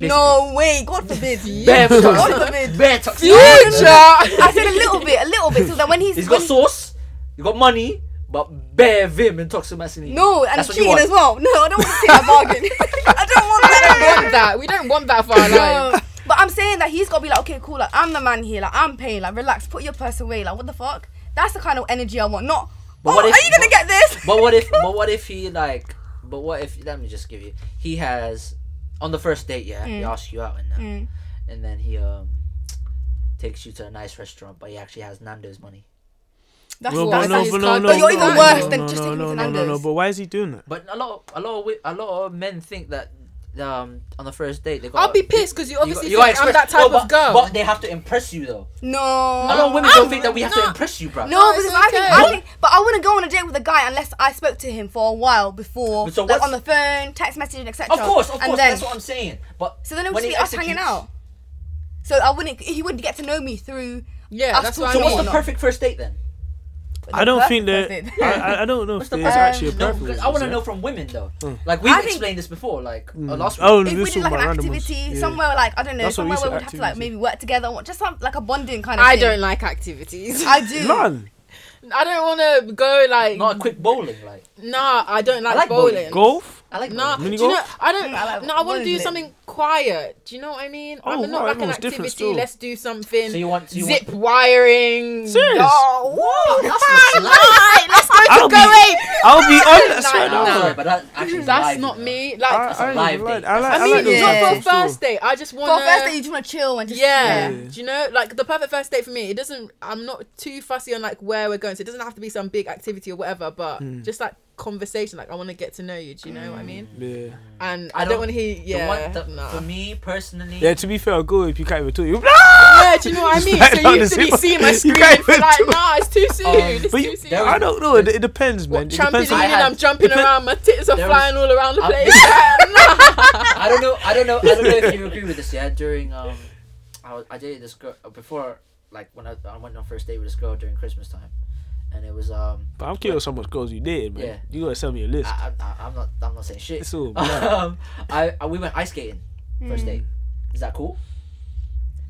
Speaker 5: no way, God forbid,
Speaker 1: Bare
Speaker 5: God
Speaker 1: toxic.
Speaker 5: forbid.
Speaker 1: Bare toxic.
Speaker 5: I said a little bit, a little bit. So that when he's,
Speaker 1: He's
Speaker 5: when,
Speaker 1: got sauce. He's got money, but bare vim and toxic masculinity.
Speaker 5: no, and
Speaker 1: That's what you
Speaker 5: cheating
Speaker 1: want.
Speaker 5: as well. No, I don't want to take that bargain. I don't want
Speaker 4: I
Speaker 5: that.
Speaker 4: don't want that. We don't want that for our life.
Speaker 5: No. But I'm saying that he's gotta be like, okay, cool, like I'm the man here, like I'm paying, like relax, put your purse away, like what the fuck? That's the kind of energy I want. Not
Speaker 1: But
Speaker 5: oh,
Speaker 1: what if-
Speaker 5: are you gonna
Speaker 1: but-
Speaker 5: get this?
Speaker 1: But what if? But what if he like? But what if? Let me just give you. He has on the first date. Yeah, he asks you out and uh,
Speaker 5: Mm.
Speaker 1: and then he um takes you to a nice restaurant, but he actually has Nando's money.
Speaker 5: That's,
Speaker 6: No,
Speaker 4: Well,
Speaker 6: but
Speaker 4: well,
Speaker 5: that's,
Speaker 6: no,
Speaker 5: that's
Speaker 4: his
Speaker 6: but no,
Speaker 4: card.
Speaker 6: no,
Speaker 4: But you're
Speaker 6: no,
Speaker 4: even
Speaker 6: no,
Speaker 4: worse
Speaker 6: no,
Speaker 5: than
Speaker 6: no, no,
Speaker 5: just taking
Speaker 6: no,
Speaker 5: it to
Speaker 6: no, no, no.
Speaker 5: Nando's.
Speaker 6: But why is he doing that?
Speaker 1: But a lot, of, a lot, of, wi- a lot of men think that um on the first date they got.
Speaker 4: I'll be pissed because you
Speaker 1: you got-
Speaker 4: obviously
Speaker 1: you got
Speaker 4: think I'm that
Speaker 1: express-
Speaker 4: type
Speaker 1: no, but-
Speaker 4: of girl.
Speaker 1: But they have to impress you though. a
Speaker 5: no.
Speaker 1: lot of women
Speaker 4: I'm
Speaker 1: don't think that we have to
Speaker 4: not-
Speaker 1: impress you, bro.
Speaker 5: No,
Speaker 4: No,
Speaker 5: because
Speaker 4: Oh, it's
Speaker 5: I think,
Speaker 4: okay.
Speaker 5: I think, but I wouldn't go on a date with a guy unless I spoke to him for a while before,
Speaker 1: So
Speaker 5: like
Speaker 1: what's-
Speaker 5: on the phone, text message, etc.
Speaker 1: Of course, of
Speaker 5: and
Speaker 1: course.
Speaker 5: Then,
Speaker 1: That's what I'm saying. But
Speaker 5: so then it would
Speaker 1: when
Speaker 5: just
Speaker 1: he
Speaker 5: be us hanging
Speaker 1: executes-
Speaker 5: out. So I wouldn't. He wouldn't get to know me through.
Speaker 4: yeah,
Speaker 5: us
Speaker 4: that's
Speaker 5: two
Speaker 4: what I
Speaker 1: So
Speaker 4: mean.
Speaker 1: what's the
Speaker 5: not.
Speaker 1: perfect first date then?
Speaker 6: I don't think that.
Speaker 5: Perfect
Speaker 6: I,
Speaker 5: person.
Speaker 6: I- I don't know if
Speaker 1: What's the
Speaker 6: there's
Speaker 1: perfect-
Speaker 6: actually a
Speaker 1: No,
Speaker 6: perfect.
Speaker 1: because
Speaker 6: one,
Speaker 1: I want
Speaker 6: is
Speaker 1: to
Speaker 6: there?
Speaker 1: know from women though. Like we've
Speaker 5: I think-
Speaker 1: explained this before, like uh, last week.
Speaker 6: Hmm. Oh,
Speaker 5: if we
Speaker 6: this
Speaker 5: did
Speaker 6: one
Speaker 5: like an
Speaker 6: about
Speaker 5: activity
Speaker 6: randomness. Yeah.
Speaker 5: somewhere like I don't know
Speaker 6: That's what we
Speaker 5: somewhere
Speaker 6: said,
Speaker 5: where we'd have to like
Speaker 6: activity.
Speaker 5: maybe work together or just some, like a bonding kind of
Speaker 4: I
Speaker 5: thing.
Speaker 4: don't like activities.
Speaker 5: I do.
Speaker 6: None.
Speaker 4: I don't want to go like.
Speaker 1: Not a quick bowling, like
Speaker 4: nah, I don't like,
Speaker 1: like bowling.
Speaker 4: bowling.
Speaker 6: Golf.
Speaker 1: I like
Speaker 4: Nah, do
Speaker 1: bowling.
Speaker 6: Mini
Speaker 4: you know,
Speaker 6: golf?
Speaker 4: I don't.
Speaker 5: Mm, I like
Speaker 4: no, I want to
Speaker 5: bowling,
Speaker 4: do
Speaker 5: isn't it?
Speaker 4: something quiet. Do you know what I mean?
Speaker 6: Oh,
Speaker 4: I'm not
Speaker 6: wow,
Speaker 4: like an
Speaker 6: everyone's different
Speaker 4: activity.
Speaker 6: still.
Speaker 4: Let's do something.
Speaker 1: So you want so you
Speaker 4: Zip
Speaker 1: want
Speaker 4: wiring.
Speaker 6: Serious?
Speaker 4: Oh,
Speaker 1: Whoa, that's not
Speaker 4: right, let's go to
Speaker 6: I'll
Speaker 4: go
Speaker 6: be- I'll be honest
Speaker 4: Nah,
Speaker 6: right
Speaker 4: nah.
Speaker 6: now.
Speaker 1: sorry, but that actually is
Speaker 4: That's
Speaker 1: live,
Speaker 4: not
Speaker 1: you know.
Speaker 4: me.
Speaker 6: I,
Speaker 4: Like, I,
Speaker 6: I,
Speaker 1: live
Speaker 6: ain't gonna lie,
Speaker 1: date.
Speaker 6: I like.
Speaker 5: I
Speaker 6: I like
Speaker 4: mean,
Speaker 6: those
Speaker 5: yeah.
Speaker 4: not for
Speaker 6: ones
Speaker 4: a
Speaker 6: still.
Speaker 4: first date. I just
Speaker 5: For
Speaker 4: want
Speaker 5: a first date, you just want to chill and just
Speaker 4: Yeah.
Speaker 6: Yeah.
Speaker 4: Do you know, like the perfect first date for me, it doesn't, I'm not too fussy on like where we're going. So it doesn't have to be some big activity or whatever, but just like conversation. Like I want to get to know you. Do you know what I mean?
Speaker 6: Yeah.
Speaker 4: And
Speaker 1: Hmm. I
Speaker 4: I, don't,
Speaker 1: don't-
Speaker 4: want to hear,
Speaker 1: The one
Speaker 4: yeah.
Speaker 1: that-
Speaker 4: nah.
Speaker 1: For me personally,
Speaker 6: Yeah. To be fair, I'll go if you can't even talk. You.
Speaker 4: yeah, do you know what I mean?
Speaker 6: Slide
Speaker 4: So
Speaker 6: down the
Speaker 4: you used to be
Speaker 6: zipper.
Speaker 4: seeing my
Speaker 6: You
Speaker 4: screen
Speaker 6: can't
Speaker 4: and be
Speaker 6: even
Speaker 4: like,
Speaker 6: do it.
Speaker 4: nah, it's too soon.
Speaker 1: Um,
Speaker 4: it's
Speaker 6: But
Speaker 4: too
Speaker 6: you,
Speaker 4: soon.
Speaker 1: there
Speaker 6: I don't know. It, it depends, man.
Speaker 4: What,
Speaker 6: It
Speaker 4: trampoline
Speaker 6: depends.
Speaker 1: I
Speaker 6: on-
Speaker 1: had-
Speaker 4: I'm jumping
Speaker 6: depend-
Speaker 4: around, my tits are
Speaker 1: There
Speaker 4: flying all around the
Speaker 1: I'm-
Speaker 4: place.
Speaker 1: I don't know. I don't know. I don't know if you agree with this. Yeah, during um, I, was, I dated this girl uh, before, like when I, I went on first date with this girl during Christmas time, and it was um,
Speaker 6: But I'm curious how much girls you dated, man.
Speaker 1: Yeah.
Speaker 6: You gotta send me a
Speaker 4: Uh,
Speaker 6: list.
Speaker 1: I, I, I'm not I'm not saying shit.
Speaker 6: It's all bad.
Speaker 1: um, I, I we went ice skating
Speaker 4: Hmm.
Speaker 5: Hmm.
Speaker 1: first date. Is that cool?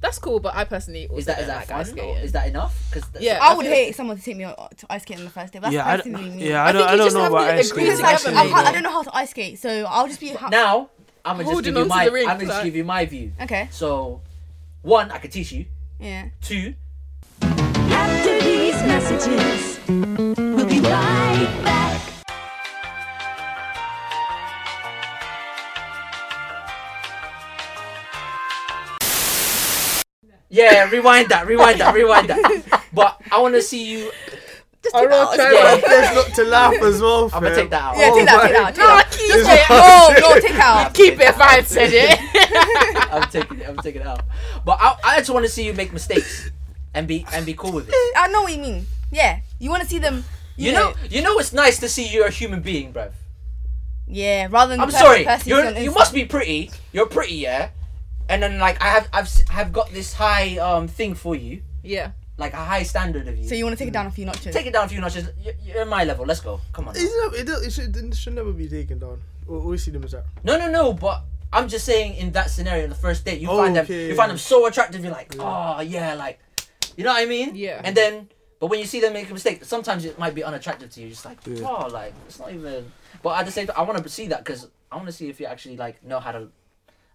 Speaker 4: That's cool, but I personally also
Speaker 1: Is that is
Speaker 4: don't
Speaker 1: that
Speaker 4: like
Speaker 1: fun?
Speaker 4: ice
Speaker 1: Or
Speaker 4: skating.
Speaker 1: is that enough? Because
Speaker 4: Yeah.
Speaker 5: I would
Speaker 4: Okay.
Speaker 5: hate someone to take me on to ice skating on the first day. That's
Speaker 6: yeah, I,
Speaker 5: personally
Speaker 6: don't-
Speaker 5: me.
Speaker 6: yeah, I
Speaker 4: I
Speaker 6: don't,
Speaker 4: think
Speaker 6: I
Speaker 4: you
Speaker 6: don't
Speaker 4: just
Speaker 6: know
Speaker 4: have
Speaker 6: about
Speaker 4: to
Speaker 6: ice
Speaker 4: agree
Speaker 6: cream.
Speaker 5: because
Speaker 4: It's
Speaker 5: like,
Speaker 4: together,
Speaker 5: I'm- I,
Speaker 4: maybe.
Speaker 5: don't know how to ice skate, so I'll just be ha-
Speaker 1: now I'm gonna just
Speaker 4: Holding
Speaker 1: give you
Speaker 4: onto
Speaker 1: my
Speaker 4: the ring,
Speaker 1: I'm gonna just
Speaker 4: like-
Speaker 1: give you my view.
Speaker 5: okay.
Speaker 1: So, one I could teach you.
Speaker 5: Yeah.
Speaker 1: Two
Speaker 7: After these messages, we'll be right back.
Speaker 1: yeah rewind that rewind that rewind that. But I want to see you.
Speaker 6: I'm gonna try
Speaker 1: my
Speaker 6: best not to laugh as well.
Speaker 1: I'm gonna take that
Speaker 3: Oh,
Speaker 1: out.
Speaker 5: Yeah, take that,
Speaker 4: Oh
Speaker 6: my-
Speaker 5: take that, out, take
Speaker 4: Nah,
Speaker 5: that.
Speaker 4: keep
Speaker 6: This
Speaker 4: it.
Speaker 6: is-
Speaker 4: Oh, no,
Speaker 5: out. No, take it out.
Speaker 4: keep it if I had said it.
Speaker 1: I'm taking it. I'm taking it out. But I, I just want to see you make mistakes and be and be cool with it.
Speaker 5: I know what you mean. Yeah, you want to see them.
Speaker 1: You know, you know, it's nice to see you're a human being, bruv.
Speaker 5: Yeah, rather than.
Speaker 1: I'm
Speaker 5: the per-
Speaker 1: sorry,
Speaker 5: person
Speaker 1: you're
Speaker 5: on
Speaker 1: you
Speaker 5: Insta.
Speaker 1: must be pretty. You're pretty, yeah. And then like I have I've s- have got this high um thing for you,
Speaker 4: Yeah.
Speaker 1: like a high standard of you.
Speaker 5: So you want to take it down a few notches.
Speaker 1: Take it down a few notches. You're, you're at my level. Let's go. Come on. now.
Speaker 6: Isn't
Speaker 3: It, do- it, should, it should never be taken down. We always see them as that.
Speaker 1: No, no, no. But I'm just saying, in that scenario, the first date, you
Speaker 3: Oh,
Speaker 1: find them,
Speaker 3: okay.
Speaker 1: you find them so attractive. You're like, oh yeah, like, you know what I mean?
Speaker 4: Yeah.
Speaker 1: And then, but when you see them make a mistake, sometimes it might be unattractive to you. Just like, oh, like it's not even. But at the same time, I want to see that because I want to see if you actually like know how to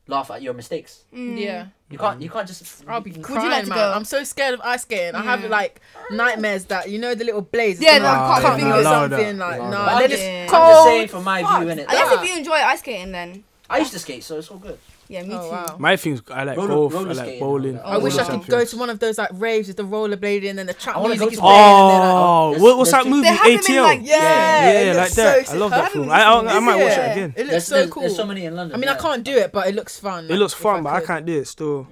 Speaker 1: laugh at your mistakes.
Speaker 5: Mm.
Speaker 4: Yeah.
Speaker 6: Mm-hmm.
Speaker 1: You can't, you can't just.
Speaker 4: I'll be
Speaker 5: you
Speaker 4: crying,
Speaker 5: like to
Speaker 4: man.
Speaker 5: go?
Speaker 4: I'm so scared of ice skating. I have like nightmares that you know the little blaze.
Speaker 5: Yeah,
Speaker 4: It's gonna,
Speaker 5: no,
Speaker 4: like,
Speaker 5: I can't
Speaker 4: cut
Speaker 5: do
Speaker 4: me or
Speaker 5: that.
Speaker 4: something
Speaker 6: Allow
Speaker 4: like
Speaker 6: that.
Speaker 4: nah.
Speaker 6: Allow
Speaker 4: And
Speaker 1: I'm
Speaker 4: then
Speaker 1: just,
Speaker 5: Yeah.
Speaker 4: it's
Speaker 1: I'm just saying
Speaker 4: cold.
Speaker 1: from my
Speaker 4: Fuck.
Speaker 1: view, innit?
Speaker 4: I
Speaker 5: Unless
Speaker 4: Ah.
Speaker 5: if you enjoy ice skating, then
Speaker 1: I used to skate, so it's all good.
Speaker 5: yeah, me
Speaker 4: Oh,
Speaker 5: too.
Speaker 4: wow.
Speaker 6: My things, I like
Speaker 1: Roller-
Speaker 6: golf, I
Speaker 1: roller
Speaker 6: like
Speaker 1: skating.
Speaker 6: bowling.
Speaker 1: I
Speaker 4: I
Speaker 1: all
Speaker 4: wish I
Speaker 1: those
Speaker 4: could go to one of those like raves with the rollerblading and then the trap
Speaker 1: I wanna
Speaker 4: music
Speaker 1: go
Speaker 4: is
Speaker 1: to-
Speaker 4: playing. and they're like,
Speaker 6: Oh,
Speaker 1: There's-
Speaker 6: what, what's
Speaker 1: there's
Speaker 6: that
Speaker 1: two-
Speaker 6: movie?
Speaker 5: They have them in,
Speaker 6: ATL.
Speaker 5: like,
Speaker 4: yeah,
Speaker 6: yeah,
Speaker 4: it
Speaker 6: like
Speaker 4: looks
Speaker 6: that.
Speaker 4: so
Speaker 6: I love
Speaker 4: sick.
Speaker 6: that
Speaker 4: haven't
Speaker 6: film.
Speaker 4: seen
Speaker 6: I, I,
Speaker 4: it.
Speaker 6: I might watch
Speaker 5: Yeah.
Speaker 6: it again.
Speaker 4: It looks
Speaker 1: There's,
Speaker 4: so
Speaker 1: there's,
Speaker 4: cool.
Speaker 1: there's so many in London.
Speaker 4: I mean, I
Speaker 1: yeah.
Speaker 4: can't do it, but it looks fun.
Speaker 6: It
Speaker 4: like,
Speaker 6: looks
Speaker 4: if
Speaker 6: fun, but I
Speaker 4: could.
Speaker 6: can't do it still.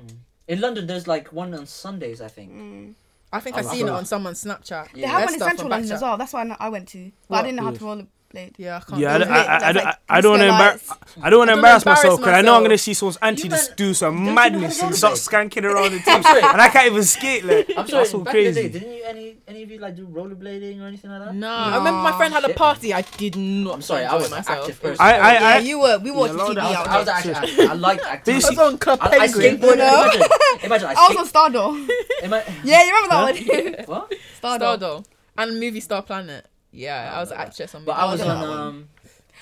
Speaker 1: In London, there's like one on Sundays, I think.
Speaker 4: I think I've
Speaker 1: Oh,
Speaker 4: seen it
Speaker 1: wow.
Speaker 4: on someone's Snapchat.
Speaker 5: They
Speaker 1: Yeah,
Speaker 5: have
Speaker 4: Their
Speaker 5: one in
Speaker 4: stuff on
Speaker 5: Central London as
Speaker 4: Backchat.
Speaker 5: well. That's why I I went to, but I
Speaker 6: What?
Speaker 5: didn't know how to
Speaker 6: Yes.
Speaker 5: roll played.
Speaker 4: Yeah, I can't.
Speaker 6: Yeah, I,
Speaker 5: That
Speaker 6: don't-
Speaker 5: was
Speaker 6: I,
Speaker 5: lit.
Speaker 6: I, I,
Speaker 5: That's
Speaker 6: don't-
Speaker 5: like,
Speaker 6: I, I don't want to
Speaker 5: Mr.
Speaker 6: embarrass.
Speaker 5: Lights.
Speaker 6: I don't want to
Speaker 4: don't
Speaker 6: embarrass
Speaker 4: embarrass
Speaker 6: myself because I know I'm gonna
Speaker 4: myself.
Speaker 6: see someone's auntie
Speaker 1: You
Speaker 6: just
Speaker 1: man-
Speaker 6: do some
Speaker 1: you
Speaker 6: madness
Speaker 1: know
Speaker 6: and
Speaker 1: what
Speaker 6: start
Speaker 1: it
Speaker 6: skanking around the
Speaker 1: I'm
Speaker 6: team,
Speaker 1: sorry.
Speaker 6: and I can't even skate. Like
Speaker 1: I'm sorry.
Speaker 6: that's so
Speaker 1: back
Speaker 6: crazy.
Speaker 1: in the day, didn't you any any of you like do rollerblading or anything like that?
Speaker 4: No,
Speaker 5: I
Speaker 4: I remember my friend had a
Speaker 1: Shit.
Speaker 4: party. I did not.
Speaker 1: I'm sorry, I
Speaker 4: enjoy
Speaker 1: was an
Speaker 4: myself.
Speaker 1: active
Speaker 4: It was
Speaker 1: person.
Speaker 6: I, I,
Speaker 5: yeah,
Speaker 6: I,
Speaker 5: you were. We watched
Speaker 6: Lord,
Speaker 5: TV
Speaker 6: I was-
Speaker 5: out.
Speaker 1: I was actually active. I liked active.
Speaker 4: I was on Club
Speaker 1: I, I
Speaker 4: Penguin.
Speaker 1: skateboarded.
Speaker 5: No.
Speaker 1: Imagine, imagine I,
Speaker 5: I
Speaker 1: skate,
Speaker 5: was on Stardoll.
Speaker 1: imagine,
Speaker 5: yeah, you remember that one?
Speaker 1: what?
Speaker 5: Stardoll.
Speaker 4: Stardoll and movie Star Planet. Yeah,
Speaker 1: Oh,
Speaker 4: I was
Speaker 1: no,
Speaker 4: an actress on.
Speaker 1: But
Speaker 4: movie
Speaker 1: I was
Speaker 4: Star Planet.
Speaker 1: on um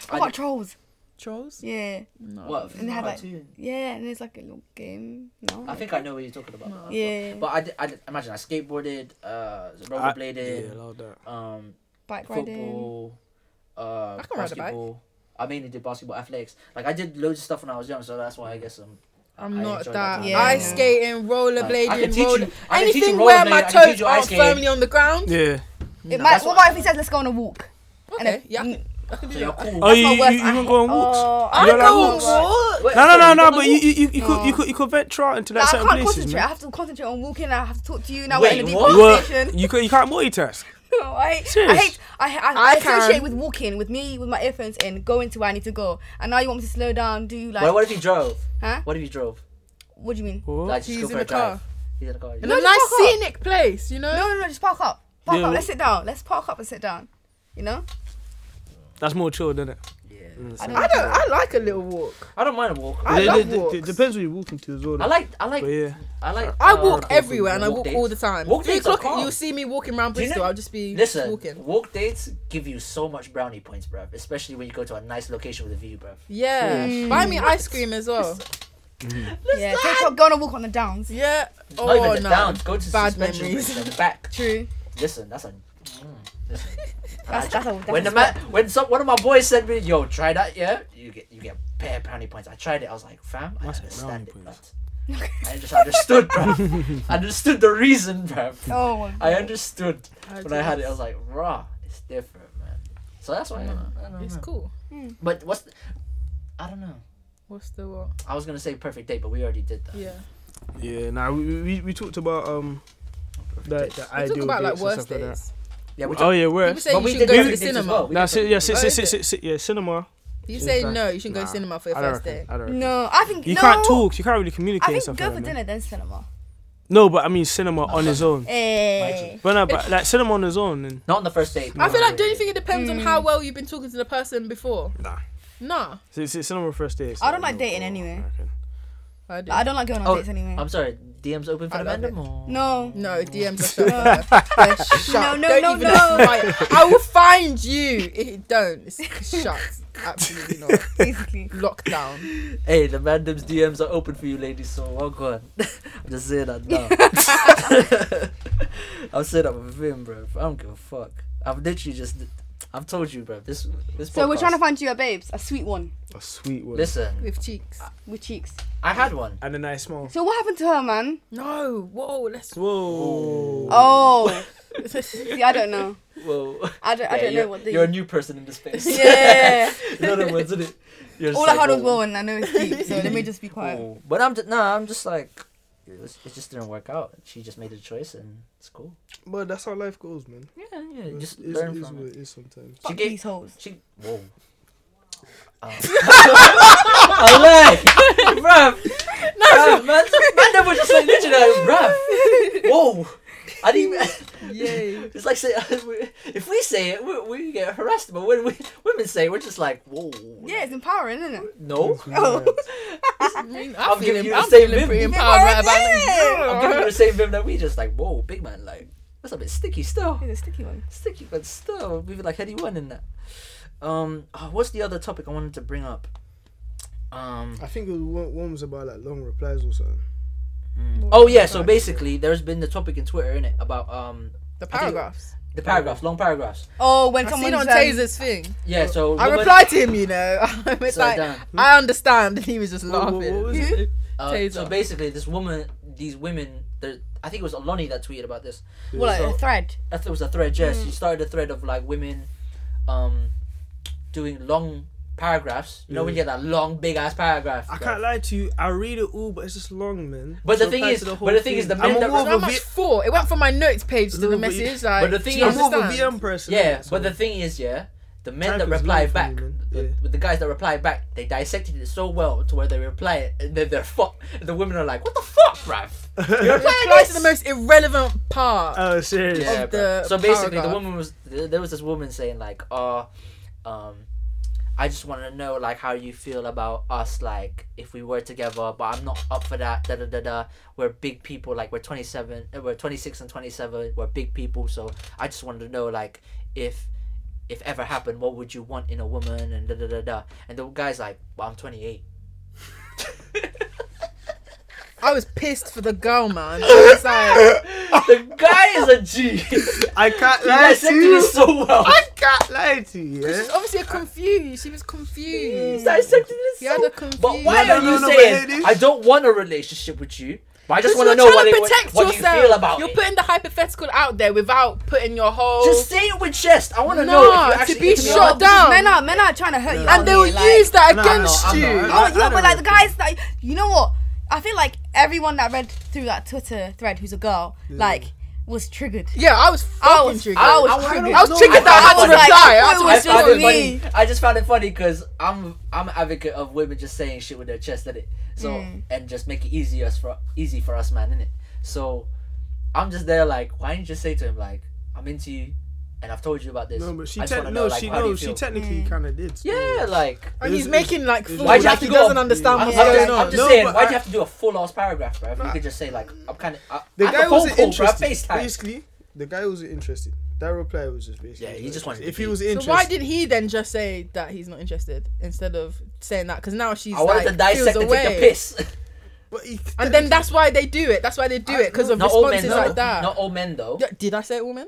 Speaker 5: I
Speaker 1: I-
Speaker 5: got trolls.
Speaker 4: Trolls.
Speaker 5: Yeah,
Speaker 4: No.
Speaker 1: what?
Speaker 5: And they had, like-
Speaker 1: cartoon?
Speaker 5: yeah, and there's like a little game. No.
Speaker 1: I think I know what you're talking about. though.
Speaker 5: Yeah.
Speaker 1: But I, did, I did- imagine I skateboarded, uh, rollerbladed,
Speaker 6: yeah, Lord, that-
Speaker 1: um,
Speaker 5: Bike riding.
Speaker 1: football, uh,
Speaker 4: I can ride a bike.
Speaker 1: basketball. I mainly did basketball athletics. Like I did loads of stuff when I was young, so that's why I guess I'm.
Speaker 4: I'm
Speaker 1: I
Speaker 4: not
Speaker 1: enjoyed
Speaker 4: that.
Speaker 1: time.
Speaker 5: Yeah.
Speaker 4: Ice skating, rollerblading,
Speaker 1: Like, I can teach you-
Speaker 4: roller.
Speaker 1: I can teach you
Speaker 4: anything where
Speaker 1: rollerblading,
Speaker 4: my
Speaker 1: I can teach
Speaker 4: toes
Speaker 1: you ice
Speaker 4: aren't
Speaker 1: skating.
Speaker 4: firmly on the ground.
Speaker 6: yeah.
Speaker 5: It
Speaker 4: No.
Speaker 5: might,
Speaker 1: That's
Speaker 5: what
Speaker 1: what
Speaker 5: about if he says, "Let's go on a walk"?
Speaker 4: Okay, yeah.
Speaker 5: Mm,
Speaker 1: So you're cool.
Speaker 6: Oh, you,
Speaker 5: my
Speaker 6: you,
Speaker 5: worst
Speaker 6: you
Speaker 5: I
Speaker 6: can
Speaker 5: hate-
Speaker 6: go on walks.
Speaker 5: Oh,
Speaker 6: You
Speaker 4: I
Speaker 6: don't like
Speaker 4: go
Speaker 6: walks?
Speaker 4: walk.
Speaker 1: Wait,
Speaker 6: No, no,
Speaker 1: sorry,
Speaker 6: no,
Speaker 1: you're
Speaker 6: no.
Speaker 1: gonna
Speaker 6: But you,
Speaker 1: walk-
Speaker 6: you, you, you could, you
Speaker 5: No.
Speaker 6: could, you could venture out into
Speaker 5: Like,
Speaker 6: like
Speaker 5: I
Speaker 6: certain
Speaker 5: can't
Speaker 6: places,
Speaker 5: concentrate. I
Speaker 6: man.
Speaker 5: have to concentrate on walking. I have to talk to you now.
Speaker 1: Wait,
Speaker 5: we're in a deep
Speaker 1: what?
Speaker 6: You were-
Speaker 5: conversation.
Speaker 6: you, could, you can't multitask.
Speaker 5: I, hate- I
Speaker 6: Serious?
Speaker 5: hate. I, I, I,
Speaker 4: I
Speaker 5: associate
Speaker 4: can.
Speaker 5: with walking with me with my earphones in, going to where I need to go, and now you want me to slow down, do like,
Speaker 1: What, what if he drove?
Speaker 5: huh?
Speaker 1: What if he drove?
Speaker 5: What do you mean?
Speaker 1: Like just
Speaker 4: He's
Speaker 1: go
Speaker 4: in
Speaker 1: for
Speaker 4: the
Speaker 1: a drive.
Speaker 4: car.
Speaker 1: He's in the car.
Speaker 4: In
Speaker 5: No,
Speaker 4: a
Speaker 5: just
Speaker 4: nice
Speaker 5: walk up.
Speaker 4: scenic place, you know.
Speaker 5: No, no, no, just park up. Park
Speaker 6: Yeah.
Speaker 5: up. Let's sit down. Let's park up and sit down. You know?
Speaker 6: That's more chill, isn't it?
Speaker 5: I
Speaker 4: I don't. I like a little walk.
Speaker 1: I don't mind a walk.
Speaker 4: I
Speaker 6: It-
Speaker 4: love
Speaker 6: it- it-
Speaker 4: walks.
Speaker 6: it depends where you're walking to as well.
Speaker 1: I like I like
Speaker 6: But yeah,
Speaker 1: I like.
Speaker 4: I
Speaker 1: uh,
Speaker 4: walk
Speaker 1: walk
Speaker 4: everywhere and I walk
Speaker 1: dates.
Speaker 4: all the time.
Speaker 1: Walk
Speaker 4: Three
Speaker 1: dates are
Speaker 4: o'clock,
Speaker 1: calm.
Speaker 4: you'll see me walking around
Speaker 1: Do you
Speaker 4: Bristol.
Speaker 1: know-
Speaker 4: I'll just be
Speaker 1: Listen,
Speaker 4: walking.
Speaker 1: walk dates give you so much brownie points, bruv. Especially when you go to a nice location with a view, bruv.
Speaker 4: Yeah,
Speaker 5: Mm.
Speaker 4: buy me ice cream as well.
Speaker 5: Yeah, take a, go on a walk on the downs.
Speaker 4: Yeah. Oh
Speaker 1: Not even the
Speaker 4: no.
Speaker 1: downs. Go to
Speaker 4: Bad
Speaker 1: suspension
Speaker 4: memories.
Speaker 1: bridge and back.
Speaker 5: True.
Speaker 1: Listen, that's a. Mm, listen.
Speaker 5: That's, that's a that's
Speaker 1: when
Speaker 5: a
Speaker 1: the
Speaker 5: spot.
Speaker 1: man, when some one of my boys said me, "Yo, try that," yeah, you get you get bare brownie points. I tried it. I was like, "Fam, I
Speaker 6: That's
Speaker 1: understand it."
Speaker 6: brownie points.
Speaker 1: bruv. I just understood, bruv. I understood the reason, bruv.
Speaker 5: Oh my
Speaker 1: I
Speaker 5: god.
Speaker 1: understood when I had it. I was like, "Raw, it's different, man." So that's why I, I don't
Speaker 4: It's
Speaker 1: know.
Speaker 4: cool.
Speaker 1: But what's the, I don't know.
Speaker 4: What's the what?
Speaker 1: I was gonna say perfect date, but we already did that.
Speaker 4: Yeah.
Speaker 6: yeah. Now nah, we, we we talked about um, the, the
Speaker 4: We
Speaker 6: ideal
Speaker 4: talk about like
Speaker 6: dates and
Speaker 4: worst
Speaker 6: stuff like that.
Speaker 4: days.
Speaker 1: Yeah, we
Speaker 6: Oh yeah, where?
Speaker 4: People say
Speaker 1: but
Speaker 4: you
Speaker 1: we
Speaker 4: should
Speaker 1: did
Speaker 4: go to the
Speaker 1: perfect dates as
Speaker 4: cinema.
Speaker 1: well. We
Speaker 6: Nah,
Speaker 1: did
Speaker 6: si-
Speaker 1: perfect
Speaker 6: yeah,
Speaker 1: dates.
Speaker 6: si-
Speaker 4: Oh,
Speaker 6: si-
Speaker 4: is
Speaker 6: si-
Speaker 4: it?
Speaker 6: si- si- yeah, cinema.
Speaker 4: You
Speaker 6: It's
Speaker 4: say
Speaker 6: like-
Speaker 4: no, you shouldn't go
Speaker 6: Nah,
Speaker 4: to cinema for your
Speaker 6: I don't
Speaker 4: first
Speaker 6: reckon-
Speaker 4: day.
Speaker 6: I don't reckon.
Speaker 5: No, I think
Speaker 6: You
Speaker 5: no,
Speaker 6: can't talk. You can't really communicate
Speaker 5: I
Speaker 6: and
Speaker 5: think
Speaker 6: stuff
Speaker 5: go
Speaker 6: like
Speaker 5: for
Speaker 6: that. man.
Speaker 5: dinner then cinema. Eh,
Speaker 6: No, but I mean cinema on its own.
Speaker 5: Hey.
Speaker 6: But no, but like cinema on its own. And
Speaker 1: Not on the first date.
Speaker 4: I feel like don't Mm. you think it depends on how well you've been talking to the person before?
Speaker 6: Nah.
Speaker 4: Nah.
Speaker 6: si- si- cinema first day. it's
Speaker 5: I don't like dating
Speaker 6: oh,
Speaker 5: anyway.
Speaker 6: I reckon.
Speaker 4: I do.
Speaker 5: I don't like going on
Speaker 1: Oh,
Speaker 5: dates anyway.
Speaker 1: I'm sorry. DMs open for
Speaker 4: I
Speaker 1: the
Speaker 4: love
Speaker 1: random or
Speaker 5: no.
Speaker 4: No, DMs are shut. up. They're shut.
Speaker 5: no,
Speaker 4: Don't
Speaker 5: no,
Speaker 4: even
Speaker 5: no.
Speaker 4: invite- I will find you. It don't. It's shut. Absolutely not.
Speaker 5: Basically.
Speaker 4: Lockdown.
Speaker 1: Hey, the random's DMs are open for you, ladies. So walk on. I'm just saying that now. I'll say that with him, bro. I don't give a fuck. I've literally just. I've told you, bro. This this.
Speaker 5: So we're
Speaker 1: podcast-
Speaker 5: trying to find you a babes, a sweet one
Speaker 6: A sweet one.
Speaker 1: Listen,
Speaker 4: With cheeks.
Speaker 5: with cheeks.
Speaker 1: I had one.
Speaker 6: And a nice smile.
Speaker 5: So what happened to her, man?
Speaker 4: No. Whoa. Let's.
Speaker 6: Whoa.
Speaker 5: Oh, see, I don't know.
Speaker 1: Whoa.
Speaker 5: I don't. I
Speaker 1: Yeah,
Speaker 5: don't
Speaker 1: you're,
Speaker 5: know what the.
Speaker 1: You're a new person in this space.
Speaker 5: yeah.
Speaker 1: you know the words, isn't it? You're just
Speaker 5: All I
Speaker 1: like,
Speaker 5: had was
Speaker 1: whoa.
Speaker 5: one. I know it's deep, so let me just be quiet.
Speaker 1: Oh, But I'm just, nah, I'm just like, it, was, it just didn't work out. She just made a choice and it's cool.
Speaker 6: But that's how life goes, man.
Speaker 1: Yeah, yeah,
Speaker 6: It's-
Speaker 1: just
Speaker 6: it's-
Speaker 1: learn
Speaker 6: it's
Speaker 1: from
Speaker 6: what
Speaker 1: it.
Speaker 6: it is sometimes.
Speaker 1: She
Speaker 5: Fuck
Speaker 1: gave,
Speaker 5: these hoes.
Speaker 1: she, whoa. Um, I like, bruv. No, man, man, that was just like literally like, bruv. Whoa. I didn't even,
Speaker 4: Yay.
Speaker 1: it's like, say, if we say it, we, we get harassed, but when we, women say it, we're just like, whoa.
Speaker 5: Yeah, it's empowering, isn't it?
Speaker 1: No.
Speaker 4: I mean,
Speaker 1: I'm
Speaker 4: I'm,
Speaker 1: giving
Speaker 4: feeling,
Speaker 1: you the
Speaker 4: I'm
Speaker 1: same
Speaker 4: feeling
Speaker 1: vim.
Speaker 4: pretty
Speaker 1: Yeah,
Speaker 4: empowered right about
Speaker 1: I'm
Speaker 5: yeah.
Speaker 1: giving you the same vibe that we just like, whoa, big man, like, that's a bit sticky still.
Speaker 5: It's a sticky one.
Speaker 1: Sticky, but still, we were like heady one in that. Um, oh, what's the other topic I wanted to bring up? Um,
Speaker 6: I think it was one, one was about like long replies or something.
Speaker 1: oh yeah, so basically, there's been the topic in Twitter, innit, about um
Speaker 4: The paragraphs.
Speaker 1: the paragraphs, long paragraphs.
Speaker 5: Oh, when
Speaker 4: I
Speaker 5: someone
Speaker 4: seen on
Speaker 5: says,
Speaker 4: Taser's thing.
Speaker 1: Yeah, so
Speaker 4: I
Speaker 1: women-
Speaker 4: replied to him, you know. it's
Speaker 1: So
Speaker 4: like,
Speaker 1: down.
Speaker 4: I understand. And he was just
Speaker 6: What-
Speaker 4: laughing.
Speaker 6: what- what was it?
Speaker 1: Uh,
Speaker 4: Taser.
Speaker 1: so basically, this woman, these women, the- I think it was Aloni that tweeted about this.
Speaker 5: well, like,
Speaker 1: So-
Speaker 5: a thread.
Speaker 1: I thought it was a thread. Yes,
Speaker 4: Mm.
Speaker 1: you started a thread of like women, um, doing long paragraphs. You know when you
Speaker 4: Mm.
Speaker 1: get that long, big ass paragraph.
Speaker 6: I
Speaker 1: bruv.
Speaker 6: can't lie to you. I read it all, but it's just long, man.
Speaker 1: But the
Speaker 6: So
Speaker 1: thing
Speaker 6: reply
Speaker 1: is-
Speaker 6: to the
Speaker 1: but
Speaker 6: whole
Speaker 1: the thing is the
Speaker 6: I'm
Speaker 1: men
Speaker 6: a
Speaker 1: that
Speaker 6: more
Speaker 4: How
Speaker 6: of a
Speaker 4: much
Speaker 6: V-
Speaker 4: for? It went from my notes page to
Speaker 6: No,
Speaker 4: the
Speaker 6: but you-
Speaker 1: but
Speaker 4: message. Like,
Speaker 1: the thing
Speaker 4: do you
Speaker 1: is-
Speaker 6: I'm more of a
Speaker 4: understand?
Speaker 6: VM person.
Speaker 1: Yeah,
Speaker 6: innit? So
Speaker 1: but the thing is, yeah, the men
Speaker 6: Time
Speaker 1: that
Speaker 6: is
Speaker 1: reply
Speaker 6: money for
Speaker 1: back,
Speaker 6: me, man.
Speaker 1: the,
Speaker 6: Yeah.
Speaker 1: with the guys that reply back, they dissected it so well to where they reply it, and then they're fuck. The women are like, "What the fuck, bruv? You're replying
Speaker 4: Reply to the
Speaker 1: this?"
Speaker 4: most irrelevant part.
Speaker 1: Uh.
Speaker 6: Oh, serious.
Speaker 1: Yeah,
Speaker 4: of
Speaker 1: bro.
Speaker 4: the
Speaker 1: so basically,
Speaker 4: paragraph.
Speaker 1: the woman was there there was this woman saying like, "Oh, um, I just want to know like how you feel about us like if we were together, but I'm not up for that. Da da da da. We're big people. Like we're 27, uh, we're 26 and 27. We're big people. So I just wanted to know like if." If ever happened, what would you want in a woman? And da da da da. And the guy's like, well, I'm 28.
Speaker 4: I was pissed for the girl, man. I was like,
Speaker 1: the guy is a G. he
Speaker 6: I can't lie to
Speaker 1: dissected
Speaker 6: you.
Speaker 1: it so well.
Speaker 6: I can't lie to you. Yeah?
Speaker 4: she's obviously confused. She was
Speaker 1: He
Speaker 4: confused.
Speaker 1: dissected it
Speaker 4: He
Speaker 1: so
Speaker 4: had a confused.
Speaker 1: But why
Speaker 6: No,
Speaker 1: are
Speaker 6: no,
Speaker 1: you
Speaker 6: no, but it
Speaker 1: saying
Speaker 6: is-
Speaker 1: I don't want a relationship with you? But I just
Speaker 4: Because
Speaker 1: want to
Speaker 4: you're
Speaker 1: know what,
Speaker 4: trying
Speaker 1: it,
Speaker 4: to
Speaker 1: what,
Speaker 4: protect
Speaker 1: what you
Speaker 4: yourself.
Speaker 1: feel about
Speaker 4: You're
Speaker 1: it.
Speaker 4: putting the hypothetical out there without putting your whole.
Speaker 1: Just
Speaker 6: Oh.
Speaker 1: say it with chest. I want to know.
Speaker 4: Nah,
Speaker 1: If
Speaker 4: to
Speaker 1: you're actually
Speaker 4: be
Speaker 1: into me or not.
Speaker 4: shut
Speaker 5: Because
Speaker 4: down.
Speaker 5: Men are men are trying to hurt you,
Speaker 4: and they will
Speaker 5: aren't Like,
Speaker 4: use that
Speaker 6: No, no,
Speaker 4: against
Speaker 6: I'm
Speaker 4: you.
Speaker 1: Oh,
Speaker 6: not-
Speaker 5: No,
Speaker 6: I-
Speaker 5: you
Speaker 6: I
Speaker 5: know, but
Speaker 6: don't
Speaker 5: like the
Speaker 6: know.
Speaker 5: guys that you know what? I feel like everyone that read through that Twitter thread who's a girl, like, was triggered.
Speaker 4: Yeah, I was
Speaker 5: I
Speaker 4: fucking
Speaker 5: was,
Speaker 4: triggered.
Speaker 5: I was
Speaker 6: I wanna
Speaker 5: triggered.
Speaker 6: know- I was triggered
Speaker 4: that I had to
Speaker 5: was like,
Speaker 4: reply. I
Speaker 5: I
Speaker 4: had to
Speaker 5: was
Speaker 1: I found
Speaker 5: just
Speaker 1: it funny.
Speaker 5: me.
Speaker 1: I just found it funny because I'm I'm an advocate of women just saying shit with their chest, it? So
Speaker 6: Mm.
Speaker 1: and just make it easier for easy for us, man, innit? So I'm just there like, why didn't you just say to him like, I'm into you, and I've told you about this.
Speaker 6: No, but she
Speaker 1: I just
Speaker 6: te-
Speaker 1: wanna
Speaker 6: no,
Speaker 1: know, like,
Speaker 6: she
Speaker 1: how do you
Speaker 6: no, she
Speaker 1: feel? Mm.
Speaker 6: technically kind of did. still.
Speaker 1: yeah, like
Speaker 4: and
Speaker 6: It
Speaker 4: he's
Speaker 6: was-
Speaker 4: making like
Speaker 6: was-
Speaker 4: fool,
Speaker 1: Why'd
Speaker 4: like
Speaker 1: you have
Speaker 4: he
Speaker 1: to go?
Speaker 4: doesn't understand
Speaker 1: I'm,
Speaker 4: what's
Speaker 1: I'm
Speaker 4: going
Speaker 1: just, I'm
Speaker 4: on.
Speaker 1: just
Speaker 6: No,
Speaker 1: saying,
Speaker 6: but
Speaker 1: why do
Speaker 6: I-
Speaker 1: you have to do a full ass paragraph, bro? you could just say like, I'm kind of.
Speaker 6: The
Speaker 1: I
Speaker 6: guy
Speaker 1: have a phone
Speaker 6: wasn't
Speaker 1: call, bro.
Speaker 6: interested.
Speaker 1: FaceTime.
Speaker 6: Basically, the guy wasn't interested. That reply was just basically.
Speaker 1: Yeah, he
Speaker 6: like,
Speaker 1: just wanted to
Speaker 6: If he
Speaker 1: be-
Speaker 6: was
Speaker 4: So
Speaker 6: interested,
Speaker 4: why did he then just say that he's not interested instead of saying that? Because now she's
Speaker 1: I wanted
Speaker 4: like
Speaker 1: to dissect
Speaker 4: feels
Speaker 1: and
Speaker 4: away.
Speaker 1: take a piss.
Speaker 6: But he,
Speaker 4: And then that's why they do it. That's why they do it because of
Speaker 1: Not all men,
Speaker 4: responses
Speaker 1: though.
Speaker 4: like that.
Speaker 1: Not all men, though.
Speaker 4: Yeah, Did I say it, woman?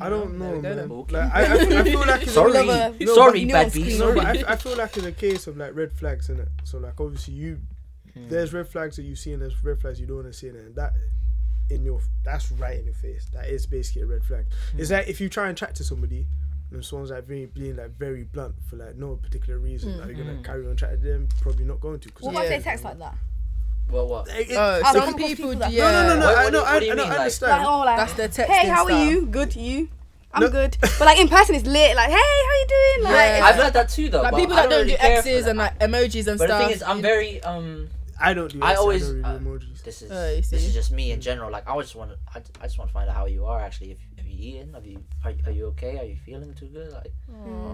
Speaker 6: I don't know,
Speaker 4: we go
Speaker 6: man.
Speaker 4: then.
Speaker 1: Okay.
Speaker 6: Like, I, I, I feel like it's
Speaker 1: Sorry,
Speaker 6: A,
Speaker 5: Lover.
Speaker 6: No,
Speaker 1: sorry,
Speaker 5: but
Speaker 1: bad
Speaker 5: nuanced
Speaker 1: B.
Speaker 6: no,
Speaker 5: people.
Speaker 1: Sorry.
Speaker 6: but I, I feel like it's a case of like red flags in it. So like obviously you,
Speaker 1: Hmm.
Speaker 6: there's red flags that you see and there's red flags you don't want to see in it. And that in your that's right in your face. That is basically a red flag.
Speaker 1: Hmm.
Speaker 6: It's like if you try and chat to somebody and someone's like being, being like very blunt for like no particular reason, like you're
Speaker 1: Hmm.
Speaker 6: gonna carry on chatting to them, probably not going to. Cause
Speaker 5: Hmm. What
Speaker 4: Yeah.
Speaker 5: if they text like that?
Speaker 1: Well, what?
Speaker 6: It- it-
Speaker 4: Oh,
Speaker 5: I've come
Speaker 4: some
Speaker 5: across
Speaker 4: people,
Speaker 5: people that-
Speaker 4: yeah.
Speaker 6: no, no, no,
Speaker 1: Uh, What-
Speaker 6: I
Speaker 1: what
Speaker 6: know,
Speaker 1: do-
Speaker 6: I,
Speaker 1: what do you
Speaker 6: I know,
Speaker 1: mean,
Speaker 6: I
Speaker 1: like-
Speaker 6: understand.
Speaker 5: Like, oh, like,
Speaker 4: That's their texting
Speaker 5: Hey, how
Speaker 4: style.
Speaker 5: are you? Good, you? I'm
Speaker 6: No.
Speaker 5: good. But like in person, it's lit. Like, hey, how you doing? Like,
Speaker 4: Yeah.
Speaker 1: I've had that too, though.
Speaker 4: Like
Speaker 1: but
Speaker 4: people
Speaker 1: I
Speaker 4: that don't do
Speaker 1: really care for
Speaker 4: X's
Speaker 1: that.
Speaker 4: and like emojis and
Speaker 1: But the
Speaker 4: stuff.
Speaker 1: thing is, I'm
Speaker 4: you-
Speaker 1: very um.
Speaker 6: I don't do.
Speaker 1: I
Speaker 6: this,
Speaker 1: always-
Speaker 6: don't really do
Speaker 1: uh,
Speaker 6: emojis.
Speaker 1: This is
Speaker 4: Oh, you
Speaker 1: this
Speaker 4: see.
Speaker 1: is just me in general. Like I just want to, I, I just want to find out how you are actually. If have you eaten? Have you are, are you okay? Are you feeling too good? Like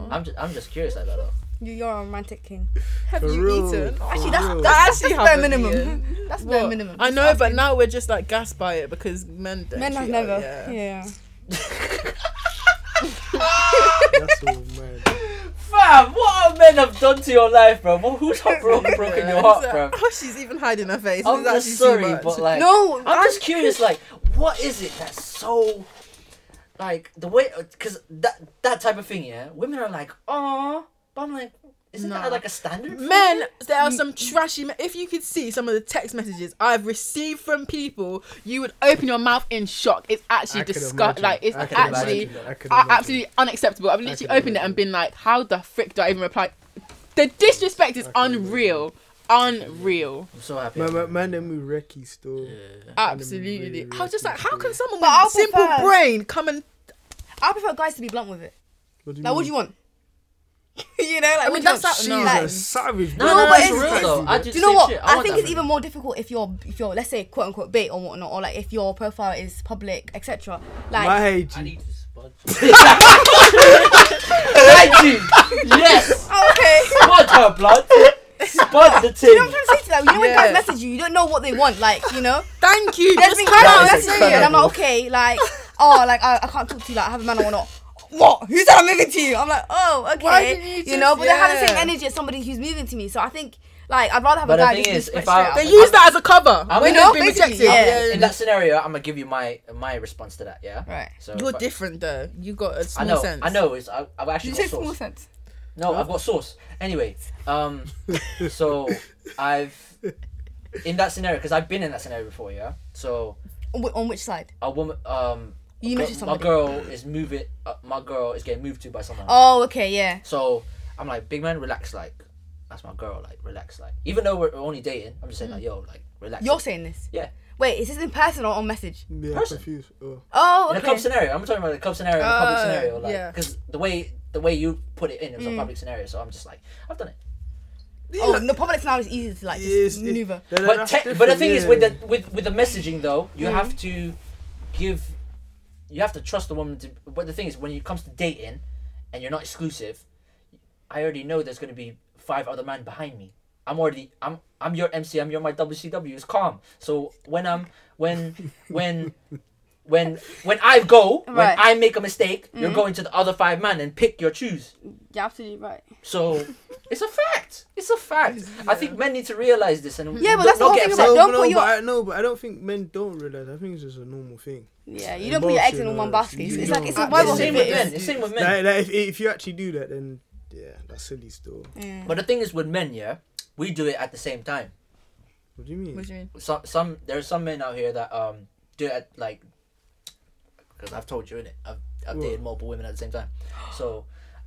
Speaker 1: I'm just I'm just curious like that though.
Speaker 5: oh. you- you're a romantic king.
Speaker 4: Have
Speaker 6: For
Speaker 4: you
Speaker 6: real,
Speaker 4: eaten?
Speaker 6: for
Speaker 5: Actually, that's,
Speaker 6: real.
Speaker 5: that's,
Speaker 4: actually
Speaker 5: that's bare
Speaker 4: happened,
Speaker 5: minimum. That's bare
Speaker 4: What?
Speaker 5: minimum.
Speaker 4: I
Speaker 5: Just
Speaker 4: know, but
Speaker 5: asking.
Speaker 4: now we're just like gassed by it because men don't.
Speaker 5: Men have
Speaker 4: treat
Speaker 5: never.
Speaker 4: us- Oh, yeah.
Speaker 5: Yeah.
Speaker 6: That's all mad.
Speaker 1: Fam, what are men have done to your life, bro? Well, who's not broken, broken your heart,
Speaker 4: It's
Speaker 1: bro?
Speaker 4: like, Oh, she's even hiding her face.
Speaker 1: I'm
Speaker 4: This is
Speaker 1: just
Speaker 4: actually too
Speaker 1: sorry,
Speaker 4: much.
Speaker 1: but like,
Speaker 5: No,
Speaker 1: I'm just curious. Like, what is it that's so, like, the way? Because that that type of thing, yeah. Women are like, oh, but I'm like, isn't
Speaker 4: Nah.
Speaker 1: that like a standard? for
Speaker 4: Men, there are some trashy. Me- if you could see some of the text messages I've received from people, you would open your mouth in shock. It's actually
Speaker 6: I could
Speaker 4: disgust.
Speaker 6: imagine.
Speaker 4: Like it's
Speaker 6: I could
Speaker 4: actually
Speaker 6: imagine. I could
Speaker 4: uh,
Speaker 6: imagine.
Speaker 4: absolutely unacceptable. I've
Speaker 6: could
Speaker 4: literally opened it and been like, "How the frick do I even reply?" The disrespect is unreal, unreal.
Speaker 1: I'm so happy.
Speaker 6: Man, man, man, them with recce still.
Speaker 4: Absolutely. How just like how can someone
Speaker 5: But I'll
Speaker 4: with a simple
Speaker 5: prefer-
Speaker 4: brain come and?
Speaker 5: I prefer guys to be blunt with it.
Speaker 6: What do you
Speaker 5: Like, what
Speaker 6: mean?
Speaker 5: do you want? you know,
Speaker 4: mean,
Speaker 5: like, what do you
Speaker 4: that's
Speaker 5: want?
Speaker 4: that-
Speaker 6: She's
Speaker 4: No.
Speaker 6: a savage.
Speaker 1: No,
Speaker 6: bro.
Speaker 1: no,
Speaker 5: No,
Speaker 1: no,
Speaker 5: but
Speaker 1: it's
Speaker 5: it's
Speaker 1: real
Speaker 5: crazy,
Speaker 1: though. I
Speaker 5: do
Speaker 1: do
Speaker 5: you know
Speaker 1: the same
Speaker 5: what?
Speaker 1: shit.
Speaker 5: I,
Speaker 1: want
Speaker 5: think
Speaker 1: that
Speaker 5: it's
Speaker 1: from
Speaker 5: even more difficult if you're if you're let's say quote unquote bait or whatnot, or like if your profile is public, etc. Like
Speaker 6: My age.
Speaker 2: I need to sponge.
Speaker 1: Thank you. Yes.
Speaker 5: Oh, okay.
Speaker 1: Spot her blood. Spot the
Speaker 5: you know what
Speaker 1: thing.
Speaker 5: I'm trying to say to that? You know when
Speaker 4: Yeah.
Speaker 5: guys message you, you don't know what they want, like, you know?
Speaker 4: Thank you.
Speaker 5: There's
Speaker 4: Just
Speaker 5: been guys that
Speaker 1: is
Speaker 5: message me and I'm like, okay, like, oh, like, I, I can't talk to you, like, I have a man or not. What? Who said I'm moving to you? I'm like, oh, okay.
Speaker 4: Why didn't you just-
Speaker 5: know, but they have the same
Speaker 4: yeah.
Speaker 5: energy as somebody who's moving to me. So I think, like, I'd rather have
Speaker 1: But
Speaker 5: a
Speaker 1: the
Speaker 5: guy
Speaker 1: thing
Speaker 5: just
Speaker 1: is,
Speaker 5: be straight
Speaker 1: if I-
Speaker 5: out.
Speaker 4: They use that as a cover
Speaker 1: I'm
Speaker 4: when
Speaker 1: gonna-
Speaker 4: they've been
Speaker 5: basically,
Speaker 4: rejected.
Speaker 5: yeah.
Speaker 4: Yeah, yeah,
Speaker 1: In
Speaker 4: yeah.
Speaker 1: that scenario, I'm gonna give you my my response to that. Yeah.
Speaker 5: Right.
Speaker 1: So
Speaker 4: You're
Speaker 1: if I-
Speaker 4: different though. You got a
Speaker 1: I
Speaker 4: small
Speaker 1: know.
Speaker 4: sense.
Speaker 1: I know. It's, I, I've actually
Speaker 5: You
Speaker 1: got
Speaker 5: say small
Speaker 1: source.
Speaker 5: sense.
Speaker 1: No, I've got source. Anyway, um, so I've in that scenario because I've been in that scenario before. Yeah. So
Speaker 5: On, wh- on which side?
Speaker 1: a woman, um,
Speaker 5: You
Speaker 1: a
Speaker 5: message
Speaker 1: girl- my
Speaker 5: somebody.
Speaker 1: girl is moving. Uh, my girl is getting moved to by someone.
Speaker 5: Oh, okay, yeah.
Speaker 1: So I'm like, big man, relax. Like, that's my girl. Like, relax. Like, even though we're only dating, I'm just saying like, yo, like, relax.
Speaker 5: Mm. You're
Speaker 1: like,
Speaker 5: saying this.
Speaker 1: yeah.
Speaker 5: Wait, is this in person or on message?
Speaker 6: Yeah, I'm
Speaker 1: person.
Speaker 6: confused. Oh.
Speaker 5: Oh,
Speaker 1: In a
Speaker 5: okay.
Speaker 1: club scenario, I'm talking about the club scenario, and the public
Speaker 4: Uh,
Speaker 1: scenario, like,
Speaker 4: yeah.
Speaker 1: because the way the way you put it in, it was
Speaker 5: Mm.
Speaker 1: a public scenario. So I'm just like, I've done it.
Speaker 5: Oh, in the public now is easy to like
Speaker 6: Yes,
Speaker 5: just
Speaker 6: it-
Speaker 5: maneuver.
Speaker 6: Then
Speaker 1: But
Speaker 6: that's
Speaker 1: te- but the
Speaker 6: different,
Speaker 1: thing is
Speaker 6: yeah.
Speaker 1: with the with with the messaging though, you have to give, you have to trust the woman to. But the thing is, when it comes to dating, and you're not exclusive, I already know there's gonna be five other men behind me. I'm already I'm I'm your MC. I'm your my WCW. It's calm. So when I'm when when. When when I go, when
Speaker 5: Right. Mm.
Speaker 1: I make a mistake, you're going to the other five men and pick your choose.
Speaker 5: You're absolutely right.
Speaker 1: So it's a fact. It's a fact. I think men need to realize this and
Speaker 5: Yeah, but
Speaker 1: don't-
Speaker 5: that's the
Speaker 1: don't
Speaker 5: whole
Speaker 1: get
Speaker 5: thing
Speaker 1: upset.
Speaker 5: about-
Speaker 6: No,
Speaker 5: Don't
Speaker 6: but no,
Speaker 5: put your-
Speaker 6: but I, no, but I don't think men don't realize. I think it's just a normal thing.
Speaker 5: Yeah, you don't put your eggs in
Speaker 6: Emotional,
Speaker 5: one basket. It's, it's
Speaker 6: you
Speaker 5: like it's a
Speaker 6: don't-
Speaker 1: Why
Speaker 5: Bible
Speaker 6: It's
Speaker 1: the same
Speaker 5: thing.
Speaker 1: with
Speaker 5: it
Speaker 1: men?
Speaker 5: is.
Speaker 1: It's same with men.
Speaker 6: Like, like if, if you actually do that, then yeah, that's silly still.
Speaker 5: Yeah.
Speaker 1: But the thing is, with men, yeah, we do it at the same time.
Speaker 6: What do you mean?
Speaker 4: What do you mean?
Speaker 1: Some some there's some men out here that um do it at, like because I've told you in it. I've I've
Speaker 6: What?
Speaker 1: dated multiple women at the same time, so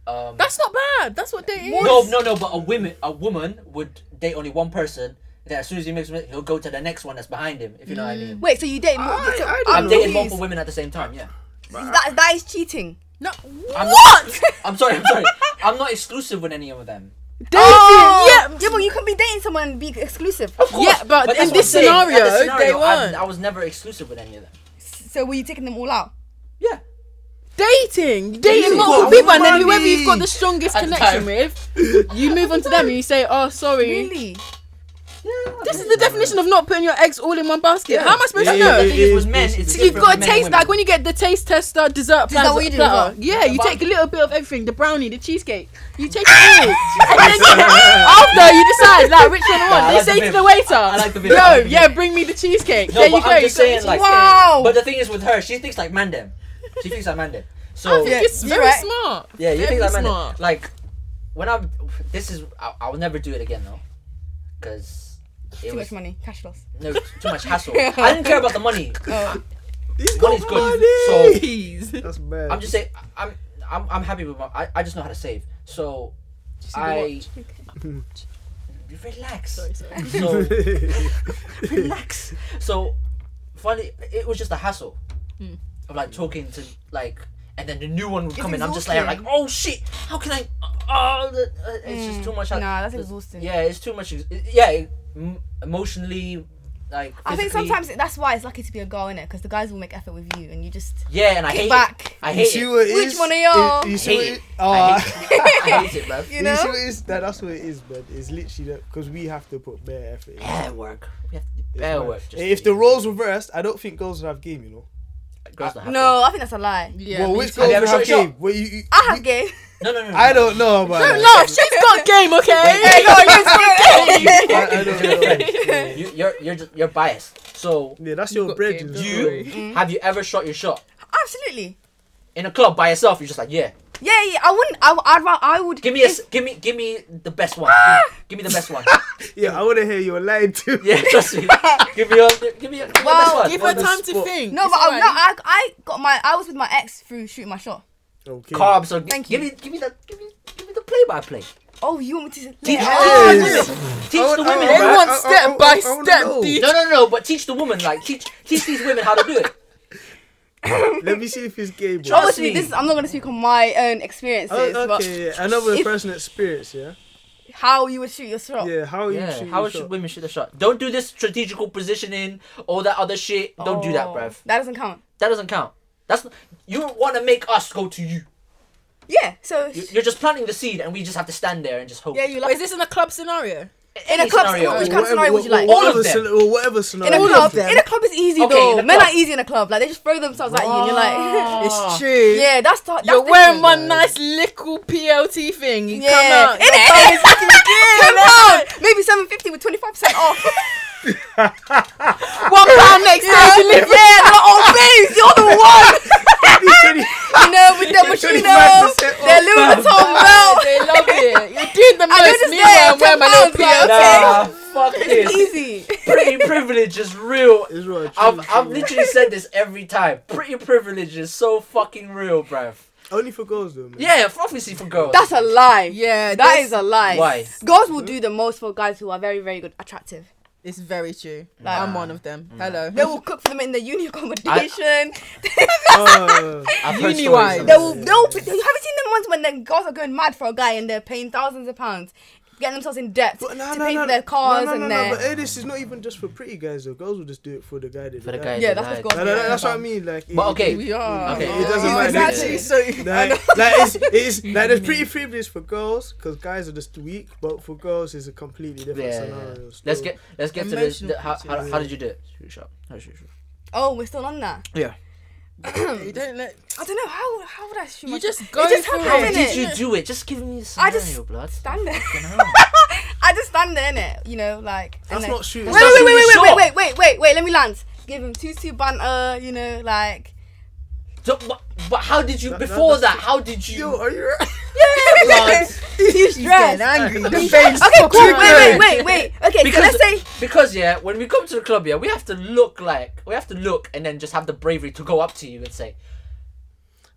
Speaker 1: um
Speaker 4: That's not bad. That's what dating is.
Speaker 1: no no no. But a women a woman would date only one person. Then as soon as he makes a mistake, he'll go to the next one that's behind him. If you know what I
Speaker 4: Mm.
Speaker 1: mean.
Speaker 5: Wait, so you date? more-
Speaker 6: I-
Speaker 5: so-
Speaker 6: I don't
Speaker 1: I've
Speaker 5: I'm
Speaker 6: know.
Speaker 1: dated
Speaker 5: confused.
Speaker 1: multiple women at the same time. Yeah.
Speaker 5: That that is cheating.
Speaker 4: No.
Speaker 1: I'm
Speaker 5: What?
Speaker 1: Not, I'm sorry. I'm sorry. I'm not exclusive with any of them.
Speaker 5: Dating.
Speaker 4: Oh,
Speaker 5: yeah. Yeah, but you can be dating someone and be exclusive.
Speaker 1: Of course.
Speaker 4: Yeah, but
Speaker 1: that's
Speaker 4: in
Speaker 1: what
Speaker 4: this
Speaker 1: I'm saying. At
Speaker 4: scenario,
Speaker 1: this
Speaker 4: they
Speaker 1: I-
Speaker 4: weren't.
Speaker 1: I was never exclusive with any of them.
Speaker 5: So were you taking them all out?
Speaker 1: Yeah.
Speaker 4: Dating, dating
Speaker 1: You've
Speaker 4: multiple
Speaker 1: got
Speaker 4: people, and then
Speaker 6: money.
Speaker 4: whoever you've got the strongest
Speaker 1: At the time.
Speaker 4: connection with, you move on to them and you say, "Oh, sorry."
Speaker 5: Really?
Speaker 4: This is the definition of not putting your eggs all in one basket.
Speaker 1: Yeah.
Speaker 4: How am I supposed
Speaker 6: Yeah,
Speaker 4: to
Speaker 6: yeah,
Speaker 4: know?
Speaker 1: The
Speaker 6: yeah,
Speaker 1: thing is,
Speaker 6: it
Speaker 1: with
Speaker 6: is-
Speaker 1: men,
Speaker 6: it's
Speaker 1: it's
Speaker 6: different
Speaker 4: You've
Speaker 1: different with
Speaker 4: got a
Speaker 1: men and
Speaker 4: taste
Speaker 1: women.
Speaker 4: like when you get the taste tester dessert
Speaker 5: that
Speaker 4: platter-
Speaker 5: what you do as
Speaker 4: platter.
Speaker 5: well?
Speaker 4: Yeah, you
Speaker 1: but-
Speaker 4: take a little bit of everything, the brownie, the cheesecake. You take it all. and then you- after you decide like which one you
Speaker 1: I
Speaker 4: want,
Speaker 1: like
Speaker 4: they
Speaker 1: the
Speaker 4: say to
Speaker 1: bib.
Speaker 4: the waiter,
Speaker 1: I like the bib. I
Speaker 4: "No,
Speaker 1: like the
Speaker 4: yeah,
Speaker 1: bib."
Speaker 4: bring me the cheesecake."
Speaker 1: No,
Speaker 4: there
Speaker 1: but
Speaker 4: you go.
Speaker 1: I'm
Speaker 4: you
Speaker 1: just
Speaker 4: got the
Speaker 1: saying, like-
Speaker 4: cheesecake.
Speaker 5: Wow.
Speaker 1: But the thing is, with her, she thinks like Mandem. She thinks like Mandem. So
Speaker 4: I think it's
Speaker 5: you're
Speaker 4: very
Speaker 5: right.
Speaker 4: smart.
Speaker 1: yeah, you
Speaker 4: very
Speaker 1: think like Mandem.
Speaker 4: smart.
Speaker 1: Like when I'm, this is I, I'll never do it again though, because it
Speaker 5: Too
Speaker 1: was
Speaker 5: much money, cash loss.
Speaker 1: no too much hassle. I didn't care about the money.
Speaker 5: Oh.
Speaker 1: Money's good. So
Speaker 4: Please.
Speaker 6: That's bad.
Speaker 1: I'm just saying I'm I'm, I'm happy with my I, I just know how to save. So I relax.
Speaker 4: Sorry, sorry.
Speaker 1: So relax. So finally, it was just a hassle
Speaker 5: Hmm.
Speaker 1: of like talking to like, and then the new one would come in. I'm just like, like,
Speaker 5: exhausting.
Speaker 1: oh shit, how can I? Oh, the- uh, it's just too much.
Speaker 5: Hmm. Nah, that's exhausting.
Speaker 1: Yeah, it's too much. ex- Yeah, it- m- emotionally, like.
Speaker 5: I think
Speaker 1: physically.
Speaker 5: sometimes that's why it's lucky to be a girl in it because the guys will make effort with you and you just
Speaker 1: Yeah, and I
Speaker 5: kick
Speaker 1: hate
Speaker 5: back.
Speaker 1: it. I
Speaker 6: you
Speaker 1: hate
Speaker 6: see
Speaker 1: it.
Speaker 6: what it
Speaker 5: Which
Speaker 6: is?
Speaker 5: one are y'all?
Speaker 6: It- You see what
Speaker 1: Hate it.
Speaker 6: it? Ah.
Speaker 1: I hate it, bruv.
Speaker 5: You
Speaker 6: You see
Speaker 5: know.
Speaker 6: what it is? That, that's what it is, man. It's literally that because we have to put bare effort. In.
Speaker 1: Bear work. We have to do
Speaker 6: It's
Speaker 1: bear
Speaker 6: mad.
Speaker 1: work. just
Speaker 6: if
Speaker 1: to-
Speaker 6: the roles reversed, I don't think girls would have game. You know.
Speaker 1: Girls don't have to.
Speaker 5: No, I think that's a lie.
Speaker 4: Yeah.
Speaker 6: well,
Speaker 4: me
Speaker 6: which
Speaker 4: too.
Speaker 6: girls
Speaker 1: Have you
Speaker 6: would
Speaker 1: ever
Speaker 6: have
Speaker 1: shot a
Speaker 6: game? Well, you, you,
Speaker 5: I have gay.
Speaker 1: No, no, no, no.
Speaker 6: I don't know about
Speaker 4: Don't
Speaker 6: that.
Speaker 4: laugh. She's got game,
Speaker 6: I,
Speaker 1: Hey,
Speaker 4: okay? no, you got game.
Speaker 6: I don't know.
Speaker 1: You, you're you're just, you're biased. So
Speaker 6: yeah, that's your
Speaker 4: got
Speaker 6: bread.
Speaker 4: game,
Speaker 6: know.
Speaker 4: don't
Speaker 1: you have you ever shot your shot
Speaker 5: Absolutely.
Speaker 1: in a club by yourself? You're just like, yeah.
Speaker 5: Yeah, yeah. I wouldn't. I, I'd rather. I would.
Speaker 1: Give me a, s- give me, give me the best one.
Speaker 5: Ah!
Speaker 1: Give, me the best one.
Speaker 6: Yeah, I want to hear your line too.
Speaker 1: Yeah, trust me. give me your, give me your, give me
Speaker 5: Wow,
Speaker 1: the best one.
Speaker 4: Give
Speaker 1: One
Speaker 4: her
Speaker 1: that's
Speaker 4: time to
Speaker 6: spot.
Speaker 4: think.
Speaker 5: No,
Speaker 4: It's
Speaker 5: but I,
Speaker 4: alright.
Speaker 5: no, I, I got my. I was with my ex through shooting my shot.
Speaker 6: Okay.
Speaker 1: Calm. So g-
Speaker 5: Thank
Speaker 1: give
Speaker 5: you.
Speaker 1: me, give me the, give me, give me the play-by-play.
Speaker 5: Oh, you want me to?
Speaker 1: Teach,
Speaker 6: Yes.
Speaker 1: teach the women. Teach
Speaker 5: Oh,
Speaker 1: the women.
Speaker 4: They
Speaker 1: bruh.
Speaker 6: I-
Speaker 4: want
Speaker 6: I- I-
Speaker 4: step
Speaker 6: I- I-
Speaker 4: by
Speaker 6: I wanna
Speaker 4: step.
Speaker 6: know.
Speaker 4: dude.
Speaker 1: No, no, no. But teach the woman. Like teach, teach these women how to do it.
Speaker 6: Let me see if it's game.
Speaker 1: Trust
Speaker 6: boy.
Speaker 1: Oh, Trust
Speaker 5: Obviously,
Speaker 1: me.
Speaker 5: this is, I'm not gonna speak on my own experiences,
Speaker 6: Oh,
Speaker 5: but
Speaker 6: okay, yeah. another
Speaker 5: If- Oh.
Speaker 6: personal experience, yeah.
Speaker 5: how you would shoot your shot.
Speaker 6: Yeah, how Oh, you
Speaker 1: Yeah.
Speaker 6: shoot
Speaker 1: How
Speaker 6: your
Speaker 1: should
Speaker 6: shot.
Speaker 1: women shoot a shot? Don't do this strategical positioning, all that other shit. Don't do that,
Speaker 5: Oh,
Speaker 1: bruv.
Speaker 5: That doesn't count.
Speaker 1: That doesn't count. That's you want to make us go to you.
Speaker 5: Yeah. So
Speaker 1: You- You're just planting the seed, and we just have to stand there and just hope.
Speaker 5: yeah,
Speaker 4: Wait,
Speaker 5: you like
Speaker 4: is this in a club scenario?
Speaker 5: in a
Speaker 1: any
Speaker 5: club.
Speaker 1: scenario.
Speaker 5: Which
Speaker 1: Or
Speaker 5: kind of scenario would you like?
Speaker 1: what-
Speaker 6: All
Speaker 1: All
Speaker 6: of
Speaker 1: of
Speaker 6: them.
Speaker 1: them.
Speaker 6: whatever
Speaker 5: In a
Speaker 6: scenario.
Speaker 5: club, in a club is easy
Speaker 1: Okay,
Speaker 5: though.
Speaker 1: in a
Speaker 5: Men
Speaker 1: club. Oh.
Speaker 5: are easy in a club. Like they just throw themselves at you, and you're like,
Speaker 4: It's true.
Speaker 5: yeah, that's t- that's
Speaker 4: You're wearing
Speaker 5: different.
Speaker 4: one nice little PLT thing. You
Speaker 5: Yeah,
Speaker 4: come out. your
Speaker 5: in it.
Speaker 4: bum is looking good.
Speaker 5: Ten pound, maybe seven fifty with twenty five percent off.
Speaker 4: One pound next day delivery.
Speaker 5: yeah, like, oh babes, you're the one. You know, with the machino,
Speaker 6: 25% off.
Speaker 5: the Louis Vuitton belt.
Speaker 4: They love it. You're doing the most.
Speaker 5: just
Speaker 4: Meanwhile,
Speaker 5: there,
Speaker 4: I'm wearing my little PLT.
Speaker 5: ten pounds, like, okay.
Speaker 1: Nah, fuck this.
Speaker 5: Easy.
Speaker 1: Pretty privilege is real.
Speaker 6: It's real, true,
Speaker 1: I've, I've
Speaker 6: true.
Speaker 1: literally said this every time. Pretty privilege is so fucking real, bruv.
Speaker 6: Only for girls though. Man.
Speaker 1: Yeah, f- obviously for girls.
Speaker 5: That's a lie.
Speaker 4: Yeah,
Speaker 5: that
Speaker 4: this-
Speaker 5: is a lie.
Speaker 1: Why?
Speaker 5: Girls will do the most for guys who are very, very good, attractive.
Speaker 4: It's very true.
Speaker 1: Nah.
Speaker 4: I'm one of them. Hello.
Speaker 5: They will cook for them in the uni accommodation.
Speaker 6: Uh,
Speaker 1: I've
Speaker 4: Uni
Speaker 1: heard stories
Speaker 4: wise.
Speaker 1: of
Speaker 5: They
Speaker 1: this.
Speaker 5: will. They will. You haven't seen them ones when the girls are going mad for a guy and they're paying thousands of pounds, getting themselves in debt
Speaker 6: but nah,
Speaker 5: to
Speaker 6: nah,
Speaker 5: pay
Speaker 6: nah,
Speaker 5: for their cars
Speaker 6: nah, nah,
Speaker 5: and
Speaker 6: nah,
Speaker 5: their.
Speaker 6: But hey, this is not even just for pretty guys though. Girls will just do it for the guy. That
Speaker 1: For the
Speaker 6: they
Speaker 1: guy
Speaker 6: like.
Speaker 5: yeah,
Speaker 1: they
Speaker 5: that's
Speaker 1: like.
Speaker 5: what's going
Speaker 6: Nah,
Speaker 5: on.
Speaker 6: nah, nah, that's what I mean. Like,
Speaker 1: But
Speaker 6: it-
Speaker 1: okay.
Speaker 6: it-
Speaker 4: We are.
Speaker 1: Okay.
Speaker 6: It doesn't
Speaker 4: It's
Speaker 6: matter.
Speaker 4: actually so.
Speaker 6: Like, like it's, it's like there's pretty privilege for girls because guys are just weak, but for girls it's a completely different
Speaker 1: Yeah.
Speaker 6: scenario. So-
Speaker 1: Let's get let's get to this.
Speaker 4: Emotional
Speaker 1: the- How, how,
Speaker 6: pictures.
Speaker 1: how did you do it? Shoot shot. How did you shoot?
Speaker 5: Oh, we're still on that.
Speaker 4: You don't let.
Speaker 5: I don't know how. How would I shoot?
Speaker 4: You
Speaker 5: my-
Speaker 4: just go
Speaker 5: just
Speaker 4: for
Speaker 5: happened,
Speaker 1: How
Speaker 4: it.
Speaker 5: innit?
Speaker 1: did you do it? Just give me the
Speaker 5: I
Speaker 1: scenario,
Speaker 5: just
Speaker 1: blood.
Speaker 5: stand there.
Speaker 1: Fucking hell.
Speaker 5: I just stand there in it, you know, like. and
Speaker 6: That's
Speaker 5: then-
Speaker 6: not shooting.
Speaker 5: Wait, wait, wait,
Speaker 1: shooting
Speaker 5: wait,
Speaker 1: the
Speaker 5: wait, wait,
Speaker 1: shot.
Speaker 5: wait, wait, wait, wait. Let me land. Give him two two banter, you know, like.
Speaker 1: So, but, but how did you
Speaker 6: That- that-
Speaker 1: before
Speaker 6: that's-
Speaker 1: that? How did
Speaker 6: Yo,
Speaker 1: you?
Speaker 6: are you? right?
Speaker 1: Blood.
Speaker 5: He's
Speaker 4: getting
Speaker 5: dressed.
Speaker 4: angry. The face
Speaker 5: Okay, cool. Wait,
Speaker 4: fucking
Speaker 5: wait,
Speaker 4: red.
Speaker 5: wait, wait. Okay, so
Speaker 1: Because-
Speaker 5: let's say
Speaker 1: Because yeah, when we come to the club, yeah, we have to look like we have to look and then just have the bravery to go up to you and say,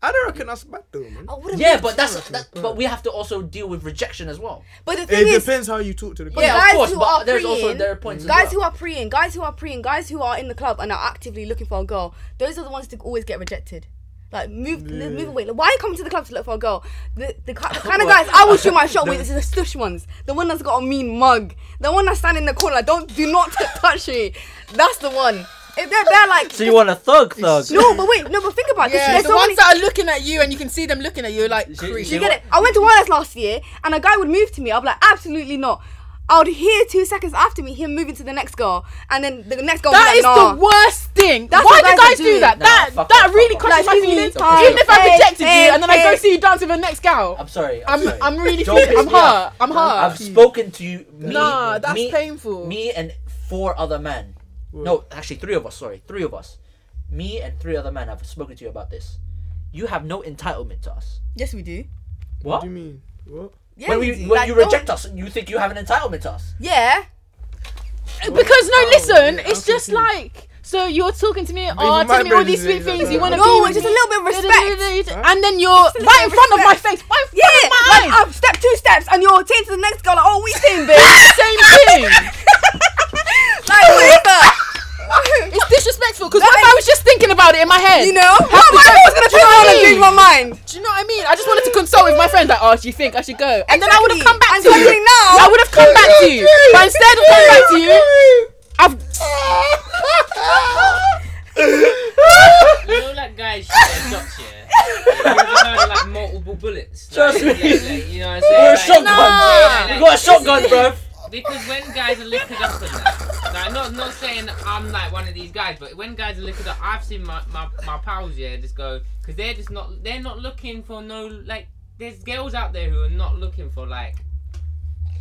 Speaker 6: I don't reckon that's bad though, man.
Speaker 5: I wouldn't.
Speaker 1: yeah,
Speaker 5: be-
Speaker 1: but that's that, but we have to also deal with rejection as well.
Speaker 5: But the
Speaker 6: It
Speaker 5: thing is,
Speaker 6: depends how you talk to the girl.
Speaker 5: Yeah.
Speaker 1: of
Speaker 5: guys
Speaker 1: course,
Speaker 5: who
Speaker 1: but
Speaker 5: are
Speaker 1: there's also
Speaker 5: preying-
Speaker 1: there are points.
Speaker 5: guys
Speaker 1: as
Speaker 5: who
Speaker 1: well.
Speaker 5: are preying, guys who are preying, guys who are in the club and are actively looking for a girl, those are the ones that always get rejected. Like move, li- move away. Like, why are you coming to the club to look for a girl? The, the, ki- the kind of guys I would shoot my shot with is the stush ones. The one that's got a mean mug. The one that's standing in the corner. Like, don't do not t- touch me. That's the one. If they're they're like
Speaker 1: want a thug, thug?
Speaker 5: no, but wait, no, but think about
Speaker 4: Yeah,
Speaker 5: this. There's
Speaker 4: the
Speaker 5: so
Speaker 4: ones
Speaker 5: many-
Speaker 4: that are looking at you and you can see them looking at you like
Speaker 1: she-
Speaker 4: creep.
Speaker 1: she-
Speaker 5: you get it? I went to Wireless last year and a guy would move to me. I'd be like, absolutely not. I would hear two seconds after me him moving to the next girl, and then the next girl.
Speaker 4: That
Speaker 5: would
Speaker 4: is
Speaker 5: be like, nah.
Speaker 4: the worst thing.
Speaker 5: That's
Speaker 4: Why
Speaker 5: what
Speaker 4: do
Speaker 5: guys
Speaker 4: guys
Speaker 5: are
Speaker 4: do
Speaker 5: doing.
Speaker 4: that?
Speaker 1: Nah,
Speaker 4: that
Speaker 1: fuck
Speaker 4: that
Speaker 1: off,
Speaker 4: really
Speaker 1: fuck off.
Speaker 4: crushes my
Speaker 5: Like, even
Speaker 4: feelings.
Speaker 5: if I-
Speaker 4: Even if I
Speaker 5: Hey,
Speaker 4: rejected
Speaker 5: hey,
Speaker 4: you and then I go
Speaker 5: hey.
Speaker 4: see you dancing with the next gal,
Speaker 1: I'm sorry. I'm
Speaker 4: I'm
Speaker 1: sorry.
Speaker 4: I'm really
Speaker 1: Don't
Speaker 4: feeling
Speaker 1: piss
Speaker 4: I'm
Speaker 1: me off.
Speaker 4: hurt. I'm
Speaker 1: I've
Speaker 4: hurt.
Speaker 1: spoken to you. Me,
Speaker 4: Nah, that's
Speaker 1: me-
Speaker 4: painful.
Speaker 1: Me and four other men. No, actually, three of us. Sorry, three of us. Me and three other men have spoken to you about this. You have no entitlement to us.
Speaker 5: Yes, we do.
Speaker 1: What?
Speaker 6: What do you mean? What?
Speaker 5: Yeah,
Speaker 1: when
Speaker 5: we
Speaker 1: we,
Speaker 5: do.
Speaker 1: when
Speaker 5: Like,
Speaker 1: you
Speaker 5: don't-
Speaker 1: reject us, you think you have an entitlement to us.
Speaker 5: Yeah.
Speaker 4: Because no, listen,
Speaker 6: yeah,
Speaker 4: it's
Speaker 6: I'm
Speaker 4: just
Speaker 6: confused.
Speaker 4: like so you're talking to me, oh,
Speaker 6: my
Speaker 4: telling me all
Speaker 6: brain
Speaker 4: these
Speaker 6: is
Speaker 4: sweet
Speaker 6: like
Speaker 4: things
Speaker 6: that.
Speaker 4: you want to
Speaker 5: No, it's just a little bit of respect.
Speaker 4: and then you're right in front of my face, right in
Speaker 5: Yeah,
Speaker 4: front of my
Speaker 5: like,
Speaker 4: eyes.
Speaker 5: I've stepped two steps and you're taking to the next girl. Like, oh, we same bitch.
Speaker 4: Same thing.
Speaker 5: like, what is that?
Speaker 4: It's disrespectful because what if I was just thinking about it in my head?
Speaker 5: You know, what am I always gonna
Speaker 4: Do you
Speaker 5: turn
Speaker 4: know what
Speaker 5: around
Speaker 4: I
Speaker 5: and
Speaker 4: mean?
Speaker 5: change my mind?
Speaker 4: Do you know what I mean? I just wanted to consult with my friend. Like, oh, do you think I should go? And then I would have
Speaker 5: Exactly.
Speaker 4: come back
Speaker 5: And
Speaker 4: to you.
Speaker 5: suddenly now-
Speaker 4: I would have come back to you. But instead of coming back to you, I've.
Speaker 2: You know, like guys shoot their shots, yeah. Like, you've heard, like multiple bullets. Like,
Speaker 1: Trust me.
Speaker 2: yeah, like, you know what I'm
Speaker 1: We're a
Speaker 2: saying?
Speaker 1: shotgun.
Speaker 2: Like,
Speaker 4: Nah.
Speaker 1: We got a shotgun, bruv.
Speaker 2: because when guys are lifted up and that, like, not not saying that I'm like one of these guys, but when guys are lifted up, I've seen my my, my pals yeah just go because they're just not they're not looking for no like there's girls out there who are not looking for like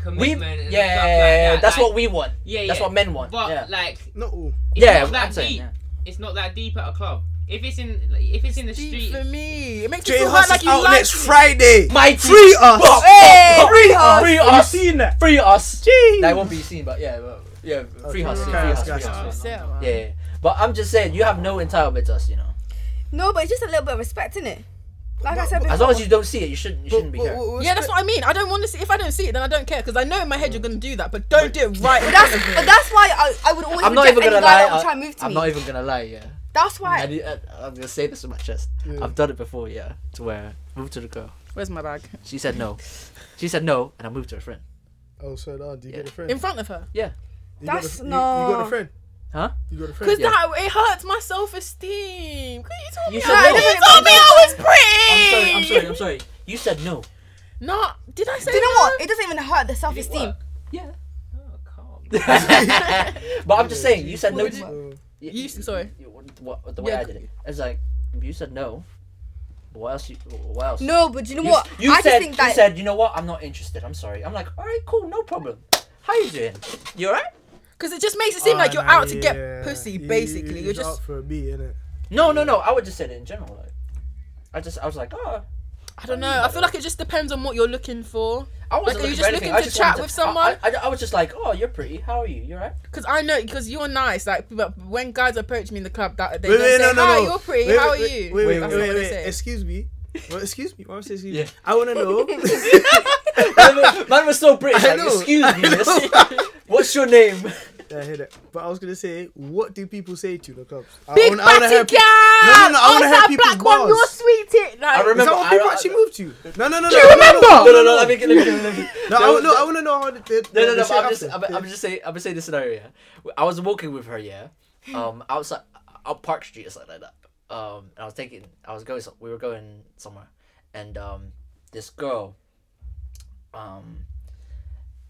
Speaker 1: We, yeah,
Speaker 2: commitment. and stuff like
Speaker 1: yeah,
Speaker 2: that.
Speaker 1: that's
Speaker 2: like,
Speaker 1: what we want.
Speaker 2: Yeah,
Speaker 1: That's
Speaker 2: yeah.
Speaker 1: what men want.
Speaker 2: But
Speaker 1: yeah,
Speaker 2: like,
Speaker 6: Not all.
Speaker 2: it's
Speaker 1: yeah,
Speaker 2: not that
Speaker 1: I'm
Speaker 2: deep.
Speaker 1: saying. Yeah.
Speaker 2: It's not that deep at a club. If it's in like, if it's in the street,
Speaker 4: For me, it makes me
Speaker 6: Jay
Speaker 4: feel bad,
Speaker 6: Huss
Speaker 4: like
Speaker 6: is
Speaker 4: you
Speaker 6: out
Speaker 4: like.
Speaker 6: next Friday.
Speaker 1: Mighty.
Speaker 6: Free us.
Speaker 1: Fuck,
Speaker 5: Hey,
Speaker 1: fuck, fuck.
Speaker 5: free us.
Speaker 1: Free
Speaker 6: Have you
Speaker 1: us.
Speaker 6: seen that?
Speaker 1: Free us.
Speaker 6: Jeez.
Speaker 1: That won't be seen, but yeah, but, yeah, free us.
Speaker 6: okay,
Speaker 1: yeah, Free
Speaker 6: okay,
Speaker 1: us. Free
Speaker 6: okay.
Speaker 1: us.
Speaker 4: Yeah,
Speaker 1: Yeah, yeah. But I'm just saying, you have no entitlement to us, you know.
Speaker 5: No, but it's just a little bit of respect, isn't it? Like I said before.
Speaker 1: As long as you don't see it, you shouldn't. You shouldn't be here.
Speaker 4: Yeah, that's what I mean. I don't want to see. If I don't see it, then I don't care because I know in my head you're gonna do that, but don't do it right. in front
Speaker 5: That's,
Speaker 4: of me.
Speaker 5: but that's why I, I would always
Speaker 1: I'm not
Speaker 5: reject
Speaker 1: even
Speaker 5: any
Speaker 1: gonna
Speaker 5: guy
Speaker 1: lie.
Speaker 5: that would try and
Speaker 1: I,
Speaker 5: move to
Speaker 1: I'm
Speaker 5: me.
Speaker 1: not even gonna lie. Yeah.
Speaker 5: That's
Speaker 1: I,
Speaker 5: why.
Speaker 1: need- I, I'm gonna say this in my chest. I've done it before. Yeah. To where I moved to the girl.
Speaker 4: Where's my bag?
Speaker 1: She said no. She said no, and I moved to her friend.
Speaker 6: Oh, so now, do you get a friend?
Speaker 4: In front of her.
Speaker 6: You got a-
Speaker 5: That's
Speaker 6: you- You got
Speaker 5: not-
Speaker 6: a friend.
Speaker 1: Huh?
Speaker 6: You got a friend.
Speaker 4: Because
Speaker 1: Yeah.
Speaker 4: that it hurts my self esteem. Because you told
Speaker 1: You
Speaker 4: me,
Speaker 1: should
Speaker 4: I,
Speaker 1: know.
Speaker 4: you told me I was
Speaker 1: I'm
Speaker 4: pretty.
Speaker 1: sorry. I'm sorry. I'm sorry. You said no.
Speaker 4: No, did I say
Speaker 5: Do you know
Speaker 4: no?
Speaker 5: what? It doesn't even hurt the self esteem.
Speaker 1: Yeah.
Speaker 2: Oh, calm.
Speaker 1: but I'm just saying, you said no.
Speaker 4: What
Speaker 1: To,
Speaker 6: would
Speaker 1: you,
Speaker 4: You- sorry.
Speaker 1: you- what, the way
Speaker 4: Yeah,
Speaker 1: I did it, it's like you said no. What else? You, what else?
Speaker 5: No, but you know
Speaker 1: You,
Speaker 5: what?
Speaker 1: you
Speaker 5: I
Speaker 1: said.
Speaker 5: just think
Speaker 1: you
Speaker 5: that
Speaker 1: said. You know what? I'm not interested. I'm sorry. I'm like, all right, cool, no problem. How you doing? You alright?
Speaker 4: Because it just makes it seem like
Speaker 6: Ah,
Speaker 4: you're
Speaker 6: nah,
Speaker 4: out to
Speaker 6: yeah.
Speaker 4: get pussy,
Speaker 6: You-
Speaker 4: basically.
Speaker 6: you-
Speaker 4: You're
Speaker 6: out
Speaker 4: just,
Speaker 6: for a beat, innit?
Speaker 1: No, no, no. I would just said it in general. Like, I just, I was like, oh,
Speaker 4: I don't know. I feel like it just depends on what you're looking for.
Speaker 1: I wasn't
Speaker 4: Like, are you
Speaker 1: looking
Speaker 4: just
Speaker 1: for anything.
Speaker 4: looking
Speaker 1: I
Speaker 4: to chat
Speaker 1: wanted
Speaker 4: with someone?
Speaker 1: I, I, I was just like, oh, you're pretty. How are you? You're right.
Speaker 4: Because I know, because you're nice. Like, but when guys approach me in the club, that they
Speaker 6: Wait,
Speaker 4: don't
Speaker 6: wait,
Speaker 4: say,
Speaker 6: no, no,
Speaker 4: "Hi,
Speaker 6: no.
Speaker 4: you're pretty.
Speaker 6: Wait,
Speaker 4: How
Speaker 6: wait,
Speaker 4: are you?"
Speaker 6: Wait, wait, wait,
Speaker 4: That's not what
Speaker 6: wait,
Speaker 4: they say.
Speaker 6: Excuse me. Well, excuse me. Why am I saying excuse
Speaker 1: Yeah.
Speaker 6: me? I want to know.
Speaker 1: man, was so British.
Speaker 6: I
Speaker 1: Like,
Speaker 6: know.
Speaker 1: Excuse me, miss. What's your name?
Speaker 3: I hear that. But I was gonna say, what do people say to the clubs?
Speaker 4: Big
Speaker 3: I wanna
Speaker 4: fatty
Speaker 3: hear
Speaker 4: girl.
Speaker 3: pe- No, no, no, I wanna
Speaker 4: oh,
Speaker 3: hear
Speaker 4: that
Speaker 3: people's
Speaker 4: black one.
Speaker 3: bars.
Speaker 4: You're sweet. It. Like,
Speaker 1: I
Speaker 3: Is
Speaker 1: remember.
Speaker 3: that what people
Speaker 1: I,
Speaker 3: actually moved to? No, no, no, no.
Speaker 4: Do you
Speaker 3: no,
Speaker 4: remember?
Speaker 3: No,
Speaker 1: no, no, no. Let me, let me, let me.
Speaker 3: no, I, wa- no, I want to know how. The, the,
Speaker 1: No, no,
Speaker 3: the
Speaker 1: no.
Speaker 3: shit
Speaker 1: I'm just, I'm,
Speaker 3: happened.
Speaker 1: I'm just saying, I'm just saying this scenario. Yeah? I was walking with her, yeah, um, outside, out Park Street or something like that. Um, and I was taking, I was going, so- we were going somewhere, and um, this girl, um,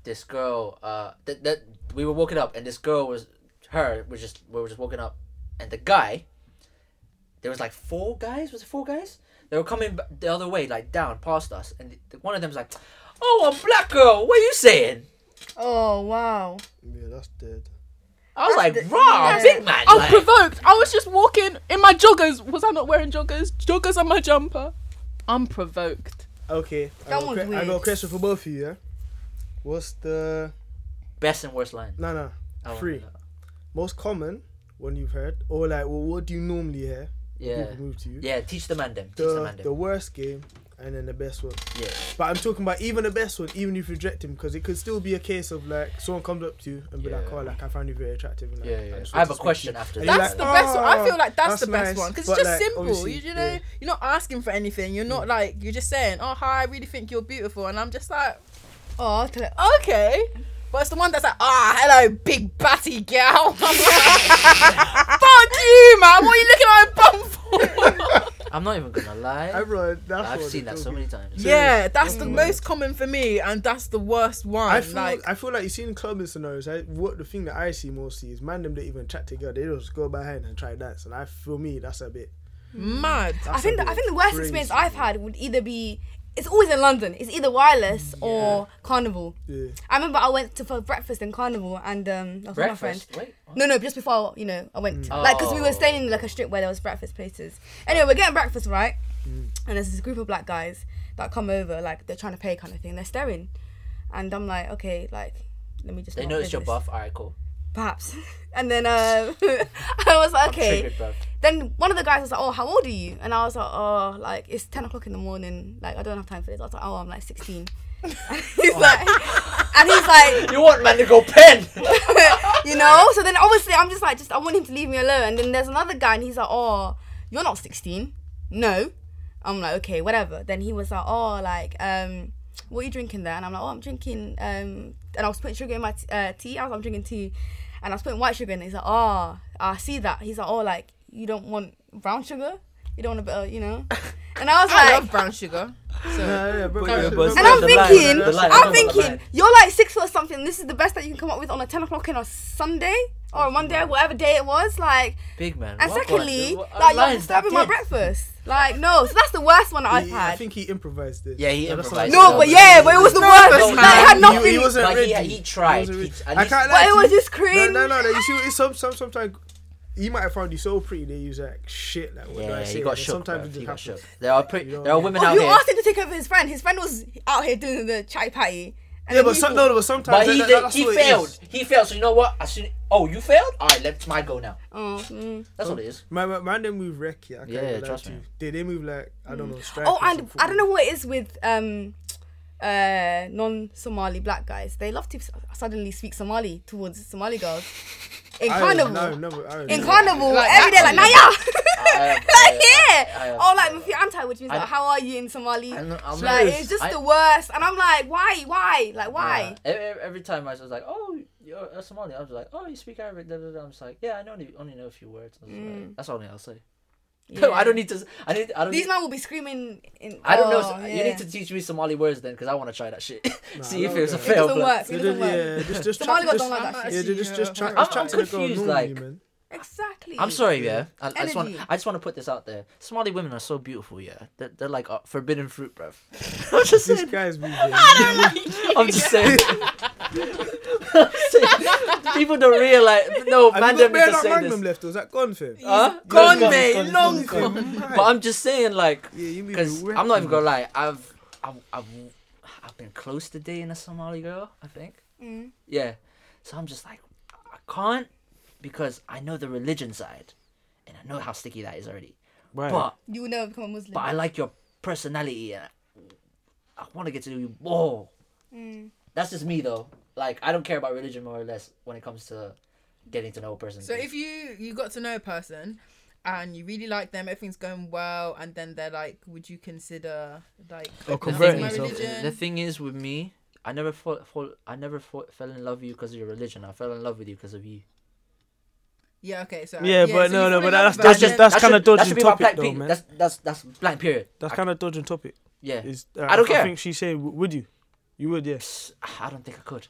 Speaker 1: this girl, uh, that that we were walking up, and this girl was, her was just, we were just walking up, and the guy, there was like four guys, was it four guys? They were coming b- the other way, like down past us, and th- one of them's like, "Oh, I'm black girl. What are you saying?"
Speaker 5: Oh wow.
Speaker 3: Yeah, that's dead.
Speaker 1: I was like,
Speaker 5: the-
Speaker 1: raw,
Speaker 5: yeah.
Speaker 1: big man.
Speaker 8: I was
Speaker 1: like,
Speaker 8: provoked. I was just walking in my joggers. Was I not wearing joggers? Joggers and my jumper. I'm provoked.
Speaker 3: Okay. I
Speaker 5: That
Speaker 3: got,
Speaker 5: one's
Speaker 3: que- I
Speaker 5: weird.
Speaker 3: got a question for both of you. Yeah. What's the
Speaker 1: best and worst line.
Speaker 3: no, no
Speaker 1: I
Speaker 3: Three.
Speaker 1: won't do that.
Speaker 3: most common one you've heard, or like, well, what do you normally hear?
Speaker 1: Yeah.
Speaker 3: People move to you.
Speaker 1: Yeah, teach the man them. Teach the,
Speaker 3: The,
Speaker 1: man them.
Speaker 3: the worst game, and then the best one.
Speaker 1: yeah.
Speaker 3: But I'm talking about even the best one, even if you reject him, because it could still be a case of like someone comes up to you and be like,
Speaker 1: Yeah.
Speaker 3: "Oh, like I found you very attractive." And, like,
Speaker 1: Yeah, yeah.
Speaker 3: just
Speaker 1: I
Speaker 3: want
Speaker 1: have
Speaker 3: to
Speaker 1: a
Speaker 3: speak to
Speaker 1: question
Speaker 3: you."
Speaker 1: after
Speaker 3: And
Speaker 1: that.
Speaker 3: you're
Speaker 4: That's
Speaker 3: like, "Ah,
Speaker 4: the best. one. I feel like that's,
Speaker 3: that's
Speaker 4: the best
Speaker 3: nice,
Speaker 4: one because
Speaker 3: but,
Speaker 4: it's just
Speaker 3: like,
Speaker 4: simple.
Speaker 3: obviously,
Speaker 4: You, you know,
Speaker 3: yeah. Mm.
Speaker 4: you're not asking for anything. You're not like you're just saying, "Oh hi, I really think you're beautiful," and I'm just like,
Speaker 5: Oh, I'll tell it.
Speaker 4: "Okay." But it's the one that's like, "Ah, hello, big batty gal." I'm like, Fuck you, man! What are you looking at my bum for?
Speaker 1: I'm not even gonna lie.
Speaker 3: I bro, that's
Speaker 1: I've
Speaker 3: what
Speaker 1: seen
Speaker 3: they're
Speaker 1: that so
Speaker 3: talking.
Speaker 1: many times.
Speaker 4: yeah, that's the most common for me, and that's the worst one.
Speaker 3: Mm. I feel
Speaker 4: like,
Speaker 3: like, I feel like you see in clubbing scenarios. I, what the thing that I see mostly is man them don't even chat together. They just go behind and try dance. And I feel me, that's a bit.
Speaker 4: mad.
Speaker 3: That's
Speaker 5: I think
Speaker 3: a
Speaker 5: the, I
Speaker 3: bit
Speaker 5: think the worst
Speaker 3: crazy.
Speaker 5: experience I've had would either be it's always in London. It's either wireless or carnival.
Speaker 3: Yeah.
Speaker 5: I remember I went to for breakfast in carnival and um I was with my friend.
Speaker 1: Breakfast. Wait. what?
Speaker 5: No, no, just before you know I went
Speaker 1: Mm.
Speaker 5: like because we were staying in like a strip where there was breakfast places. Anyway, we're getting breakfast right,
Speaker 1: Mm.
Speaker 5: and there's this group of black guys that come over like they're trying to pay kind of thing. They're staring, and I'm like, okay, like let me just.
Speaker 1: They
Speaker 5: not
Speaker 1: noticed your
Speaker 5: business.
Speaker 1: buff. Alright, cool.
Speaker 5: perhaps. And then um, I was like, okay.
Speaker 1: triggered, bruv.
Speaker 5: Then one of the guys was like, oh, how old are you? And I was like, oh, like it's ten o'clock in the morning. Like I don't have time for this. I was like, oh, I'm like sixteen. And
Speaker 1: Oh.
Speaker 5: he's like, and he's like,
Speaker 1: You want man to go pen?
Speaker 5: you know? So then obviously I'm just like, just I want him to leave me alone. And then there's another guy and he's like, oh, you're not 16. No. I'm like, okay, whatever. Then he was like, oh, like, um, what are you drinking there? And I'm like, oh, I'm drinking, um, and I was putting sugar in my t- uh, tea. I was, I'm drinking tea. And I was putting white sugar in it. He's like, oh, I see that. He's like, oh, like, you don't want brown sugar? You don't want a bit of, you know? And I was
Speaker 4: I
Speaker 5: like,
Speaker 4: love brown sugar. So
Speaker 3: Nah, yeah, bro,
Speaker 1: Sorry,
Speaker 3: yeah,
Speaker 1: but
Speaker 3: bro,
Speaker 1: it's
Speaker 5: and
Speaker 1: Yeah,
Speaker 5: I'm
Speaker 1: the line,
Speaker 5: thinking,
Speaker 1: the line,
Speaker 5: I'm
Speaker 1: the
Speaker 5: thinking,
Speaker 1: line.
Speaker 5: you're like six foot something. This is the best that you can come up with on a ten o'clock on a Sunday or a Monday, whatever day it was. Like,
Speaker 1: Big man.
Speaker 5: and
Speaker 1: Mm. what- what-
Speaker 5: secondly,
Speaker 1: what-
Speaker 5: like you're
Speaker 1: lines,
Speaker 5: disturbing my
Speaker 1: dickhead.
Speaker 5: breakfast. Like, no, so that's the worst one that I've
Speaker 3: He- I
Speaker 5: had.
Speaker 3: think he improvised it.
Speaker 1: Yeah, he
Speaker 3: that's
Speaker 1: improvised
Speaker 3: what I
Speaker 5: no,
Speaker 1: No,
Speaker 5: but
Speaker 1: but
Speaker 5: yeah, but it was the worst.
Speaker 1: no,
Speaker 5: Like,
Speaker 1: no,
Speaker 5: it had
Speaker 1: no,
Speaker 5: nothing.
Speaker 3: He, he wasn't
Speaker 1: But he-
Speaker 3: ready.
Speaker 1: he tried.
Speaker 3: wasn't
Speaker 1: He-
Speaker 3: ready.
Speaker 1: at
Speaker 3: I
Speaker 1: least-
Speaker 3: can't
Speaker 5: but
Speaker 3: lie
Speaker 5: it
Speaker 3: to
Speaker 5: was
Speaker 3: you.
Speaker 5: just cringe.
Speaker 3: No, no, no. no. You see, it's some, some, sometimes he might have found you so pretty that you was like, shit, like, what do I
Speaker 1: Yeah,
Speaker 3: say?
Speaker 1: he got
Speaker 3: And
Speaker 1: shook.
Speaker 3: Sometimes
Speaker 1: bruv,
Speaker 3: it
Speaker 1: He
Speaker 3: just
Speaker 1: got
Speaker 3: happens.
Speaker 1: shook. There are pre-
Speaker 3: You know,
Speaker 1: there are
Speaker 3: yeah.
Speaker 1: women
Speaker 5: Oh,
Speaker 1: out
Speaker 5: you
Speaker 1: here.
Speaker 5: asked him to take over his friend. His friend was out here doing the chai patty. And
Speaker 3: Yeah,
Speaker 5: then
Speaker 3: but,
Speaker 5: you
Speaker 3: some, no,
Speaker 5: thought-
Speaker 3: no, but sometimes
Speaker 1: But he
Speaker 3: that- that-
Speaker 1: did.
Speaker 3: that's
Speaker 1: He
Speaker 3: what it is.
Speaker 1: failed. He failed. So you know what? As soon. Oh, you failed. Alright, let my go now.
Speaker 5: Oh, mm.
Speaker 1: That's what it is.
Speaker 3: My, my man, they move wreck. Yeah, I can't
Speaker 1: Yeah,
Speaker 3: even lie
Speaker 1: trust
Speaker 3: to
Speaker 1: me.
Speaker 3: you. They they move like I don't know. strike
Speaker 5: oh,
Speaker 3: or
Speaker 5: and
Speaker 3: something.
Speaker 5: I don't know what it is with um, uh, non-Somali black guys. They love to s- suddenly speak Somali towards Somali girls in
Speaker 3: I don't
Speaker 5: carnival.
Speaker 3: know, I've never- I don't
Speaker 5: in
Speaker 3: know.
Speaker 5: carnival
Speaker 4: Like
Speaker 5: every day,
Speaker 4: that.
Speaker 5: like Naya.
Speaker 1: I-
Speaker 5: like
Speaker 1: I- I-
Speaker 5: yeah,
Speaker 1: I-
Speaker 5: or like Mafianta, which means
Speaker 1: I-
Speaker 5: like how are you in Somali?
Speaker 1: I'm not- I'm
Speaker 5: like
Speaker 1: not-
Speaker 5: it's just
Speaker 1: I-
Speaker 5: the worst, and I'm like, why, why, like why?
Speaker 1: Yeah. Every, every- every time I was like, oh, you're a Somali. I was like, oh, you speak Arabic. Da, da, da. I'm just like, yeah, I know only, only know a few words. I was like, That's all I'll say. No, I
Speaker 5: Mm. Yeah.
Speaker 1: don't need to. s- I need. I don't.
Speaker 5: These
Speaker 1: need,
Speaker 5: men will be screaming. In,
Speaker 1: I don't know.
Speaker 5: oh,
Speaker 1: so-
Speaker 5: yeah.
Speaker 1: You need to teach me Somali words then, because I want to try that shit. See
Speaker 3: I
Speaker 1: if
Speaker 3: don't
Speaker 1: it's a
Speaker 3: know. It
Speaker 5: It
Speaker 1: fail.
Speaker 5: doesn't
Speaker 1: but-
Speaker 5: work.
Speaker 3: Yeah,
Speaker 5: It doesn't work.
Speaker 3: yeah, just just
Speaker 5: Somali
Speaker 3: chat.
Speaker 5: girls
Speaker 3: just-
Speaker 5: don't like that shit.
Speaker 3: Yeah, they just just chat.
Speaker 1: I'm-
Speaker 3: just chat
Speaker 1: I'm
Speaker 3: to the girl
Speaker 1: confused,
Speaker 3: normally,
Speaker 1: like-
Speaker 3: man.
Speaker 5: Exactly.
Speaker 1: I'm sorry, yeah. I, I just want.
Speaker 5: Energy.
Speaker 1: I just want to put this out there. Somali women are so beautiful, yeah. They're, they're like uh, forbidden fruit, bruv. I'm just
Speaker 3: These
Speaker 1: saying.
Speaker 3: guys move.
Speaker 1: I'm just saying. I'm saying, People don't realize. No,
Speaker 3: Have
Speaker 1: man,
Speaker 3: you
Speaker 1: don't need
Speaker 3: got Bear
Speaker 1: to
Speaker 3: That
Speaker 1: say
Speaker 3: Magnum
Speaker 1: this.
Speaker 3: left? or Was that gone, fam?
Speaker 1: Huh?
Speaker 4: Gone,
Speaker 1: Gone,
Speaker 4: mate,
Speaker 1: gone,
Speaker 4: long
Speaker 1: gone.
Speaker 4: gone.
Speaker 1: But I'm just saying, like,
Speaker 3: Yeah, you move.
Speaker 1: Because I'm not even gonna lie, I've, I've, I've, I've been close to dating a Somali girl, I think.
Speaker 5: Mm.
Speaker 1: Yeah. So I'm just like, I can't because I know the religion side, and I know how sticky that is already.
Speaker 3: Right.
Speaker 1: But
Speaker 5: You will never become a Muslim.
Speaker 1: but I like your personality, and I, I want to get to know you
Speaker 4: Mm.
Speaker 1: more. That's just me though. Like I don't care about religion more or less when it comes to getting to know a person.
Speaker 4: So if you you got to know a person and you really like them, everything's going well, and then they're like, "Would you consider like
Speaker 1: Or
Speaker 4: opening up
Speaker 1: converting
Speaker 4: my
Speaker 1: yourself.
Speaker 4: religion?"
Speaker 1: The thing is with me, I never fall, fall, I never fall, fell in love with you because of your religion. I fell in love with you because of you.
Speaker 4: Yeah. Okay. So
Speaker 6: Yeah, but
Speaker 4: so
Speaker 6: no, no,
Speaker 4: you fall
Speaker 6: but
Speaker 4: in love
Speaker 6: that's
Speaker 4: with
Speaker 6: that's
Speaker 4: them,
Speaker 6: just
Speaker 4: then-
Speaker 6: that's kind of
Speaker 1: that
Speaker 6: dodging
Speaker 1: should be my
Speaker 6: topic
Speaker 1: black
Speaker 6: though,
Speaker 1: pe-
Speaker 6: man.
Speaker 1: That's that's that's blank period.
Speaker 6: That's
Speaker 1: I-
Speaker 6: kind of dodging topic.
Speaker 1: yeah.
Speaker 6: Is
Speaker 3: uh,
Speaker 1: I don't care.
Speaker 6: I think she's saying, w- would you? You would, yeah.
Speaker 1: Psst, I don't think I could.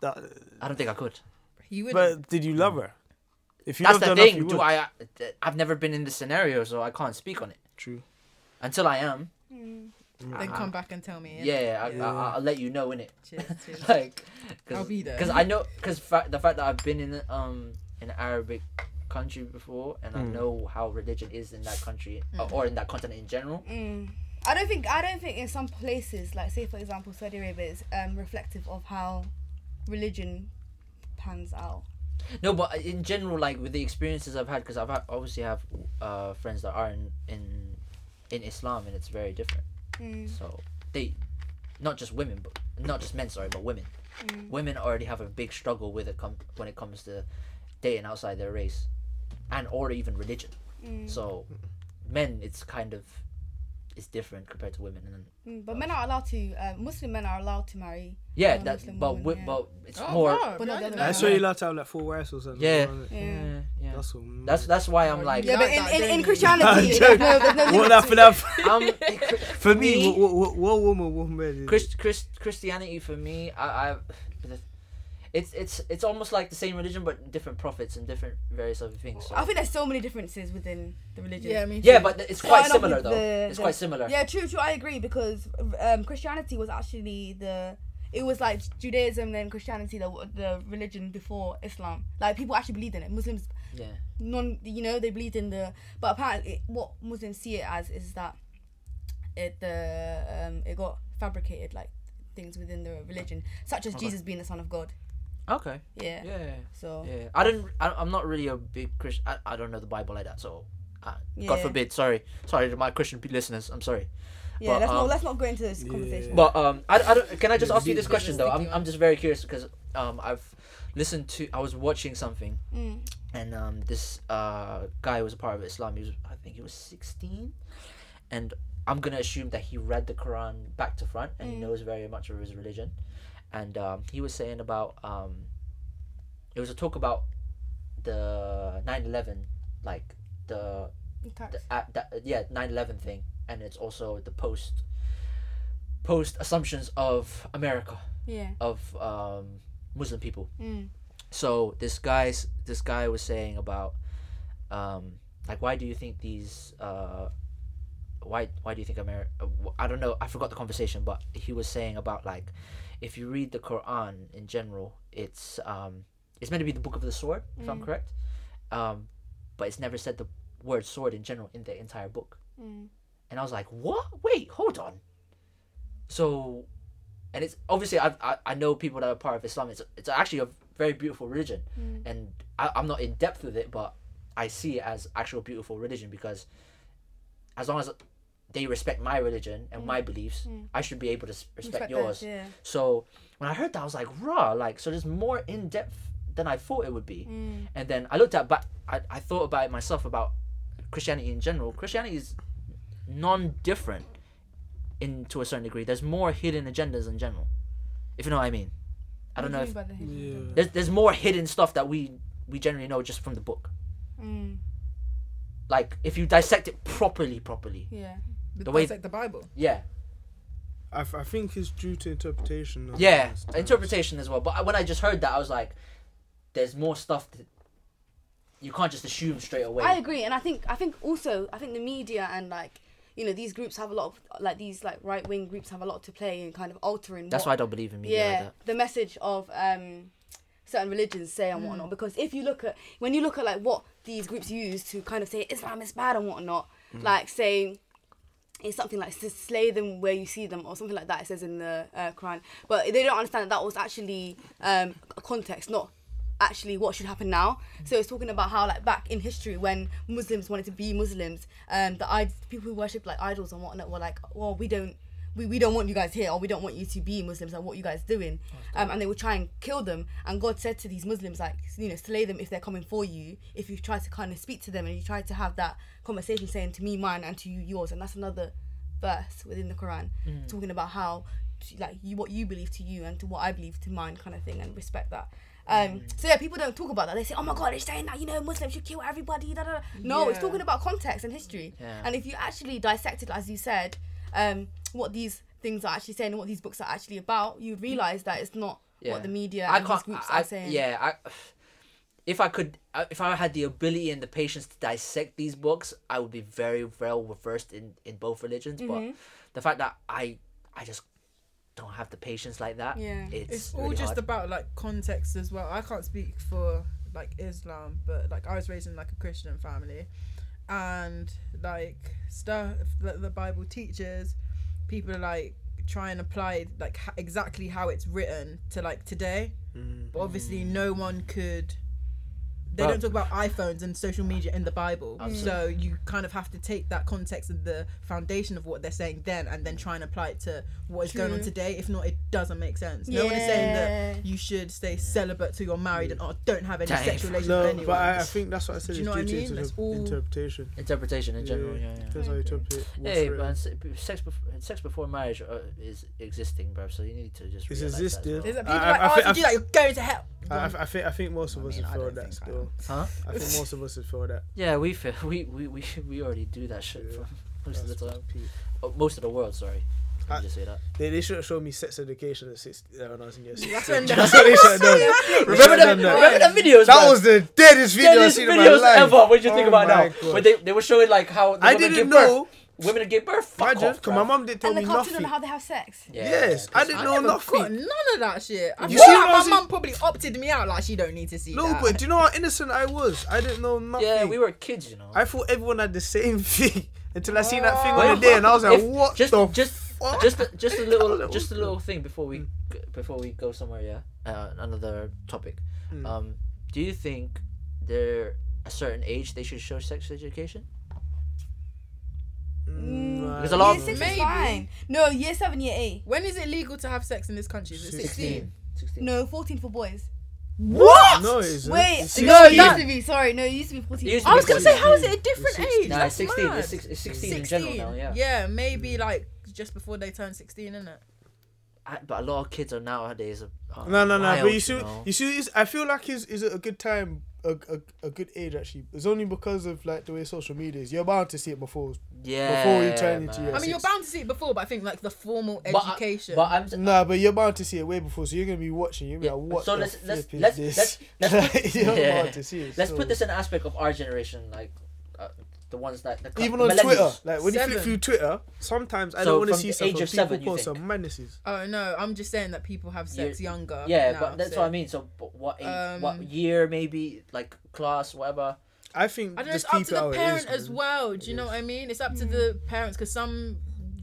Speaker 6: That,
Speaker 1: I don't think I could.
Speaker 4: You would.
Speaker 6: but did you love her? If you
Speaker 1: That's
Speaker 6: loved
Speaker 1: the
Speaker 6: her
Speaker 1: thing.
Speaker 6: enough, you
Speaker 1: Do
Speaker 6: would.
Speaker 1: I? I've never been in this scenario, so I can't speak on it
Speaker 6: True.
Speaker 1: until I am.
Speaker 4: then come back and tell me.
Speaker 1: Yeah, I, I, I'll let you know in it.
Speaker 4: Cheers, cheers.
Speaker 1: like, cause,
Speaker 4: I'll be there.
Speaker 1: Because I know, because fa- the fact that I've been in um an Arabic country before, and I know how religion is in that country
Speaker 4: Hmm.
Speaker 1: uh, or in that continent in general.
Speaker 5: Mm. I don't think I don't think in some places, like say for example Saudi Arabia, is um, reflective of how religion pans out.
Speaker 1: No, but in general, like with the experiences I've had, because I've had, obviously have uh, friends that are in, in in Islam, and it's very different. So they, not just women, but not just men, sorry, but women. Women already have a big struggle with it com- when it comes to dating outside their race, and or even religion. So men, it's kind of it's different compared to women, and
Speaker 5: Mm, But men are allowed to. Um, Muslim men are allowed to marry.
Speaker 1: yeah,
Speaker 5: Um,
Speaker 1: that's
Speaker 5: Muslim
Speaker 1: but
Speaker 5: women,
Speaker 1: wi-
Speaker 5: yeah.
Speaker 1: but it's
Speaker 4: Oh,
Speaker 1: more
Speaker 4: wow,
Speaker 5: But no,
Speaker 4: I didn't know
Speaker 5: that- that's
Speaker 6: That's
Speaker 4: that.
Speaker 6: why you allowed to have like four wives or something.
Speaker 1: yeah,
Speaker 6: wasn't it?
Speaker 1: yeah, yeah.
Speaker 6: That's all. mad.
Speaker 1: That's that's why I'm
Speaker 4: Oh,
Speaker 1: like
Speaker 4: you
Speaker 5: Yeah,
Speaker 4: got
Speaker 5: but in,
Speaker 4: that,
Speaker 5: in,
Speaker 4: don't
Speaker 5: in
Speaker 4: you?
Speaker 5: Christianity, there's no, there's no
Speaker 6: What
Speaker 5: limit
Speaker 6: up,
Speaker 5: to
Speaker 6: what up?
Speaker 1: I'm
Speaker 6: For me,
Speaker 1: Me?
Speaker 6: what, what, what woman, what man?
Speaker 1: Christ, Christ, Christianity for me, I, I, it's it's it's almost like the same religion but different prophets and different various other things. so-
Speaker 5: I think there's so many differences within the religion.
Speaker 4: Yeah, I mean,
Speaker 1: yeah, but th- it's quite
Speaker 5: Starting off
Speaker 1: similar
Speaker 5: with
Speaker 1: though.
Speaker 5: the-
Speaker 1: it's
Speaker 5: the-
Speaker 1: quite similar.
Speaker 5: Yeah, true, true. I agree because um, Christianity was actually the it was like Judaism then Christianity the the religion before Islam. Like people actually believed in it. Muslims
Speaker 1: Yeah.
Speaker 5: non you know they believed in the but apparently it, what Muslims see it as is that it the um, it got fabricated like things within the religion such as Jesus being the son of Oh, God.
Speaker 1: Okay.
Speaker 5: Yeah.
Speaker 1: Yeah.
Speaker 5: So
Speaker 1: Yeah. I don't. I, I'm not really a big Christian. I, I don't know the Bible like that. So, uh, God
Speaker 5: Yeah.
Speaker 1: forbid. Sorry. Sorry to my Christian p- listeners. I'm sorry.
Speaker 5: yeah,
Speaker 1: But,
Speaker 5: let's
Speaker 1: um,
Speaker 5: not let's not go into this conversation.
Speaker 1: But um, I, I don't. Can I just ask you this
Speaker 4: the
Speaker 1: question though? I'm,
Speaker 4: sticky
Speaker 1: I'm just very curious because um, I've listened to. I was watching something,
Speaker 5: Mm,
Speaker 1: and um, this uh guy was a part of Islam. He was, I think, he was 16, and I'm gonna assume that he read the Quran back to front and he knows very much of his religion, and um, he was saying about um, it was a talk about the 9/11, like the
Speaker 5: Attacks.
Speaker 1: the, at that, yeah 9-11 thing and it's also the post post assumptions of america
Speaker 5: yeah.
Speaker 1: of um, muslim people
Speaker 5: Mm.
Speaker 1: so this guy's this guy was saying about um, like why do you think these uh, why why do you think america i don't know i forgot the conversation but he was saying about like if you read the quran in general it's um, it's meant to be the book of the sword if i'm correct um, but it's never said the word sword in general in the entire book.
Speaker 5: mm.
Speaker 1: And I was like, what? Wait, hold on. So, and it's obviously I, I I know people that are part of Islam. It's it's actually a very beautiful religion, and I, I'm not in depth with it, but I see it as actual beautiful religion because as long as they respect my religion and my beliefs, I should be able to s- respect,
Speaker 5: Respect
Speaker 1: yours.
Speaker 5: theirs, yeah.
Speaker 1: So when I heard that, I was like, "Raw!" Like, so there's more in depth than I thought it would be.
Speaker 5: Mm.
Speaker 1: And then I looked at back. I, I thought about it myself about Christianity in general. Christianity is non-different in to a certain degree. There's more hidden agendas in general, if you know what I mean. I don't know if
Speaker 5: By the Hindu.
Speaker 1: there's there's more hidden stuff that we we generally know just from the book.
Speaker 5: Mm.
Speaker 1: Like if you dissect it properly, properly,
Speaker 5: Yeah.
Speaker 1: the way-
Speaker 4: It's like the Bible.
Speaker 1: yeah,
Speaker 6: I, I think it's due to interpretation. though.
Speaker 1: yeah,
Speaker 6: It's-
Speaker 1: interpretation as well. But I- when I just heard that, I was like, there's more stuff that you can't just assume straight away.
Speaker 5: I agree, and I think I think also I think the media and like you know these groups have a lot of like these like right wing groups have a lot to play in kind of altering.
Speaker 1: That's why I
Speaker 5: what,
Speaker 1: don't believe in media
Speaker 5: yeah
Speaker 1: like that.
Speaker 5: the message of um certain religions say
Speaker 1: Hmm.
Speaker 5: and whatnot because if you look at when you look at like what these groups use to kind of say Islam is bad and whatnot
Speaker 1: Hmm.
Speaker 5: like saying it's something like to slay them where you see them or something like that it says in the uh, quran but they don't understand that that was actually um, a context not actually what should happen now
Speaker 1: Hmm.
Speaker 5: so it's talking about how like back in history when muslims wanted to be muslims um the Id- people who worship like idols and whatnot were like well we don't we, we don't want you guys here or we don't want you to be Muslims and what you guys doing. Um, and they would try and kill them. And God said to these Muslims, like, you know, slay them if they're coming for you. If you try to kind of speak to them and you try to have that conversation saying to me mine and to you yours. And that's another verse within the Quran talking about how to- like you what you believe to you and to what I believe to mine kind of thing and respect that. Um, so yeah, people don't talk about that. They say, "Oh my God, they're saying that you know Muslims should kill everybody." Da, da, da. No, it's
Speaker 4: Yeah.
Speaker 5: talking about context and history.
Speaker 1: Yeah.
Speaker 5: And if you actually dissect it, as you said, um, what these things are actually saying and what these books are actually about, you realize that it's not
Speaker 1: Yeah.
Speaker 5: what the media
Speaker 1: I
Speaker 5: and these
Speaker 1: can't.
Speaker 5: groups
Speaker 1: I,
Speaker 5: are saying.
Speaker 1: yeah, I, if I could, uh, if I had the ability and the patience to dissect these books, I would be very well versed in in both religions.
Speaker 5: Mm-hmm.
Speaker 1: But the fact that I, I just don't have the patience like that.
Speaker 5: Yeah.
Speaker 1: it's,
Speaker 4: it's all
Speaker 1: really
Speaker 4: just
Speaker 1: hard.
Speaker 4: about like context as well i can't speak for like islam but like i was raised in like a christian family and like stuff that the bible teaches people are like try and apply like h- exactly how it's written to like today
Speaker 1: Mm.
Speaker 4: but obviously no one could they
Speaker 1: Well-
Speaker 4: don't talk about iPhones and social media in the Bible, so you kind of have to take that context and the foundation of what they're saying then, and then try and apply it to what is going on
Speaker 5: True.
Speaker 4: today. If not, it doesn't make sense. No one is saying that you should stay celibate till you're married and oh, don't have any
Speaker 1: Dang.
Speaker 4: sexual relations
Speaker 3: No,
Speaker 4: with anyone.
Speaker 3: but I, I think that's what I said.
Speaker 4: Do
Speaker 3: It's due
Speaker 4: you know what I
Speaker 3: to
Speaker 4: mean? That's
Speaker 3: interp-
Speaker 4: all-
Speaker 3: interpretation.
Speaker 1: interpretation in general. Yeah, yeah.
Speaker 3: Depends how you interpret. what's
Speaker 1: Hey,
Speaker 3: written.
Speaker 1: but se- sex before sex before marriage uh, is existing, bro. So you need to just.
Speaker 3: It's
Speaker 1: realize that as
Speaker 3: existing.
Speaker 1: well.
Speaker 4: There's like
Speaker 3: I-
Speaker 4: people
Speaker 3: I-
Speaker 4: like,
Speaker 3: I
Speaker 4: oh,
Speaker 3: think-
Speaker 4: if you do that, you're going to hell.
Speaker 3: I, I th- I think I think most of
Speaker 4: I
Speaker 3: us
Speaker 4: mean,
Speaker 3: would
Speaker 4: I
Speaker 3: feel
Speaker 4: don't
Speaker 3: that
Speaker 4: think I
Speaker 3: still.
Speaker 1: Huh?
Speaker 3: I think most of us would feel that.
Speaker 1: Yeah, we feel we we we, we already do that shit
Speaker 3: Yeah.
Speaker 1: for most of the
Speaker 3: That's
Speaker 1: time.
Speaker 3: peak.
Speaker 1: Oh, most of the world, sorry. Let me
Speaker 3: I-
Speaker 1: just say that.
Speaker 3: They, they should have shown me sex education at six uh, when I was in year six.
Speaker 4: That's when
Speaker 3: That's what they should have done.
Speaker 1: Remember
Speaker 3: Remember
Speaker 1: the,
Speaker 3: that?
Speaker 1: remember the videos?
Speaker 3: That
Speaker 1: bruv?
Speaker 3: was the deadest video I've
Speaker 1: Saddest
Speaker 3: seen in my
Speaker 1: videos
Speaker 3: life.
Speaker 1: ever. What you think
Speaker 3: Oh
Speaker 1: about
Speaker 3: my
Speaker 1: now?
Speaker 3: God.
Speaker 1: But they they were showing like how the
Speaker 3: I
Speaker 1: women
Speaker 3: didn't
Speaker 1: give birth.
Speaker 3: know.
Speaker 1: Women give birth. Fuck
Speaker 3: Imagine,
Speaker 1: off,
Speaker 3: cause
Speaker 1: bruv.
Speaker 3: my mum didn't tell
Speaker 5: And the
Speaker 3: me
Speaker 5: cartoon on
Speaker 3: nothing.
Speaker 5: how they have sex.
Speaker 1: Yeah,
Speaker 3: Yes,
Speaker 1: yeah,
Speaker 3: I didn't know
Speaker 4: Got
Speaker 3: nothing.
Speaker 4: none of that shit. I
Speaker 3: You
Speaker 4: feel
Speaker 3: see
Speaker 4: like
Speaker 3: what I
Speaker 4: my
Speaker 3: was-
Speaker 4: mum probably opted me out. Like she don't need to see
Speaker 3: No,
Speaker 4: that.
Speaker 3: but do you know how innocent I was? I didn't know nothing.
Speaker 1: Yeah, we were kids, you know.
Speaker 3: I thought everyone had the same thing until I seen that thing on the day, and I was like,
Speaker 1: If-
Speaker 3: "What
Speaker 1: just,
Speaker 3: the
Speaker 1: just,
Speaker 3: fuck?"
Speaker 1: just, a, just a little,
Speaker 3: That was Mm.
Speaker 1: just a little thing before we, g- before we go somewhere. Yeah, uh, another topic.
Speaker 3: Mm.
Speaker 1: Um, do you think they're a certain age they should show sex education?
Speaker 3: Mm,
Speaker 1: There's a lot.
Speaker 5: Year
Speaker 1: Of,
Speaker 5: six is
Speaker 4: Maybe.
Speaker 5: fine. No, year seven, year eight.
Speaker 4: when is it legal to have sex in this country? Is it 16?
Speaker 1: 16.
Speaker 5: No, fourteen for boys.
Speaker 3: What? No, it isn't.
Speaker 5: Wait,
Speaker 3: It's
Speaker 5: no, it
Speaker 1: sixteen.
Speaker 5: used to be. Sorry, no, it used to be fourteen. Oh,
Speaker 1: It used to
Speaker 4: I was gonna say, how is it a
Speaker 3: 16.
Speaker 4: different
Speaker 3: It's
Speaker 4: age?
Speaker 1: Nah,
Speaker 4: That's
Speaker 1: it's 16.
Speaker 4: mad.
Speaker 1: It's, six, it's 16, in general now. Yeah.
Speaker 4: Yeah, maybe like just before they turn 16, innit?
Speaker 1: I, but a lot of kids are nowadays. Are
Speaker 3: No, no, no.
Speaker 1: wild,
Speaker 3: But you see,
Speaker 1: know.
Speaker 3: you see, it's, I feel like is is it a good time, a, a, a good age actually. It's only because of like the way social media is. You're bound to see it before.
Speaker 1: yeah.
Speaker 3: before you turn into
Speaker 1: man.
Speaker 3: your-
Speaker 4: I mean, you're bound to see it before, but I think like the formal
Speaker 1: But I-
Speaker 4: education.
Speaker 1: But I'm.
Speaker 3: Nah, but you're bound to see it way before. So you're gonna be watching. You're gonna be like,
Speaker 1: Yeah,
Speaker 3: what
Speaker 1: so
Speaker 3: the
Speaker 1: let's- let's-
Speaker 3: flip is
Speaker 1: let's-
Speaker 3: this?
Speaker 1: let's- let's-
Speaker 3: you're
Speaker 1: Yeah.
Speaker 3: bound to see it.
Speaker 1: Let's
Speaker 3: so.
Speaker 1: put this in the aspect of our generation, like uh, the ones that the, cu-
Speaker 3: Even
Speaker 1: the
Speaker 3: on Twitter,
Speaker 1: millennials.
Speaker 3: like when you flip
Speaker 4: Seven.
Speaker 3: through Twitter, sometimes I
Speaker 1: So
Speaker 3: don't want to
Speaker 1: from
Speaker 3: see
Speaker 1: the
Speaker 3: stuff
Speaker 1: age
Speaker 3: where
Speaker 1: of seven,
Speaker 3: people
Speaker 1: you
Speaker 3: post
Speaker 1: think?
Speaker 3: some madnesses.
Speaker 4: oh no, I'm just saying that people have sex
Speaker 1: You-
Speaker 4: younger.
Speaker 1: Yeah,
Speaker 4: now,
Speaker 1: but that's
Speaker 4: so-
Speaker 1: what I mean. So, but what age, what
Speaker 4: Um,
Speaker 1: year, maybe like class, whatever.
Speaker 3: I think
Speaker 4: I don't know,
Speaker 3: just
Speaker 4: it's up
Speaker 3: keep
Speaker 4: to
Speaker 3: it how
Speaker 4: the
Speaker 3: it
Speaker 4: parent
Speaker 3: is,
Speaker 4: as
Speaker 3: man.
Speaker 4: well. Do you know what I mean? It's up to the
Speaker 1: Mm.
Speaker 4: parents because some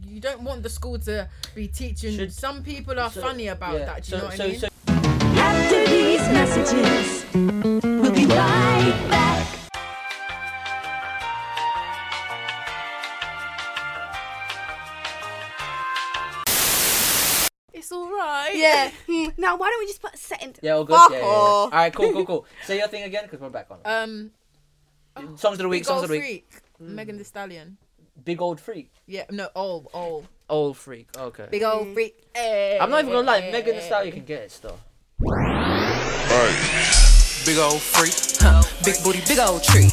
Speaker 4: you don't want the school to be teaching.
Speaker 1: Should-
Speaker 4: some people are
Speaker 1: So,
Speaker 4: funny about
Speaker 1: yeah,
Speaker 4: that. Do
Speaker 1: so-
Speaker 4: you know what
Speaker 1: so-
Speaker 4: I mean?
Speaker 1: so-
Speaker 9: After these messages, we'll be right back.
Speaker 10: It's alright.
Speaker 5: Yeah. Hmm. Now, why don't we just put set into
Speaker 1: yeah, all good.
Speaker 5: Fuck
Speaker 1: yeah, yeah, yeah. All
Speaker 5: off.
Speaker 1: right, cool, cool, cool. Say your thing again, because we're back on. it.
Speaker 4: um,
Speaker 1: songs of the week.
Speaker 4: Uh, big
Speaker 1: Songs
Speaker 4: old
Speaker 1: of the week. Mm.
Speaker 4: freak, Megan the Stallion.
Speaker 1: Big old freak.
Speaker 4: Yeah, no, old, old,
Speaker 1: Old freak. Okay.
Speaker 4: big old freak. Eh.
Speaker 1: I'm not even gonna lie. Megan Thee Stallion can get it still.
Speaker 11: Big old freak. Huh. Big booty, big old tree.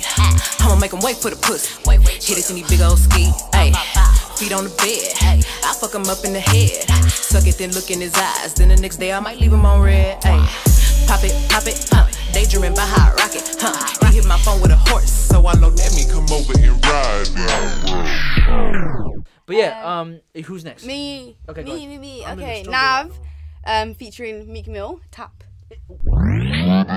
Speaker 11: I'ma make him wait for the pussy. Hit it in the big old ski. Ay. Feet on the bed. I fuck him up in the head. Suck it, then look in his eyes. Then the next day I might leave him on red. Ay. Pop it, pop it. Huh. Daydreaming by high rocket. Huh. He hit my phone with a horse. So I looked at me.
Speaker 12: Come over and ride now, bro.
Speaker 1: But yeah, um, who's next?
Speaker 5: me.
Speaker 1: Okay, go
Speaker 5: me,
Speaker 1: ahead.
Speaker 5: me, me. Okay, Nav, um, featuring Meek Mill, Tap.
Speaker 12: Damn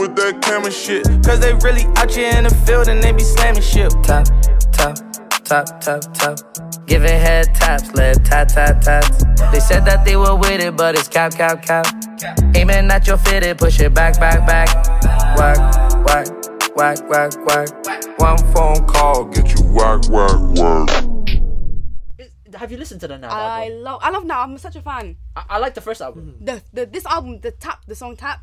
Speaker 12: with that camera shit. Cause they really out here in the field and they be slamming shit. Top, top, top, top, top. Giving head taps, lip tap, tap, taps. They said that they were with it, but it's cap, cap, cap. Aiming at your fitted, push it back, back, back. Whack, whack, whack, whack, whack. One phone call, get you whack, whack, whack.
Speaker 1: It- have you listened to the Nav
Speaker 5: I
Speaker 1: album?
Speaker 5: love I love now. I'm such a fan.
Speaker 1: I, I like the first
Speaker 3: Mm-hmm.
Speaker 1: album.
Speaker 5: The, the this album, the tap, the song tap.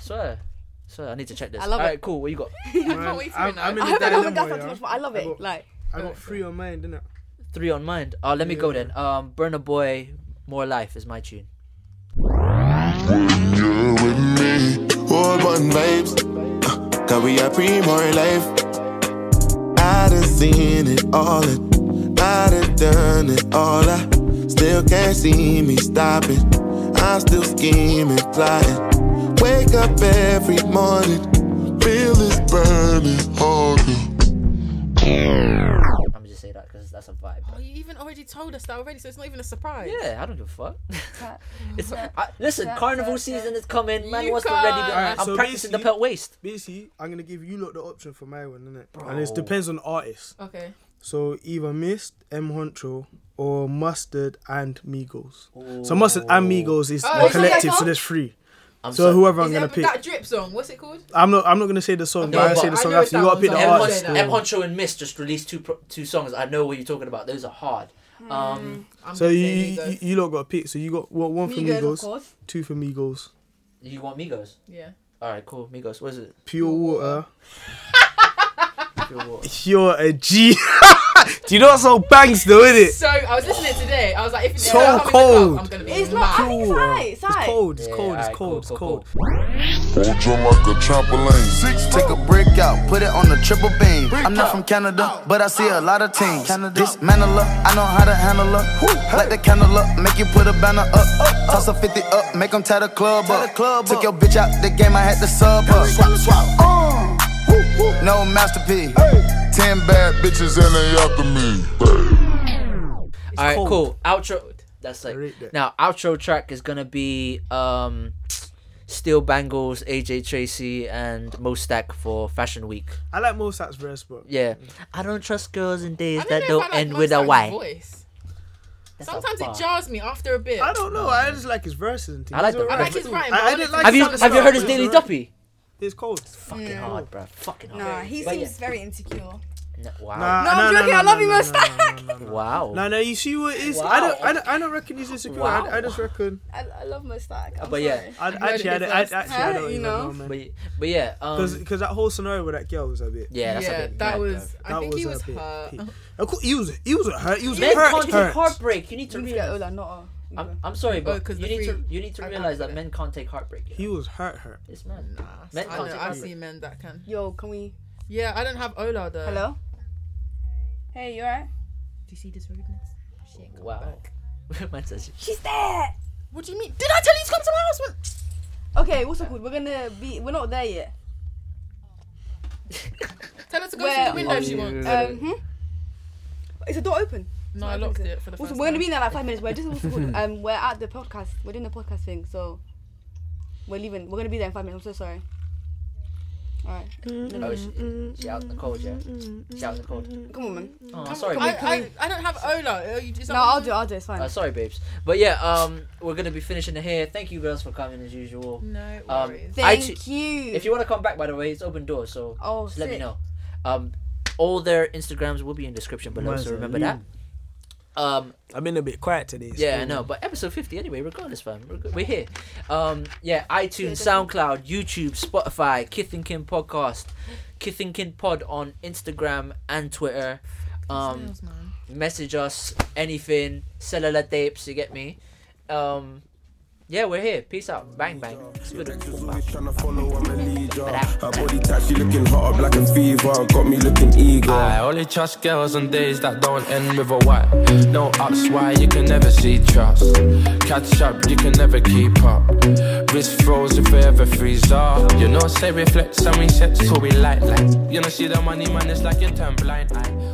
Speaker 1: Swear, swear, I need to check this.
Speaker 5: I love it.
Speaker 1: Alright, cool. What you got?
Speaker 4: can't wait to
Speaker 3: I'm,
Speaker 4: know.
Speaker 3: I'm in
Speaker 5: I
Speaker 3: a
Speaker 5: hope I
Speaker 3: dilemma,
Speaker 5: don't gas out too
Speaker 3: yeah.
Speaker 5: much, but I love
Speaker 3: I
Speaker 5: it.
Speaker 3: got,
Speaker 5: Like
Speaker 3: I got three on mine, didn't I?
Speaker 1: Three on mind. Uh, let me go then. Um, Burner Boy, More Life is my tune.
Speaker 12: You're with me, all one vibes. Uh, Cause we are pre more life. I done seen it all, and I done done it all. I still can't see me stopping. I'm still scheming, plotting. Wake up every morning, feel it's burning harder.
Speaker 1: I'm just say that because that's a vibe.
Speaker 4: Oh, you even already told us that already, so it's not even a surprise.
Speaker 1: Yeah, I don't give a fuck. it's I, listen, carnival season is coming. Man
Speaker 4: You
Speaker 1: wants to ready.
Speaker 4: can't.
Speaker 1: To,
Speaker 3: Alright,
Speaker 1: I'm
Speaker 3: so
Speaker 1: practicing the
Speaker 3: basically-
Speaker 1: pelt waist.
Speaker 3: Basically, I'm gonna give you lot the option for my one, innit?
Speaker 1: Bro.
Speaker 3: And it depends on the artist.
Speaker 4: Okay.
Speaker 3: So either Mist, M Honcho, or Mustard and Migos. So Mustard and Migos is
Speaker 4: Oh,
Speaker 3: the
Speaker 4: it's not that
Speaker 3: collective, so
Speaker 5: song?
Speaker 3: there's three.
Speaker 1: I'm
Speaker 3: So whoever I'm
Speaker 4: Is
Speaker 3: gonna
Speaker 4: it
Speaker 3: pick,
Speaker 4: that drip song? What's it called?
Speaker 3: I'm not. I'm not gonna say the song.
Speaker 1: No,
Speaker 3: but I
Speaker 1: but
Speaker 3: say the
Speaker 4: I
Speaker 3: song
Speaker 4: know
Speaker 3: after.
Speaker 4: that
Speaker 3: You gotta
Speaker 4: one,
Speaker 3: pick
Speaker 4: so
Speaker 3: the
Speaker 4: I'm
Speaker 1: M,
Speaker 4: not
Speaker 3: artist.
Speaker 1: Hon-
Speaker 4: saying
Speaker 3: though.
Speaker 1: M Honcho and Mist just released two pro- two songs. I know what you're talking about. Those are hard. Um,
Speaker 4: I'm
Speaker 3: So
Speaker 4: gonna
Speaker 3: you
Speaker 4: say
Speaker 3: you,
Speaker 4: Migos.
Speaker 3: you- you lot got to pick. So you got what one for
Speaker 4: Migos, of
Speaker 3: Migos,
Speaker 4: course.
Speaker 3: two for Migos,
Speaker 1: you want Migos?
Speaker 4: Yeah.
Speaker 1: All right, cool. Migos, what is it?
Speaker 3: Pure Water.
Speaker 1: Pure water.
Speaker 3: You're a G. Do you know what's so bangs though, is
Speaker 4: So I was listening today. I was like, if it's
Speaker 3: So
Speaker 4: I'm in the club,
Speaker 3: cold.
Speaker 4: I'm gonna be
Speaker 5: it's not. I
Speaker 4: mad.
Speaker 5: think it's high. It's
Speaker 3: It's
Speaker 5: high.
Speaker 3: cold. It's
Speaker 1: Yeah,
Speaker 3: cold. It's
Speaker 1: alright, cool,
Speaker 3: cold. It's
Speaker 1: cool,
Speaker 3: cold.
Speaker 12: Hold your like a trampoline. Six,
Speaker 13: Take a brick out, put it on the triple beam. I'm not from Canada, but I see a lot of teams. Dismantle her, I know how to handle her. Light the candle up, make you put a banner up. Toss a 50 up, make them tie the club up. Took your bitch out the game, I had to sub up. Swap, swap, uh. No masterpiece.
Speaker 12: ten bad bitches and they after me.
Speaker 1: All right,
Speaker 3: cold.
Speaker 1: cool. Outro. That's like
Speaker 3: rate that.
Speaker 1: now. Outro track is gonna be um, Steel Bangles, AJ Tracy, and Mostack for Fashion Week.
Speaker 3: I like Mosat's verse, but
Speaker 1: Yeah, I don't trust girls in days
Speaker 4: I don't
Speaker 1: that
Speaker 4: know
Speaker 1: don't
Speaker 4: if I like
Speaker 1: end with a
Speaker 4: Mustang's
Speaker 1: Y.
Speaker 4: voice.
Speaker 1: That's a
Speaker 4: Sometimes
Speaker 1: bar.
Speaker 4: it jars me after a bit.
Speaker 3: I don't know. I just like his verses. And things.
Speaker 1: I like
Speaker 3: He's
Speaker 1: the
Speaker 3: alright.
Speaker 4: I like his writing.
Speaker 3: I-
Speaker 4: but
Speaker 3: I didn't
Speaker 4: honestly,
Speaker 3: like
Speaker 1: Have you
Speaker 3: Some of the
Speaker 1: have you
Speaker 3: stuff
Speaker 1: heard his
Speaker 3: is
Speaker 1: Daily
Speaker 3: alright.
Speaker 1: Duppy?
Speaker 3: It's cold.
Speaker 1: Fucking hard, bro. Fucking hard.
Speaker 5: Nah, he
Speaker 1: But
Speaker 5: seems
Speaker 1: yeah.
Speaker 5: very insecure.
Speaker 1: N- Wow.
Speaker 5: No, I'm joking. I love you,
Speaker 3: no,
Speaker 5: Mustang.
Speaker 1: Wow.
Speaker 3: No, no, you see what it is? I
Speaker 1: Wow.
Speaker 3: don't, I don't, I don't reckon he's insecure. I, I just reckon.
Speaker 5: I, I love Mustang. I'm
Speaker 1: But yeah.
Speaker 5: sorry.
Speaker 3: I, actually, I,
Speaker 4: it
Speaker 3: don't- I,
Speaker 4: first.
Speaker 3: actually, I
Speaker 5: Huh?
Speaker 3: don't
Speaker 5: You
Speaker 3: even
Speaker 5: know?
Speaker 3: know, man.
Speaker 1: But but yeah.
Speaker 3: Because
Speaker 1: Um.
Speaker 3: that whole scenario with that girl was a bit.
Speaker 1: Yeah. That's
Speaker 4: yeah,
Speaker 1: a bit
Speaker 4: that
Speaker 1: mad,
Speaker 4: was. I
Speaker 3: That
Speaker 4: think he
Speaker 3: was a
Speaker 4: was
Speaker 3: bit
Speaker 4: hurt.
Speaker 3: peak. Of course, he was, he was hurt. He was
Speaker 1: Though. Men
Speaker 3: hurt.
Speaker 1: can't take
Speaker 3: hurt.
Speaker 1: heartbreak. You need to
Speaker 5: You need to get
Speaker 1: realize.
Speaker 5: Ola, not uh, a.
Speaker 1: I'm, I'm sorry, but
Speaker 4: Oh, 'cause
Speaker 1: you
Speaker 4: the
Speaker 1: need to
Speaker 4: three-
Speaker 1: you need to
Speaker 4: I can't
Speaker 1: realize
Speaker 4: do
Speaker 1: that
Speaker 4: it.
Speaker 1: men can't take heartbreak. You know?
Speaker 3: He was hurt, hurt.
Speaker 1: It's mad.
Speaker 4: I
Speaker 1: Men can't
Speaker 4: know.
Speaker 1: take
Speaker 4: I've
Speaker 1: heartbreak.
Speaker 4: seen men that can.
Speaker 5: Yo, can we?
Speaker 4: Yeah, I don't have Ola
Speaker 1: Uh,
Speaker 4: though.
Speaker 5: Hello. Hey, you alright?
Speaker 4: Do you see this rudeness? Shit, come
Speaker 1: Wow.
Speaker 4: back.
Speaker 1: Man says it.
Speaker 5: She's there.
Speaker 4: What do you mean? Did I tell you to come to my house? When...
Speaker 5: Okay, what's it called? We're gonna be. We're not there yet.
Speaker 4: Tell her to go through
Speaker 5: Where
Speaker 4: the window if she
Speaker 1: are
Speaker 4: wants.
Speaker 1: you?
Speaker 5: Um, hmm? Is the door open?
Speaker 4: No, I locked it for the
Speaker 5: Also,
Speaker 4: first
Speaker 5: we're gonna
Speaker 4: time.
Speaker 5: be in there like five minutes. We're just what's it called? um, we're at the podcast. We're doing the podcast thing, so we're leaving. We're gonna be there in five minutes. I'm so sorry. Alright,
Speaker 1: Oh, she, she out in the cold, yeah. She out in the cold.
Speaker 5: Mm-hmm. come on, man.
Speaker 1: Oh, sorry,
Speaker 4: I,
Speaker 1: babe.
Speaker 4: I, I don't have Ola. Oh, you do
Speaker 5: No, I'll do. it, I'll do. it, It's fine.
Speaker 1: Uh, sorry, babes. But yeah, um, we're gonna be finishing it here. Thank you, girls, for coming as usual.
Speaker 4: No
Speaker 1: Um,
Speaker 4: worries.
Speaker 1: I
Speaker 5: Thank
Speaker 1: actu-
Speaker 5: you.
Speaker 1: If you want to come back, by the way, it's open door, so
Speaker 5: oh,
Speaker 1: just let me
Speaker 5: sick.
Speaker 1: know. Um, all their Instagrams will be in description below,
Speaker 3: Mine's
Speaker 1: so
Speaker 3: a
Speaker 1: remember that. Um,
Speaker 3: I've been a bit quiet today. so-
Speaker 1: yeah, I know. But episode fifty anyway. Regardless, fam, we're, good- we're here. Um, yeah, iTunes,
Speaker 5: definitely.
Speaker 1: SoundCloud, YouTube, Spotify, Kith and Kin podcast, Kith and Kin pod on Instagram and Twitter. Um,
Speaker 4: Snails, man.
Speaker 1: message us anything cellular tapes you get me um yeah we're here peace out bang bang it's good
Speaker 12: Tryna follow, I'm a leader. Her body type, she looking hot, black and fever. Got me looking eager.
Speaker 13: I only trust girls on days that don't end with a Y. No ups, why you can never see trust. Catch up, you can never keep up. Wrist froze if we ever freeze up. You know, say reflex and we set so we light like. You know, see the money man, it's like you turn blind eye.